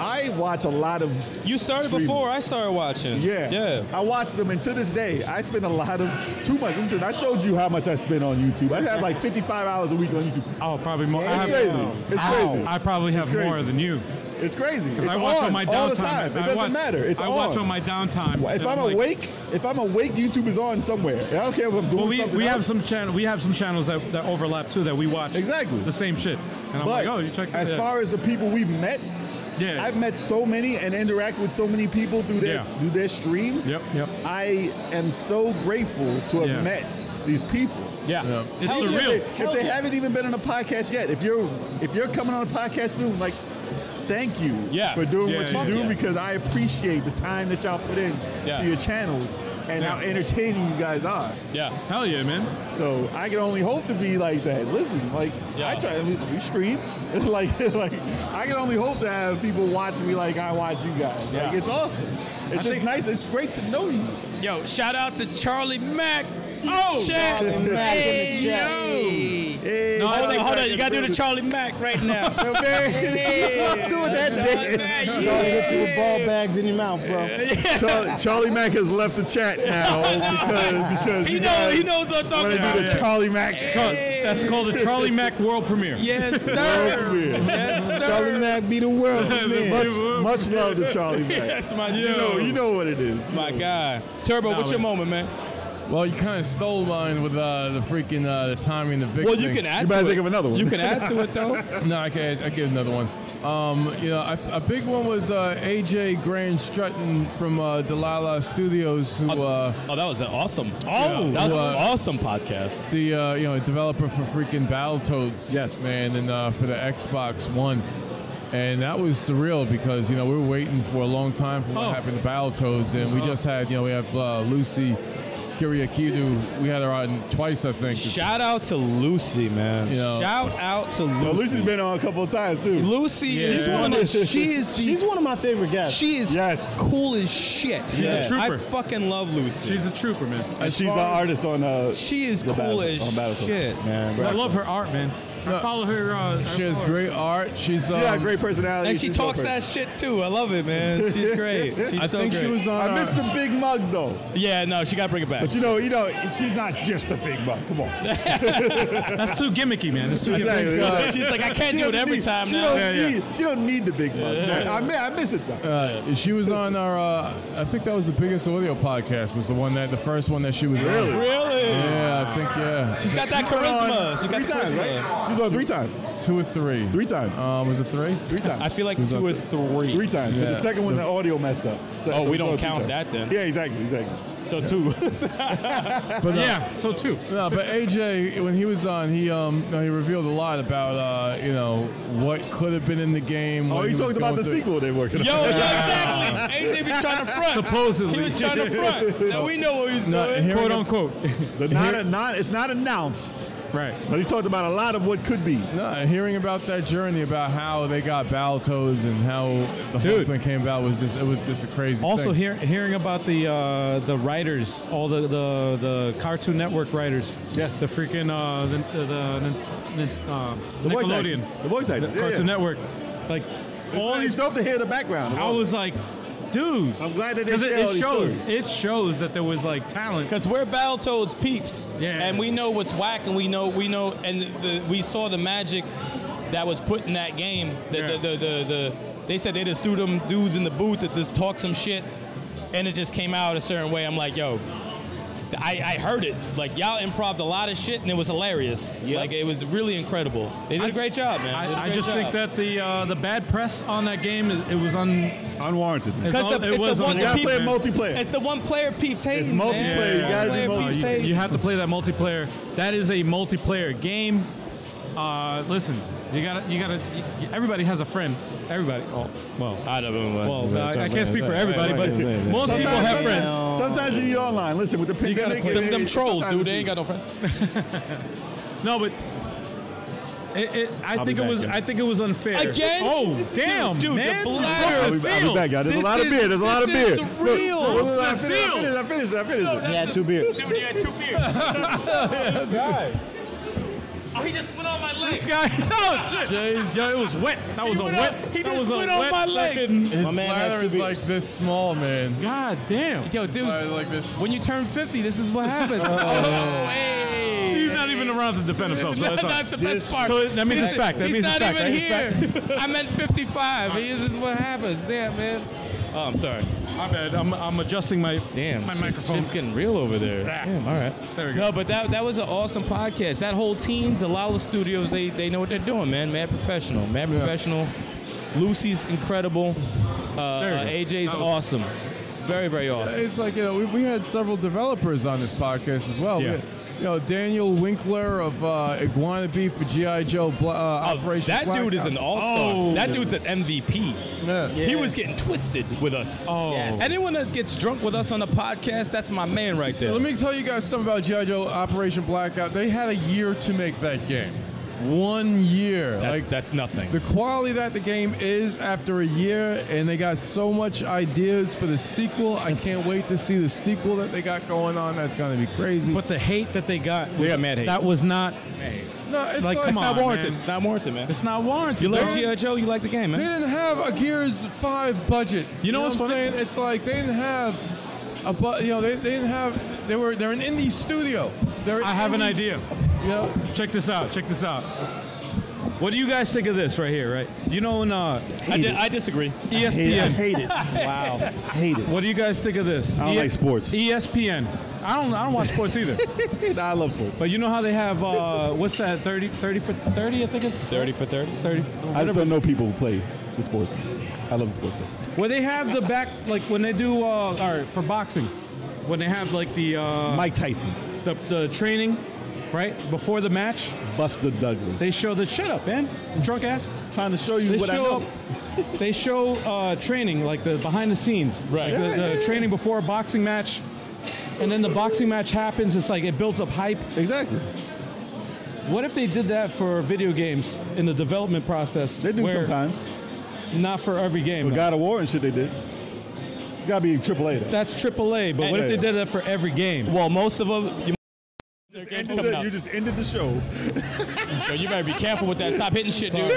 Speaker 6: I watch a lot of
Speaker 5: You started
Speaker 6: Streaming.
Speaker 5: before I started watching.
Speaker 6: yeah
Speaker 5: Yeah.
Speaker 6: I watch them, and to this day, I spend a lot of too much. Listen, I showed you how much I spend on YouTube. I have like 55 hours a week on YouTube.
Speaker 2: Oh, probably more. I,
Speaker 6: It's
Speaker 2: have,
Speaker 6: crazy. It's crazy.
Speaker 2: I probably have
Speaker 6: crazy.
Speaker 2: more than you.
Speaker 6: It's crazy. It's
Speaker 2: I watch
Speaker 6: on,
Speaker 2: on my downtime.
Speaker 6: all the time. It
Speaker 2: I
Speaker 6: doesn't
Speaker 2: watch,
Speaker 6: matter. It's
Speaker 2: I
Speaker 6: on.
Speaker 2: watch on my downtime.
Speaker 6: if
Speaker 2: And
Speaker 6: I'm,
Speaker 2: like-
Speaker 6: awake, if I'm awake, YouTube is on somewhere. And I don't care if I'm doing
Speaker 2: Well, we,
Speaker 6: something.
Speaker 2: we have
Speaker 6: else.
Speaker 2: some channel we have some channels that, that overlap too that we watch
Speaker 6: Exactly.
Speaker 2: the same shit. And I'm
Speaker 6: But
Speaker 2: like, oh, you check
Speaker 6: as
Speaker 2: yeah.
Speaker 6: far as the people we've met,
Speaker 2: yeah.
Speaker 6: I've met so many and interact with so many people through their
Speaker 2: Yeah.
Speaker 6: through their streams.
Speaker 2: Yep, yep.
Speaker 6: I am so grateful to have
Speaker 2: Yeah.
Speaker 6: met these people.
Speaker 2: yeah.
Speaker 4: Yeah.
Speaker 2: It's
Speaker 6: Even
Speaker 2: surreal.
Speaker 6: If they, if they haven't even been on a podcast yet, if you're if you're coming on a podcast soon, like thank you
Speaker 5: Yeah.
Speaker 6: for doing
Speaker 2: Yeah,
Speaker 6: what
Speaker 2: yeah,
Speaker 6: you do
Speaker 5: yeah.
Speaker 6: because I appreciate the time that y'all put in
Speaker 5: Yeah.
Speaker 6: to your channels and how
Speaker 2: Yeah.
Speaker 6: entertaining you guys are.
Speaker 5: Yeah.
Speaker 2: Hell yeah, man.
Speaker 6: So I can only hope to be like that. Listen, like I
Speaker 5: Yeah.
Speaker 6: try we, we stream. It's like like I can only hope to have people watch me like I watch you guys. Like it's awesome. It's just nice. It's great to know you.
Speaker 5: Yo, shout out to Charlie Mack. Oh,
Speaker 7: Charlie Mack in the chat.
Speaker 5: Hey, yo.
Speaker 6: Hey,
Speaker 5: No, hold on, hold on. You
Speaker 6: Mack
Speaker 5: gotta do the
Speaker 6: in
Speaker 5: Charlie Mack right now.
Speaker 6: the man. Stop doing that
Speaker 5: Charlie
Speaker 6: shit.
Speaker 5: Mack, yeah.
Speaker 7: Charlie, get your ball bags in your mouth, bro.
Speaker 6: Charlie, Charlie Mack has left the chat now because because
Speaker 5: He
Speaker 6: you
Speaker 5: knows. He
Speaker 6: guys
Speaker 5: knows what I'm
Speaker 6: wanna
Speaker 5: talking
Speaker 6: do the
Speaker 5: about.
Speaker 6: Charlie Mack.
Speaker 2: Char- That's called a Charlie Mack world premiere.
Speaker 5: Yes,
Speaker 6: World
Speaker 5: sir.
Speaker 6: premiere.
Speaker 5: Yes, sir.
Speaker 7: Charlie Mack be the world.
Speaker 6: Much, much love to Charlie Mack.
Speaker 5: That's my dude.
Speaker 6: You know, you know what it is.
Speaker 5: My guy. Turbo, what's your moment, man?
Speaker 4: Well, you kind of stole mine with uh, the freaking uh, the timing, the Vic
Speaker 5: Well, you
Speaker 4: thing.
Speaker 5: can add
Speaker 6: You
Speaker 5: to
Speaker 6: better
Speaker 5: it.
Speaker 6: think of another one.
Speaker 5: You can add to it, though.
Speaker 4: No, I can't. I get another one. Um, you know, I, a big one was uh, AJ Grand Strutton from uh, Delilah Studios, who uh,
Speaker 5: Oh, that was an awesome. Oh,
Speaker 4: Yeah.
Speaker 5: that was
Speaker 4: Who, uh,
Speaker 5: an awesome podcast.
Speaker 4: the uh, you know developer for freaking Battletoads,
Speaker 6: Yes.
Speaker 4: man, and uh, for the Xbox One, and that was surreal because you know we were waiting for a long time for what
Speaker 2: Oh.
Speaker 4: happened to Battletoads, and we just had you know we have uh, Lucy Kiriakidu, we had her on twice, I think.
Speaker 5: Shout out to Lucy, man.
Speaker 4: Yeah.
Speaker 5: Shout out to Lucy.
Speaker 6: Well, Lucy's been on a couple of times too.
Speaker 5: Lucy is
Speaker 4: Yeah.
Speaker 5: one of she is the
Speaker 7: She's one of my favorite guests.
Speaker 5: she is
Speaker 6: Yes.
Speaker 5: cool as shit. She's
Speaker 2: a trooper.
Speaker 5: I fucking love Lucy.
Speaker 2: She's a trooper, man.
Speaker 6: And
Speaker 4: As
Speaker 6: she's the
Speaker 4: far as-
Speaker 6: artist on uh,
Speaker 5: she is
Speaker 6: the
Speaker 5: cool
Speaker 6: battle-
Speaker 5: as
Speaker 6: on Battlefield.
Speaker 5: shit.
Speaker 6: Man,
Speaker 2: I
Speaker 6: right.
Speaker 2: love her art, man. I follow her. Uh, I
Speaker 4: She has
Speaker 2: follow her.
Speaker 4: great art. She's um,
Speaker 6: yeah, great personality.
Speaker 5: And she
Speaker 6: She's so
Speaker 5: talks
Speaker 6: perfect.
Speaker 5: that shit too. I love it, man. She's great. She's
Speaker 4: I
Speaker 5: so
Speaker 4: think
Speaker 5: great.
Speaker 4: she was on.
Speaker 6: I
Speaker 4: uh,
Speaker 6: missed the big mug though,
Speaker 5: yeah, no, she got to bring it back.
Speaker 6: but you know, you know, she's not just a big mug. Come on,
Speaker 2: That's too gimmicky, man. That's too gimmicky.
Speaker 6: Exactly.
Speaker 5: She's like, I
Speaker 6: She
Speaker 5: can't do it
Speaker 6: doesn't
Speaker 5: every
Speaker 6: need-
Speaker 5: time
Speaker 6: She
Speaker 5: now.
Speaker 6: don't
Speaker 5: Yeah, yeah.
Speaker 6: need, she don't need the big mug. I, miss, I miss it though.
Speaker 4: Uh, she was on our. Uh, I think that was the biggest audio podcast. Was the one that the first one that she was on.
Speaker 5: Really?
Speaker 4: Yeah, I think yeah,
Speaker 5: She's got that charisma. She's got
Speaker 6: three
Speaker 5: the
Speaker 6: times,
Speaker 5: charisma.
Speaker 6: right? She was on three times.
Speaker 4: two or three.
Speaker 6: Three times.
Speaker 4: Uh, was it three?
Speaker 6: Three times.
Speaker 5: I feel like
Speaker 4: Who's
Speaker 5: two
Speaker 4: up
Speaker 5: or three.
Speaker 6: three times. But
Speaker 4: Yeah.
Speaker 6: the second one, the audio messed up. So-
Speaker 5: Oh, we
Speaker 6: so
Speaker 5: don't
Speaker 6: it's three
Speaker 5: count
Speaker 6: times.
Speaker 5: that Oh, then.
Speaker 6: Yeah, exactly, exactly. Oh,
Speaker 5: So two.
Speaker 4: But, uh,
Speaker 2: Yeah, so too.
Speaker 4: No, but AJ, when he was on, he um, no, he revealed a lot about uh, you know, what could have been in the game.
Speaker 6: Oh,
Speaker 4: what
Speaker 6: you
Speaker 4: was
Speaker 6: talked about
Speaker 4: going
Speaker 6: the
Speaker 4: through.
Speaker 6: sequel they're working
Speaker 5: Yo,
Speaker 6: on.
Speaker 5: yeah, exactly. Ain't they be trying to front?
Speaker 2: Supposedly.
Speaker 5: He was trying to front. So we know what he's
Speaker 4: No,
Speaker 5: doing.
Speaker 4: here-
Speaker 2: Quote unquote.
Speaker 6: The not, a, not, it's not announced.
Speaker 2: Right.
Speaker 6: But he talked about a lot of what could be.
Speaker 4: No, hearing about that journey about how they got Baltoes and how the whole
Speaker 5: Dude.
Speaker 4: thing came about was just it was just a crazy.
Speaker 2: Also,
Speaker 4: thing.
Speaker 2: hear, hearing about the uh, the writers, all the, the the Cartoon Network writers.
Speaker 6: Yeah.
Speaker 2: The freaking uh, the the, the, the, uh,
Speaker 6: The voice actor.
Speaker 2: Nickelodeon,
Speaker 6: The voice actor. Yeah,
Speaker 2: Cartoon
Speaker 6: yeah.
Speaker 2: Network, like all
Speaker 6: It's
Speaker 2: these.
Speaker 6: dope to hear the background.
Speaker 2: I was like, dude.
Speaker 6: I'm glad that they
Speaker 2: 'cause it,
Speaker 6: share all
Speaker 2: it
Speaker 6: these
Speaker 2: shows
Speaker 6: stories.
Speaker 2: it shows that there was like talent.
Speaker 5: Because we're Battletoads peeps,
Speaker 2: Yeah.
Speaker 5: and we know what's whack, and we know we know, and the, we saw the magic that was put in that game. The,
Speaker 2: Yeah.
Speaker 5: the, the, the, the, they said they just threw them dudes in the booth that just talk some shit, and it just came out a certain way. I'm like, yo, I, I heard it. Like y'all improved a lot of shit, and it was hilarious.
Speaker 7: Yep.
Speaker 5: Like it was really incredible. They did a great job, man. They did a
Speaker 2: I, I
Speaker 5: great
Speaker 2: just
Speaker 5: job.
Speaker 2: think that the uh, the bad press on that game is, it was un.
Speaker 6: Unwarranted.
Speaker 2: it's
Speaker 5: Because
Speaker 2: all-
Speaker 5: the-
Speaker 2: it
Speaker 5: it's the
Speaker 2: was
Speaker 5: one
Speaker 6: You gotta
Speaker 5: people-
Speaker 6: play
Speaker 2: unwarranted.
Speaker 6: multiplayer.
Speaker 5: It's the one player peeps hating.
Speaker 6: It's
Speaker 5: man.
Speaker 6: multiplayer. You gotta do
Speaker 5: One player
Speaker 6: multiplayer.
Speaker 5: peeps
Speaker 6: You-
Speaker 5: hating.
Speaker 2: You have to play that multiplayer. That is a multiplayer game. Uh, listen, you gotta, you gotta. Everybody has a friend. Everybody. Oh, well,
Speaker 5: I don't know.
Speaker 2: well, I, I can't speak for everybody, but
Speaker 4: right, right.
Speaker 2: most people
Speaker 6: Sometimes-
Speaker 2: have friends.
Speaker 6: Sometimes you need online. Listen, with the
Speaker 2: gotta
Speaker 6: pandemic,
Speaker 2: play-
Speaker 6: it-
Speaker 5: them, them
Speaker 6: it-
Speaker 5: trolls,
Speaker 6: sometimes
Speaker 5: dude. They
Speaker 6: it's
Speaker 5: ain't got no friends.
Speaker 2: No, but it, it, I think it
Speaker 6: back,
Speaker 2: was.
Speaker 6: yo.
Speaker 2: I think it was unfair.
Speaker 5: Again?
Speaker 2: Oh damn,
Speaker 5: Dude, dude, the
Speaker 2: man!
Speaker 5: bladder
Speaker 2: Look,
Speaker 6: I'll
Speaker 5: I'll
Speaker 6: be,
Speaker 5: be-
Speaker 2: sealed.
Speaker 6: back, guys. There's a
Speaker 5: This
Speaker 6: lot of
Speaker 5: is-
Speaker 6: beer. There's a lot of
Speaker 5: this
Speaker 6: beer.
Speaker 5: is real.
Speaker 6: Look, look, I
Speaker 2: The
Speaker 6: finished.
Speaker 2: seal.
Speaker 6: I finished. I finished. I finished.
Speaker 7: He had two beers.
Speaker 5: Dude, you had two beers. Oh, he just went on my leg.
Speaker 2: This guy. Oh shit!
Speaker 4: Jays-
Speaker 2: Yo, it was wet. That was a
Speaker 5: went
Speaker 2: wet.
Speaker 5: up- he
Speaker 2: that
Speaker 5: just
Speaker 2: was a
Speaker 5: went on
Speaker 2: wet
Speaker 5: my leg.
Speaker 2: fucking-
Speaker 4: his
Speaker 7: My man had
Speaker 4: bladder
Speaker 7: two
Speaker 4: is
Speaker 7: beers.
Speaker 4: like this small, man.
Speaker 2: God damn.
Speaker 5: Yo, dude,
Speaker 4: Bladder like this.
Speaker 5: when you turn 50, this is what happens.
Speaker 2: He's not even around to defend himself. So that's all right.
Speaker 5: that's the best part.
Speaker 2: So that means it's
Speaker 5: He's-
Speaker 2: fact. That
Speaker 5: he's
Speaker 2: means it's
Speaker 5: not
Speaker 2: fact,
Speaker 5: even
Speaker 2: right? It's
Speaker 5: here. I meant 55. This is what happens. Damn, man. Oh, I'm sorry.
Speaker 2: My bad. I'm, I'm adjusting my
Speaker 5: Damn,
Speaker 2: my
Speaker 5: shit-
Speaker 2: microphone.
Speaker 5: Shit's getting real over there.
Speaker 2: Ah.
Speaker 5: Damn, all right.
Speaker 2: There we go.
Speaker 5: No, but that that was an awesome podcast. That whole team, Delala Studios, they they know what they're doing, man. Mad professional, mad professional. Lucy's incredible. Uh,
Speaker 2: There you
Speaker 5: uh,
Speaker 2: go.
Speaker 5: AJ's
Speaker 2: That was-
Speaker 5: awesome. Very very awesome.
Speaker 4: It's like you know we, we had several developers on this podcast as well. We
Speaker 2: Yeah.
Speaker 4: had, you know Daniel Winkler of uh, Iguana Beef for GI Joe Bla- uh, Operation.
Speaker 5: Oh, that
Speaker 4: Blackout.
Speaker 5: dude is an all star.
Speaker 2: Oh.
Speaker 5: That dude's an MVP.
Speaker 4: Yeah.
Speaker 5: He
Speaker 7: Yeah.
Speaker 5: was getting twisted with us.
Speaker 2: Oh. Yes.
Speaker 5: Anyone that gets drunk with us on the podcast, that's my man right there.
Speaker 4: Let me tell you guys something about GI Joe Operation Blackout. They had a year to make that game. One year.
Speaker 5: That's,
Speaker 4: like
Speaker 5: that's nothing.
Speaker 4: The quality that the game is after a year, and they got so much ideas for the sequel. I can't wait to see the sequel that they got going on. That's gonna be crazy.
Speaker 2: But the hate that they got,
Speaker 5: They got mad hate.
Speaker 2: That was not.
Speaker 4: no, it's
Speaker 2: like, come
Speaker 5: it's not
Speaker 2: on,
Speaker 5: warranted.
Speaker 2: man.
Speaker 5: It's not warranted, man.
Speaker 2: It's not warranted.
Speaker 5: You love
Speaker 2: bro.
Speaker 5: G.I. Joe, you like the game, man.
Speaker 4: They didn't have a Gears Five budget.
Speaker 2: You know what's
Speaker 4: what I'm
Speaker 2: funny?
Speaker 4: saying? It's like they didn't have a bu- You know, they, they didn't have. They were they're an indie studio. They're an
Speaker 2: I have an
Speaker 4: indie-
Speaker 2: idea.
Speaker 4: You know,
Speaker 2: Check this out. Check this out. What do you guys think of this right here? Right? You know, in uh,
Speaker 5: I, di- I disagree.
Speaker 2: ESPN.
Speaker 6: I hate it. Wow. Hate it.
Speaker 2: What do you guys think of this? E
Speaker 6: I don't like sports.
Speaker 2: ESPN. I don't. I don't watch sports either.
Speaker 6: Nah, I love sports.
Speaker 2: But you know how they have uh, what's that? 30, 30 for thirty. I think it's
Speaker 5: 30 for 30.
Speaker 2: thirty.
Speaker 6: I just don't know people who play the sports. I love the sports. though.
Speaker 2: Well, they have the back like when they do uh, all right for boxing, when they have like the uh,
Speaker 6: Mike Tyson,
Speaker 2: the, the training, right before the match,
Speaker 6: Buster Douglas.
Speaker 2: they show the shut up, man, drunk ass.
Speaker 6: trying to show you
Speaker 2: They
Speaker 6: what I
Speaker 2: show
Speaker 6: know.
Speaker 2: up. They show uh, training like the behind the scenes,
Speaker 5: Right.
Speaker 2: Like, the, the training before a boxing match, and then the boxing match happens. It's like it builds up hype.
Speaker 6: Exactly.
Speaker 2: What if they did that for video games in the development process?
Speaker 6: They do
Speaker 2: where-
Speaker 6: sometimes.
Speaker 2: Not for every game.
Speaker 6: With
Speaker 2: though.
Speaker 6: God of War and shit, they did. It's got to be AAA though.
Speaker 2: That's AAA, but what if they did that for every game?
Speaker 5: Well, most of them. You,
Speaker 6: Ended the- you just ended the show.
Speaker 5: Yo, you better be careful with that. Stop hitting shit, dude.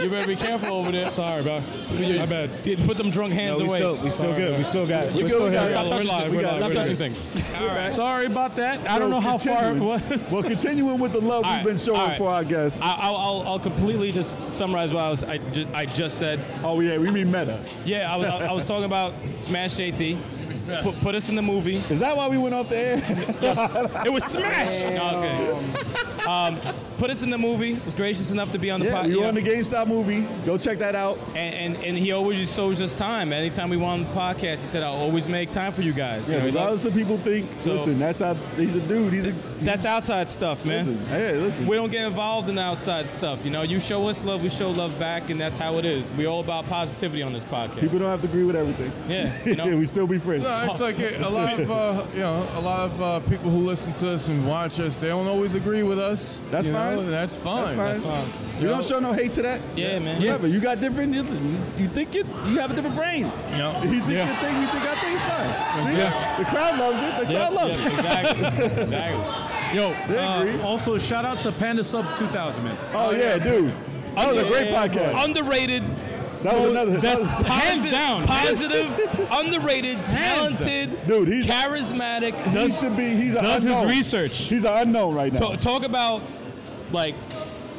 Speaker 5: You better be careful over there. Sorry, bro. My bad. Put them drunk hands
Speaker 7: No, we
Speaker 5: away.
Speaker 7: still, we still good. We still got. We
Speaker 6: good,
Speaker 7: still
Speaker 6: we got
Speaker 7: got.
Speaker 6: it.
Speaker 5: Stop touching
Speaker 6: We're
Speaker 5: shit.
Speaker 6: live, we're
Speaker 5: Stop
Speaker 6: live, we're
Speaker 5: touching
Speaker 6: live.
Speaker 5: things.
Speaker 2: Sorry about that. I don't know how far it
Speaker 6: Continuing-
Speaker 2: was.
Speaker 6: Well, continuing with the love
Speaker 5: All right,
Speaker 6: we've been showing
Speaker 5: all right.
Speaker 6: for our guests.
Speaker 5: I, I'll, I'll, I'll completely just summarize what I was. I ju- I just said.
Speaker 6: Oh yeah, we mean meta.
Speaker 5: Yeah, I was, I, I was talking about Smash JT. Put, put us in the movie.
Speaker 6: Is that why we went off the air?
Speaker 5: It was Smash. No, I was kidding. Um, put us in the movie. Was gracious enough to be on the
Speaker 6: yeah,
Speaker 5: podcast.
Speaker 6: we were on the GameStop movie. Go check that out.
Speaker 5: And, and, and he always shows us time. Anytime we want on the podcast, he said, I'll always make time for you guys. You
Speaker 6: Yeah,
Speaker 5: know, he loves-
Speaker 6: regardless of people think,
Speaker 5: So-
Speaker 6: listen, that's how he's a dude. He's a
Speaker 5: that's outside stuff, man.
Speaker 6: listen. Hey, listen.
Speaker 5: We don't get involved in the outside stuff. You know, you show us love, we show love back, and that's how it is. We're all about positivity on this podcast.
Speaker 6: People don't have to agree with everything.
Speaker 5: Yeah, you know.
Speaker 6: we still be friends.
Speaker 4: No, it's like a, a lot of uh, you know a lot of uh, people who listen to us and watch us. They don't always agree with us. us.
Speaker 6: That's
Speaker 4: you know,
Speaker 6: fine.
Speaker 4: That's fine.
Speaker 6: That's fine. You don't show no hate to that.
Speaker 5: Yeah, man.
Speaker 6: Whatever. You got different. You, you think you you have a different brain.
Speaker 5: Yeah.
Speaker 6: You think
Speaker 4: Yeah.
Speaker 6: you think you think I think it's fine. See?
Speaker 4: Yeah.
Speaker 6: The crowd loves it. The crowd loves it.
Speaker 5: exactly. exactly.
Speaker 2: Yo,
Speaker 6: They
Speaker 2: uh,
Speaker 6: agree.
Speaker 2: also shout out to Panda Sub 2000, man.
Speaker 6: Oh yeah, dude. That was a great podcast.
Speaker 5: Underrated.
Speaker 6: That was another. that was-
Speaker 5: Hands down. Positive, underrated,
Speaker 2: Hands down.
Speaker 5: talented,
Speaker 6: Dude, he's-
Speaker 5: charismatic.
Speaker 6: he should be. He's an
Speaker 5: does his
Speaker 6: unknown.
Speaker 5: research.
Speaker 6: He's an unknown right now.
Speaker 5: Talk, talk about like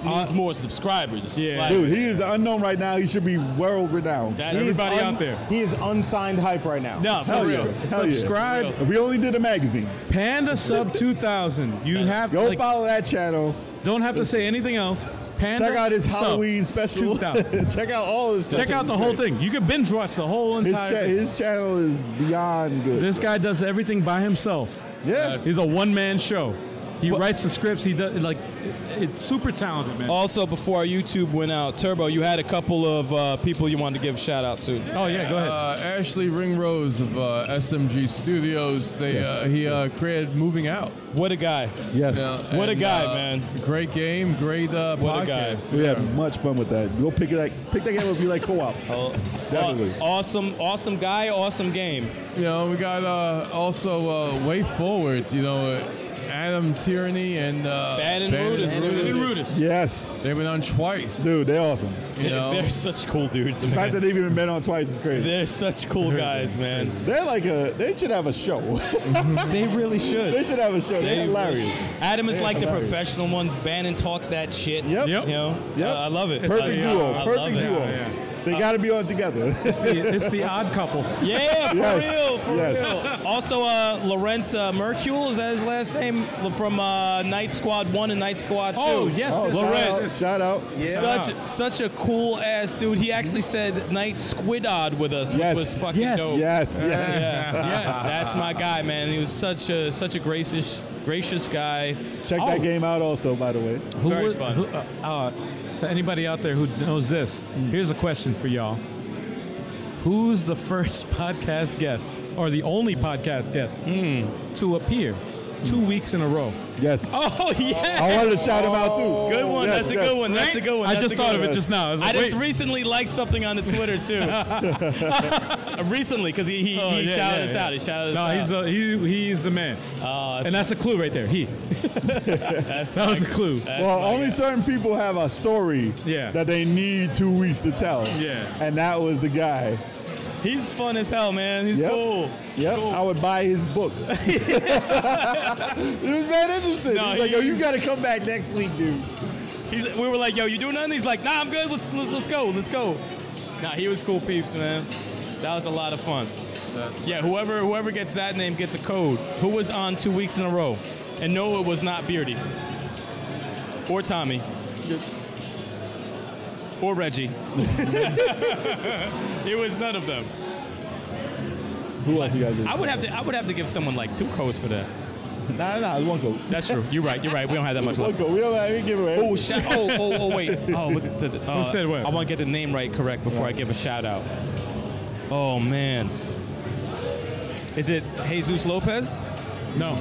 Speaker 5: uh, needs more subscribers.
Speaker 2: Yeah.
Speaker 5: Like,
Speaker 6: Dude, he is an unknown right now. He should be world renowned.
Speaker 5: that-
Speaker 7: He is
Speaker 2: Everybody
Speaker 7: un-
Speaker 2: out there.
Speaker 7: He is unsigned hype right now.
Speaker 5: No, for
Speaker 6: Hell
Speaker 5: real.
Speaker 6: yeah. Hell yeah.
Speaker 2: Subscribe
Speaker 6: If we only did a magazine,
Speaker 2: Panda Sub 2000. You have
Speaker 6: go
Speaker 2: like,
Speaker 6: follow that channel.
Speaker 2: don't have to say anything else. Panda
Speaker 6: Check out his
Speaker 2: Sub.
Speaker 6: Halloween special.
Speaker 2: 2000.
Speaker 6: Check out all his.
Speaker 2: Check out the whole thing. You can binge watch the whole
Speaker 6: His,
Speaker 2: entire.
Speaker 6: cha-
Speaker 2: thing.
Speaker 6: his channel is beyond good.
Speaker 2: This guy does everything by himself.
Speaker 6: yeah.
Speaker 2: He's a one man show. He writes the scripts. He does like it- it's super talented,
Speaker 6: Oh.
Speaker 2: man.
Speaker 5: Also, before our YouTube went out, Turbo, you had a couple of uh, people you wanted to give a shout out to.
Speaker 2: Oh yeah, go ahead.
Speaker 4: Uh, Ashley Ringrose of uh, SMG Studios. They uh, he uh, created Moving Out.
Speaker 5: What a guy.
Speaker 6: Yes.
Speaker 4: Yeah,
Speaker 5: What a
Speaker 4: and,
Speaker 5: guy,
Speaker 4: uh,
Speaker 5: man.
Speaker 4: Great game, great uh,
Speaker 5: What a guy.
Speaker 4: podcast.
Speaker 6: We had much fun with that. Go pick that pick that game up. if You like co-op? Definitely.
Speaker 5: Aw- awesome, awesome guy, awesome game.
Speaker 4: You know, we got uh, also uh, Way Forward. You know, uh, Adam Tierney and uh,
Speaker 5: Bad and
Speaker 4: Bannon
Speaker 5: Rudis. Bad and Rudis.
Speaker 6: yes,
Speaker 4: They've been on twice,
Speaker 6: dude, they're awesome.
Speaker 4: You know,
Speaker 5: They're such cool dudes,
Speaker 6: The fact
Speaker 5: man.
Speaker 6: that they've even been on twice is crazy.
Speaker 5: They're such cool guys, man.
Speaker 6: They're like a. They should have a show.
Speaker 5: They really
Speaker 6: they
Speaker 5: should.
Speaker 6: should have a show. They're hilarious.
Speaker 5: Adam is
Speaker 6: They're
Speaker 5: like the
Speaker 6: hilarious.
Speaker 5: professional one. Bannon talks that shit.
Speaker 6: Yep.
Speaker 5: You know?
Speaker 6: Yep.
Speaker 5: Uh, I love it.
Speaker 6: Perfect
Speaker 5: I-
Speaker 6: duo.
Speaker 5: I love
Speaker 6: Perfect
Speaker 5: it.
Speaker 6: duo. They got to be on together.
Speaker 2: It's the, it's the odd couple.
Speaker 5: Yeah, for
Speaker 6: Yes.
Speaker 5: real, for
Speaker 6: Yes.
Speaker 5: real. Also, uh, Laurent uh, Mercule, is that his last name? From uh, Night Squad 1 and Night Squad 2.
Speaker 2: Oh yes,
Speaker 6: Oh,
Speaker 2: yes,
Speaker 6: shout
Speaker 2: yes,
Speaker 6: out,
Speaker 2: yes.
Speaker 6: Shout out.
Speaker 5: Such such a cool ass dude. He actually said Night Squidod with us,
Speaker 6: Yes.
Speaker 5: which was fucking
Speaker 2: Yes.
Speaker 5: dope.
Speaker 6: Yes. Yes.
Speaker 5: Yeah,
Speaker 2: Yes.
Speaker 5: that's my guy, man. He was such a such a gracious gracious guy.
Speaker 6: Check
Speaker 5: Oh.
Speaker 6: that game out also, by the way.
Speaker 2: Who
Speaker 5: Very
Speaker 2: would-
Speaker 5: fun.
Speaker 2: who- uh, uh, to anybody out there who knows this,
Speaker 5: Hmm.
Speaker 2: here's a question for y'all. Who's the first podcast guest or the only podcast guest
Speaker 5: Hmm.
Speaker 2: to appear two weeks in a row?
Speaker 6: Yes.
Speaker 5: Oh yeah,
Speaker 6: I wanted to shout him out too.
Speaker 5: good one.
Speaker 6: Yes,
Speaker 5: that's a
Speaker 6: yes.
Speaker 5: good one. That's a good one.
Speaker 2: I
Speaker 5: That's
Speaker 2: just
Speaker 5: a
Speaker 2: thought
Speaker 5: good
Speaker 2: of
Speaker 5: one.
Speaker 2: it just now. I, was
Speaker 5: I
Speaker 2: like,
Speaker 5: just
Speaker 2: wait.
Speaker 5: recently liked something on the Twitter too. recently, because he he,
Speaker 2: Oh,
Speaker 5: he
Speaker 2: yeah,
Speaker 5: shouted
Speaker 2: yeah,
Speaker 5: us
Speaker 2: yeah.
Speaker 5: out. He shouted us
Speaker 2: No,
Speaker 5: out.
Speaker 2: he's the, he, he's the man.
Speaker 5: Oh,
Speaker 2: and that's a clue right there. He.
Speaker 5: that's, Uh,
Speaker 2: That was a
Speaker 5: my-
Speaker 2: clue.
Speaker 5: that's
Speaker 6: Well,
Speaker 5: my
Speaker 6: only
Speaker 5: guy.
Speaker 6: certain people have a story
Speaker 2: Yeah.
Speaker 6: that they need two weeks to tell.
Speaker 2: Yeah.
Speaker 6: And that was the guy.
Speaker 5: he's fun as hell, man. He's
Speaker 6: Yep.
Speaker 5: cool.
Speaker 6: Yep.
Speaker 5: Cool.
Speaker 6: I would buy his book. it was very interesting.
Speaker 5: No,
Speaker 6: He's like, yo, you
Speaker 5: he's-
Speaker 6: got to come back next week, dude.
Speaker 5: He's, we were like, "Yo, you doing nothing?" He's like, "Nah, I'm good. Let's let's go. Let's go." Nah, he was cool peeps, man. That was a lot of fun. Yeah, whoever whoever gets that name gets a code. Who was on two weeks in a row? And no, it was not Beardy or Tommy or Reggie. it was none of them.
Speaker 6: Who else you got to
Speaker 5: I would have to I would have to give someone like two codes for that.
Speaker 6: Nah, nah, it's one coat.
Speaker 5: That's true. You're right. You're right. We don't have that much
Speaker 6: One
Speaker 5: left.
Speaker 6: coat. We don't have any giveaway.
Speaker 5: Oh, shout, oh, oh, oh, wait. Oh, what the, the- uh,
Speaker 2: Who said what?
Speaker 5: I want to get the name right correct before I give a shout out. Oh, man. Is it Jesus Lopez? No.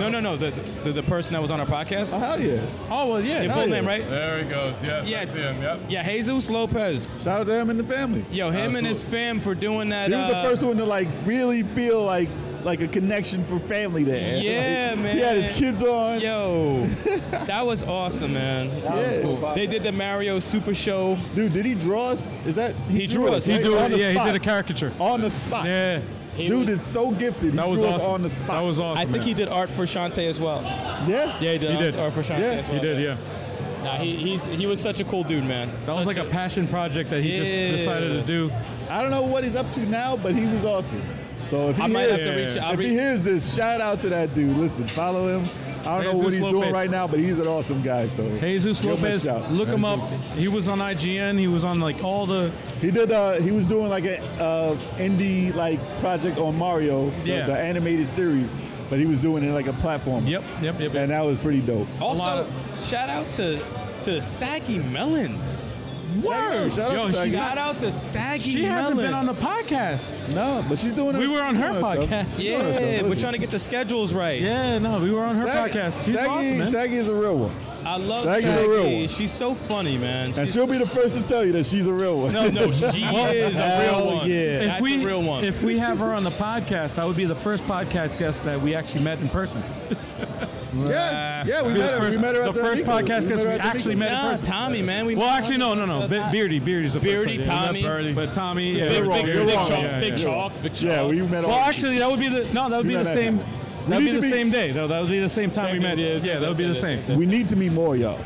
Speaker 5: No, no, no. The, the, the person that was on our podcast?
Speaker 6: Hell yeah.
Speaker 2: Oh, well, yeah.
Speaker 5: Your
Speaker 2: no,
Speaker 5: full
Speaker 6: yeah.
Speaker 5: name, right?
Speaker 4: there he goes. Yes, I
Speaker 5: Yes.
Speaker 4: see him. Yep.
Speaker 5: Yeah, Jesus Lopez.
Speaker 6: Shout out to him and the family.
Speaker 5: Yo, him and his fam for doing that.
Speaker 6: He was
Speaker 5: uh,
Speaker 6: the first one to like really feel like like a connection for family there.
Speaker 5: Yeah,
Speaker 6: Like,
Speaker 5: man.
Speaker 6: He had his kids on.
Speaker 5: Yo, that was awesome, man.
Speaker 6: Yeah.
Speaker 5: They did the Mario Super Show.
Speaker 6: Dude, did he draw us? Is that
Speaker 5: He drew us. He
Speaker 6: right?
Speaker 5: drew
Speaker 6: On
Speaker 5: us,
Speaker 6: the
Speaker 2: yeah, he
Speaker 6: spot.
Speaker 2: did a caricature.
Speaker 6: on the spot.
Speaker 2: Yeah.
Speaker 5: He
Speaker 6: Dude
Speaker 5: was-
Speaker 6: is so gifted. He
Speaker 2: That was
Speaker 6: drew us
Speaker 2: awesome.
Speaker 6: on the spot.
Speaker 2: That was awesome.
Speaker 5: I think
Speaker 2: Oh, man.
Speaker 5: he did art for Shantae as well.
Speaker 6: yeah.
Speaker 5: Yeah, he did.
Speaker 2: He
Speaker 5: art-
Speaker 2: did.
Speaker 5: Art for Shantae
Speaker 6: Yeah,
Speaker 5: as well.
Speaker 2: He did, yeah.
Speaker 5: Nah, he, he's, he was such a cool dude, man.
Speaker 2: That was like a passion project that he just
Speaker 5: Yeah.
Speaker 2: decided to do.
Speaker 6: I don't know what he's up to now, but he was awesome. So if he
Speaker 5: I might
Speaker 6: hears,
Speaker 5: have to reach out.
Speaker 6: if he hears this, shout out to that dude. Listen, follow him. I don't know what
Speaker 2: Jesus
Speaker 6: he's
Speaker 2: Lopez.
Speaker 6: doing right now, but he's an awesome guy. So
Speaker 2: Jesus
Speaker 6: Give him a
Speaker 2: Lopez,
Speaker 6: shout.
Speaker 2: look him up. He was on IGN. He was on like all the
Speaker 6: He did. Uh, he was doing like a uh, indie like project on Mario, the,
Speaker 2: Yeah.
Speaker 6: the animated series, but he was doing it like a platform.
Speaker 2: yep, yep, yep.
Speaker 6: And that was pretty dope.
Speaker 5: Also,
Speaker 2: lot
Speaker 5: shout out to to Saggy Melons.
Speaker 6: Word. Shout out
Speaker 2: Yo,
Speaker 6: to Saggy.
Speaker 2: she's
Speaker 5: Shout out to Saggy.
Speaker 2: she hasn't been on the
Speaker 5: Melons.
Speaker 2: podcast.
Speaker 6: No, but she's doing it.
Speaker 2: We were on
Speaker 6: she's
Speaker 2: her
Speaker 6: doing stuff.
Speaker 2: podcast.
Speaker 6: She's doing her stuff,
Speaker 5: Yeah, we're
Speaker 6: listen.
Speaker 5: trying to get the schedules right.
Speaker 2: Yeah, no, we were on her
Speaker 6: Sag-
Speaker 2: podcast. She's
Speaker 6: Saggy,
Speaker 2: awesome, man.
Speaker 6: Saggy is a real one.
Speaker 5: I love
Speaker 6: Shaggy's a real
Speaker 5: Shaggy.
Speaker 6: one.
Speaker 5: She's so funny, man.
Speaker 6: And
Speaker 5: She's-
Speaker 6: she'll be the first to tell you that she's a real one.
Speaker 5: no, no, she is a real
Speaker 6: Hell
Speaker 5: one.
Speaker 6: yeah.
Speaker 5: That's
Speaker 2: if we
Speaker 5: a real one.
Speaker 2: if we have her on the podcast, I would be the first podcast guest that we actually met in person.
Speaker 6: yeah, yeah, we
Speaker 2: Be the
Speaker 6: met her. We
Speaker 2: first-
Speaker 6: met her at
Speaker 2: the
Speaker 6: the
Speaker 2: first
Speaker 6: Amigos.
Speaker 2: podcast
Speaker 6: We met
Speaker 2: guest
Speaker 6: her
Speaker 2: we
Speaker 6: at the
Speaker 2: actually
Speaker 6: Amigos.
Speaker 2: met in
Speaker 5: nah,
Speaker 2: person.
Speaker 5: Tommy, man. We
Speaker 2: Well, actually, no, no, no. Be- Beardy, Beardy's the first
Speaker 5: Beardy,
Speaker 2: one, yeah.
Speaker 5: Tommy.
Speaker 4: Birdie.
Speaker 2: but Tommy, yeah,
Speaker 5: Big Rock,
Speaker 2: Beardy,
Speaker 5: Big
Speaker 2: yeah,
Speaker 5: Chalk,
Speaker 2: yeah,
Speaker 5: Big
Speaker 2: yeah.
Speaker 5: Chalk, Big Chalk.
Speaker 6: Yeah, we met all
Speaker 2: Well,
Speaker 6: the
Speaker 2: actually, that would be the no. That would be
Speaker 6: You
Speaker 2: the
Speaker 6: met
Speaker 2: same.
Speaker 6: that guy.
Speaker 2: That would
Speaker 6: need
Speaker 2: be
Speaker 6: to
Speaker 2: the
Speaker 6: be-
Speaker 2: same day. though. That would be the same time
Speaker 5: Same
Speaker 2: we met.
Speaker 5: day, yeah,
Speaker 2: Yeah,
Speaker 5: same
Speaker 2: that would be
Speaker 5: day,
Speaker 2: the
Speaker 5: same
Speaker 2: same.
Speaker 6: We need to meet more, y'all.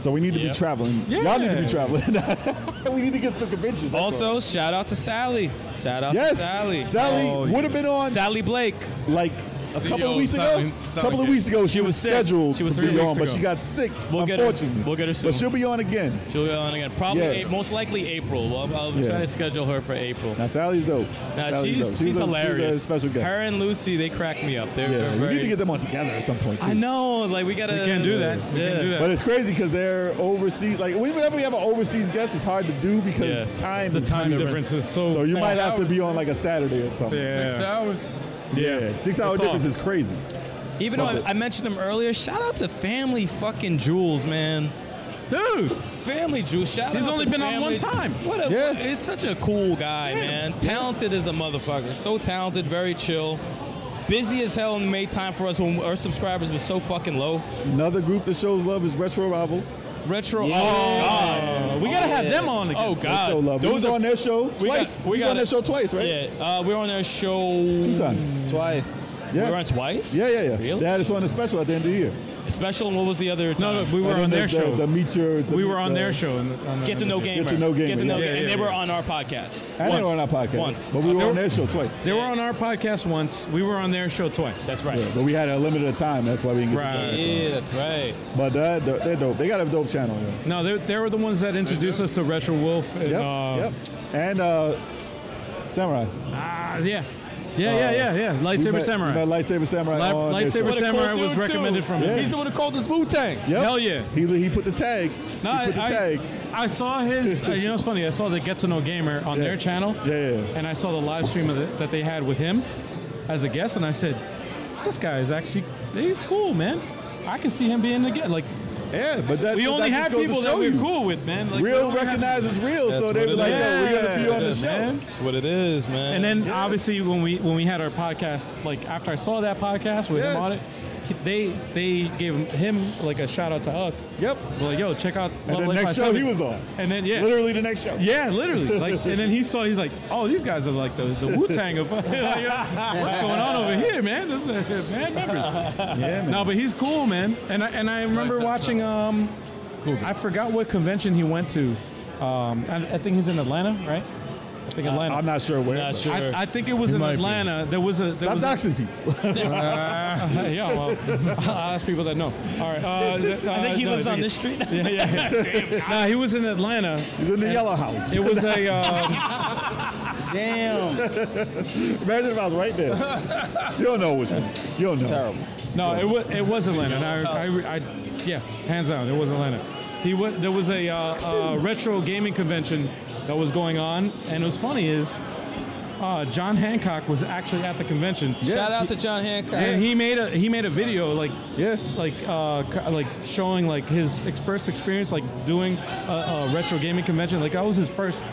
Speaker 6: So we need to
Speaker 5: Yeah.
Speaker 6: be traveling. Y'all need to
Speaker 2: Yeah.
Speaker 6: be traveling. we need to get some conventions. that's all.
Speaker 5: Also, shout out to Sally. Shout out to
Speaker 6: yes,
Speaker 5: Sally.
Speaker 6: Sally, would have been on
Speaker 5: Sally Blake.
Speaker 6: like a
Speaker 4: CEO
Speaker 6: couple
Speaker 5: oh,
Speaker 6: of weeks
Speaker 4: Sally-
Speaker 6: ago. A
Speaker 4: Sally
Speaker 6: couple of
Speaker 4: Gate.
Speaker 6: weeks ago, she,
Speaker 5: She was
Speaker 6: was
Speaker 5: sick.
Speaker 6: scheduled
Speaker 5: She was
Speaker 6: to
Speaker 5: three
Speaker 6: be
Speaker 5: weeks
Speaker 6: on, but
Speaker 5: ago.
Speaker 6: she got sick.
Speaker 5: We'll get her-
Speaker 6: unfortunately,
Speaker 5: we'll get her soon.
Speaker 6: But she'll be on again.
Speaker 5: She'll be on again. Probably
Speaker 6: Yeah.
Speaker 5: a- most likely April. Well, I'll
Speaker 6: Yeah.
Speaker 5: try to schedule her for April.
Speaker 6: Now Sally's dope.
Speaker 5: Now,
Speaker 6: Sally's
Speaker 5: she's,
Speaker 6: dope.
Speaker 5: she's,
Speaker 6: a-
Speaker 5: hilarious.
Speaker 6: She's a special guest.
Speaker 5: Her and Lucy, they crack me up. They're,
Speaker 6: yeah,
Speaker 5: they're
Speaker 6: we
Speaker 5: very.
Speaker 6: need to get them on together at some point. Too.
Speaker 5: I know. Like we gotta.
Speaker 2: We can't do that. We
Speaker 5: Yeah.
Speaker 2: can't do that.
Speaker 6: But it's crazy because they're overseas. Like whenever we have an overseas guest, it's hard to do because
Speaker 5: Yeah.
Speaker 6: time.
Speaker 2: The
Speaker 6: is
Speaker 2: time
Speaker 6: weird.
Speaker 2: difference is so.
Speaker 6: So you
Speaker 2: far
Speaker 6: might have to
Speaker 4: hours.
Speaker 6: be on like a Saturday or something.
Speaker 2: Yeah.
Speaker 4: Six hours.
Speaker 6: Yeah, six hour
Speaker 2: It's
Speaker 6: difference
Speaker 2: off.
Speaker 6: is crazy.
Speaker 5: Even though I, I mentioned them earlier, shout out to Family fucking Jules, man.
Speaker 2: dude.
Speaker 5: It's Family Jules. Shout
Speaker 2: He's
Speaker 5: out
Speaker 2: only
Speaker 5: to
Speaker 2: been on one
Speaker 5: Family-
Speaker 2: time.
Speaker 5: What a,
Speaker 6: Yeah.
Speaker 5: It's such a cool guy, man. Talented as a motherfucker. So talented, very chill. Busy as hell and made time for us when our subscribers was so fucking low.
Speaker 6: Another group that shows love is Retro Rivals.
Speaker 5: Retro. Oh, God.
Speaker 2: We gotta have them on again.
Speaker 5: Oh,
Speaker 6: Retro
Speaker 5: God.
Speaker 6: Love. We was
Speaker 5: Those are.
Speaker 6: on their show
Speaker 5: we got-
Speaker 6: twice.
Speaker 5: we
Speaker 6: We,
Speaker 5: got
Speaker 6: got on
Speaker 5: it.
Speaker 6: their show twice, right?
Speaker 5: Yeah, uh, we were on their show.
Speaker 6: Two times.
Speaker 7: Twice.
Speaker 6: Yeah.
Speaker 5: We were on twice?
Speaker 6: yeah, yeah, yeah.
Speaker 5: Really?
Speaker 6: They had us on a special at the end of the year.
Speaker 5: Special, and what was the other time?
Speaker 2: No, no, we were
Speaker 6: And
Speaker 2: on
Speaker 6: the-
Speaker 2: their
Speaker 6: the,
Speaker 2: show.
Speaker 6: The meet your. the
Speaker 2: we
Speaker 6: meet-
Speaker 2: were on
Speaker 6: the-
Speaker 2: their show. And, on
Speaker 5: Get to Know Gamer.
Speaker 6: to Know Gamer,
Speaker 5: Get to Know
Speaker 6: yeah.
Speaker 5: Gamer.
Speaker 2: Yeah,
Speaker 5: And
Speaker 2: yeah,
Speaker 5: they were
Speaker 2: yeah.
Speaker 5: on our podcast.
Speaker 6: And they
Speaker 5: Once.
Speaker 6: were on our podcast.
Speaker 5: Once.
Speaker 6: But we were
Speaker 2: there
Speaker 6: on
Speaker 2: were-
Speaker 6: their show twice.
Speaker 2: They were on our podcast once. We were on their show twice.
Speaker 5: That's right.
Speaker 6: Yeah, but we had a limited time. That's why we didn't get to
Speaker 2: Right.
Speaker 6: show.
Speaker 5: Yeah, that's right.
Speaker 6: But they're, they're they're dope. They got a dope channel. Yeah.
Speaker 2: No, they, they were the ones that introduced us to Retro Wolf. And,
Speaker 6: Yep.
Speaker 2: uh,
Speaker 6: yep. And uh, Samurai.
Speaker 2: Ah, yeah. Yeah, yeah, yeah, yeah.
Speaker 6: Uh, We
Speaker 2: Lightsaber
Speaker 6: met-
Speaker 2: Samurai.
Speaker 6: we met Lightsaber Samurai.
Speaker 2: Light-
Speaker 6: on their
Speaker 2: Lightsaber
Speaker 6: show.
Speaker 5: What a
Speaker 2: Samurai
Speaker 5: cool
Speaker 2: was
Speaker 5: dude,
Speaker 2: recommended
Speaker 5: too.
Speaker 2: from him.
Speaker 6: Yeah.
Speaker 5: He's the one who called us Wu Tang.
Speaker 6: Yep.
Speaker 2: Hell yeah.
Speaker 6: He, he put the tag.
Speaker 2: No,
Speaker 6: he put the
Speaker 2: I,
Speaker 6: tag.
Speaker 2: I, I saw his. uh, you know, it's funny. I saw the Get to Know Gamer on their channel.
Speaker 6: Yeah, yeah, yeah.
Speaker 2: And I saw the live stream of the, that they had with him as a guest, and I said, "This guy is actually he's cool, man. I can see him being the guest. Like
Speaker 6: Yeah, but that,
Speaker 2: we
Speaker 6: that
Speaker 2: only
Speaker 6: just
Speaker 2: have
Speaker 6: goes to
Speaker 2: people
Speaker 6: show
Speaker 2: that we're
Speaker 6: you.
Speaker 2: cool with, man. Like, we
Speaker 6: Real
Speaker 2: only have-
Speaker 6: recognizes real, so they
Speaker 5: what
Speaker 6: were
Speaker 5: it
Speaker 6: like, yo, we
Speaker 2: Yeah,
Speaker 6: gotta be on the
Speaker 2: that's
Speaker 6: show.
Speaker 2: it.
Speaker 5: That's what it is, man.
Speaker 2: And then obviously when we when we had our podcast, like after I saw that podcast with him
Speaker 6: Yeah.
Speaker 2: on it, he- they they gave him like a shout out to us.
Speaker 6: Yep.
Speaker 2: We're like, yo, check out.
Speaker 6: And
Speaker 2: Love
Speaker 6: the
Speaker 2: Life
Speaker 6: next show
Speaker 2: 570.
Speaker 6: he was on.
Speaker 2: And then yeah,
Speaker 6: Literally the next show.
Speaker 2: Yeah, literally. Like, and then he saw. He's like, "Oh, these guys are like the, the Wu Tang of like, what's going on over here, man? This is bad members."
Speaker 6: Yeah, man.
Speaker 2: No, but he's cool, man. And I and I remember
Speaker 4: Nice
Speaker 2: watching. Um, I forgot what convention he went to. Um, I, I think he's in Atlanta, right? I think Atlanta.
Speaker 6: I'm not sure where.
Speaker 5: Not
Speaker 6: but-
Speaker 5: sure.
Speaker 2: I, I think it was in
Speaker 4: might be.
Speaker 2: Atlanta. There was a. There
Speaker 6: Stop
Speaker 2: was a-
Speaker 6: doxing people.
Speaker 2: Uh, yeah, well, I'll ask people that know. All right. Uh, th-
Speaker 5: I
Speaker 2: uh,
Speaker 5: think he
Speaker 2: no,
Speaker 5: lives on this street.
Speaker 2: Yeah, yeah. yeah. nah, he was in Atlanta.
Speaker 6: He's in the yellow house.
Speaker 2: It was a. Um,
Speaker 7: Damn.
Speaker 6: Imagine if I was right there. you don't know which one. You don't know.
Speaker 7: Terrible.
Speaker 2: No, it was it was Atlanta. And I, I, I, yes, hands down, it was Atlanta. He went, there was a uh, uh, retro gaming convention that was going on, and what's funny is uh, John Hancock was actually at the convention.
Speaker 5: Shout out to John Hancock.
Speaker 2: And he made a he made a video like
Speaker 6: Yeah.
Speaker 2: like uh, co- like showing like his ex- first experience like doing a, a retro gaming convention like that was his first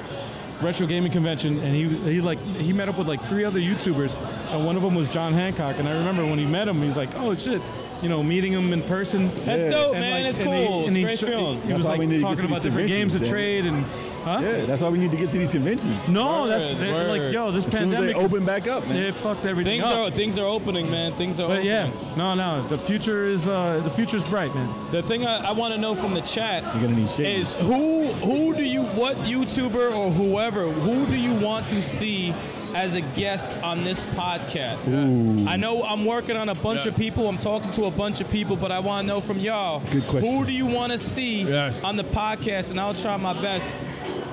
Speaker 2: retro gaming convention and he he like he met up with like three other YouTubers and one of them was John Hancock and I remember when he met him he's like oh shit you know meeting him in person
Speaker 5: That's
Speaker 6: Yeah.
Speaker 5: dope,
Speaker 2: And,
Speaker 5: man.
Speaker 2: like,
Speaker 5: it's
Speaker 2: and
Speaker 5: cool.
Speaker 2: he- and
Speaker 5: it's
Speaker 2: he
Speaker 5: a great
Speaker 2: sho-
Speaker 5: feeling.
Speaker 2: he was
Speaker 6: That's why
Speaker 2: like
Speaker 6: we need to get
Speaker 2: talking
Speaker 6: to
Speaker 2: about
Speaker 6: these
Speaker 2: different games of
Speaker 6: conventions,
Speaker 2: trade and huh
Speaker 6: Yeah, that's why we need to get to these conventions.
Speaker 2: no that's
Speaker 5: Word,
Speaker 2: they're like
Speaker 5: word.
Speaker 2: yo this
Speaker 6: As soon as they
Speaker 2: pandemic is-
Speaker 6: open back up, man.
Speaker 2: it fucked everything
Speaker 5: Things
Speaker 2: up.
Speaker 5: are things are opening, man. Things are
Speaker 2: but
Speaker 5: opening.
Speaker 2: yeah, no, no. The future is uh, the future's bright, man.
Speaker 5: The thing I, I want to know from the chat
Speaker 6: You're gonna need shade.
Speaker 5: is who who do you what YouTuber or whoever who do you want to see as a guest on this podcast? I know I'm working on a bunch of
Speaker 4: Yes.
Speaker 5: people. I'm talking to a bunch of people, but I want to know from y'all.
Speaker 6: Good question.
Speaker 5: Who do you want to see
Speaker 4: Yes.
Speaker 5: on the podcast? And I'll try my best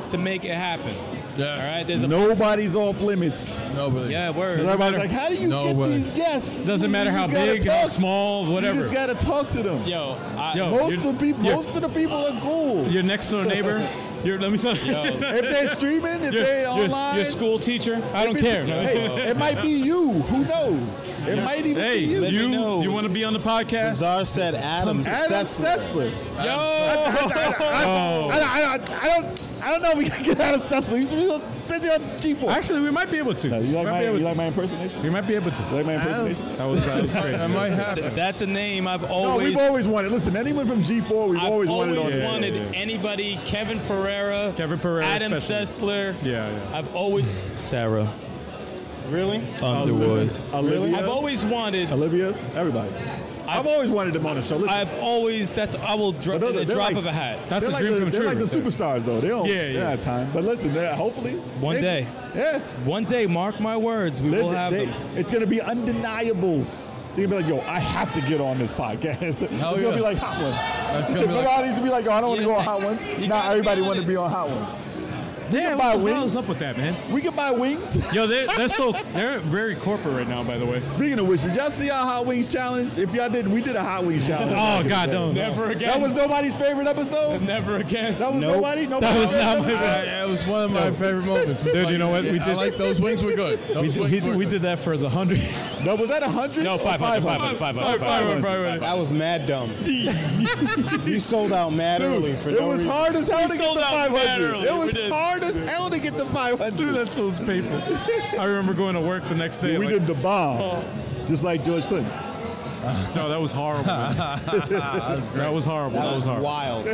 Speaker 5: to make it happen. All
Speaker 4: Yes.
Speaker 5: right. There's a
Speaker 6: Nobody's off limits.
Speaker 4: No, but
Speaker 5: yeah word.
Speaker 6: Everybody's like, how do you
Speaker 4: No
Speaker 6: get
Speaker 4: way.
Speaker 6: these guests?
Speaker 2: Doesn't
Speaker 6: You
Speaker 2: matter how
Speaker 6: just gotta
Speaker 2: big, how
Speaker 6: talk.
Speaker 2: small, whatever.
Speaker 6: You just gotta talk to them.
Speaker 5: Yo, I,
Speaker 2: Yo.
Speaker 6: Most of
Speaker 2: You're-
Speaker 6: the people,
Speaker 2: you're-
Speaker 6: most of the people are cool.
Speaker 2: Your next door neighbor. Your let me say.
Speaker 6: If they're streaming, if
Speaker 2: your,
Speaker 6: they're
Speaker 2: your-
Speaker 6: online,
Speaker 2: your school teacher. I don't
Speaker 6: if
Speaker 2: care.
Speaker 6: it's- Hey, it might be you. Who knows? It might even
Speaker 2: Hey,
Speaker 6: be you.
Speaker 5: Let me
Speaker 2: you
Speaker 5: know.
Speaker 2: you want to be on the podcast?
Speaker 7: Czar said Adam
Speaker 6: Adam
Speaker 7: Sessler.
Speaker 6: Sessler.
Speaker 2: Oh.
Speaker 6: Oh.
Speaker 5: Yo!
Speaker 6: I, I, I, I don't. I don't know if we can get Adam Sessler. He's real busy on G4.
Speaker 2: Actually, we might be able to.
Speaker 6: You
Speaker 2: might
Speaker 6: like my,
Speaker 2: be able
Speaker 6: you
Speaker 2: to.
Speaker 6: like my impersonation?
Speaker 2: we might be able to.
Speaker 6: You like my impersonation?
Speaker 2: That was, that was crazy.
Speaker 4: That might happen.
Speaker 5: That's a name I've
Speaker 6: No,
Speaker 5: always.
Speaker 6: we've always wanted. Listen, anyone from G4, we've
Speaker 5: I've
Speaker 6: always wanted on
Speaker 5: always
Speaker 6: here.
Speaker 5: wanted anybody, Kevin Pereira,
Speaker 2: Kevin Pereira
Speaker 5: Adam
Speaker 2: especially.
Speaker 5: Sessler.
Speaker 2: Yeah, yeah.
Speaker 5: I've always Sarah
Speaker 7: Really?
Speaker 5: Underwood.
Speaker 6: Olivia,
Speaker 5: I've always wanted.
Speaker 6: Olivia, everybody. I've, always wanted them on the show. Listen,
Speaker 5: I've always. That's I will drop
Speaker 6: But those-
Speaker 5: the
Speaker 6: they're
Speaker 5: drop
Speaker 6: like-
Speaker 5: of a hat.
Speaker 2: That's
Speaker 6: they're
Speaker 2: a
Speaker 6: like
Speaker 2: dream
Speaker 6: the,
Speaker 2: come
Speaker 6: they're
Speaker 2: true.
Speaker 6: like the superstars, though. They don't.
Speaker 2: Yeah,
Speaker 6: they
Speaker 2: yeah.
Speaker 6: Have time, but listen, they're- hopefully
Speaker 5: One day.
Speaker 6: Yeah,
Speaker 5: One day, mark my words, we
Speaker 6: They-
Speaker 5: will have
Speaker 6: they-
Speaker 5: them.
Speaker 6: It's gonna be undeniable. They're gonna be like, yo, I have to get on this podcast. it's
Speaker 4: Hell
Speaker 6: gonna
Speaker 4: yeah.
Speaker 6: be like Hot Ones.
Speaker 4: That's gonna be like-
Speaker 6: Nobody used to be like, oh, I don't want to
Speaker 5: Yes,
Speaker 6: go on
Speaker 5: they-
Speaker 6: Hot Ones.
Speaker 5: you gotta
Speaker 6: Now
Speaker 5: be
Speaker 6: everybody wanted
Speaker 5: honest.
Speaker 6: to be on Hot Ones.
Speaker 2: yeah,
Speaker 6: buy
Speaker 2: what the hell
Speaker 6: wings.
Speaker 2: is up with that, man?
Speaker 6: We could buy wings.
Speaker 2: Yo, they're, they're so they're very corporate right now, by the way.
Speaker 6: Speaking of which, did y'all see our Hot Wings challenge? If y'all did, we did a Hot Wings challenge.
Speaker 2: Oh God, don't.
Speaker 5: Never again.
Speaker 6: That was nobody's favorite episode.
Speaker 5: never again.
Speaker 6: That was
Speaker 7: Nope.
Speaker 6: nobody. Nobody.
Speaker 5: was not my-
Speaker 4: I- it was one of my favorite moments. Dude,
Speaker 2: you know what? We
Speaker 4: We I
Speaker 2: did-
Speaker 4: like those wings were good. Those
Speaker 2: We, did-
Speaker 4: wings
Speaker 2: we,
Speaker 4: were
Speaker 2: did- we
Speaker 4: good.
Speaker 2: did that for the hundred.
Speaker 6: No, was that a hundred?
Speaker 2: Oh,
Speaker 5: No,
Speaker 6: or
Speaker 5: 500, 500, 500, 500,
Speaker 7: That was mad dumb. we sold out mad early for
Speaker 6: It
Speaker 7: no
Speaker 6: was
Speaker 7: reason.
Speaker 6: hard as hell to get
Speaker 5: sold
Speaker 6: the
Speaker 5: out mad
Speaker 6: 500.
Speaker 5: early.
Speaker 6: It
Speaker 5: We
Speaker 6: was
Speaker 5: did.
Speaker 6: hard as hell to get the 500.
Speaker 2: Dude, that's so painful. I remember going to work the next day.
Speaker 6: we
Speaker 2: like,
Speaker 6: did the bomb, just like George Clinton.
Speaker 2: No, that was horrible. man. that was horrible. That was horrible.
Speaker 7: wild.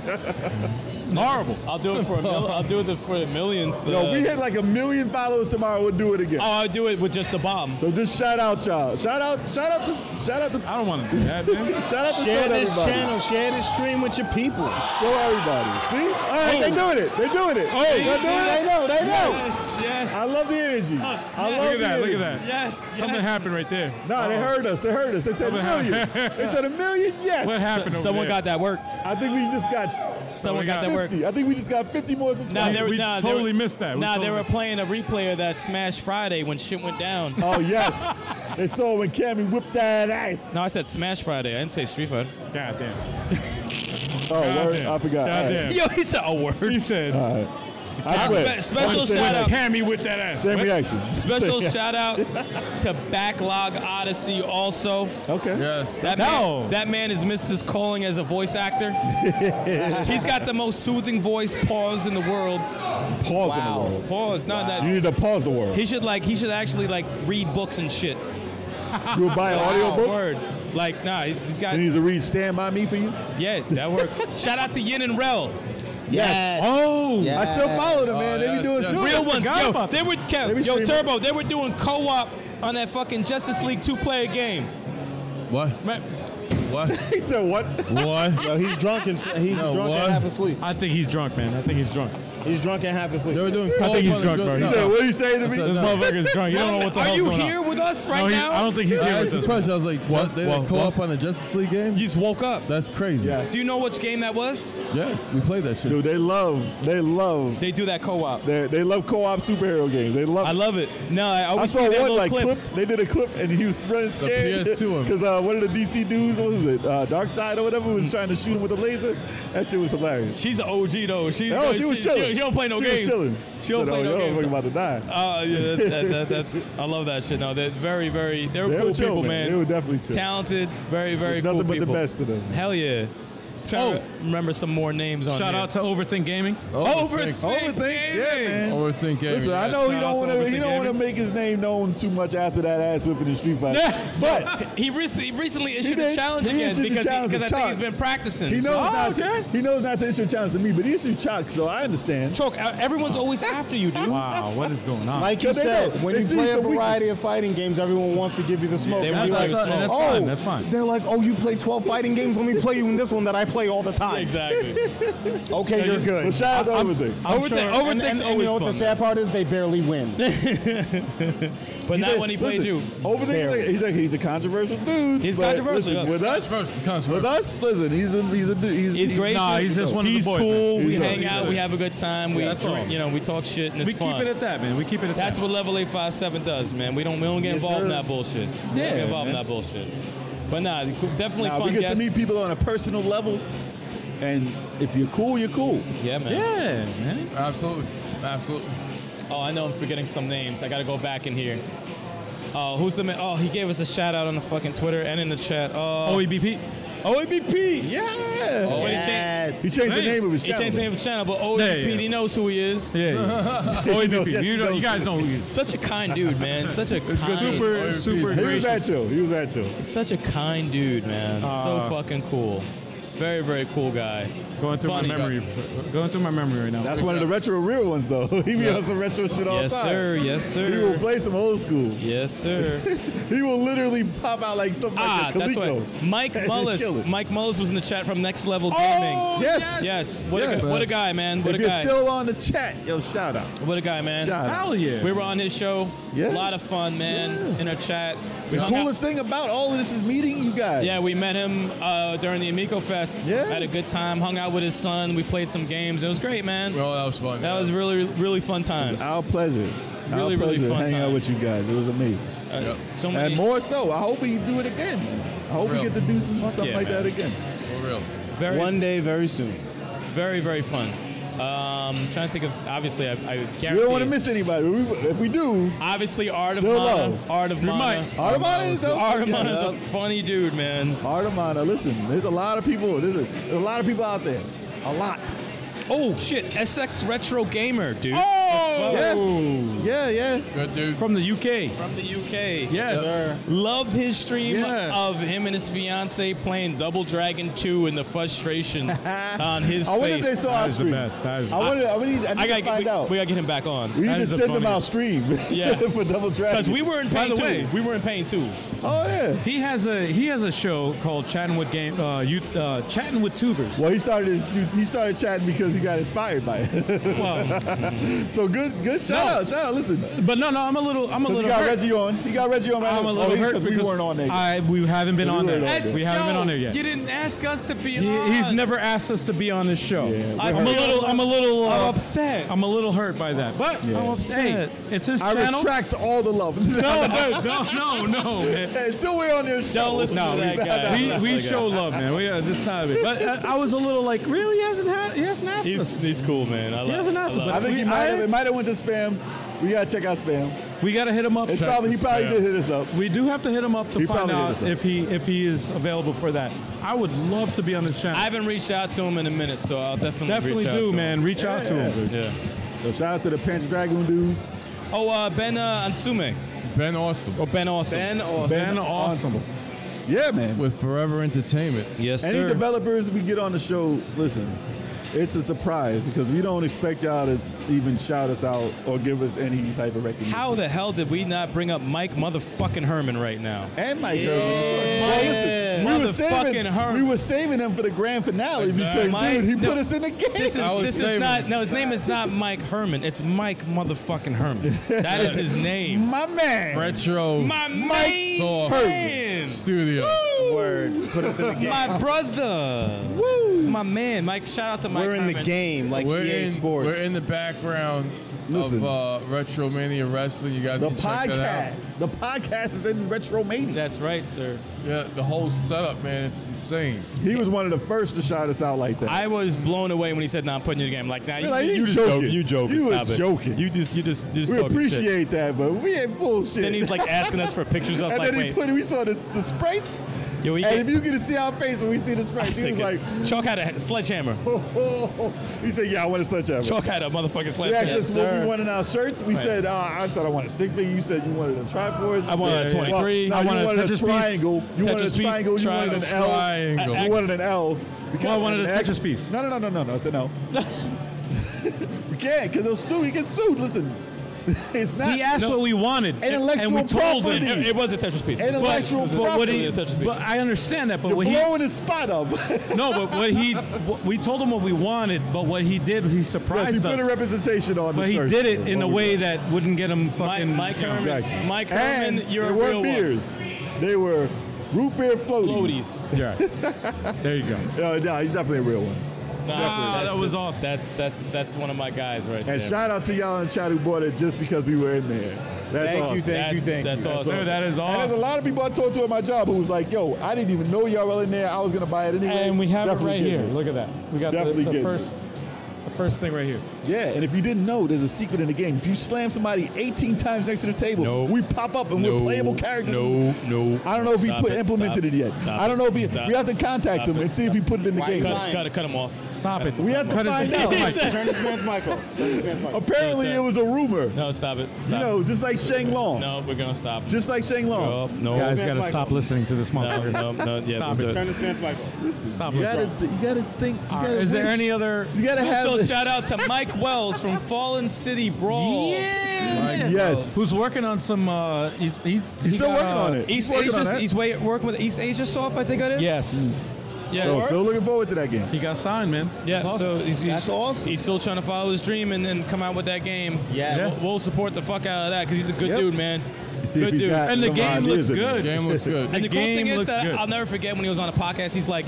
Speaker 2: Horrible.
Speaker 5: I'll do it for a mil- I'll do it for the millionth. Uh,
Speaker 6: Yo, we hit like a million followers tomorrow. We'll do it again.
Speaker 5: oh, I'll do it with just the bomb.
Speaker 6: So just shout out y'all. Shout out, shout out, to, shout out, to,
Speaker 2: I don't want to do that, man.
Speaker 6: shout out to
Speaker 7: Share
Speaker 6: show
Speaker 7: this
Speaker 6: everybody.
Speaker 7: channel, share this stream with your people.
Speaker 6: Show everybody. See? All right, they doing it. They doing it.
Speaker 2: Oh,
Speaker 6: they doing it. They know. They know.
Speaker 5: Yes.
Speaker 6: I love the energy. I love
Speaker 2: Look at
Speaker 6: the
Speaker 2: that. Look
Speaker 6: energy.
Speaker 2: at that. Oh.
Speaker 5: Yes,
Speaker 2: Something
Speaker 5: yes.
Speaker 2: happened right there.
Speaker 6: No, they heard us. They heard us. They said a million. they said a million. Yes.
Speaker 2: What happened? over
Speaker 5: Someone
Speaker 2: there?
Speaker 5: got that work.
Speaker 6: I think we just got
Speaker 5: Someone
Speaker 2: we
Speaker 5: got
Speaker 2: got
Speaker 5: that work.
Speaker 6: 50. I think we just got 50 more subscribers.
Speaker 5: Nah, they were,
Speaker 2: we
Speaker 5: nah, they
Speaker 2: totally
Speaker 5: were-
Speaker 2: missed that. We
Speaker 5: Nah, they
Speaker 2: totally
Speaker 5: were
Speaker 2: missed
Speaker 5: playing a replay of that Smash Friday when shit went down.
Speaker 6: oh yes. They saw when Cammy whipped that ass.
Speaker 5: No, I said Smash Friday. I didn't say Street Fighter.
Speaker 2: God damn.
Speaker 6: Oh,
Speaker 2: God
Speaker 6: word,
Speaker 2: damn.
Speaker 6: I forgot.
Speaker 2: God
Speaker 6: All right.
Speaker 2: damn.
Speaker 5: Yo, he said a word.
Speaker 2: He said,
Speaker 6: I
Speaker 5: Spe-
Speaker 6: quit.
Speaker 5: special
Speaker 6: Same
Speaker 5: shout out.
Speaker 6: reaction.
Speaker 2: "Hammy with that ass."
Speaker 6: Same reaction.
Speaker 5: Special
Speaker 6: Same-
Speaker 5: shout out to Backlog Odyssey. Also,
Speaker 6: Okay.
Speaker 4: Yes.
Speaker 5: that
Speaker 2: No.
Speaker 5: man, that man has missed his calling as a voice actor. He's got the most soothing voice pause in the world.
Speaker 6: Pause in the world.
Speaker 5: Pause, not that.
Speaker 6: You need to pause the world.
Speaker 5: He should like he should actually like read books and shit.
Speaker 6: You'll buy an audio book.
Speaker 5: Word, like nah, he's got
Speaker 6: He needs to read "Stand by Me" for you.
Speaker 5: yeah, that worked. Shout out to Yin and Rel,
Speaker 7: Yes.
Speaker 6: Oh,
Speaker 7: Yes.
Speaker 6: I still follow them, man. they
Speaker 4: yes,
Speaker 6: be doing
Speaker 4: yes.
Speaker 6: shows.
Speaker 5: Oh, real ones.
Speaker 2: forgot
Speaker 5: Yo,
Speaker 2: about
Speaker 5: they were
Speaker 6: They be
Speaker 5: kept, yo
Speaker 6: streaming.
Speaker 5: Turbo, they were doing co-op on that fucking Justice League two-player game.
Speaker 4: What?
Speaker 5: Right.
Speaker 4: What?
Speaker 6: He said what?
Speaker 4: What?
Speaker 7: Yo, he's drunk and s- he's
Speaker 4: No,
Speaker 7: drunk
Speaker 4: what?
Speaker 7: and half asleep.
Speaker 2: I think he's drunk, man. I think he's drunk.
Speaker 7: He's drunk and half asleep.
Speaker 4: They were doing.
Speaker 2: I
Speaker 4: cold
Speaker 2: think he's
Speaker 4: ones.
Speaker 2: drunk, bro. He
Speaker 4: No.
Speaker 2: said,
Speaker 6: What you say to
Speaker 4: I
Speaker 6: me?
Speaker 4: said,
Speaker 2: This
Speaker 4: no.
Speaker 2: motherfucker is drunk. You don't know what the
Speaker 5: Are
Speaker 2: hell's
Speaker 5: you
Speaker 2: going on.
Speaker 5: here with us right
Speaker 2: No, he-
Speaker 5: now?
Speaker 2: I don't think he's
Speaker 4: I
Speaker 2: here
Speaker 4: was
Speaker 2: with us.
Speaker 4: surprised. I was like, what? They
Speaker 2: Well,
Speaker 4: didn't call
Speaker 2: well.
Speaker 4: up on the Justice League game?
Speaker 5: You just woke up.
Speaker 4: That's crazy.
Speaker 6: Yeah.
Speaker 5: Do you know which game that was?
Speaker 4: Yes, we played that shit.
Speaker 6: Dude, they love, they love,
Speaker 5: They do that co-op.
Speaker 6: they they love co-op superhero games. They love.
Speaker 5: I love it. No, I
Speaker 6: I
Speaker 5: always
Speaker 6: saw
Speaker 5: see their
Speaker 6: one
Speaker 5: little
Speaker 6: like
Speaker 5: clips.
Speaker 6: clip. They did a clip and he was running scared
Speaker 4: PS2 one.
Speaker 6: because uh, one of the DC dudes, what was it, uh, Dark Side or whatever,
Speaker 5: Mm.
Speaker 6: was trying to shoot him with a laser. That shit was hilarious.
Speaker 5: She's an OG though. She,
Speaker 6: Oh, she was chilling.
Speaker 5: She, don't play no
Speaker 6: she
Speaker 5: games.
Speaker 6: Was chilling.
Speaker 5: She don't
Speaker 6: Said,
Speaker 5: play
Speaker 6: oh,
Speaker 5: no
Speaker 6: yo,
Speaker 5: games.
Speaker 6: I'm about to die.
Speaker 5: Uh, yeah, that, that, that, that's I love that shit. No, they're very, very. They're
Speaker 6: They
Speaker 5: cool
Speaker 6: were chill,
Speaker 5: people,
Speaker 6: man.
Speaker 5: man.
Speaker 6: They were definitely chill.
Speaker 5: Talented, very, very
Speaker 6: There's
Speaker 5: cool
Speaker 6: nothing but
Speaker 5: people.
Speaker 6: the best of them.
Speaker 5: Hell yeah. Trying to remember some more names on
Speaker 2: Shout
Speaker 5: here.
Speaker 2: out to Overthink Gaming.
Speaker 5: Overthink.
Speaker 6: Overthink, yeah,
Speaker 5: Gaming.
Speaker 6: man.
Speaker 4: Overthink it.
Speaker 6: Listen, I
Speaker 4: Yeah.
Speaker 6: know
Speaker 2: shout
Speaker 6: he
Speaker 2: out
Speaker 6: don't
Speaker 2: to
Speaker 6: want to. He
Speaker 2: Overthink
Speaker 6: don't want to
Speaker 2: Gaming.
Speaker 6: make his name known too much after that ass whipping in Street Fighter. but
Speaker 5: He recently, recently issued a
Speaker 6: did.
Speaker 5: challenge
Speaker 6: He
Speaker 5: again
Speaker 6: issued a
Speaker 5: because he-
Speaker 6: challenge,
Speaker 5: because
Speaker 6: a
Speaker 5: I think
Speaker 6: challenge.
Speaker 5: he's been practicing. Oh,
Speaker 6: he knows not.
Speaker 2: okay.
Speaker 6: To, he knows not to issue a challenge to me, but he issued Chuck, so I understand.
Speaker 5: Choke. uh, Everyone's always after you, dude.
Speaker 2: Wow, what is going on?
Speaker 7: Like you
Speaker 6: Yeah, they
Speaker 7: said,
Speaker 6: know.
Speaker 7: when
Speaker 6: They
Speaker 7: you
Speaker 6: see
Speaker 7: play a
Speaker 6: some weakness.
Speaker 7: variety of fighting games, everyone wants to give you the smoke.
Speaker 5: they
Speaker 7: and
Speaker 5: want
Speaker 7: be
Speaker 5: to
Speaker 7: like,
Speaker 5: give you the
Speaker 2: smoke.
Speaker 7: oh,
Speaker 2: That's fine, that's fine.
Speaker 7: They're like, oh, you play 12 fighting games? Let me play you in this one that I play all the time.
Speaker 5: Exactly.
Speaker 7: Okay, you're good.
Speaker 6: But shout out to everything.
Speaker 5: Overthink. Overthink's
Speaker 7: and, and, and you
Speaker 5: always
Speaker 7: know what the
Speaker 5: fun.
Speaker 7: sad part is? They barely win.
Speaker 5: but not when he played
Speaker 6: listen,
Speaker 5: you.
Speaker 6: Overthink.
Speaker 7: Barely.
Speaker 6: Like, he's like he's a controversial dude.
Speaker 5: He's
Speaker 6: but
Speaker 5: controversial,
Speaker 6: listen,
Speaker 5: yeah.
Speaker 6: with us,
Speaker 4: Controversial, controversial.
Speaker 6: with us, listen, he's a he's a dude. He's,
Speaker 5: He's gracious.
Speaker 2: Nah, he's just one of the
Speaker 5: He's
Speaker 2: boys,
Speaker 5: cool.
Speaker 2: man.
Speaker 5: We
Speaker 6: He's
Speaker 5: hang
Speaker 6: cool.
Speaker 5: out. We have a good time. We
Speaker 2: That's
Speaker 5: drink.
Speaker 2: all.
Speaker 5: You know, we talk shit and it's
Speaker 2: We
Speaker 5: fun.
Speaker 2: keep it at that, man. We keep it at
Speaker 5: That's
Speaker 2: that.
Speaker 5: what Level 857 does, man. We don't we don't get
Speaker 7: Yes,
Speaker 5: involved in
Speaker 7: sir.
Speaker 5: that bullshit. Yeah, we don't get
Speaker 2: Yeah,
Speaker 5: involved in
Speaker 2: man.
Speaker 5: that bullshit. But nah, cool- definitely
Speaker 6: Nah, we
Speaker 5: fun
Speaker 6: get
Speaker 5: guests.
Speaker 6: to meet people on a personal level, and if you're cool, you're cool.
Speaker 5: yeah, man.
Speaker 2: Yeah, man.
Speaker 4: Absolutely. Absolutely.
Speaker 5: Oh, I know I'm forgetting some names. I got to go back in here. Oh, who's the man? Oh, he gave us a shout out on the fucking Twitter and in the chat. Oh,
Speaker 2: OEBP. E
Speaker 5: OEBP.
Speaker 6: Yeah.
Speaker 5: Oh, he changed,
Speaker 7: Yes.
Speaker 6: He changed the name of his
Speaker 5: he
Speaker 6: channel.
Speaker 5: changed the name of the channel, but OEBP,
Speaker 2: Yeah, yeah.
Speaker 5: he knows who he is.
Speaker 2: Yeah. OEBP. you, know, you guys know who he is.
Speaker 5: Such a kind dude, man. Such a kind,
Speaker 2: Super, super
Speaker 6: He was that
Speaker 2: gracious.
Speaker 6: chill. He was that chill.
Speaker 5: such a kind dude, man. so
Speaker 6: Uh-huh.
Speaker 5: fucking cool. Very, very cool guy.
Speaker 2: Going through
Speaker 5: Funny.
Speaker 2: my memory. Going through my memory right now.
Speaker 6: That's one of the retro real ones though. he be on some retro shit all
Speaker 5: Yes,
Speaker 6: the time.
Speaker 5: sir. Yes,
Speaker 6: He will
Speaker 5: sir.
Speaker 6: play some old school.
Speaker 5: Yes, sir.
Speaker 6: He will literally pop out like something
Speaker 5: ah,
Speaker 6: like a
Speaker 5: that's
Speaker 6: Coleco.
Speaker 5: why. Mike
Speaker 6: Kill it.
Speaker 5: Mullis. Mike Mullis was in the chat from Next Level Gaming.
Speaker 6: Yes.
Speaker 5: Yes. What,
Speaker 6: Yes.
Speaker 5: A, gu- what a guy, man. What a
Speaker 6: If you're
Speaker 5: guy.
Speaker 6: still on the chat, yo, shout out.
Speaker 5: what a guy, man.
Speaker 6: Shout out.
Speaker 2: Hell yeah.
Speaker 5: We were on his show.
Speaker 6: Yeah.
Speaker 5: A lot of fun, man. In our chat. We
Speaker 6: The
Speaker 5: hung out-
Speaker 6: coolest thing about all of this is meeting you guys.
Speaker 5: Yeah, we met him uh, during the Amico Fest.
Speaker 6: Yeah.
Speaker 5: Had a good time. Hung out with his son. We played some games. It was great, man.
Speaker 4: Well, that was fun.
Speaker 5: That
Speaker 4: yeah.
Speaker 5: was really, really fun times.
Speaker 6: Our pleasure.
Speaker 5: Really,
Speaker 6: Our
Speaker 5: really
Speaker 6: pleasure
Speaker 5: fun
Speaker 6: hanging out
Speaker 5: time.
Speaker 6: with you guys. It was amazing.
Speaker 5: Uh, so
Speaker 6: And
Speaker 5: many.
Speaker 6: more so, I hope we do it again. I hope we
Speaker 4: real.
Speaker 6: get to do some stuff
Speaker 5: yeah,
Speaker 6: like
Speaker 5: man.
Speaker 6: that again.
Speaker 4: for real.
Speaker 5: Very,
Speaker 7: One day, very soon.
Speaker 5: very, very fun. Um, trying to think of obviously, I, I guarantee.
Speaker 6: We don't want
Speaker 5: it.
Speaker 6: to miss anybody. We, if we do,
Speaker 5: Obviously, Art of
Speaker 6: They'll
Speaker 5: Mana.
Speaker 6: love.
Speaker 5: Art of Mana.
Speaker 6: Armada is
Speaker 5: Art of
Speaker 6: yeah,
Speaker 5: Mana's a funny dude, man.
Speaker 6: Armada, listen, there's a lot of people. There's a, there's a lot of people out there. A lot.
Speaker 5: Oh shit, SX Retro Gamer, dude.
Speaker 6: Yeah, yeah.
Speaker 4: Good dude.
Speaker 2: From the UK.
Speaker 5: From the UK.
Speaker 2: Yes.
Speaker 5: Loved his stream
Speaker 2: Yes.
Speaker 5: of him and his fiance playing Double Dragon 2 and the frustration on his
Speaker 6: I wonder if
Speaker 5: face.
Speaker 6: they saw
Speaker 2: That
Speaker 6: our
Speaker 2: is the
Speaker 6: stream.
Speaker 2: best. That is-
Speaker 6: I wanted. I need. I need
Speaker 5: I
Speaker 6: to
Speaker 5: gotta
Speaker 6: find
Speaker 5: we,
Speaker 6: out.
Speaker 5: we
Speaker 6: We,
Speaker 5: gotta get him back on.
Speaker 6: need
Speaker 2: that
Speaker 6: to
Speaker 2: is the
Speaker 6: send them
Speaker 2: funniest.
Speaker 6: our stream.
Speaker 5: Yeah.
Speaker 6: for double dragon.
Speaker 5: Because we were in
Speaker 2: By
Speaker 5: pain
Speaker 2: the
Speaker 5: too.
Speaker 2: way-
Speaker 5: we were in pain too.
Speaker 6: Oh yeah.
Speaker 2: He has a he has a show called Chatting with Game uh, you, uh, Chatting with Tubers.
Speaker 6: Well, he started. His, he started chatting because he got inspired by it.
Speaker 2: Well,
Speaker 6: so good. Good shout
Speaker 2: No.
Speaker 6: out. Shout out. Listen.
Speaker 2: but no, no, I'm a little I'm a
Speaker 6: 'Cause he
Speaker 2: little
Speaker 6: got
Speaker 2: hurt.
Speaker 6: Reggie on. He got Reggie on right
Speaker 2: I'm a
Speaker 6: now.
Speaker 2: little
Speaker 6: oh,
Speaker 2: hurt
Speaker 6: because we weren't on there. yet.
Speaker 2: I we haven't been
Speaker 6: We
Speaker 2: on
Speaker 6: weren't
Speaker 2: there.
Speaker 6: on there.
Speaker 2: We haven't been
Speaker 11: Yo,
Speaker 2: on there yet.
Speaker 11: You didn't ask us to be
Speaker 2: He-
Speaker 11: on.
Speaker 2: he's never asked us to be on this show.
Speaker 6: Yeah, we're
Speaker 2: I'm a
Speaker 6: hurt.
Speaker 2: little I'm a little uh,
Speaker 11: I'm upset.
Speaker 2: I'm a little hurt by that. But
Speaker 6: Yeah. I'm
Speaker 2: Hey,
Speaker 11: upset.
Speaker 2: it's his
Speaker 6: I
Speaker 2: channel.
Speaker 6: retract all the love.
Speaker 2: No, dude, no, no, no, man.
Speaker 6: Until we're on this show.
Speaker 5: Don't listen
Speaker 2: No,
Speaker 5: to that
Speaker 2: we,
Speaker 5: guy.
Speaker 2: we,
Speaker 5: That's
Speaker 2: we
Speaker 5: like a-
Speaker 2: show love, man. We uh, this time, but uh, I was a little like, really, he hasn't had, he hasn't asked us.
Speaker 5: He's, he's cool, man. I love,
Speaker 2: hasn't asked,
Speaker 5: I love
Speaker 2: but-
Speaker 6: I think
Speaker 2: We-
Speaker 6: he might
Speaker 2: I-
Speaker 6: have. It might have went to spam. We gotta check out spam.
Speaker 2: We gotta hit him up.
Speaker 6: It's
Speaker 4: Check
Speaker 6: probably.
Speaker 4: the
Speaker 6: He probably
Speaker 4: spam.
Speaker 6: did hit us up.
Speaker 2: We do have to hit him up to
Speaker 6: He
Speaker 2: find
Speaker 6: probably hit
Speaker 2: out
Speaker 6: us up.
Speaker 2: if he if he is available for that. I would love to be on this channel.
Speaker 5: I haven't reached out to him in a minute, so I'll definitely
Speaker 2: Definitely
Speaker 5: reach out
Speaker 2: do,
Speaker 5: to
Speaker 2: man. Reach out to him.
Speaker 5: Him. Yeah.
Speaker 6: So shout out to the Panzer Dragoon dude.
Speaker 5: Oh, uh, Ben uh, Ansume
Speaker 4: Ben Awesome
Speaker 5: or Ben Awesome.
Speaker 7: Ben or
Speaker 2: Ben, awesome.
Speaker 6: Yeah, man.
Speaker 4: with Forever Entertainment.
Speaker 5: Yes,
Speaker 6: Any
Speaker 5: sir.
Speaker 6: developers we get on the show, listen, it's a surprise because we don't expect y'all to even shout us out or give us any type of recognition.
Speaker 5: How the hell did we not bring up Mike motherfucking Herman right now?
Speaker 6: And Mike Irvin. Well, listen, we, were
Speaker 5: Motherfucking Herman.
Speaker 6: saving, we were saving him for the grand finale
Speaker 4: Exactly.
Speaker 6: because,
Speaker 5: Mike,
Speaker 6: dude, he
Speaker 5: no.
Speaker 6: put us in the game.
Speaker 5: This is
Speaker 4: I was
Speaker 5: this is
Speaker 4: saving
Speaker 5: not
Speaker 4: him.
Speaker 5: no. His name is not Mike Herman. It's Mike motherfucking Herman. That is his name.
Speaker 6: my man.
Speaker 4: Retro
Speaker 5: My main
Speaker 4: Saw
Speaker 5: man.
Speaker 4: Studio.
Speaker 7: Word. Put us in the game.
Speaker 5: My brother. It's my man. Mike. Shout out to Mike.
Speaker 7: we're in the
Speaker 5: Herman.
Speaker 7: game, like
Speaker 4: We're
Speaker 7: EA
Speaker 4: in,
Speaker 7: Sports.
Speaker 4: we're in the background
Speaker 6: E Listen.
Speaker 4: of uh, Retro Mania Wrestling. You guys
Speaker 6: The
Speaker 4: can check
Speaker 6: podcast.
Speaker 4: that out.
Speaker 6: The podcast is in Retro Mania.
Speaker 5: That's right, sir.
Speaker 4: Yeah, the whole setup, man, it's insane.
Speaker 6: He was one of the first to shout us out like that.
Speaker 5: I was blown away when he said, "Nah, I'm putting you in the game." Like, nah, you,
Speaker 6: like,
Speaker 5: you,
Speaker 6: you
Speaker 5: just
Speaker 6: joking.
Speaker 5: joking. You joking.
Speaker 6: You were
Speaker 5: Stop it.
Speaker 6: joking.
Speaker 5: You just, you just, you just.
Speaker 6: we
Speaker 5: talking shit.
Speaker 6: appreciate that, but we ain't bullshit.
Speaker 5: Then he's like asking us for pictures. I was
Speaker 6: and
Speaker 5: like,
Speaker 6: then he
Speaker 5: "Wait,
Speaker 6: put it, we saw the, the sprites.
Speaker 5: yo, he
Speaker 6: and
Speaker 5: get,
Speaker 6: if you could see our face when we see the
Speaker 5: I
Speaker 6: sprites, he
Speaker 5: sick
Speaker 6: was
Speaker 5: it.
Speaker 6: like,
Speaker 5: Chalk had a sledgehammer.
Speaker 6: he said, yeah, I want a sledgehammer.
Speaker 5: Chalk had a motherfucking
Speaker 6: They asked
Speaker 5: sledgehammer.
Speaker 6: us what we wanted in our shirts. We said, uh, I said I want a stick figure. You said you wanted a triforce.
Speaker 5: I wanted a 23.
Speaker 6: Well,
Speaker 5: I
Speaker 6: no,
Speaker 5: wanted
Speaker 6: you
Speaker 5: a Tetris
Speaker 6: wanted a
Speaker 5: piece.
Speaker 6: triangle. You wanted
Speaker 5: Tetris
Speaker 6: a
Speaker 5: piece,
Speaker 6: triangle. You wanted an L.
Speaker 4: Triangle.
Speaker 5: X.
Speaker 6: You wanted an L. Because
Speaker 2: Well, I wanted
Speaker 6: an
Speaker 2: a
Speaker 6: X-
Speaker 2: Tetris piece.
Speaker 6: No, no, no, no, no, no. I said no. we can't because he'll sue. He gets sued. Listen, it's not.
Speaker 2: He asked what we wanted, and- and we
Speaker 6: Intellectual
Speaker 2: told him.
Speaker 6: property.
Speaker 5: It, it was a Tetris piece.
Speaker 6: Intellectual
Speaker 5: but, but what
Speaker 6: property.
Speaker 5: he, a Tetris piece.
Speaker 2: But I understand that. But
Speaker 6: You're
Speaker 2: what he
Speaker 6: blowing his spot up.
Speaker 2: no, but what he what- we told him what we wanted, but what he did, he surprised
Speaker 6: he put a
Speaker 2: us.
Speaker 6: representation on
Speaker 2: But
Speaker 6: the
Speaker 2: he
Speaker 6: shirt.
Speaker 2: did it in a way that wouldn't get him
Speaker 5: Mike,
Speaker 2: fucking.
Speaker 5: Mike Herman,
Speaker 6: Exactly.
Speaker 5: Mike Herman,
Speaker 6: And
Speaker 5: you're
Speaker 6: they
Speaker 5: a
Speaker 6: weren't
Speaker 5: real
Speaker 6: beers. They were root beer
Speaker 5: one.
Speaker 6: floaties.
Speaker 5: Floaties.
Speaker 2: Yeah. There you go.
Speaker 6: No, no, he's definitely a real one.
Speaker 2: Ah, that was awesome.
Speaker 5: That's that's that's one of my guys right
Speaker 6: And
Speaker 5: there.
Speaker 6: shout out to y'all in the chat who bought it just because we were in there. That's
Speaker 7: Thank
Speaker 6: awesome.
Speaker 7: you, thank you,
Speaker 5: That's-
Speaker 7: thank
Speaker 5: that's
Speaker 7: you.
Speaker 5: awesome.
Speaker 2: Dude, that is
Speaker 6: and there's a
Speaker 2: awesome.
Speaker 6: lot of people I talked to at my job who was like, yo, I didn't even know y'all were in there. I was going to buy it anyway.
Speaker 2: And we have it
Speaker 6: Definitely
Speaker 2: right
Speaker 6: get
Speaker 2: here. Look at that. We got the,
Speaker 6: Definitely
Speaker 2: the
Speaker 6: get it.
Speaker 2: first the
Speaker 5: First thing right here.
Speaker 6: Yeah, and if you didn't know, there's a secret in the game. If you slam somebody 18 times next to the table,
Speaker 5: No.
Speaker 6: we pop up and we're playable characters.
Speaker 5: No, no.
Speaker 6: I don't know if he
Speaker 5: Stop
Speaker 6: put
Speaker 5: it,
Speaker 6: implemented
Speaker 5: stop
Speaker 6: it yet.
Speaker 5: stop
Speaker 6: I don't know if he.
Speaker 5: stop
Speaker 6: we have to
Speaker 5: it,
Speaker 6: contact
Speaker 5: stop
Speaker 6: him
Speaker 5: it.
Speaker 6: and see if he put it in the
Speaker 7: Why
Speaker 6: game.
Speaker 7: not?
Speaker 5: Cut, cut, cut him off.
Speaker 2: Stop it.
Speaker 6: We have to
Speaker 2: Cut his-
Speaker 6: find out.
Speaker 7: Mike, turn this man's mic off. Turn this man's mic off.
Speaker 6: Apparently, it was a rumor.
Speaker 5: No, stop it. Stop.
Speaker 6: You know, just like Shang Long.
Speaker 5: no, we're gonna stop.
Speaker 6: Just like Shang Long.
Speaker 5: no, no,
Speaker 2: Guys,
Speaker 7: man's
Speaker 2: gotta
Speaker 7: Michael.
Speaker 2: stop listening to this
Speaker 5: no,
Speaker 2: motherfucker.
Speaker 5: no, no. Yeah,
Speaker 2: Stop
Speaker 5: that's
Speaker 2: it.
Speaker 5: it.
Speaker 7: Turn this man's mic off.
Speaker 2: Stop
Speaker 6: You
Speaker 2: it.
Speaker 6: gotta, th- you gotta think. You
Speaker 2: All
Speaker 6: gotta
Speaker 2: right, Is there
Speaker 6: wish.
Speaker 2: any other?
Speaker 6: You gotta have.
Speaker 5: So
Speaker 6: the-
Speaker 5: shout out to Mike Wells from Fallen City Brawl.
Speaker 2: Yeah.
Speaker 6: yes.
Speaker 2: Who's working on some? Uh, he's he's,
Speaker 6: He's
Speaker 2: he
Speaker 6: still
Speaker 2: got,
Speaker 6: working
Speaker 2: uh,
Speaker 6: on it.
Speaker 11: East
Speaker 6: He's working on
Speaker 11: Asia,
Speaker 6: that.
Speaker 11: he's way, working with East Asia Soft, I think it is.
Speaker 5: Yes. Yeah.
Speaker 6: Hmm. So, so Oh, looking forward to that game.
Speaker 2: He got signed, man.
Speaker 5: Yeah,
Speaker 2: That's awesome.
Speaker 5: so he's, he's,
Speaker 7: That's awesome.
Speaker 5: he's still trying to follow his dream and then come out with that game.
Speaker 7: Yes. Yes.
Speaker 5: We'll, we'll support the fuck out of that because he's a good
Speaker 6: Yep.
Speaker 5: dude, man.
Speaker 6: See
Speaker 5: Good
Speaker 6: if he's
Speaker 5: dude.
Speaker 6: got
Speaker 2: and the
Speaker 6: some
Speaker 2: game looks
Speaker 6: ideas in there.
Speaker 2: good.
Speaker 4: Game looks good.
Speaker 5: And the, cool
Speaker 2: game
Speaker 5: thing is
Speaker 2: looks
Speaker 5: that
Speaker 2: good.
Speaker 5: I'll never forget when he was on a podcast, he's like,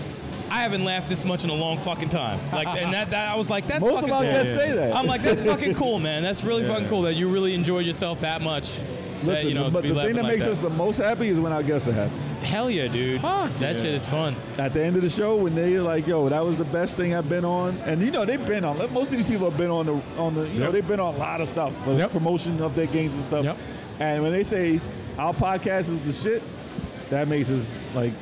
Speaker 5: I haven't laughed this much in a long fucking time. Like, and that, that I was like, that's
Speaker 6: Most
Speaker 5: fucking
Speaker 6: of our
Speaker 5: cool.
Speaker 6: guests say that.
Speaker 5: I'm like, that's fucking cool, man. That's really fucking cool that you really enjoyed yourself that much. that,
Speaker 6: Listen,
Speaker 5: you know, to
Speaker 6: but
Speaker 5: be
Speaker 6: the thing
Speaker 5: laughing
Speaker 6: that
Speaker 5: like
Speaker 6: makes us the most happy is when our guests are happy.
Speaker 5: hell yeah, dude.
Speaker 2: Fuck,
Speaker 5: that shit is fun.
Speaker 6: At the end of the show, when they're like, "Yo, that was the best thing I've been on," and you know they've been on. Most of these people have been on the on the. You know
Speaker 4: Yep.
Speaker 6: they've been on a lot of stuff for
Speaker 2: Yep.
Speaker 6: promotion of their games and stuff.
Speaker 2: Yep.
Speaker 6: And when they say our podcast is the shit, that makes us like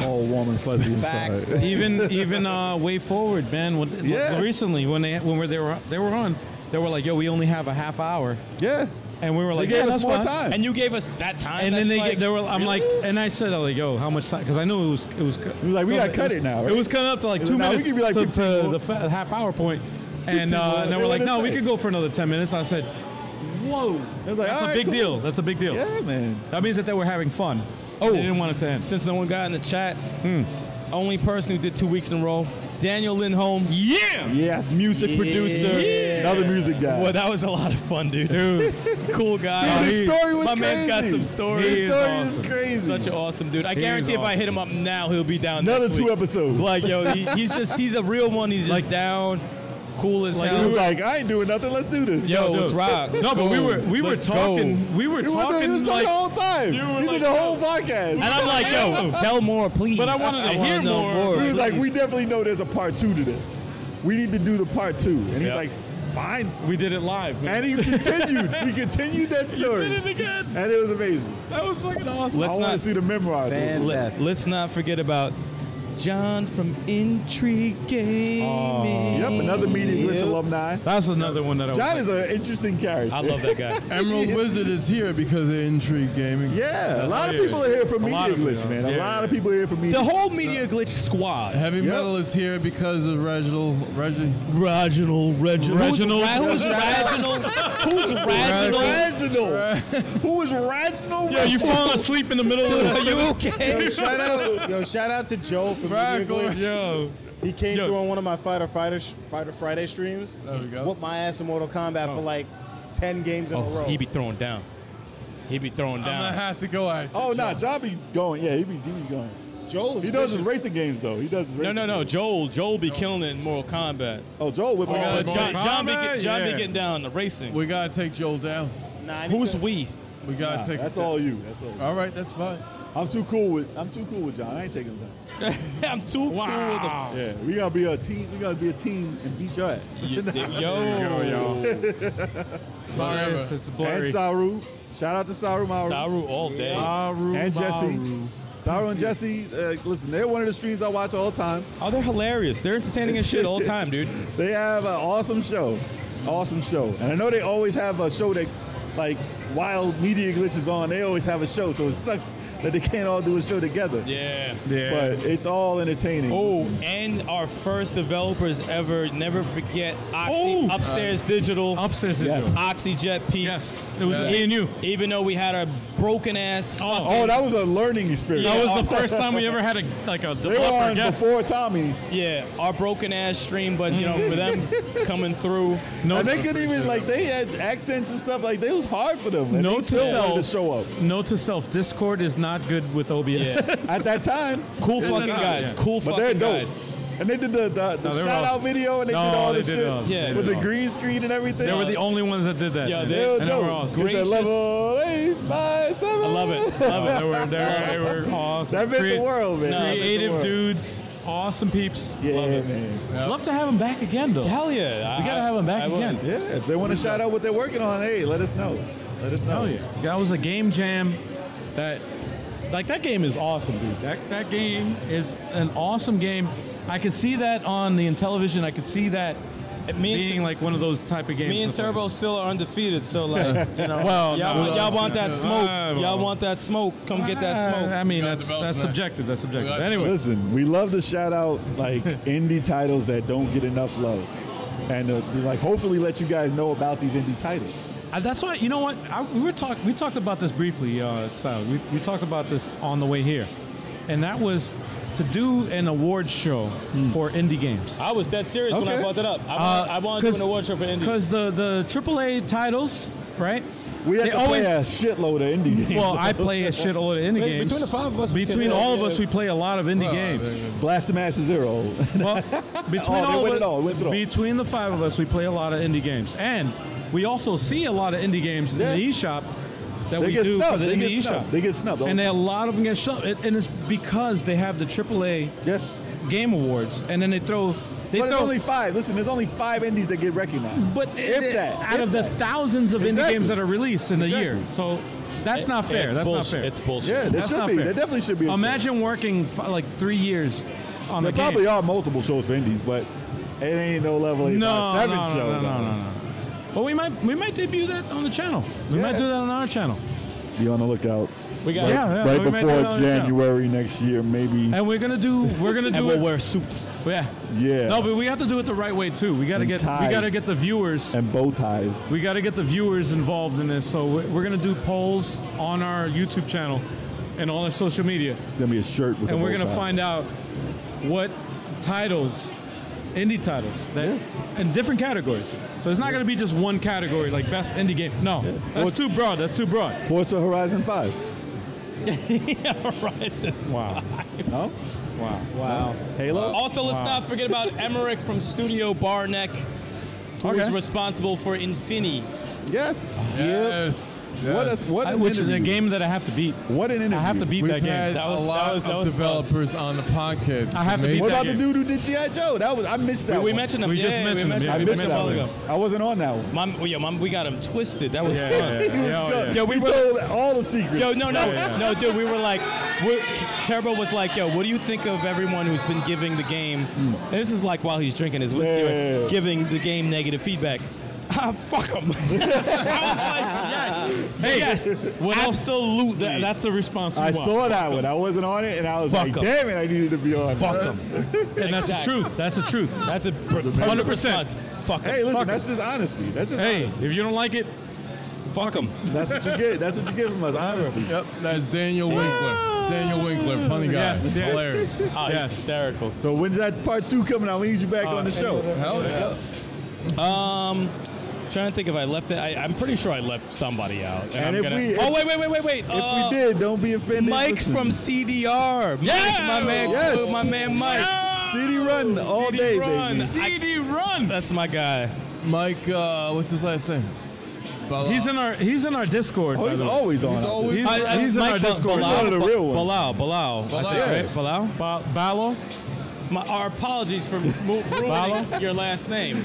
Speaker 6: all warm and fuzzy
Speaker 7: Facts.
Speaker 6: inside.
Speaker 2: even even uh, way forward, man. When,
Speaker 6: Yeah.
Speaker 2: Recently, when they when they were they were on, they were like, "Yo, we only have a half hour,"
Speaker 6: yeah.
Speaker 2: and we were
Speaker 6: They
Speaker 2: like,
Speaker 6: gave
Speaker 2: "Yeah,
Speaker 6: us
Speaker 2: that's
Speaker 6: more
Speaker 2: fine."
Speaker 6: time.
Speaker 5: And you gave us that time.
Speaker 2: And then
Speaker 5: that's
Speaker 2: they
Speaker 5: like,
Speaker 2: get, they were, I'm like, and I said, I'm like, yo, how much time? Because I knew it was, it was. It
Speaker 6: was like, we gotta cut it now, right?
Speaker 2: It was coming up to like
Speaker 6: It was
Speaker 2: two
Speaker 6: like, nah, we
Speaker 2: minutes
Speaker 6: could be like
Speaker 2: to,
Speaker 6: 15
Speaker 2: to
Speaker 6: more.
Speaker 2: the fa- half hour point, and
Speaker 6: 15
Speaker 2: uh,
Speaker 6: more,
Speaker 2: and they
Speaker 6: they
Speaker 2: were like,
Speaker 6: wanna
Speaker 2: no, we
Speaker 6: say.
Speaker 2: could go for another ten minutes. I said, whoa,
Speaker 6: It was like,
Speaker 2: that's
Speaker 6: all
Speaker 2: a
Speaker 6: right,
Speaker 2: big
Speaker 6: cool.
Speaker 2: deal. That's a big deal.
Speaker 6: Yeah, man.
Speaker 2: That means that they were having fun.
Speaker 5: Oh.
Speaker 2: they didn't want it to end. Hmm.
Speaker 5: since no one got in the chat, only person who did two weeks in a row, Daniel Lindholm. Yeah!
Speaker 6: Yes.
Speaker 5: Music producer.
Speaker 6: Another music guy.
Speaker 5: Well, that was a lot of fun, dude. Dude, cool guy.
Speaker 6: Dude, his story was
Speaker 5: My man's got
Speaker 6: crazy.
Speaker 5: some stories.
Speaker 6: His story is
Speaker 5: Awesome.
Speaker 6: crazy.
Speaker 5: Such an awesome dude. I guarantee if I hit him up now, he'll be down.
Speaker 6: Another
Speaker 5: next
Speaker 6: two
Speaker 5: week.
Speaker 6: episodes.
Speaker 5: Like, yo, he, he's just he's a real one. He's just down, cool as
Speaker 6: He
Speaker 5: hell.
Speaker 6: was like, I ain't doing nothing. Let's do this.
Speaker 5: yo,
Speaker 2: dude.
Speaker 5: it's rock.
Speaker 2: No, but we were we were
Speaker 5: Let's
Speaker 2: talking,
Speaker 5: go.
Speaker 2: we were
Speaker 6: You were there- you was
Speaker 2: talking like
Speaker 6: talking the whole time.
Speaker 2: you
Speaker 6: You,
Speaker 2: were like,
Speaker 6: did the whole podcast.
Speaker 5: And I'm like, yo, tell more, please.
Speaker 2: But I wanted to
Speaker 5: wanna
Speaker 2: hear
Speaker 5: know
Speaker 2: more.
Speaker 6: we
Speaker 5: please.
Speaker 6: was like, we definitely know there's a part two to this. We need to do the part two. And he's
Speaker 5: Yep.
Speaker 6: like, fine.
Speaker 2: we did it live. Man.
Speaker 6: And he continued. he continued that story.
Speaker 2: did it again.
Speaker 6: And it was amazing.
Speaker 2: That was fucking awesome.
Speaker 5: Let's
Speaker 6: I want
Speaker 5: not
Speaker 6: to see the memoir. dude.
Speaker 5: Let,
Speaker 7: Fantastic.
Speaker 5: us not forget about John from Intrigue Gaming.
Speaker 6: Yep, another Media Glitch alumni.
Speaker 2: That's another one that I was
Speaker 6: John
Speaker 2: like-
Speaker 6: is an interesting character.
Speaker 5: I love that guy.
Speaker 4: Emerald Wizard is here because of Intrigue Gaming.
Speaker 6: Yeah, a lot
Speaker 2: yeah.
Speaker 6: of people are here for
Speaker 2: A
Speaker 6: Media
Speaker 2: lot of
Speaker 6: Glitch,
Speaker 2: them,
Speaker 6: man.
Speaker 2: yeah.
Speaker 6: A lot of people are here for Media
Speaker 5: the whole Media Glitch squad.
Speaker 4: Heavy metal is here because of Reginald. Reggie.
Speaker 5: Reginald, Reginald.
Speaker 2: Reginald.
Speaker 5: Who's, Ra- who's Reginald? Who's Reginald?
Speaker 6: Reginald. Who is Reginald?
Speaker 2: Yo, you falling asleep in the middle of
Speaker 5: Are
Speaker 2: the
Speaker 5: you okay?
Speaker 7: Yo, shout out, yo, shout out to Joe for being glitch.
Speaker 2: Yo,
Speaker 7: He came
Speaker 2: Yo.
Speaker 7: through on one of my Fighter Friday, Fighter Friday streams.
Speaker 4: There we go.
Speaker 7: Whooped my ass in Mortal Kombat for like ten games in a row.
Speaker 5: Oh, he be throwing down. He be throwing
Speaker 4: I'm gonna
Speaker 5: down.
Speaker 4: have to go at.
Speaker 6: Oh, nah, John be going. Yeah, he be, he be going.
Speaker 7: Joe is
Speaker 6: He does his
Speaker 7: vicious.
Speaker 6: racing games, though. He does his
Speaker 5: No,
Speaker 6: racing
Speaker 5: no, no.
Speaker 6: games.
Speaker 5: Joel, Joel be killing it in Mortal Kombat.
Speaker 6: Oh, Joel whipping
Speaker 5: Uh,
Speaker 6: ass.
Speaker 5: John, John, be, get- John be
Speaker 2: Yeah.
Speaker 5: getting down the racing.
Speaker 4: We gotta take Joel down.
Speaker 7: Nah, I need
Speaker 5: Who's
Speaker 7: to-
Speaker 5: we?
Speaker 4: We gotta take.
Speaker 6: That's all you. That's all.
Speaker 4: All right, that's fine.
Speaker 6: I'm too cool with. I'm too cool with John. I ain't taking him down.
Speaker 5: I'm too cool with him.
Speaker 2: wow.
Speaker 6: Yeah, we gotta be a team. We gotta be a team and beat your ass.
Speaker 5: You dick- Yo,
Speaker 2: Sorry if it's
Speaker 6: And
Speaker 2: blurry.
Speaker 6: Saru. Shout out to Saru Maru
Speaker 5: Saru all day.
Speaker 2: Saru
Speaker 6: and Jesse.
Speaker 2: Maru.
Speaker 6: Saru and Jesse. Uh, listen, they're one of the streams I watch all the time.
Speaker 5: Oh, they're hilarious. They're entertaining as shit all the time, dude.
Speaker 6: They have an awesome show. Awesome show. And I know they always have a show that's like wild media glitches on. They always have a show, so it sucks that they can't all do a show together.
Speaker 5: Yeah.
Speaker 2: Yeah.
Speaker 6: But it's all entertaining.
Speaker 5: Oh, and our first developers ever. Never forget Oxy
Speaker 2: Oh.
Speaker 5: Upstairs Digital.
Speaker 2: Upstairs is
Speaker 6: Yes.
Speaker 2: doing.
Speaker 5: OxyJet Peaks.
Speaker 2: Yes, it was
Speaker 4: Yeah.
Speaker 2: me and you.
Speaker 5: Even though we had a broken ass.
Speaker 6: Oh, that was a learning experience.
Speaker 2: That was the first time we ever had a like a
Speaker 6: They were
Speaker 2: developer
Speaker 6: on
Speaker 2: guest.
Speaker 6: before Tommy,
Speaker 5: yeah, our broken ass stream, but you know, for them coming through.
Speaker 2: No,
Speaker 6: and they couldn't even like they had accents and stuff. Like it was hard for them. And
Speaker 2: no
Speaker 6: they
Speaker 2: to
Speaker 6: still wanted
Speaker 2: self.
Speaker 6: to show up
Speaker 2: No to self. Discord is not good with OBS.
Speaker 5: Yeah.
Speaker 6: at that time.
Speaker 5: Cool
Speaker 2: Yeah,
Speaker 5: fucking
Speaker 2: yeah,
Speaker 5: guys.
Speaker 2: yeah.
Speaker 5: Cool
Speaker 6: But
Speaker 5: fucking
Speaker 6: they're dope.
Speaker 5: guys.
Speaker 6: And they did the, the, the
Speaker 2: No, they were
Speaker 6: shout out
Speaker 2: awesome.
Speaker 6: video and they
Speaker 2: No,
Speaker 6: did all
Speaker 2: they
Speaker 6: the
Speaker 2: did
Speaker 6: shit
Speaker 2: awesome.
Speaker 5: Yeah.
Speaker 6: with
Speaker 5: They
Speaker 6: the green screen and everything.
Speaker 2: They were the only ones that did that.
Speaker 5: Yeah, they-
Speaker 6: They were
Speaker 2: and they
Speaker 6: dope.
Speaker 2: were awesome.
Speaker 6: It's at
Speaker 5: Gracious.
Speaker 6: level eight, five, seven.
Speaker 5: I love it. Love
Speaker 2: They were, they were, they were awesome.
Speaker 6: That meant
Speaker 2: Creat-
Speaker 6: the world, man.
Speaker 5: No,
Speaker 6: That meant the
Speaker 2: Creative
Speaker 6: world.
Speaker 2: dudes.
Speaker 5: it.
Speaker 2: awesome peeps.
Speaker 6: Yeah,
Speaker 2: Love it.
Speaker 6: man.
Speaker 2: Love to have them back again, though.
Speaker 5: Hell yeah.
Speaker 2: we gotta have them back again.
Speaker 6: Yeah, if they want to shout out what they're working on, hey, let us know. Let us know.
Speaker 2: Hell yeah. That was a game jam.
Speaker 5: That, like, that game is awesome, dude.
Speaker 2: That that game is an awesome game. I could see that on the Intellivision. I could see that
Speaker 5: Me and,
Speaker 2: being like one of those type of games.
Speaker 5: me and
Speaker 2: that's like-
Speaker 5: Turbo still are undefeated, so, like, you know.
Speaker 4: Oh,
Speaker 2: Well,
Speaker 5: y'all,
Speaker 2: no.
Speaker 5: want- y'all want that smoke.
Speaker 2: Ah, well.
Speaker 5: Y'all want that smoke. Come get that
Speaker 2: Ah,
Speaker 5: smoke.
Speaker 2: I mean,
Speaker 4: Got
Speaker 2: that's
Speaker 4: the belts
Speaker 2: that's
Speaker 4: tonight.
Speaker 2: subjective. That's subjective.
Speaker 4: got the
Speaker 2: Anyway,
Speaker 6: Listen, we love to shout out like indie titles that don't get enough love, and uh, like hopefully let you guys know about these indie titles.
Speaker 2: I- that's why you know what I, we were talk we talked about this briefly. Uh, Silas. we we talked about this on the way here, and that was to do an award show for indie games.
Speaker 5: I was that serious when I
Speaker 6: Okay.
Speaker 5: brought that up.
Speaker 2: Uh,
Speaker 5: I, want, I wanted to do an award show for Indy.
Speaker 2: because the the AAA titles, right?
Speaker 6: We have
Speaker 2: They
Speaker 6: to
Speaker 2: always-
Speaker 6: play a shitload of indie games.
Speaker 2: Well, I play a shitload of indie
Speaker 5: Wait,
Speaker 2: games.
Speaker 5: between the five of us, we
Speaker 2: between
Speaker 5: can-
Speaker 2: all of
Speaker 5: yeah,
Speaker 2: us, we play a lot of
Speaker 4: Oh,
Speaker 2: indie games.
Speaker 6: blast them ass to zero.
Speaker 2: Well, between
Speaker 6: Oh, they
Speaker 2: all
Speaker 6: win
Speaker 2: of
Speaker 6: it all, wins
Speaker 2: us,
Speaker 6: it all.
Speaker 2: between the five of us, we play a lot of indie games, and we also see a lot of indie games
Speaker 6: Yeah.
Speaker 2: in the eShop that
Speaker 6: They
Speaker 2: we
Speaker 6: get
Speaker 2: do for
Speaker 6: snubbed.
Speaker 2: the
Speaker 6: They
Speaker 2: indie
Speaker 6: get snubbed.
Speaker 2: eShop.
Speaker 6: They get snubbed.
Speaker 2: and they, a lot of them get snubbed, It- and it's because they have the AAA
Speaker 6: yeah.
Speaker 2: game awards, and then they throw they
Speaker 6: But it's
Speaker 2: throw.
Speaker 6: only five. Listen, there's only five indies that get recognized.
Speaker 2: but
Speaker 6: if
Speaker 2: it-
Speaker 6: that,
Speaker 2: out
Speaker 6: if
Speaker 2: of the
Speaker 6: that.
Speaker 2: thousands of indie
Speaker 6: Exactly.
Speaker 2: games that are released in a year,
Speaker 6: Exactly.
Speaker 2: so that's not fair.
Speaker 5: It's
Speaker 2: that's
Speaker 5: bullshit.
Speaker 2: not fair.
Speaker 5: It's bullshit.
Speaker 6: yeah, there
Speaker 2: that's
Speaker 6: should
Speaker 2: not
Speaker 6: be.
Speaker 2: fair. Oh,
Speaker 6: There definitely should be. a show.
Speaker 2: Imagine working f- like three years on
Speaker 6: There
Speaker 2: the game.
Speaker 6: probably are multiple shows for indies, but it ain't no level eight
Speaker 2: no,
Speaker 6: five seven
Speaker 2: no, no,
Speaker 6: show.
Speaker 2: no, no, no, no. Well, we might we might debut that on the channel. We might
Speaker 6: Yeah.
Speaker 2: do that on our channel,
Speaker 6: Be on the lookout.
Speaker 5: We got
Speaker 2: Right. Yeah, yeah,
Speaker 6: right
Speaker 2: we might do
Speaker 6: before
Speaker 2: that on the show.
Speaker 6: January next year, maybe.
Speaker 2: and we're gonna do we're gonna do
Speaker 5: And we'll
Speaker 2: it.
Speaker 5: wear suits.
Speaker 2: yeah,
Speaker 6: Yeah.
Speaker 2: No, but we have to do it the right way too. We gotta
Speaker 6: And
Speaker 2: get we
Speaker 6: ties.
Speaker 2: gotta get the viewers.
Speaker 6: and bow ties.
Speaker 2: We got to get the viewers involved in this, so we're we're gonna do polls on our YouTube channel and all our social media,
Speaker 6: It's gonna be a shirt with. a
Speaker 2: and we're
Speaker 6: bow
Speaker 2: gonna
Speaker 6: tie.
Speaker 2: find out what titles, indie titles, that in different categories. So it's not gonna be just one category like best indie game. No, that's too broad. That's too broad.
Speaker 6: Forza Horizon Five.
Speaker 5: Horizon.
Speaker 2: Wow.
Speaker 6: No.
Speaker 7: Wow.
Speaker 6: Halo.
Speaker 5: Also, let's not forget about Emmerich from Studio Barneck, who's
Speaker 2: Okay.
Speaker 5: responsible for Infini.
Speaker 6: Yes.
Speaker 4: Yes.
Speaker 6: Yep. What
Speaker 4: yes.
Speaker 6: a what
Speaker 2: I-
Speaker 6: an
Speaker 2: which is a
Speaker 6: interview.
Speaker 2: game that I have to beat.
Speaker 6: What an interview.
Speaker 2: I have to beat
Speaker 4: We've
Speaker 2: that game.
Speaker 4: had
Speaker 5: That was-
Speaker 4: a
Speaker 5: that
Speaker 4: lot
Speaker 5: was- that
Speaker 4: of
Speaker 5: was fun.
Speaker 4: developers on the podcast.
Speaker 2: I have to
Speaker 4: Amazing.
Speaker 2: beat
Speaker 6: What
Speaker 2: that
Speaker 6: about the
Speaker 2: game.
Speaker 6: dude who did GI Joe? That was I missed that.
Speaker 5: We
Speaker 6: one.
Speaker 5: mentioned him.
Speaker 2: We
Speaker 5: yeah,
Speaker 2: just
Speaker 5: we
Speaker 2: mentioned him,
Speaker 5: mentioned
Speaker 2: yeah,
Speaker 5: him.
Speaker 6: I
Speaker 2: we
Speaker 5: We
Speaker 6: missed
Speaker 5: mentioned him a
Speaker 6: that
Speaker 5: while
Speaker 6: one.
Speaker 5: ago.
Speaker 6: I wasn't on that one.
Speaker 5: Mom, oh, yeah, mom, we got him twisted. That was fun.
Speaker 2: Yeah, yeah, yeah, yeah.
Speaker 6: He
Speaker 5: Yo, we were-
Speaker 6: told all the secrets.
Speaker 5: Yo, no, no,
Speaker 2: yeah.
Speaker 5: no, dude. We were like, we Turbo was like, yo, what do you think of everyone who's been giving the game? And this is like while he's drinking his whiskey,
Speaker 6: Yeah,
Speaker 5: right?
Speaker 6: yeah, yeah.
Speaker 5: giving the game negative feedback. Ah, fuck him. I was like, yes,
Speaker 2: Hey,
Speaker 5: yes,
Speaker 2: what else-
Speaker 5: absolutely.
Speaker 2: That- that's the response you
Speaker 6: I
Speaker 2: want.
Speaker 6: saw that one. I wasn't on it, and I was
Speaker 5: Fuck
Speaker 6: like,
Speaker 5: him.
Speaker 6: "Damn it, I needed to be on."
Speaker 5: fuck him.
Speaker 2: and that's the
Speaker 5: Exactly.
Speaker 2: truth. That's the truth.
Speaker 5: That's a hundred
Speaker 2: 100%.
Speaker 5: percent. Fuck
Speaker 6: Hey,
Speaker 5: him.
Speaker 6: listen, that's just honesty. That's just
Speaker 2: Hey,
Speaker 6: honesty.
Speaker 2: if you don't like it,
Speaker 5: Fuck him.
Speaker 6: That's what you get. That's what you get from us. Honesty.
Speaker 4: Yep, that's Daniel Winkler. Daniel Winkler, funny guy,
Speaker 2: Yes, yes.
Speaker 4: hilarious.
Speaker 5: Oh, he's hysterical.
Speaker 6: So when's that part two coming out? We need you back on the show.
Speaker 4: Hell yeah.
Speaker 5: Trying to think if I left it. I, I'm pretty sure I left somebody out. And, I'm
Speaker 6: if
Speaker 5: gonna,
Speaker 6: we-
Speaker 5: oh
Speaker 6: if-
Speaker 5: wait, wait, wait, wait, wait.
Speaker 6: If we did, don't be offended.
Speaker 5: Uh, Mike
Speaker 6: Listen,
Speaker 5: from CDR. Mike,
Speaker 2: Yeah!
Speaker 5: my man,
Speaker 6: Yes.
Speaker 5: my man Mike.
Speaker 6: CD Run all
Speaker 5: CD
Speaker 6: day,
Speaker 5: Run.
Speaker 6: baby.
Speaker 5: CD Run. That's my guy.
Speaker 4: Mike, uh, what's his last name? Bala-
Speaker 2: he's in our he's in our Discord.
Speaker 6: Oh,
Speaker 2: by
Speaker 6: he's
Speaker 2: the way.
Speaker 6: always on.
Speaker 4: He's
Speaker 6: out
Speaker 4: always.
Speaker 2: He's-
Speaker 5: I- I-
Speaker 2: he's in
Speaker 5: Mike
Speaker 2: our
Speaker 5: Ba-
Speaker 2: Discord.
Speaker 5: Bilal,
Speaker 6: One of the
Speaker 5: Ba-
Speaker 6: real ones.
Speaker 5: Bilal, Bilal, I
Speaker 4: Bilal.
Speaker 5: think, right? Bilal?
Speaker 2: Ba- Ballo.
Speaker 5: My, our apologies for mo- ruining your last name.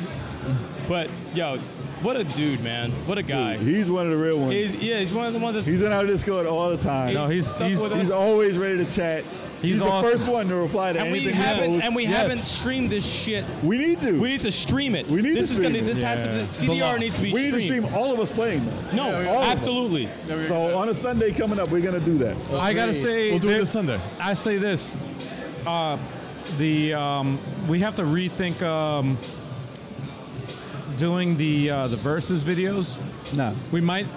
Speaker 5: But, yo, what a dude, man. What a guy.
Speaker 6: there. He's one of the real ones.
Speaker 5: He's, yeah, he's one of the ones that's
Speaker 6: he's in our Discord all the time.
Speaker 2: No, he's
Speaker 5: stuck
Speaker 2: he's
Speaker 5: with
Speaker 6: he's
Speaker 5: us.
Speaker 6: always ready to chat. He's, the
Speaker 2: awesome.
Speaker 6: first one to reply to
Speaker 5: and we
Speaker 6: anything
Speaker 5: haven't
Speaker 6: post.
Speaker 5: and we
Speaker 2: Yes.
Speaker 5: haven't streamed this shit.
Speaker 6: we need to.
Speaker 5: We need to stream it.
Speaker 6: We need
Speaker 5: this
Speaker 6: to
Speaker 5: is
Speaker 6: stream
Speaker 5: gonna
Speaker 6: it.
Speaker 5: this has to
Speaker 2: Yeah.
Speaker 5: be CDR needs to be
Speaker 6: We need to
Speaker 5: streamed.
Speaker 6: stream all of us playing. though.
Speaker 5: No,
Speaker 4: Yeah, we-
Speaker 6: all of us.
Speaker 5: absolutely.
Speaker 4: Yeah, we-
Speaker 6: So on a Sunday coming up, we're gonna do that.
Speaker 2: I gotta say,
Speaker 4: we'll do
Speaker 2: there-
Speaker 4: it this Sunday.
Speaker 2: I say this. Uh, the um, we have to rethink um, doing the uh, the versus videos.
Speaker 6: No.
Speaker 2: We might.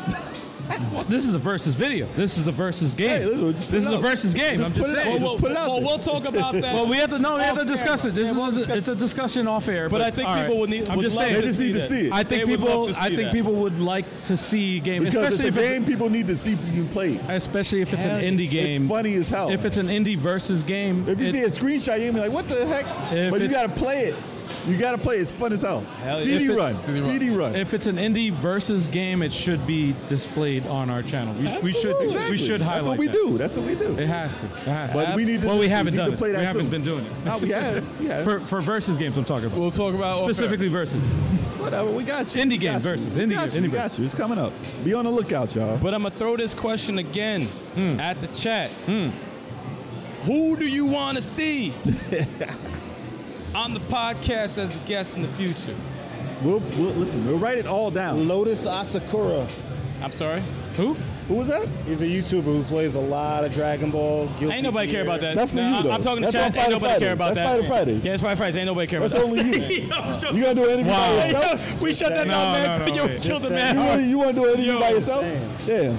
Speaker 2: this is a versus video. This is a versus game.
Speaker 6: Hey, listen, just put
Speaker 2: this
Speaker 6: it
Speaker 2: is a
Speaker 6: out.
Speaker 2: versus game.
Speaker 6: Just
Speaker 2: I'm just
Speaker 6: put it out.
Speaker 2: saying.
Speaker 6: Just
Speaker 5: Well,
Speaker 6: put it out
Speaker 5: well,
Speaker 6: there.
Speaker 5: we'll talk about that.
Speaker 2: Well, we have to no, we have to
Speaker 5: Off
Speaker 2: discuss it. This
Speaker 5: camera.
Speaker 2: is a, it's a discussion off air.
Speaker 5: but I think
Speaker 2: all
Speaker 5: people
Speaker 2: right.
Speaker 5: would need.
Speaker 2: I'm
Speaker 5: would
Speaker 2: just
Speaker 5: love
Speaker 2: saying.
Speaker 6: They just need to
Speaker 5: that.
Speaker 6: see it.
Speaker 2: I think
Speaker 5: They would love
Speaker 2: people.
Speaker 5: to see
Speaker 2: I think
Speaker 5: that.
Speaker 2: people would like to see game,
Speaker 6: Because
Speaker 2: especially if
Speaker 6: it's a
Speaker 2: it's,
Speaker 6: game people need to see you play.
Speaker 2: especially if it's an indie game.
Speaker 6: It's funny as hell.
Speaker 2: If it's an indie versus game,
Speaker 6: If you
Speaker 2: it-
Speaker 6: see a screenshot, you're gonna be like, "What the heck?"
Speaker 2: If
Speaker 6: But you
Speaker 2: it's-
Speaker 6: gotta play it. You gotta play. It's fun as hell. CD,
Speaker 5: if it-
Speaker 6: run. CD
Speaker 4: CD
Speaker 6: run.
Speaker 4: Run.
Speaker 2: If it's an indie versus game, it should be displayed on our channel. We, we should we should highlight
Speaker 6: That's what we
Speaker 2: that.
Speaker 6: do. That's what we do.
Speaker 2: It has to. It has
Speaker 6: But
Speaker 2: to.
Speaker 6: we need to-
Speaker 2: well, we
Speaker 6: we
Speaker 2: haven't
Speaker 6: need
Speaker 2: done
Speaker 6: to play
Speaker 2: it. we
Speaker 6: that
Speaker 2: haven't
Speaker 6: too.
Speaker 2: been doing it
Speaker 6: Oh, we have. Yeah.
Speaker 2: for for versus games. I'm talking about
Speaker 4: We'll talk about off air.
Speaker 2: specifically versus.
Speaker 6: Whatever. We got you.
Speaker 2: Indie
Speaker 6: We
Speaker 2: game
Speaker 6: got you.
Speaker 2: versus,
Speaker 6: We
Speaker 2: indie
Speaker 6: got
Speaker 2: game,
Speaker 6: you.
Speaker 2: indie
Speaker 6: We got
Speaker 2: versus.
Speaker 6: you. It's coming up. Be on the lookout, y'all.
Speaker 5: But I'm gonna throw this question again at the chat. Who do you want to see on the podcast as a guest in the future?
Speaker 6: We'll, we'll listen. We'll write it all down.
Speaker 7: Lotus Asakura.
Speaker 5: I'm sorry. Who?
Speaker 6: Who was that?
Speaker 7: He's a YouTuber who plays a lot of Dragon Ball. Guilty
Speaker 5: Ain't nobody care
Speaker 7: Gear.
Speaker 5: about that.
Speaker 6: That's for
Speaker 5: No,
Speaker 6: you,
Speaker 5: I'm-
Speaker 6: though.
Speaker 5: I'm talking to
Speaker 6: That's
Speaker 5: chat.
Speaker 6: on
Speaker 5: Ain't
Speaker 6: Friday
Speaker 5: nobody care
Speaker 6: Fridays.
Speaker 5: about
Speaker 6: That's
Speaker 5: that.
Speaker 6: Friday Fridays.
Speaker 5: Yeah, it's Friday Fridays. Ain't nobody care
Speaker 6: That's
Speaker 5: about
Speaker 6: only
Speaker 5: that.
Speaker 6: you.
Speaker 5: Yo, Joe.
Speaker 6: You gonna do anything by
Speaker 5: Yo,
Speaker 6: yourself?
Speaker 5: we shut that down,
Speaker 7: saying.
Speaker 4: No,
Speaker 5: man.
Speaker 4: no, no,
Speaker 5: yo,
Speaker 4: wait.
Speaker 5: kill the
Speaker 7: Just
Speaker 5: man.
Speaker 6: You
Speaker 7: saying.
Speaker 6: want, you want to do anything
Speaker 5: Yo.
Speaker 6: by yourself? Yeah.
Speaker 7: Saying.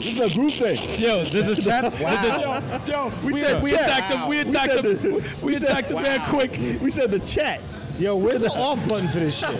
Speaker 6: This is a group thing.
Speaker 5: Yo, did the chat? Yo, yo, we,
Speaker 6: said
Speaker 5: we
Speaker 6: chat.
Speaker 5: attacked him. We
Speaker 6: We
Speaker 5: attacked
Speaker 6: said
Speaker 5: him.
Speaker 6: the-
Speaker 5: we attacked him man quick.
Speaker 6: We said the chat.
Speaker 7: Yo, where's the off button for this shit?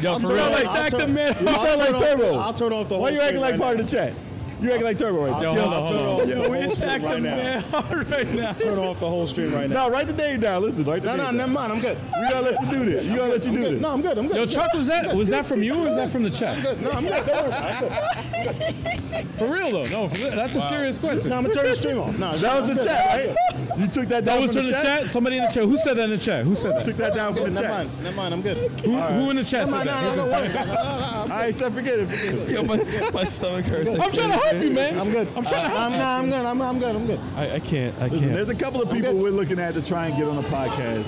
Speaker 5: Yo, for
Speaker 7: sorry,
Speaker 5: real.
Speaker 7: I'll
Speaker 5: We attacked
Speaker 7: turn-
Speaker 5: him, man.
Speaker 6: You sound like
Speaker 7: turn off-
Speaker 6: Turbo.
Speaker 7: I'll turn off the
Speaker 6: Why
Speaker 7: whole
Speaker 6: you acting
Speaker 7: screen
Speaker 6: like
Speaker 7: right
Speaker 6: part of the chat? You acting like Turbo right now.
Speaker 7: Yo,
Speaker 5: hold on,
Speaker 7: I'll turn
Speaker 5: hold
Speaker 7: off
Speaker 5: on.
Speaker 7: the
Speaker 5: Yo,
Speaker 7: whole
Speaker 5: we
Speaker 7: thing
Speaker 5: attacked
Speaker 7: right
Speaker 5: him,
Speaker 7: now.
Speaker 5: man, hard right now.
Speaker 7: Turn off the whole stream right now.
Speaker 6: No, write the name down. Listen, write the
Speaker 7: No,
Speaker 6: name
Speaker 7: no,
Speaker 6: down.
Speaker 7: never mind. I'm good.
Speaker 6: We gotta let you do this. You gotta let you do this.
Speaker 7: No, I'm good. I'm good.
Speaker 2: Yo,
Speaker 7: I'm
Speaker 2: Chuck, was that was that from you or was that from the chat?
Speaker 7: good. No, I'm good. Don't worry. I'm good.
Speaker 2: For real though, no, for real, that's a serious question.
Speaker 7: No, I'm gonna turn the stream off. No,
Speaker 6: That was
Speaker 7: I'm
Speaker 6: the
Speaker 7: good.
Speaker 6: chat, right? You took that down
Speaker 2: That was
Speaker 6: from
Speaker 2: from the chat. Somebody in the chat. Who said that in the chat? Who said that?
Speaker 6: Took that down from the
Speaker 7: Never
Speaker 6: chat.
Speaker 7: mind. Never mind. I'm good.
Speaker 2: Who, who in the chat
Speaker 7: No,
Speaker 2: said
Speaker 7: no, no,
Speaker 2: that?
Speaker 7: don't worry.
Speaker 6: All right, so forget it. Forget it.
Speaker 5: Yo, my, my stomach hurts. I
Speaker 2: I'm trying to help you, man.
Speaker 7: I'm good.
Speaker 2: I'm trying to help.
Speaker 7: I'm, no, I'm good. I'm, I'm good. I'm good.
Speaker 5: I, I can't. I
Speaker 6: Listen,
Speaker 5: can't.
Speaker 6: there's a couple of people
Speaker 7: good.
Speaker 6: we're looking at to try and get on the podcast,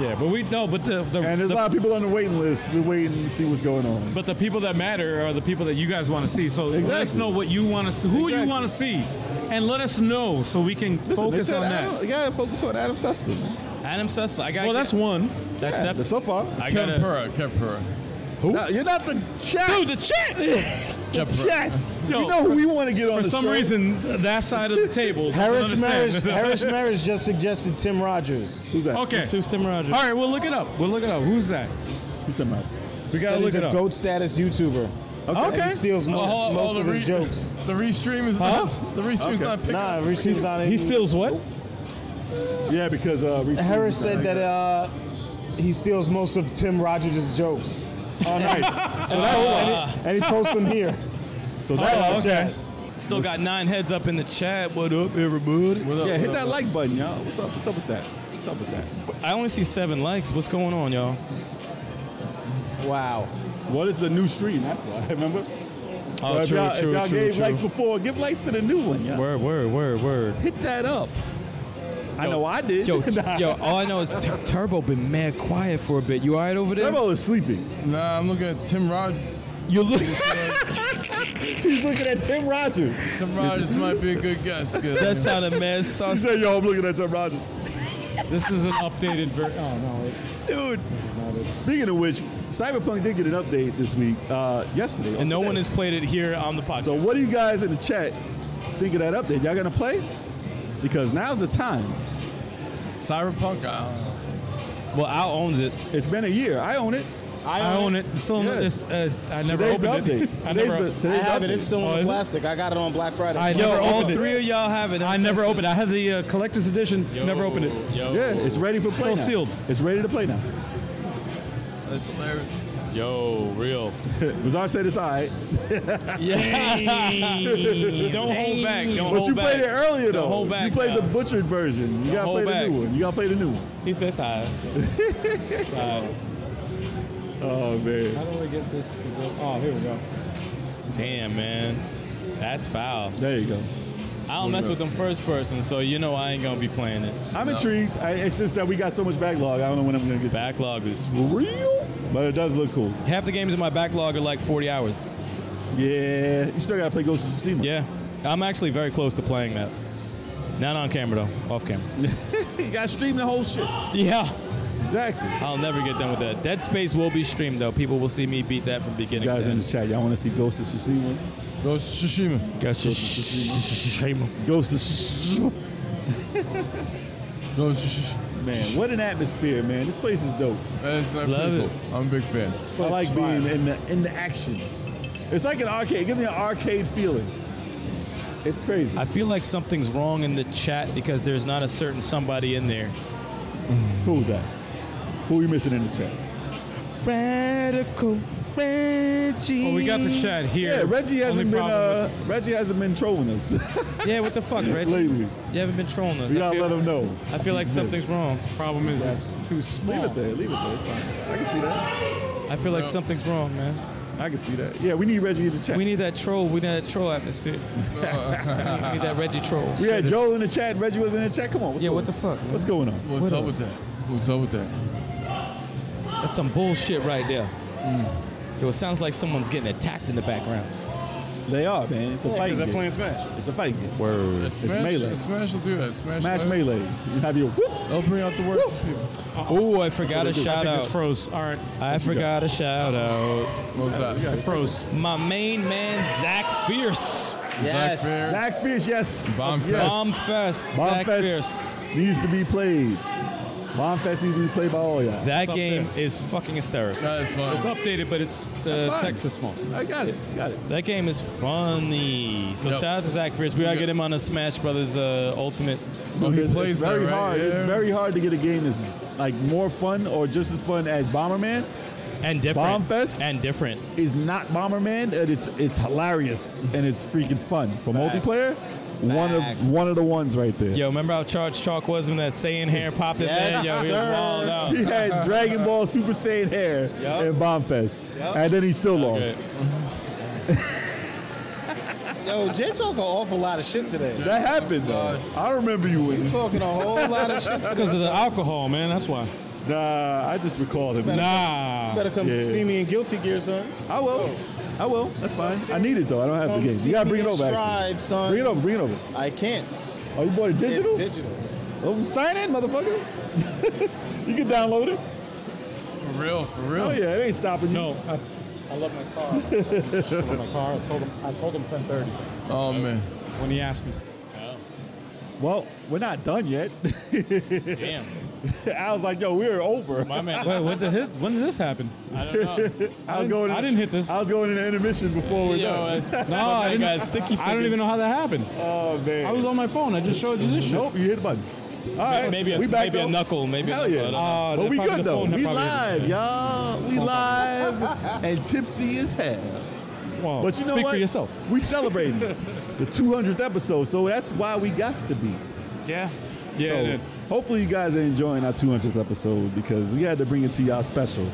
Speaker 2: Yeah, but we no, but the, the,
Speaker 6: and there's
Speaker 2: the-
Speaker 6: a lot of people on the waiting list. We're waiting to see what's going on.
Speaker 2: but the people that matter are the people that you guys want to see. So let us
Speaker 6: Exactly.
Speaker 2: know what you want to see, who you
Speaker 6: Exactly.
Speaker 2: want to see, and let us know so we can
Speaker 6: Listen, they
Speaker 2: focus
Speaker 6: said
Speaker 2: on that.
Speaker 6: Adam, yeah, focus on Adam Sussman.
Speaker 5: Adam Sussler. I got.
Speaker 2: Well, that's one.
Speaker 5: that's
Speaker 6: Yeah,
Speaker 5: definitely.
Speaker 6: so far,
Speaker 5: I got
Speaker 4: Kev
Speaker 5: to
Speaker 4: Pura, Kev Pura.
Speaker 6: No, you're not the chat.
Speaker 2: Dude, the chat.
Speaker 4: Kev Pura.
Speaker 6: chat.
Speaker 2: Yo,
Speaker 6: you know who we want to get on
Speaker 2: For
Speaker 6: the
Speaker 2: some
Speaker 6: show?
Speaker 2: reason, that side of the table. doesn't
Speaker 7: Harris
Speaker 2: understand.
Speaker 7: Maris, Harris Maris just suggested Tim Rogers.
Speaker 6: Who's that?
Speaker 2: Okay.
Speaker 5: Sue Tim Rogers.
Speaker 2: All right, we'll look it up. We'll look it up. Who's that?
Speaker 6: Who's talking about?
Speaker 2: We gotta
Speaker 7: Said
Speaker 2: look
Speaker 7: he's
Speaker 2: it
Speaker 7: a
Speaker 2: up.
Speaker 7: goat status YouTuber. And
Speaker 2: Okay.
Speaker 7: he steals most,
Speaker 4: hold on,
Speaker 7: most
Speaker 4: hold
Speaker 7: of
Speaker 4: on,
Speaker 7: his
Speaker 4: re-
Speaker 7: jokes.
Speaker 4: oh, The restream is
Speaker 2: Huh?
Speaker 4: not. The restream's not picking.
Speaker 7: Nah, Rishi's not in.
Speaker 2: He steals what?
Speaker 6: Yeah, because uh, we-
Speaker 7: Harris said that uh, he steals most of Tim Rogers' jokes.
Speaker 6: Oh, nice.
Speaker 7: So that- and, he, and he posts them here.
Speaker 6: So that.
Speaker 5: Oh, okay. Still got nine heads up in the chat. What up, everybody?
Speaker 4: What up,
Speaker 6: Yeah,
Speaker 4: what
Speaker 6: hit
Speaker 4: up,
Speaker 6: that
Speaker 4: what up?
Speaker 6: like button, y'all. What's up? What's up with that? What's up with that?
Speaker 5: I only see seven likes. What's going on, y'all?
Speaker 7: Wow.
Speaker 6: What is the new stream? That's why. Remember?
Speaker 5: Oh,
Speaker 6: if y'all, if y'all gave likes before, give likes to the new one, y'all.
Speaker 5: Word, word, word, word.
Speaker 6: Hit that up. I know I did.
Speaker 5: Yo, t-
Speaker 6: Nah.
Speaker 5: yo, all I know is Tur- Turbo been mad quiet for a bit. You all right over there?
Speaker 6: Turbo is sleeping.
Speaker 4: Nah, I'm looking at Tim Rogers.
Speaker 5: You look.
Speaker 6: He's looking at Tim Rogers.
Speaker 4: Tim Rogers might be a good guest. 'cause-
Speaker 5: that sounded mad
Speaker 6: He
Speaker 5: sauce,
Speaker 6: said, "Yo, I'm looking at Tim Rogers."
Speaker 2: This is an updated version. Oh no. it's-
Speaker 5: dude.
Speaker 6: Speaking of which, Cyberpunk did get an update this week, uh, yesterday.
Speaker 5: And no one has played it here on the podcast.
Speaker 6: So, what do you guys in the chat think of that update? Y'all gonna play? Because now's the time.
Speaker 4: Cyberpunk. I don't know.
Speaker 5: well, Al owns it.
Speaker 6: It's been a year. I own it.
Speaker 2: I own it. It's Still,
Speaker 6: Yeah.
Speaker 2: it's, uh, I never
Speaker 6: Today's the
Speaker 2: opened it.
Speaker 6: update.
Speaker 2: I
Speaker 6: Today's
Speaker 2: never.
Speaker 6: the,
Speaker 7: I
Speaker 6: today's
Speaker 7: have
Speaker 6: the
Speaker 7: it.
Speaker 6: update.
Speaker 7: It's still
Speaker 2: Oh,
Speaker 7: in
Speaker 2: is
Speaker 7: the
Speaker 2: it?
Speaker 7: plastic. I got it on Black Friday.
Speaker 2: I
Speaker 5: Yo,
Speaker 2: never
Speaker 5: all
Speaker 2: opened it.
Speaker 5: three of y'all have it.
Speaker 2: I never opened. it. I had the uh, collector's edition. Never opened it.
Speaker 5: Yo,
Speaker 6: Yeah, it's ready for
Speaker 2: Still
Speaker 6: play now.
Speaker 2: sealed.
Speaker 6: It's ready to play now.
Speaker 4: That's hilarious.
Speaker 5: yo, real.
Speaker 6: Bizarre said it's all right.
Speaker 5: Yeah. don't hold back. Don't
Speaker 6: But
Speaker 5: hold
Speaker 6: you
Speaker 5: back.
Speaker 6: played it earlier, though.
Speaker 5: hold back
Speaker 6: you played the
Speaker 5: now.
Speaker 6: butchered version. You gotta
Speaker 5: hold
Speaker 6: play the
Speaker 5: back.
Speaker 6: new one. You gotta play the new one.
Speaker 5: He says hi.
Speaker 6: Oh, man.
Speaker 2: How do I get this to go?
Speaker 7: Oh, here we go.
Speaker 5: Damn, man. That's foul.
Speaker 6: There you go.
Speaker 5: I don't mess with them first person, so you know I ain't gonna be playing it.
Speaker 6: I'm intrigued. I, it's just that we got so much backlog. I don't know when I'm gonna get
Speaker 5: Backlog is
Speaker 6: real, but it does look cool.
Speaker 5: half the games in my backlog are like 40 hours.
Speaker 6: Yeah, you still gotta play Ghost of Tsushima.
Speaker 5: Yeah, I'm actually very close to playing that. Not on camera though, off camera.
Speaker 6: you gotta stream the whole shit.
Speaker 5: Yeah,
Speaker 6: Exactly.
Speaker 5: I'll never get done with that. Dead Space will be streamed though. People will see me beat that from beginning
Speaker 6: You guys
Speaker 5: to
Speaker 6: in
Speaker 5: end.
Speaker 6: the chat, y'all want to see Ghost of Tsushima?
Speaker 4: Go Tsushima.
Speaker 6: Ghost of Tsushima.
Speaker 4: Go Tsushima.
Speaker 6: Man, what an atmosphere, man. This place is dope.
Speaker 4: That's not
Speaker 5: Love
Speaker 4: pretty
Speaker 5: it.
Speaker 4: cool. I'm a big fan.
Speaker 6: I like being in the in the action. It's like an arcade. Give me an arcade feeling. It's crazy.
Speaker 5: I feel like something's wrong in the chat because there's not a certain somebody in there.
Speaker 6: Who's that? Who are we missing in the chat?
Speaker 5: Radical Reggie.
Speaker 2: Well, we got the chat here.
Speaker 6: Yeah, Reggie hasn't been uh, Reggie hasn't been trolling us
Speaker 5: yeah, what the fuck, Reggie?
Speaker 6: lately.
Speaker 5: You haven't been trolling us.
Speaker 6: We
Speaker 5: I
Speaker 6: gotta
Speaker 5: feel,
Speaker 6: let him know.
Speaker 5: I feel like something's wrong.
Speaker 2: the problem is it's too small.
Speaker 6: Leave it there. Leave it there. It's fine. I can see that.
Speaker 5: I feel like something's wrong, man.
Speaker 6: I can see that. Yeah, we need Reggie in the chat.
Speaker 5: We
Speaker 6: We,
Speaker 5: need that troll. We need that troll atmosphere. we need that Reggie troll.
Speaker 6: had Joel in the chat. Reggie was in the chat. Come on. What's
Speaker 5: Yeah, what
Speaker 6: going
Speaker 5: the
Speaker 6: on?
Speaker 5: fuck? man?
Speaker 6: What's going on?
Speaker 4: What's up with that? What's up with that?
Speaker 5: That's some bullshit right there. Yo, it sounds like someone's getting attacked in the background.
Speaker 6: They are man. It's a fight
Speaker 7: Because they're
Speaker 6: game.
Speaker 7: playing Smash.
Speaker 6: It's a fight game.
Speaker 4: Smash,
Speaker 6: melee.
Speaker 4: Smash will do that. Smash,
Speaker 6: Smash
Speaker 4: that.
Speaker 6: melee. You have your whoop.
Speaker 4: They'll bring out the worst in people.
Speaker 5: Oh, I forgot a
Speaker 2: I
Speaker 5: shout
Speaker 2: think it's
Speaker 5: out.
Speaker 2: froze. All right,
Speaker 5: I forgot a shout out.
Speaker 4: What was that?
Speaker 2: it froze.
Speaker 5: My main man, Zach Fierce.
Speaker 7: Yes.
Speaker 4: Fair?
Speaker 6: Zach Fierce, yes.
Speaker 4: Bomb
Speaker 6: yes.
Speaker 5: Bomb Fest, Zach
Speaker 6: Bombfest
Speaker 5: Fierce.
Speaker 6: needs to be played. Bombfest needs to be played by all y'all.
Speaker 5: That game is fucking hysterical.
Speaker 4: That is
Speaker 2: It's
Speaker 4: fun.
Speaker 2: updated, but it's the
Speaker 6: fine.
Speaker 2: Texas one.
Speaker 6: I got it. Got it.
Speaker 5: That game is funny. So
Speaker 4: Yep.
Speaker 5: shout out to Zach Fierce. We gotta get him on the Smash Brothers uh, Ultimate.
Speaker 4: Oh, he
Speaker 6: It's-
Speaker 4: plays
Speaker 6: it's very
Speaker 4: that, right?
Speaker 6: hard.
Speaker 4: Yeah.
Speaker 6: It's very hard to get a game that's like more fun or just as fun as Bomberman.
Speaker 5: And different.
Speaker 6: Bombfest?
Speaker 5: And different.
Speaker 6: Is not Bomberman. And it's it's hilarious and it's freaking fun for multiplayer. One of one of the ones right there.
Speaker 5: Yo, remember how charged Chalk was when that Saiyan hair popped in
Speaker 7: Yes,
Speaker 5: there? Yo, he
Speaker 7: sir.
Speaker 5: was walled out.
Speaker 6: He had Dragon Ball Super Saiyan hair in Bombfest, and then he still lost.
Speaker 7: Yo, Jay talk an awful lot of shit today.
Speaker 6: That happened though. I remember you
Speaker 7: You
Speaker 6: with.
Speaker 7: talking a whole lot of shit.
Speaker 2: Because of the alcohol, man. That's why.
Speaker 6: Nah, I just recalled him.
Speaker 2: Nah.
Speaker 7: Better come
Speaker 6: Yeah.
Speaker 7: see me in Guilty Gear, son.
Speaker 6: I will. I will. That's fine. I need it though. I don't have
Speaker 7: Oh. Come
Speaker 6: the game.
Speaker 7: see
Speaker 6: You gotta
Speaker 7: me
Speaker 6: bring it
Speaker 7: in
Speaker 6: over. Actually.
Speaker 7: Strive, son.
Speaker 6: Bring it over. Bring it over.
Speaker 7: I can't.
Speaker 6: Oh, you bought it digital?
Speaker 7: It's digital.
Speaker 6: Oh, sign in, motherfucker. you can download it.
Speaker 4: For real, for real.
Speaker 6: Oh yeah, it ain't stopping you.
Speaker 2: No. I,
Speaker 12: I love my car. I love my car. I told him. I told him 10:30.
Speaker 4: Oh man.
Speaker 2: when he asked me.
Speaker 6: Well, we're not done yet.
Speaker 11: Damn.
Speaker 6: I was like, yo, we're over.
Speaker 11: My man.
Speaker 2: Wait, what the hit? When did this happen?
Speaker 11: I don't know.
Speaker 6: I was going.
Speaker 2: I didn't hit this.
Speaker 6: I was going into intermission before we're done.
Speaker 11: Yo,
Speaker 2: No, I, didn't,
Speaker 11: got sticky
Speaker 2: I don't
Speaker 11: fingers.
Speaker 2: even know how that happened.
Speaker 6: Oh man.
Speaker 2: I was on my phone. I just showed you this shit.
Speaker 6: nope, you hit the button. All right,
Speaker 11: maybe a,
Speaker 6: we back
Speaker 11: maybe
Speaker 6: though.
Speaker 11: a knuckle. Maybe
Speaker 6: Hell
Speaker 11: a
Speaker 6: yeah.
Speaker 11: knuckle. I don't know.
Speaker 2: Uh,
Speaker 6: Ah, But
Speaker 2: that's
Speaker 6: we
Speaker 2: probably
Speaker 6: good
Speaker 2: the
Speaker 6: though.
Speaker 2: phone that
Speaker 6: We
Speaker 2: probably-
Speaker 6: live, y'all. We live and tipsy as hell.
Speaker 2: Well,
Speaker 6: But you know
Speaker 2: speak
Speaker 6: what?
Speaker 2: for yourself.
Speaker 6: We celebrating the 200th episode, so that's why we got to be.
Speaker 2: Yeah. Yeah.
Speaker 6: So,
Speaker 2: it did.
Speaker 6: hopefully you guys are enjoying our 200th episode because we had to bring it to y'all special.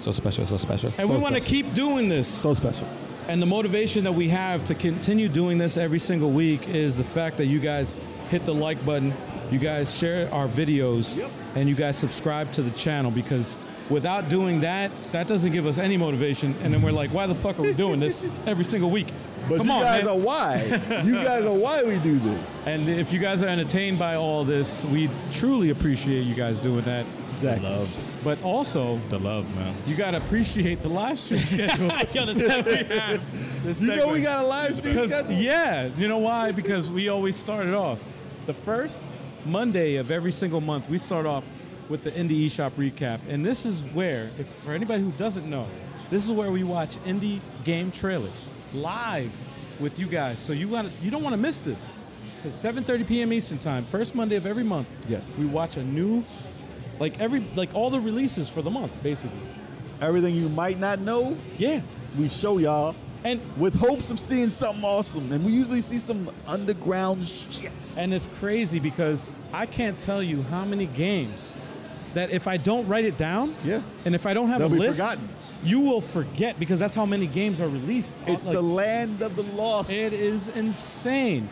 Speaker 11: So special, so special.
Speaker 2: And we want to keep doing this.
Speaker 6: So special.
Speaker 2: And the motivation that we have to continue doing this every single week is the fact that you guys hit the like button, you guys share our videos, and you guys subscribe to the channel because without doing that, that doesn't give us any motivation. And then we're like, why the fuck are we doing this every single week?
Speaker 6: But
Speaker 2: Come
Speaker 6: you
Speaker 2: on,
Speaker 6: guys
Speaker 2: man.
Speaker 6: are why. you guys are why we do this.
Speaker 2: and if you guys are entertained by all this, we truly appreciate you guys doing that.
Speaker 6: Exactly.
Speaker 11: love.
Speaker 2: But also,
Speaker 11: The love, man.
Speaker 2: you gotta appreciate the live stream schedule.
Speaker 11: Yo, the stuff we have.
Speaker 6: You know we got a live stream
Speaker 2: Because
Speaker 6: schedule.
Speaker 2: yeah, you know why? Because we always started off the first Monday of every single month. We start off with the indie eShop recap, and this is where, if for anybody who doesn't know, this is where we watch indie game trailers live with you guys. So you want you don't want to miss this. It's 7:30 p.m. Eastern time, first Monday of every month.
Speaker 6: Yes.
Speaker 2: we watch a new, like every like all the releases for the month, basically.
Speaker 6: Everything you might not know,
Speaker 2: Yeah,
Speaker 6: we show y'all
Speaker 2: and
Speaker 6: with hopes of seeing something awesome. And we usually see some underground shit.
Speaker 2: And it's crazy because I can't tell you how many games that if I don't write it down,
Speaker 6: Yeah.
Speaker 2: and if I don't have
Speaker 6: They'll
Speaker 2: a
Speaker 6: be
Speaker 2: list,
Speaker 6: forgotten.
Speaker 2: you will forget because that's how many games are released.
Speaker 6: It's
Speaker 2: Oh, Like,
Speaker 6: the land of the lost.
Speaker 2: it is insane.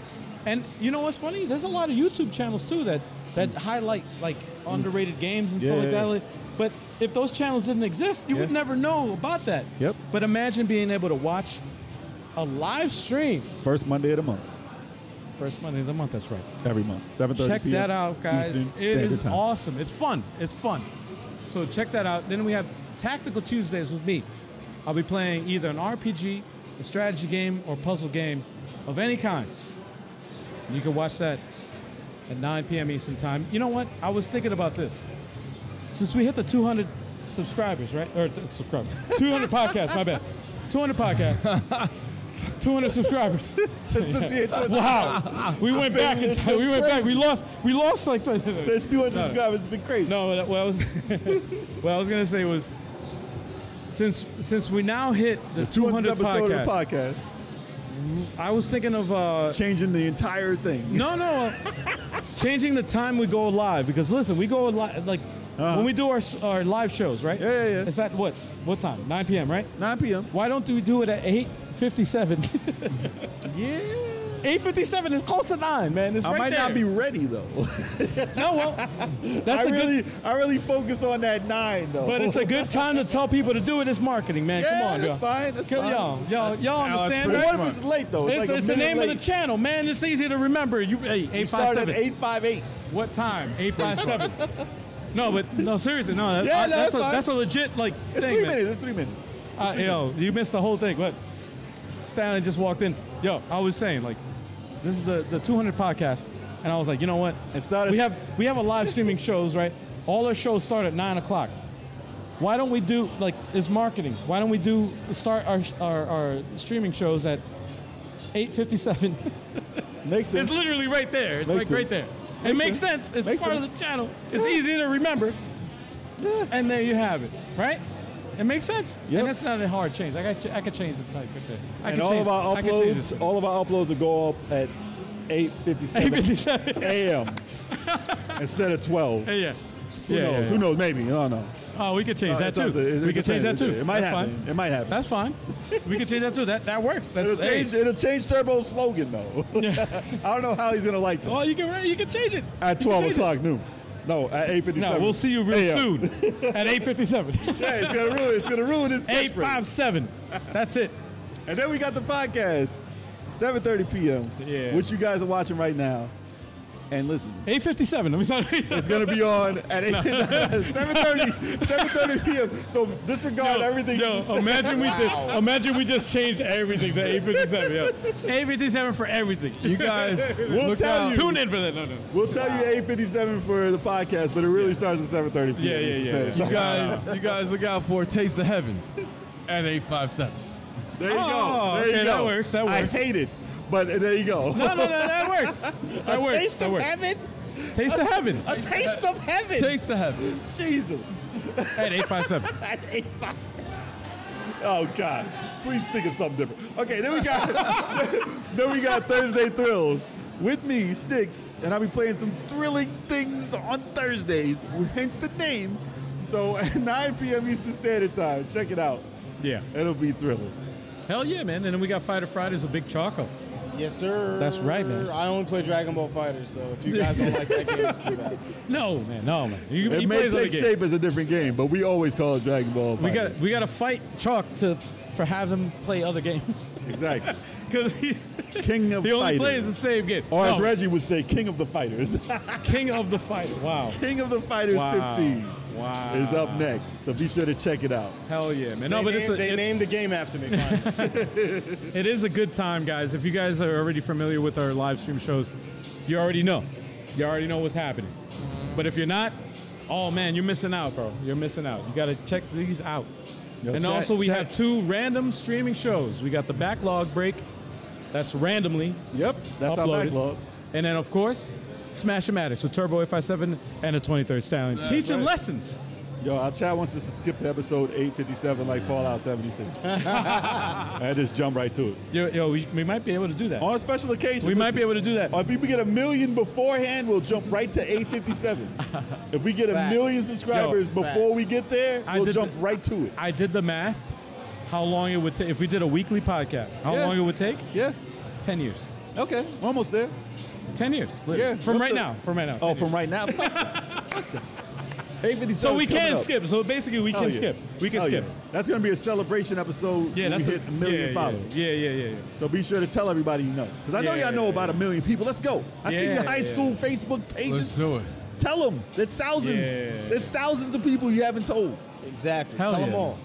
Speaker 2: And you know what's funny? There's a lot of YouTube channels too that that highlight like underrated games and
Speaker 6: Yeah,
Speaker 2: stuff like
Speaker 6: yeah,
Speaker 2: that.
Speaker 6: yeah.
Speaker 2: Like, But if those channels didn't exist, you would
Speaker 6: Yeah.
Speaker 2: never know about that.
Speaker 6: Yep.
Speaker 2: But imagine being able to watch a live stream
Speaker 6: First Monday of the month.
Speaker 2: first Monday of the month. That's right.
Speaker 6: Every month. 7.30
Speaker 2: check
Speaker 6: p.m.
Speaker 2: that out, guys.
Speaker 6: Eastern
Speaker 2: it
Speaker 6: Standard
Speaker 2: is
Speaker 6: Time.
Speaker 2: awesome. It's fun. It's fun. So check that out. Then we have Tactical Tuesdays with me. I'll be playing either an RPG, a strategy game, or puzzle game of any kind. You can watch that at 9 p.m. Eastern Time. You know what? I was thinking about this. Since we hit the 200 subscribers, right? Or t- subscribers. 200 podcasts, my bad. 200 podcasts. 200 subscribers.
Speaker 6: Since, since we hit 200
Speaker 2: Wow, we went back in time. We went back. We lost. We lost like.
Speaker 6: since 200 subscribers, it's been crazy.
Speaker 2: No, what I was, what I was gonna say was, since since we now hit the, 200
Speaker 6: episode
Speaker 2: podcast,
Speaker 6: of the podcast,
Speaker 2: I was thinking of uh,
Speaker 6: changing the entire thing.
Speaker 2: no, no, changing the time we go live because listen, we go live like when we do our s- our live shows, right?
Speaker 6: Uh-huh. Yeah, yeah, yeah.
Speaker 2: It's at what what time? 9 p.m. Right?
Speaker 6: 9 p.m.
Speaker 2: Why don't we do it at 8:57?
Speaker 6: Yeah.
Speaker 2: 8:57 is close to nine, man. It's
Speaker 6: I
Speaker 2: right
Speaker 6: might
Speaker 2: there.
Speaker 6: not be ready though.
Speaker 2: No, well, that's
Speaker 6: I
Speaker 2: a good.
Speaker 6: really, I really focus on that nine though.
Speaker 2: But it's a good time to tell people to do it. It's marketing, man.
Speaker 6: yeah,
Speaker 2: Come on,
Speaker 6: that's
Speaker 2: yo.
Speaker 6: fine. That's
Speaker 2: Come-
Speaker 6: fine.
Speaker 2: Y'all, y'all, y'all
Speaker 4: Alex
Speaker 2: understand,
Speaker 4: Briggs.
Speaker 2: right?
Speaker 6: What if it's late though?
Speaker 2: It's,
Speaker 6: like a
Speaker 2: it's the
Speaker 6: minute
Speaker 2: name
Speaker 6: late.
Speaker 2: of the channel, man. It's easy to remember. You hey, eight five
Speaker 6: Start at
Speaker 2: seven.
Speaker 6: eight five eight.
Speaker 2: What time? Eight five seven. No, but no, seriously, no. that-
Speaker 6: Yeah,
Speaker 2: I-
Speaker 6: no,
Speaker 2: that's,
Speaker 6: it's
Speaker 2: a,
Speaker 6: fine.
Speaker 2: that's a legit like
Speaker 6: It's
Speaker 2: thing,
Speaker 6: three
Speaker 2: man.
Speaker 6: minutes. It's three minutes.
Speaker 2: Uh, yo, you missed the whole thing. Look, Stanley just walked in. Yo, I was saying like, this is the the 200 podcast, and I was like, you know what?
Speaker 6: It started-
Speaker 2: we have we have a live streaming shows, right? All our shows start at nine o'clock. Why don't we do like it's marketing? Why don't we do start our our, our streaming shows at 8:57?
Speaker 6: Makes sense.
Speaker 2: It's literally right there. It's
Speaker 6: Makes
Speaker 2: like right there.
Speaker 6: sense.
Speaker 2: it
Speaker 6: Makes
Speaker 2: makes sense.
Speaker 6: sense.
Speaker 2: It's
Speaker 6: Makes
Speaker 2: part of
Speaker 6: sense.
Speaker 2: the channel. It's easy to remember. And there you have it, right? It makes sense.
Speaker 6: Yep.
Speaker 2: And that's not a hard change. I, got, I could change the type right there. I
Speaker 6: and
Speaker 2: could
Speaker 6: all
Speaker 2: change,
Speaker 6: of our
Speaker 2: I could change
Speaker 6: uploads, all of our uploads will go up at eight fifty seven
Speaker 2: this. 857.
Speaker 6: a.m. instead of twelve.
Speaker 2: yeah. Yeah.
Speaker 6: Who
Speaker 2: yeah,
Speaker 6: knows? Who knows? Maybe. I don't know.
Speaker 2: Oh, we could change that
Speaker 6: It's
Speaker 2: too.
Speaker 6: up to- it-
Speaker 2: we
Speaker 6: it
Speaker 2: could change that
Speaker 6: depends.
Speaker 2: too.
Speaker 6: It might
Speaker 2: that's
Speaker 6: happen.
Speaker 2: Fine.
Speaker 6: It might happen.
Speaker 2: That's fine. we could change that too. That that works. That's
Speaker 6: It'll
Speaker 2: hey.
Speaker 6: change. It'll change Turbo's slogan though. I don't know how he's gonna like that.
Speaker 2: Oh, you can you can change it
Speaker 6: At
Speaker 2: You can
Speaker 6: twelve
Speaker 2: change it.
Speaker 6: o'clock noon. No, at eight fifty
Speaker 2: No,
Speaker 6: seven.
Speaker 2: we'll see you real soon at 8:57.
Speaker 6: Yeah, it's gonna ruin. It's gonna ruin his catchphrase.
Speaker 2: 857. That's it.
Speaker 6: And then we got the podcast, 7:30 p.m.
Speaker 2: Yeah.
Speaker 6: which you guys are watching right now. And listen,
Speaker 2: 857. Let me start.
Speaker 6: it's gonna be on at 8, 7:30, 7:30 p.m. So disregard everything. you
Speaker 2: Yo,
Speaker 6: just said.
Speaker 2: imagine we did, imagine we just changed everything to 857. Yo. 857 for everything.
Speaker 4: You guys,
Speaker 6: We'll
Speaker 4: look
Speaker 6: tell
Speaker 4: out.
Speaker 6: you.
Speaker 2: Tune in for that. No, no.
Speaker 6: We'll tell you 8:57 for the podcast, but it really starts at 7:30 p.m.
Speaker 2: Yeah, yeah, yeah,
Speaker 6: It's
Speaker 2: yeah.
Speaker 6: just-
Speaker 4: You guys, you guys look out for a taste of heaven at 857.
Speaker 6: There you
Speaker 2: Oh,
Speaker 6: go. There
Speaker 2: okay,
Speaker 6: you go.
Speaker 2: that works, that
Speaker 6: I
Speaker 2: works.
Speaker 6: hate it, but there you go.
Speaker 2: No, no, no. That works. That works.
Speaker 6: Taste
Speaker 2: that
Speaker 6: of
Speaker 2: works.
Speaker 6: heaven.
Speaker 2: Taste of heaven
Speaker 6: A taste of heaven.
Speaker 4: Taste of heaven.
Speaker 6: Jesus.
Speaker 2: at 857.
Speaker 6: At 857. Oh gosh. Please think of something different. Okay, then we got then we got Thursday Thrills. With me, Sticks, and I'll be playing some thrilling things on Thursdays, hence the name. So at 9 p.m. Eastern Standard Time, check it out.
Speaker 2: Yeah.
Speaker 6: It'll be thrilling.
Speaker 2: Hell yeah, man. And then we got Fighter Fridays with Big Choco.
Speaker 7: Yes, sir.
Speaker 2: That's right, man.
Speaker 7: I only play Dragon Ball Fighters, so if you guys don't like that game, it's too bad.
Speaker 2: No, man. No, man. He,
Speaker 6: It
Speaker 2: he
Speaker 6: may
Speaker 2: plays other
Speaker 6: take
Speaker 2: games.
Speaker 6: shape as a different game, but we always call it Dragon Ball.
Speaker 2: We got
Speaker 6: Fighters.
Speaker 2: we got to fight Chalk to for have him play other games
Speaker 6: exactly
Speaker 2: because he
Speaker 6: King of
Speaker 2: he only
Speaker 6: Fighters,
Speaker 2: plays the same game.
Speaker 6: or as
Speaker 2: No,
Speaker 6: Reggie would say, King of the Fighters.
Speaker 2: King of the Fighter. Wow.
Speaker 6: King of the Fighters
Speaker 2: Wow.
Speaker 6: 15
Speaker 2: Wow.
Speaker 6: is up next, so be sure to check it out.
Speaker 2: Hell yeah, man. No,
Speaker 7: they
Speaker 2: but
Speaker 7: named,
Speaker 2: it's a,
Speaker 7: they
Speaker 2: it-
Speaker 7: named the game after me. finally.
Speaker 2: It is a good time, guys. If you guys are already familiar with our live stream shows, you already know. You already know what's happening. But if you're not, oh man, you're missing out, bro. You're missing out. You got to check these out. and
Speaker 6: check-
Speaker 2: also, we have two random streaming shows. We got the backlog break, that's randomly,
Speaker 6: Yep, that's our
Speaker 2: Uploaded.
Speaker 6: backlog.
Speaker 2: and then of course, Smash Matics with Turbo 857 and the 23rd Stallion, teaching
Speaker 4: right.
Speaker 2: lessons.
Speaker 6: Yo, our chat wants us to skip to episode 857 like Fallout 76. I just jump right to it.
Speaker 2: Yo, yo we, we might be able to do that.
Speaker 6: On a special occasion,
Speaker 2: We might be
Speaker 6: listen,
Speaker 2: able to do that.
Speaker 6: Or if people get a million beforehand, we'll jump right to 857. if we get a
Speaker 7: Facts.
Speaker 6: million subscribers
Speaker 7: Yo,
Speaker 6: before we
Speaker 7: facts.
Speaker 6: get there,
Speaker 2: I
Speaker 6: we'll
Speaker 2: did
Speaker 6: jump
Speaker 2: the-
Speaker 6: right to it.
Speaker 2: I did the math. How long it would take if we did a weekly podcast? How
Speaker 6: Yeah.
Speaker 2: long it would take?
Speaker 6: Yeah.
Speaker 2: Ten years.
Speaker 6: Okay. We're almost there.
Speaker 2: Ten years.
Speaker 6: Yeah.
Speaker 2: From
Speaker 6: What's
Speaker 2: right
Speaker 6: the-
Speaker 2: now. From right now. 10
Speaker 6: Oh,
Speaker 2: years.
Speaker 6: from right now. Fuck that. Eight fifty seven.
Speaker 2: so we can
Speaker 6: up.
Speaker 2: skip. So basically, we
Speaker 6: Hell
Speaker 2: can
Speaker 6: yeah.
Speaker 2: skip. We can
Speaker 6: Hell
Speaker 2: skip.
Speaker 6: yeah. That's gonna be a celebration episode.
Speaker 2: Yeah,
Speaker 6: when
Speaker 2: that's
Speaker 6: we hit a million
Speaker 2: yeah,
Speaker 6: followers.
Speaker 2: Yeah, yeah, yeah, yeah.
Speaker 6: So be sure to tell everybody you know, because I know
Speaker 2: Yeah,
Speaker 6: y'all know
Speaker 2: yeah,
Speaker 6: about a million people. Let's go. I see
Speaker 2: Yeah,
Speaker 6: your high
Speaker 2: yeah.
Speaker 6: school Facebook
Speaker 4: Let's
Speaker 6: pages.
Speaker 4: do it.
Speaker 6: Tell them. There's thousands.
Speaker 2: Yeah.
Speaker 6: There's thousands of people you haven't told.
Speaker 7: exactly.
Speaker 2: Hell
Speaker 7: Tell
Speaker 2: yeah.
Speaker 7: them all.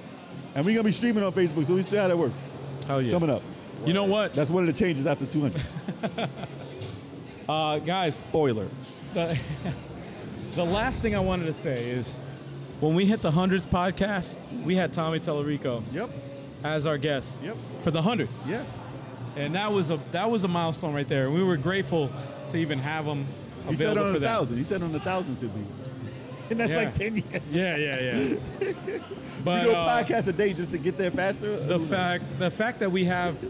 Speaker 6: And we're gonna be streaming on Facebook, so we see how that works.
Speaker 2: yeah. Hell yeah.
Speaker 6: Coming up.
Speaker 2: You know what,
Speaker 6: That's one of the changes after 200.
Speaker 2: uh, guys?
Speaker 6: Spoiler.
Speaker 2: The, the last thing I wanted to say is, when we hit the hundredth podcast, we had Tommy Tellerico
Speaker 6: Yep.
Speaker 2: as our guest
Speaker 6: Yep.
Speaker 2: for the hundredth.
Speaker 6: Yeah.
Speaker 2: and that was a that was a milestone right there. And we were grateful to even have him available
Speaker 6: You said on
Speaker 2: for
Speaker 6: a
Speaker 2: that.
Speaker 6: thousand. You said on a thousand to me. And that's
Speaker 2: Yeah.
Speaker 6: like 10 years.
Speaker 2: Yeah, yeah, yeah. but
Speaker 6: you do a
Speaker 2: uh,
Speaker 6: podcast a day just to get there faster?
Speaker 2: the fact the fact that we have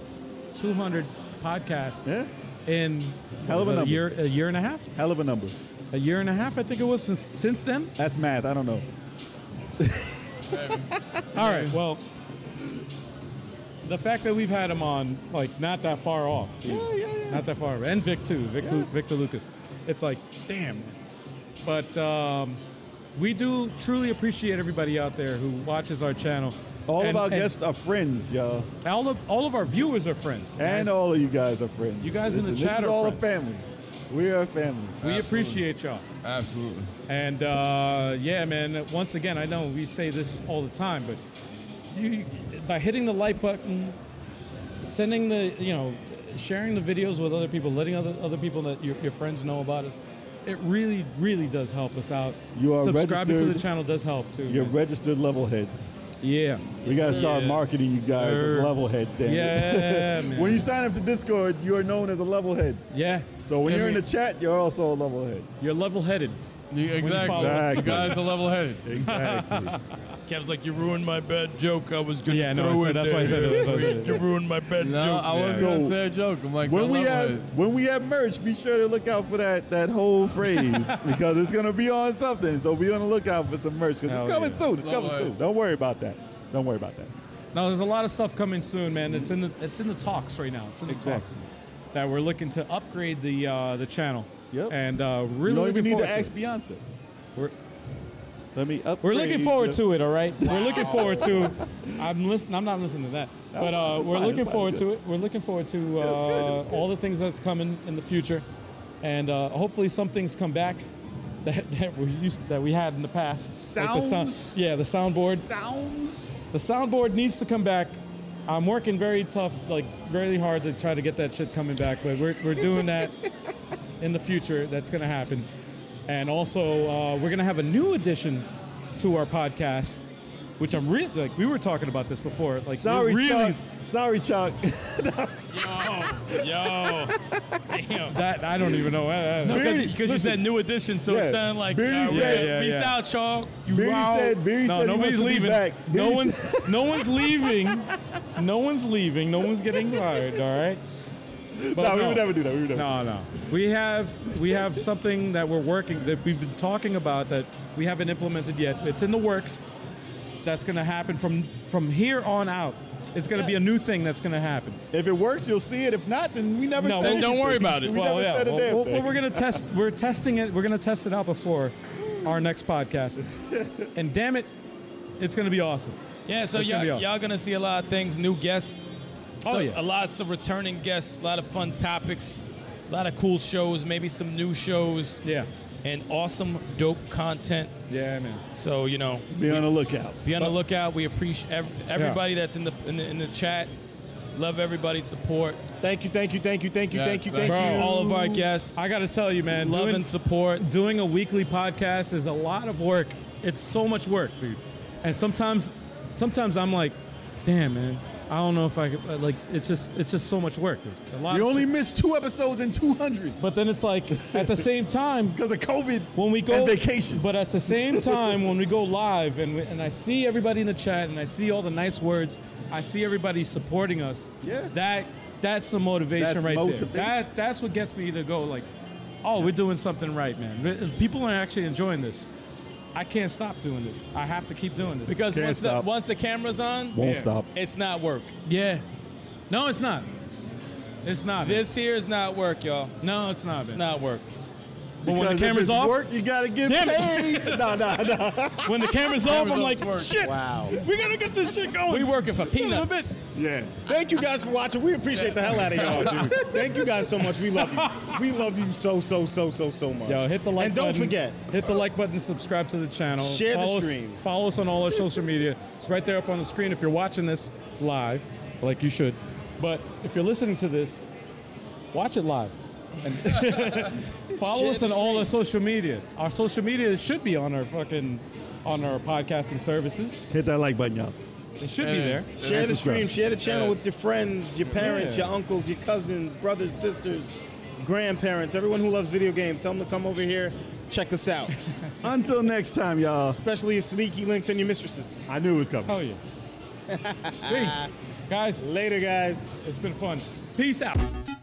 Speaker 2: 200 podcasts
Speaker 6: Yeah.
Speaker 2: in
Speaker 6: Hell
Speaker 2: was
Speaker 6: of a
Speaker 2: it
Speaker 6: number.
Speaker 2: year a year and a half
Speaker 6: Hell of a number.
Speaker 2: a year and a half I think it was since since then.
Speaker 6: That's math. I don't know.
Speaker 2: All right, well. The fact that we've had him on, like, not that far off, dude. not that far, and Vic too, Vic, Lu- Victor Lucas. It's like, damn. But um, we do truly appreciate everybody out there who watches our channel.
Speaker 6: All
Speaker 2: And-
Speaker 6: of our
Speaker 2: and
Speaker 6: guests are friends, y'all.
Speaker 2: all of all of our viewers are friends,
Speaker 6: And
Speaker 2: guys.
Speaker 6: all of you guys are friends.
Speaker 2: You guys in the
Speaker 6: Listen,
Speaker 2: chat
Speaker 6: This
Speaker 2: are
Speaker 6: is all a
Speaker 2: friends.
Speaker 6: family. We are a family.
Speaker 2: We
Speaker 4: Absolutely.
Speaker 2: appreciate y'all.
Speaker 4: Absolutely.
Speaker 2: And uh, yeah, man, once again, I know we say this all the time, but you, by hitting the like button, sending the, you know, sharing the videos with other people, letting other, other people that your, your friends know about us, it really, really does help us out.
Speaker 6: You are
Speaker 2: Subscribing to the
Speaker 6: registered.
Speaker 2: channel does help too.
Speaker 6: You're
Speaker 2: man.
Speaker 6: registered level heads.
Speaker 2: yeah.
Speaker 6: We got to start
Speaker 2: Yes,
Speaker 6: marketing you guys
Speaker 2: sir.
Speaker 6: as level heads, damn it.
Speaker 2: Yeah, man.
Speaker 6: when you sign up to Discord, you are known as a level head.
Speaker 2: Yeah.
Speaker 6: So when
Speaker 4: Yeah,
Speaker 6: you're in
Speaker 4: we-
Speaker 6: the chat, you're also a level head.
Speaker 2: You're level headed.
Speaker 4: You, exactly.
Speaker 2: follow us.
Speaker 4: You guys are level headed.
Speaker 6: Exactly.
Speaker 11: Kev's like, you ruined my bad joke. I was gonna
Speaker 2: Yeah, no, I
Speaker 11: throw
Speaker 2: said-
Speaker 11: it.
Speaker 2: that's why I said it, that's why I said it.
Speaker 11: You ruined my bad
Speaker 4: No,
Speaker 11: joke.
Speaker 4: I
Speaker 11: there.
Speaker 4: wasn't gonna say a joke. I'm like,
Speaker 6: when
Speaker 4: they're
Speaker 6: we have
Speaker 4: level-headed.
Speaker 6: when we have merch, be sure to look out for that that whole phrase because it's gonna be on something. So be on the lookout for some merch because
Speaker 2: Hell
Speaker 6: it's coming
Speaker 2: yeah.
Speaker 6: soon. It's
Speaker 4: Love
Speaker 6: coming soon.
Speaker 4: it.
Speaker 6: Don't worry about that. Don't worry about that.
Speaker 2: Now there's a lot of stuff coming soon, man. It's in the it's in the talks right now. It's in the talks
Speaker 6: Exactly.
Speaker 2: that we're looking to upgrade the uh, the channel.
Speaker 6: Yep.
Speaker 2: And uh, really
Speaker 6: You don't
Speaker 2: looking
Speaker 6: even need
Speaker 2: forward
Speaker 6: to ask
Speaker 2: it.
Speaker 6: Beyonce.
Speaker 2: We're,
Speaker 6: Let me up.
Speaker 2: we're looking forward to it. All right. We're looking forward to. I'm listen, I'm not listening to that. But
Speaker 6: fine,
Speaker 2: uh,
Speaker 6: that's
Speaker 2: we're
Speaker 6: fine,
Speaker 2: looking
Speaker 6: that's fine,
Speaker 2: forward
Speaker 6: it's
Speaker 2: to it. We're looking forward to uh,
Speaker 6: good, it's good.
Speaker 2: all the things that's coming in the future, and uh, hopefully some things come back. That, that we used that we had in the past. the
Speaker 6: Sounds?
Speaker 2: yeah, the soundboard.
Speaker 6: Sounds.
Speaker 2: The soundboard needs to come back. I'm working very tough, like really hard to try to get that shit coming back, but we're, we're doing that in the future. That's going to happen. And also, uh, we're going to have a new addition to our podcast, which I'm really like, we were talking about this before. Like, we're
Speaker 6: Sorry,
Speaker 2: really,
Speaker 6: Chuck. Sorry, Chuck.
Speaker 11: Yo, damn.
Speaker 2: that I don't even know. Uh, uh,
Speaker 6: Beardy-
Speaker 11: Because you said new edition, so it
Speaker 6: Yeah.
Speaker 11: sounded like,
Speaker 6: Beardy
Speaker 11: all right,
Speaker 6: said-
Speaker 2: Yeah,
Speaker 11: peace
Speaker 2: yeah.
Speaker 11: out, y'all. You
Speaker 6: Beardy
Speaker 11: wild.
Speaker 6: said. Beardy
Speaker 2: No,
Speaker 6: said he
Speaker 2: nobody's
Speaker 6: wants to be
Speaker 2: leaving.
Speaker 6: back.
Speaker 2: No
Speaker 6: Beardy
Speaker 2: one's
Speaker 6: said-
Speaker 2: no one's leaving. No one's leaving. No one's getting fired. All right. But
Speaker 6: No, we would never do that. We would never.
Speaker 2: No, no. We have we have something that we're working that we've been talking about that we haven't implemented yet. It's in the works. That's going to happen from from here on out. It's going to be a new thing that's going to happen.
Speaker 6: If it works, you'll see it. If not, then we never.
Speaker 2: No,
Speaker 6: said
Speaker 2: then don't
Speaker 6: anything.
Speaker 11: worry about it.
Speaker 6: We
Speaker 2: well,
Speaker 6: never
Speaker 2: Oh, yeah.
Speaker 6: said a
Speaker 2: well,
Speaker 6: damn
Speaker 2: well,
Speaker 6: thing.
Speaker 2: we're going to test. We're testing it. We're going to test it out before our next podcast. and damn it, it's going to be awesome.
Speaker 11: Yeah, so
Speaker 2: That's
Speaker 11: y'all,
Speaker 2: gonna be
Speaker 11: gonna
Speaker 2: awesome.
Speaker 11: y'all gonna see a lot of things, new guests.
Speaker 2: Oh,
Speaker 11: so-
Speaker 2: yeah.
Speaker 11: A lots of returning guests, a lot of fun topics, a lot of cool shows, maybe some new shows,
Speaker 2: Yeah.
Speaker 11: and awesome, dope content.
Speaker 2: Yeah, man.
Speaker 11: So you know,
Speaker 6: be on the lookout.
Speaker 11: be on the lookout. We appreciate ev- everybody that's in the, in the in the chat. Love everybody's support.
Speaker 7: Thank you, thank you, thank you, thank you,
Speaker 4: Yes,
Speaker 7: thank you,
Speaker 4: thank
Speaker 7: thank
Speaker 2: you.
Speaker 7: you.
Speaker 11: All of our guests,
Speaker 2: I got to tell you, man.
Speaker 11: love
Speaker 2: doing-
Speaker 11: and support.
Speaker 2: doing a weekly podcast is a lot of work. It's so much work, dude. And sometimes, sometimes I'm like, damn, man, I don't know if I could, like. It's just, it's just so much work, dude. A lot.
Speaker 6: You
Speaker 2: of
Speaker 6: only
Speaker 2: shit.
Speaker 6: missed two episodes in 200
Speaker 2: But then it's like at the same time
Speaker 6: because of COVID.
Speaker 2: when we go
Speaker 6: and vacation.
Speaker 2: But at the same time when we go live and we, and I see everybody in the chat and I see all the nice words, I see everybody supporting us.
Speaker 6: Yeah.
Speaker 2: That that's the motivation
Speaker 6: That's
Speaker 2: right
Speaker 6: motivation.
Speaker 2: there. That that's what gets me to go like, oh, we're doing something right, man. People are actually enjoying this. I can't stop doing this. I have to keep doing this.
Speaker 11: Because
Speaker 6: Can't
Speaker 11: once the,
Speaker 6: stop.
Speaker 11: once the camera's on,
Speaker 6: Won't
Speaker 11: yeah,
Speaker 6: stop.
Speaker 11: It's not work.
Speaker 2: yeah. No, it's not. It's not. man.
Speaker 11: This here is not work, y'all.
Speaker 2: no, it's not. Man.
Speaker 11: It's not work.
Speaker 2: But when the
Speaker 6: Because if
Speaker 2: camera's
Speaker 6: it's
Speaker 2: off,
Speaker 6: work, you gotta get
Speaker 2: Damn
Speaker 6: paid. no, no, no.
Speaker 2: when the camera's off, I'm like,
Speaker 4: Camera's off,
Speaker 2: shit.
Speaker 7: Wow.
Speaker 2: We gotta get this shit going.
Speaker 11: We working for
Speaker 2: Son of a
Speaker 11: peanuts.
Speaker 2: bitch.
Speaker 6: Yeah.
Speaker 7: Thank you guys for watching. We appreciate the hell out of y'all, dude. Thank you guys so much. We love you. We love you so, so, so, so, so much.
Speaker 2: Yo, hit the like
Speaker 7: And don't
Speaker 2: button.
Speaker 7: forget,
Speaker 2: Hit the like button, subscribe to the channel.
Speaker 7: Share the
Speaker 2: follow
Speaker 7: stream.
Speaker 2: Us, follow us on all our social media. It's right there up on the screen if you're watching this live, like you should. But if you're listening to this, watch it live. And follow us on all our social media. Our social media should be on our fucking on our podcasting services.
Speaker 6: Hit that like button, y'all.
Speaker 5: It should be there.
Speaker 7: Share the stream, share the channel
Speaker 4: Yeah.
Speaker 7: with your friends, your parents,
Speaker 5: Yeah.
Speaker 7: your uncles, your cousins, brothers, sisters, grandparents, everyone who loves video games. Tell them to come over here, check us out.
Speaker 6: Until next time, y'all.
Speaker 7: Especially your sneaky links and your mistresses.
Speaker 6: I knew it was coming.
Speaker 5: Oh yeah. Peace, guys.
Speaker 7: Later, guys.
Speaker 5: It's been fun. Peace out.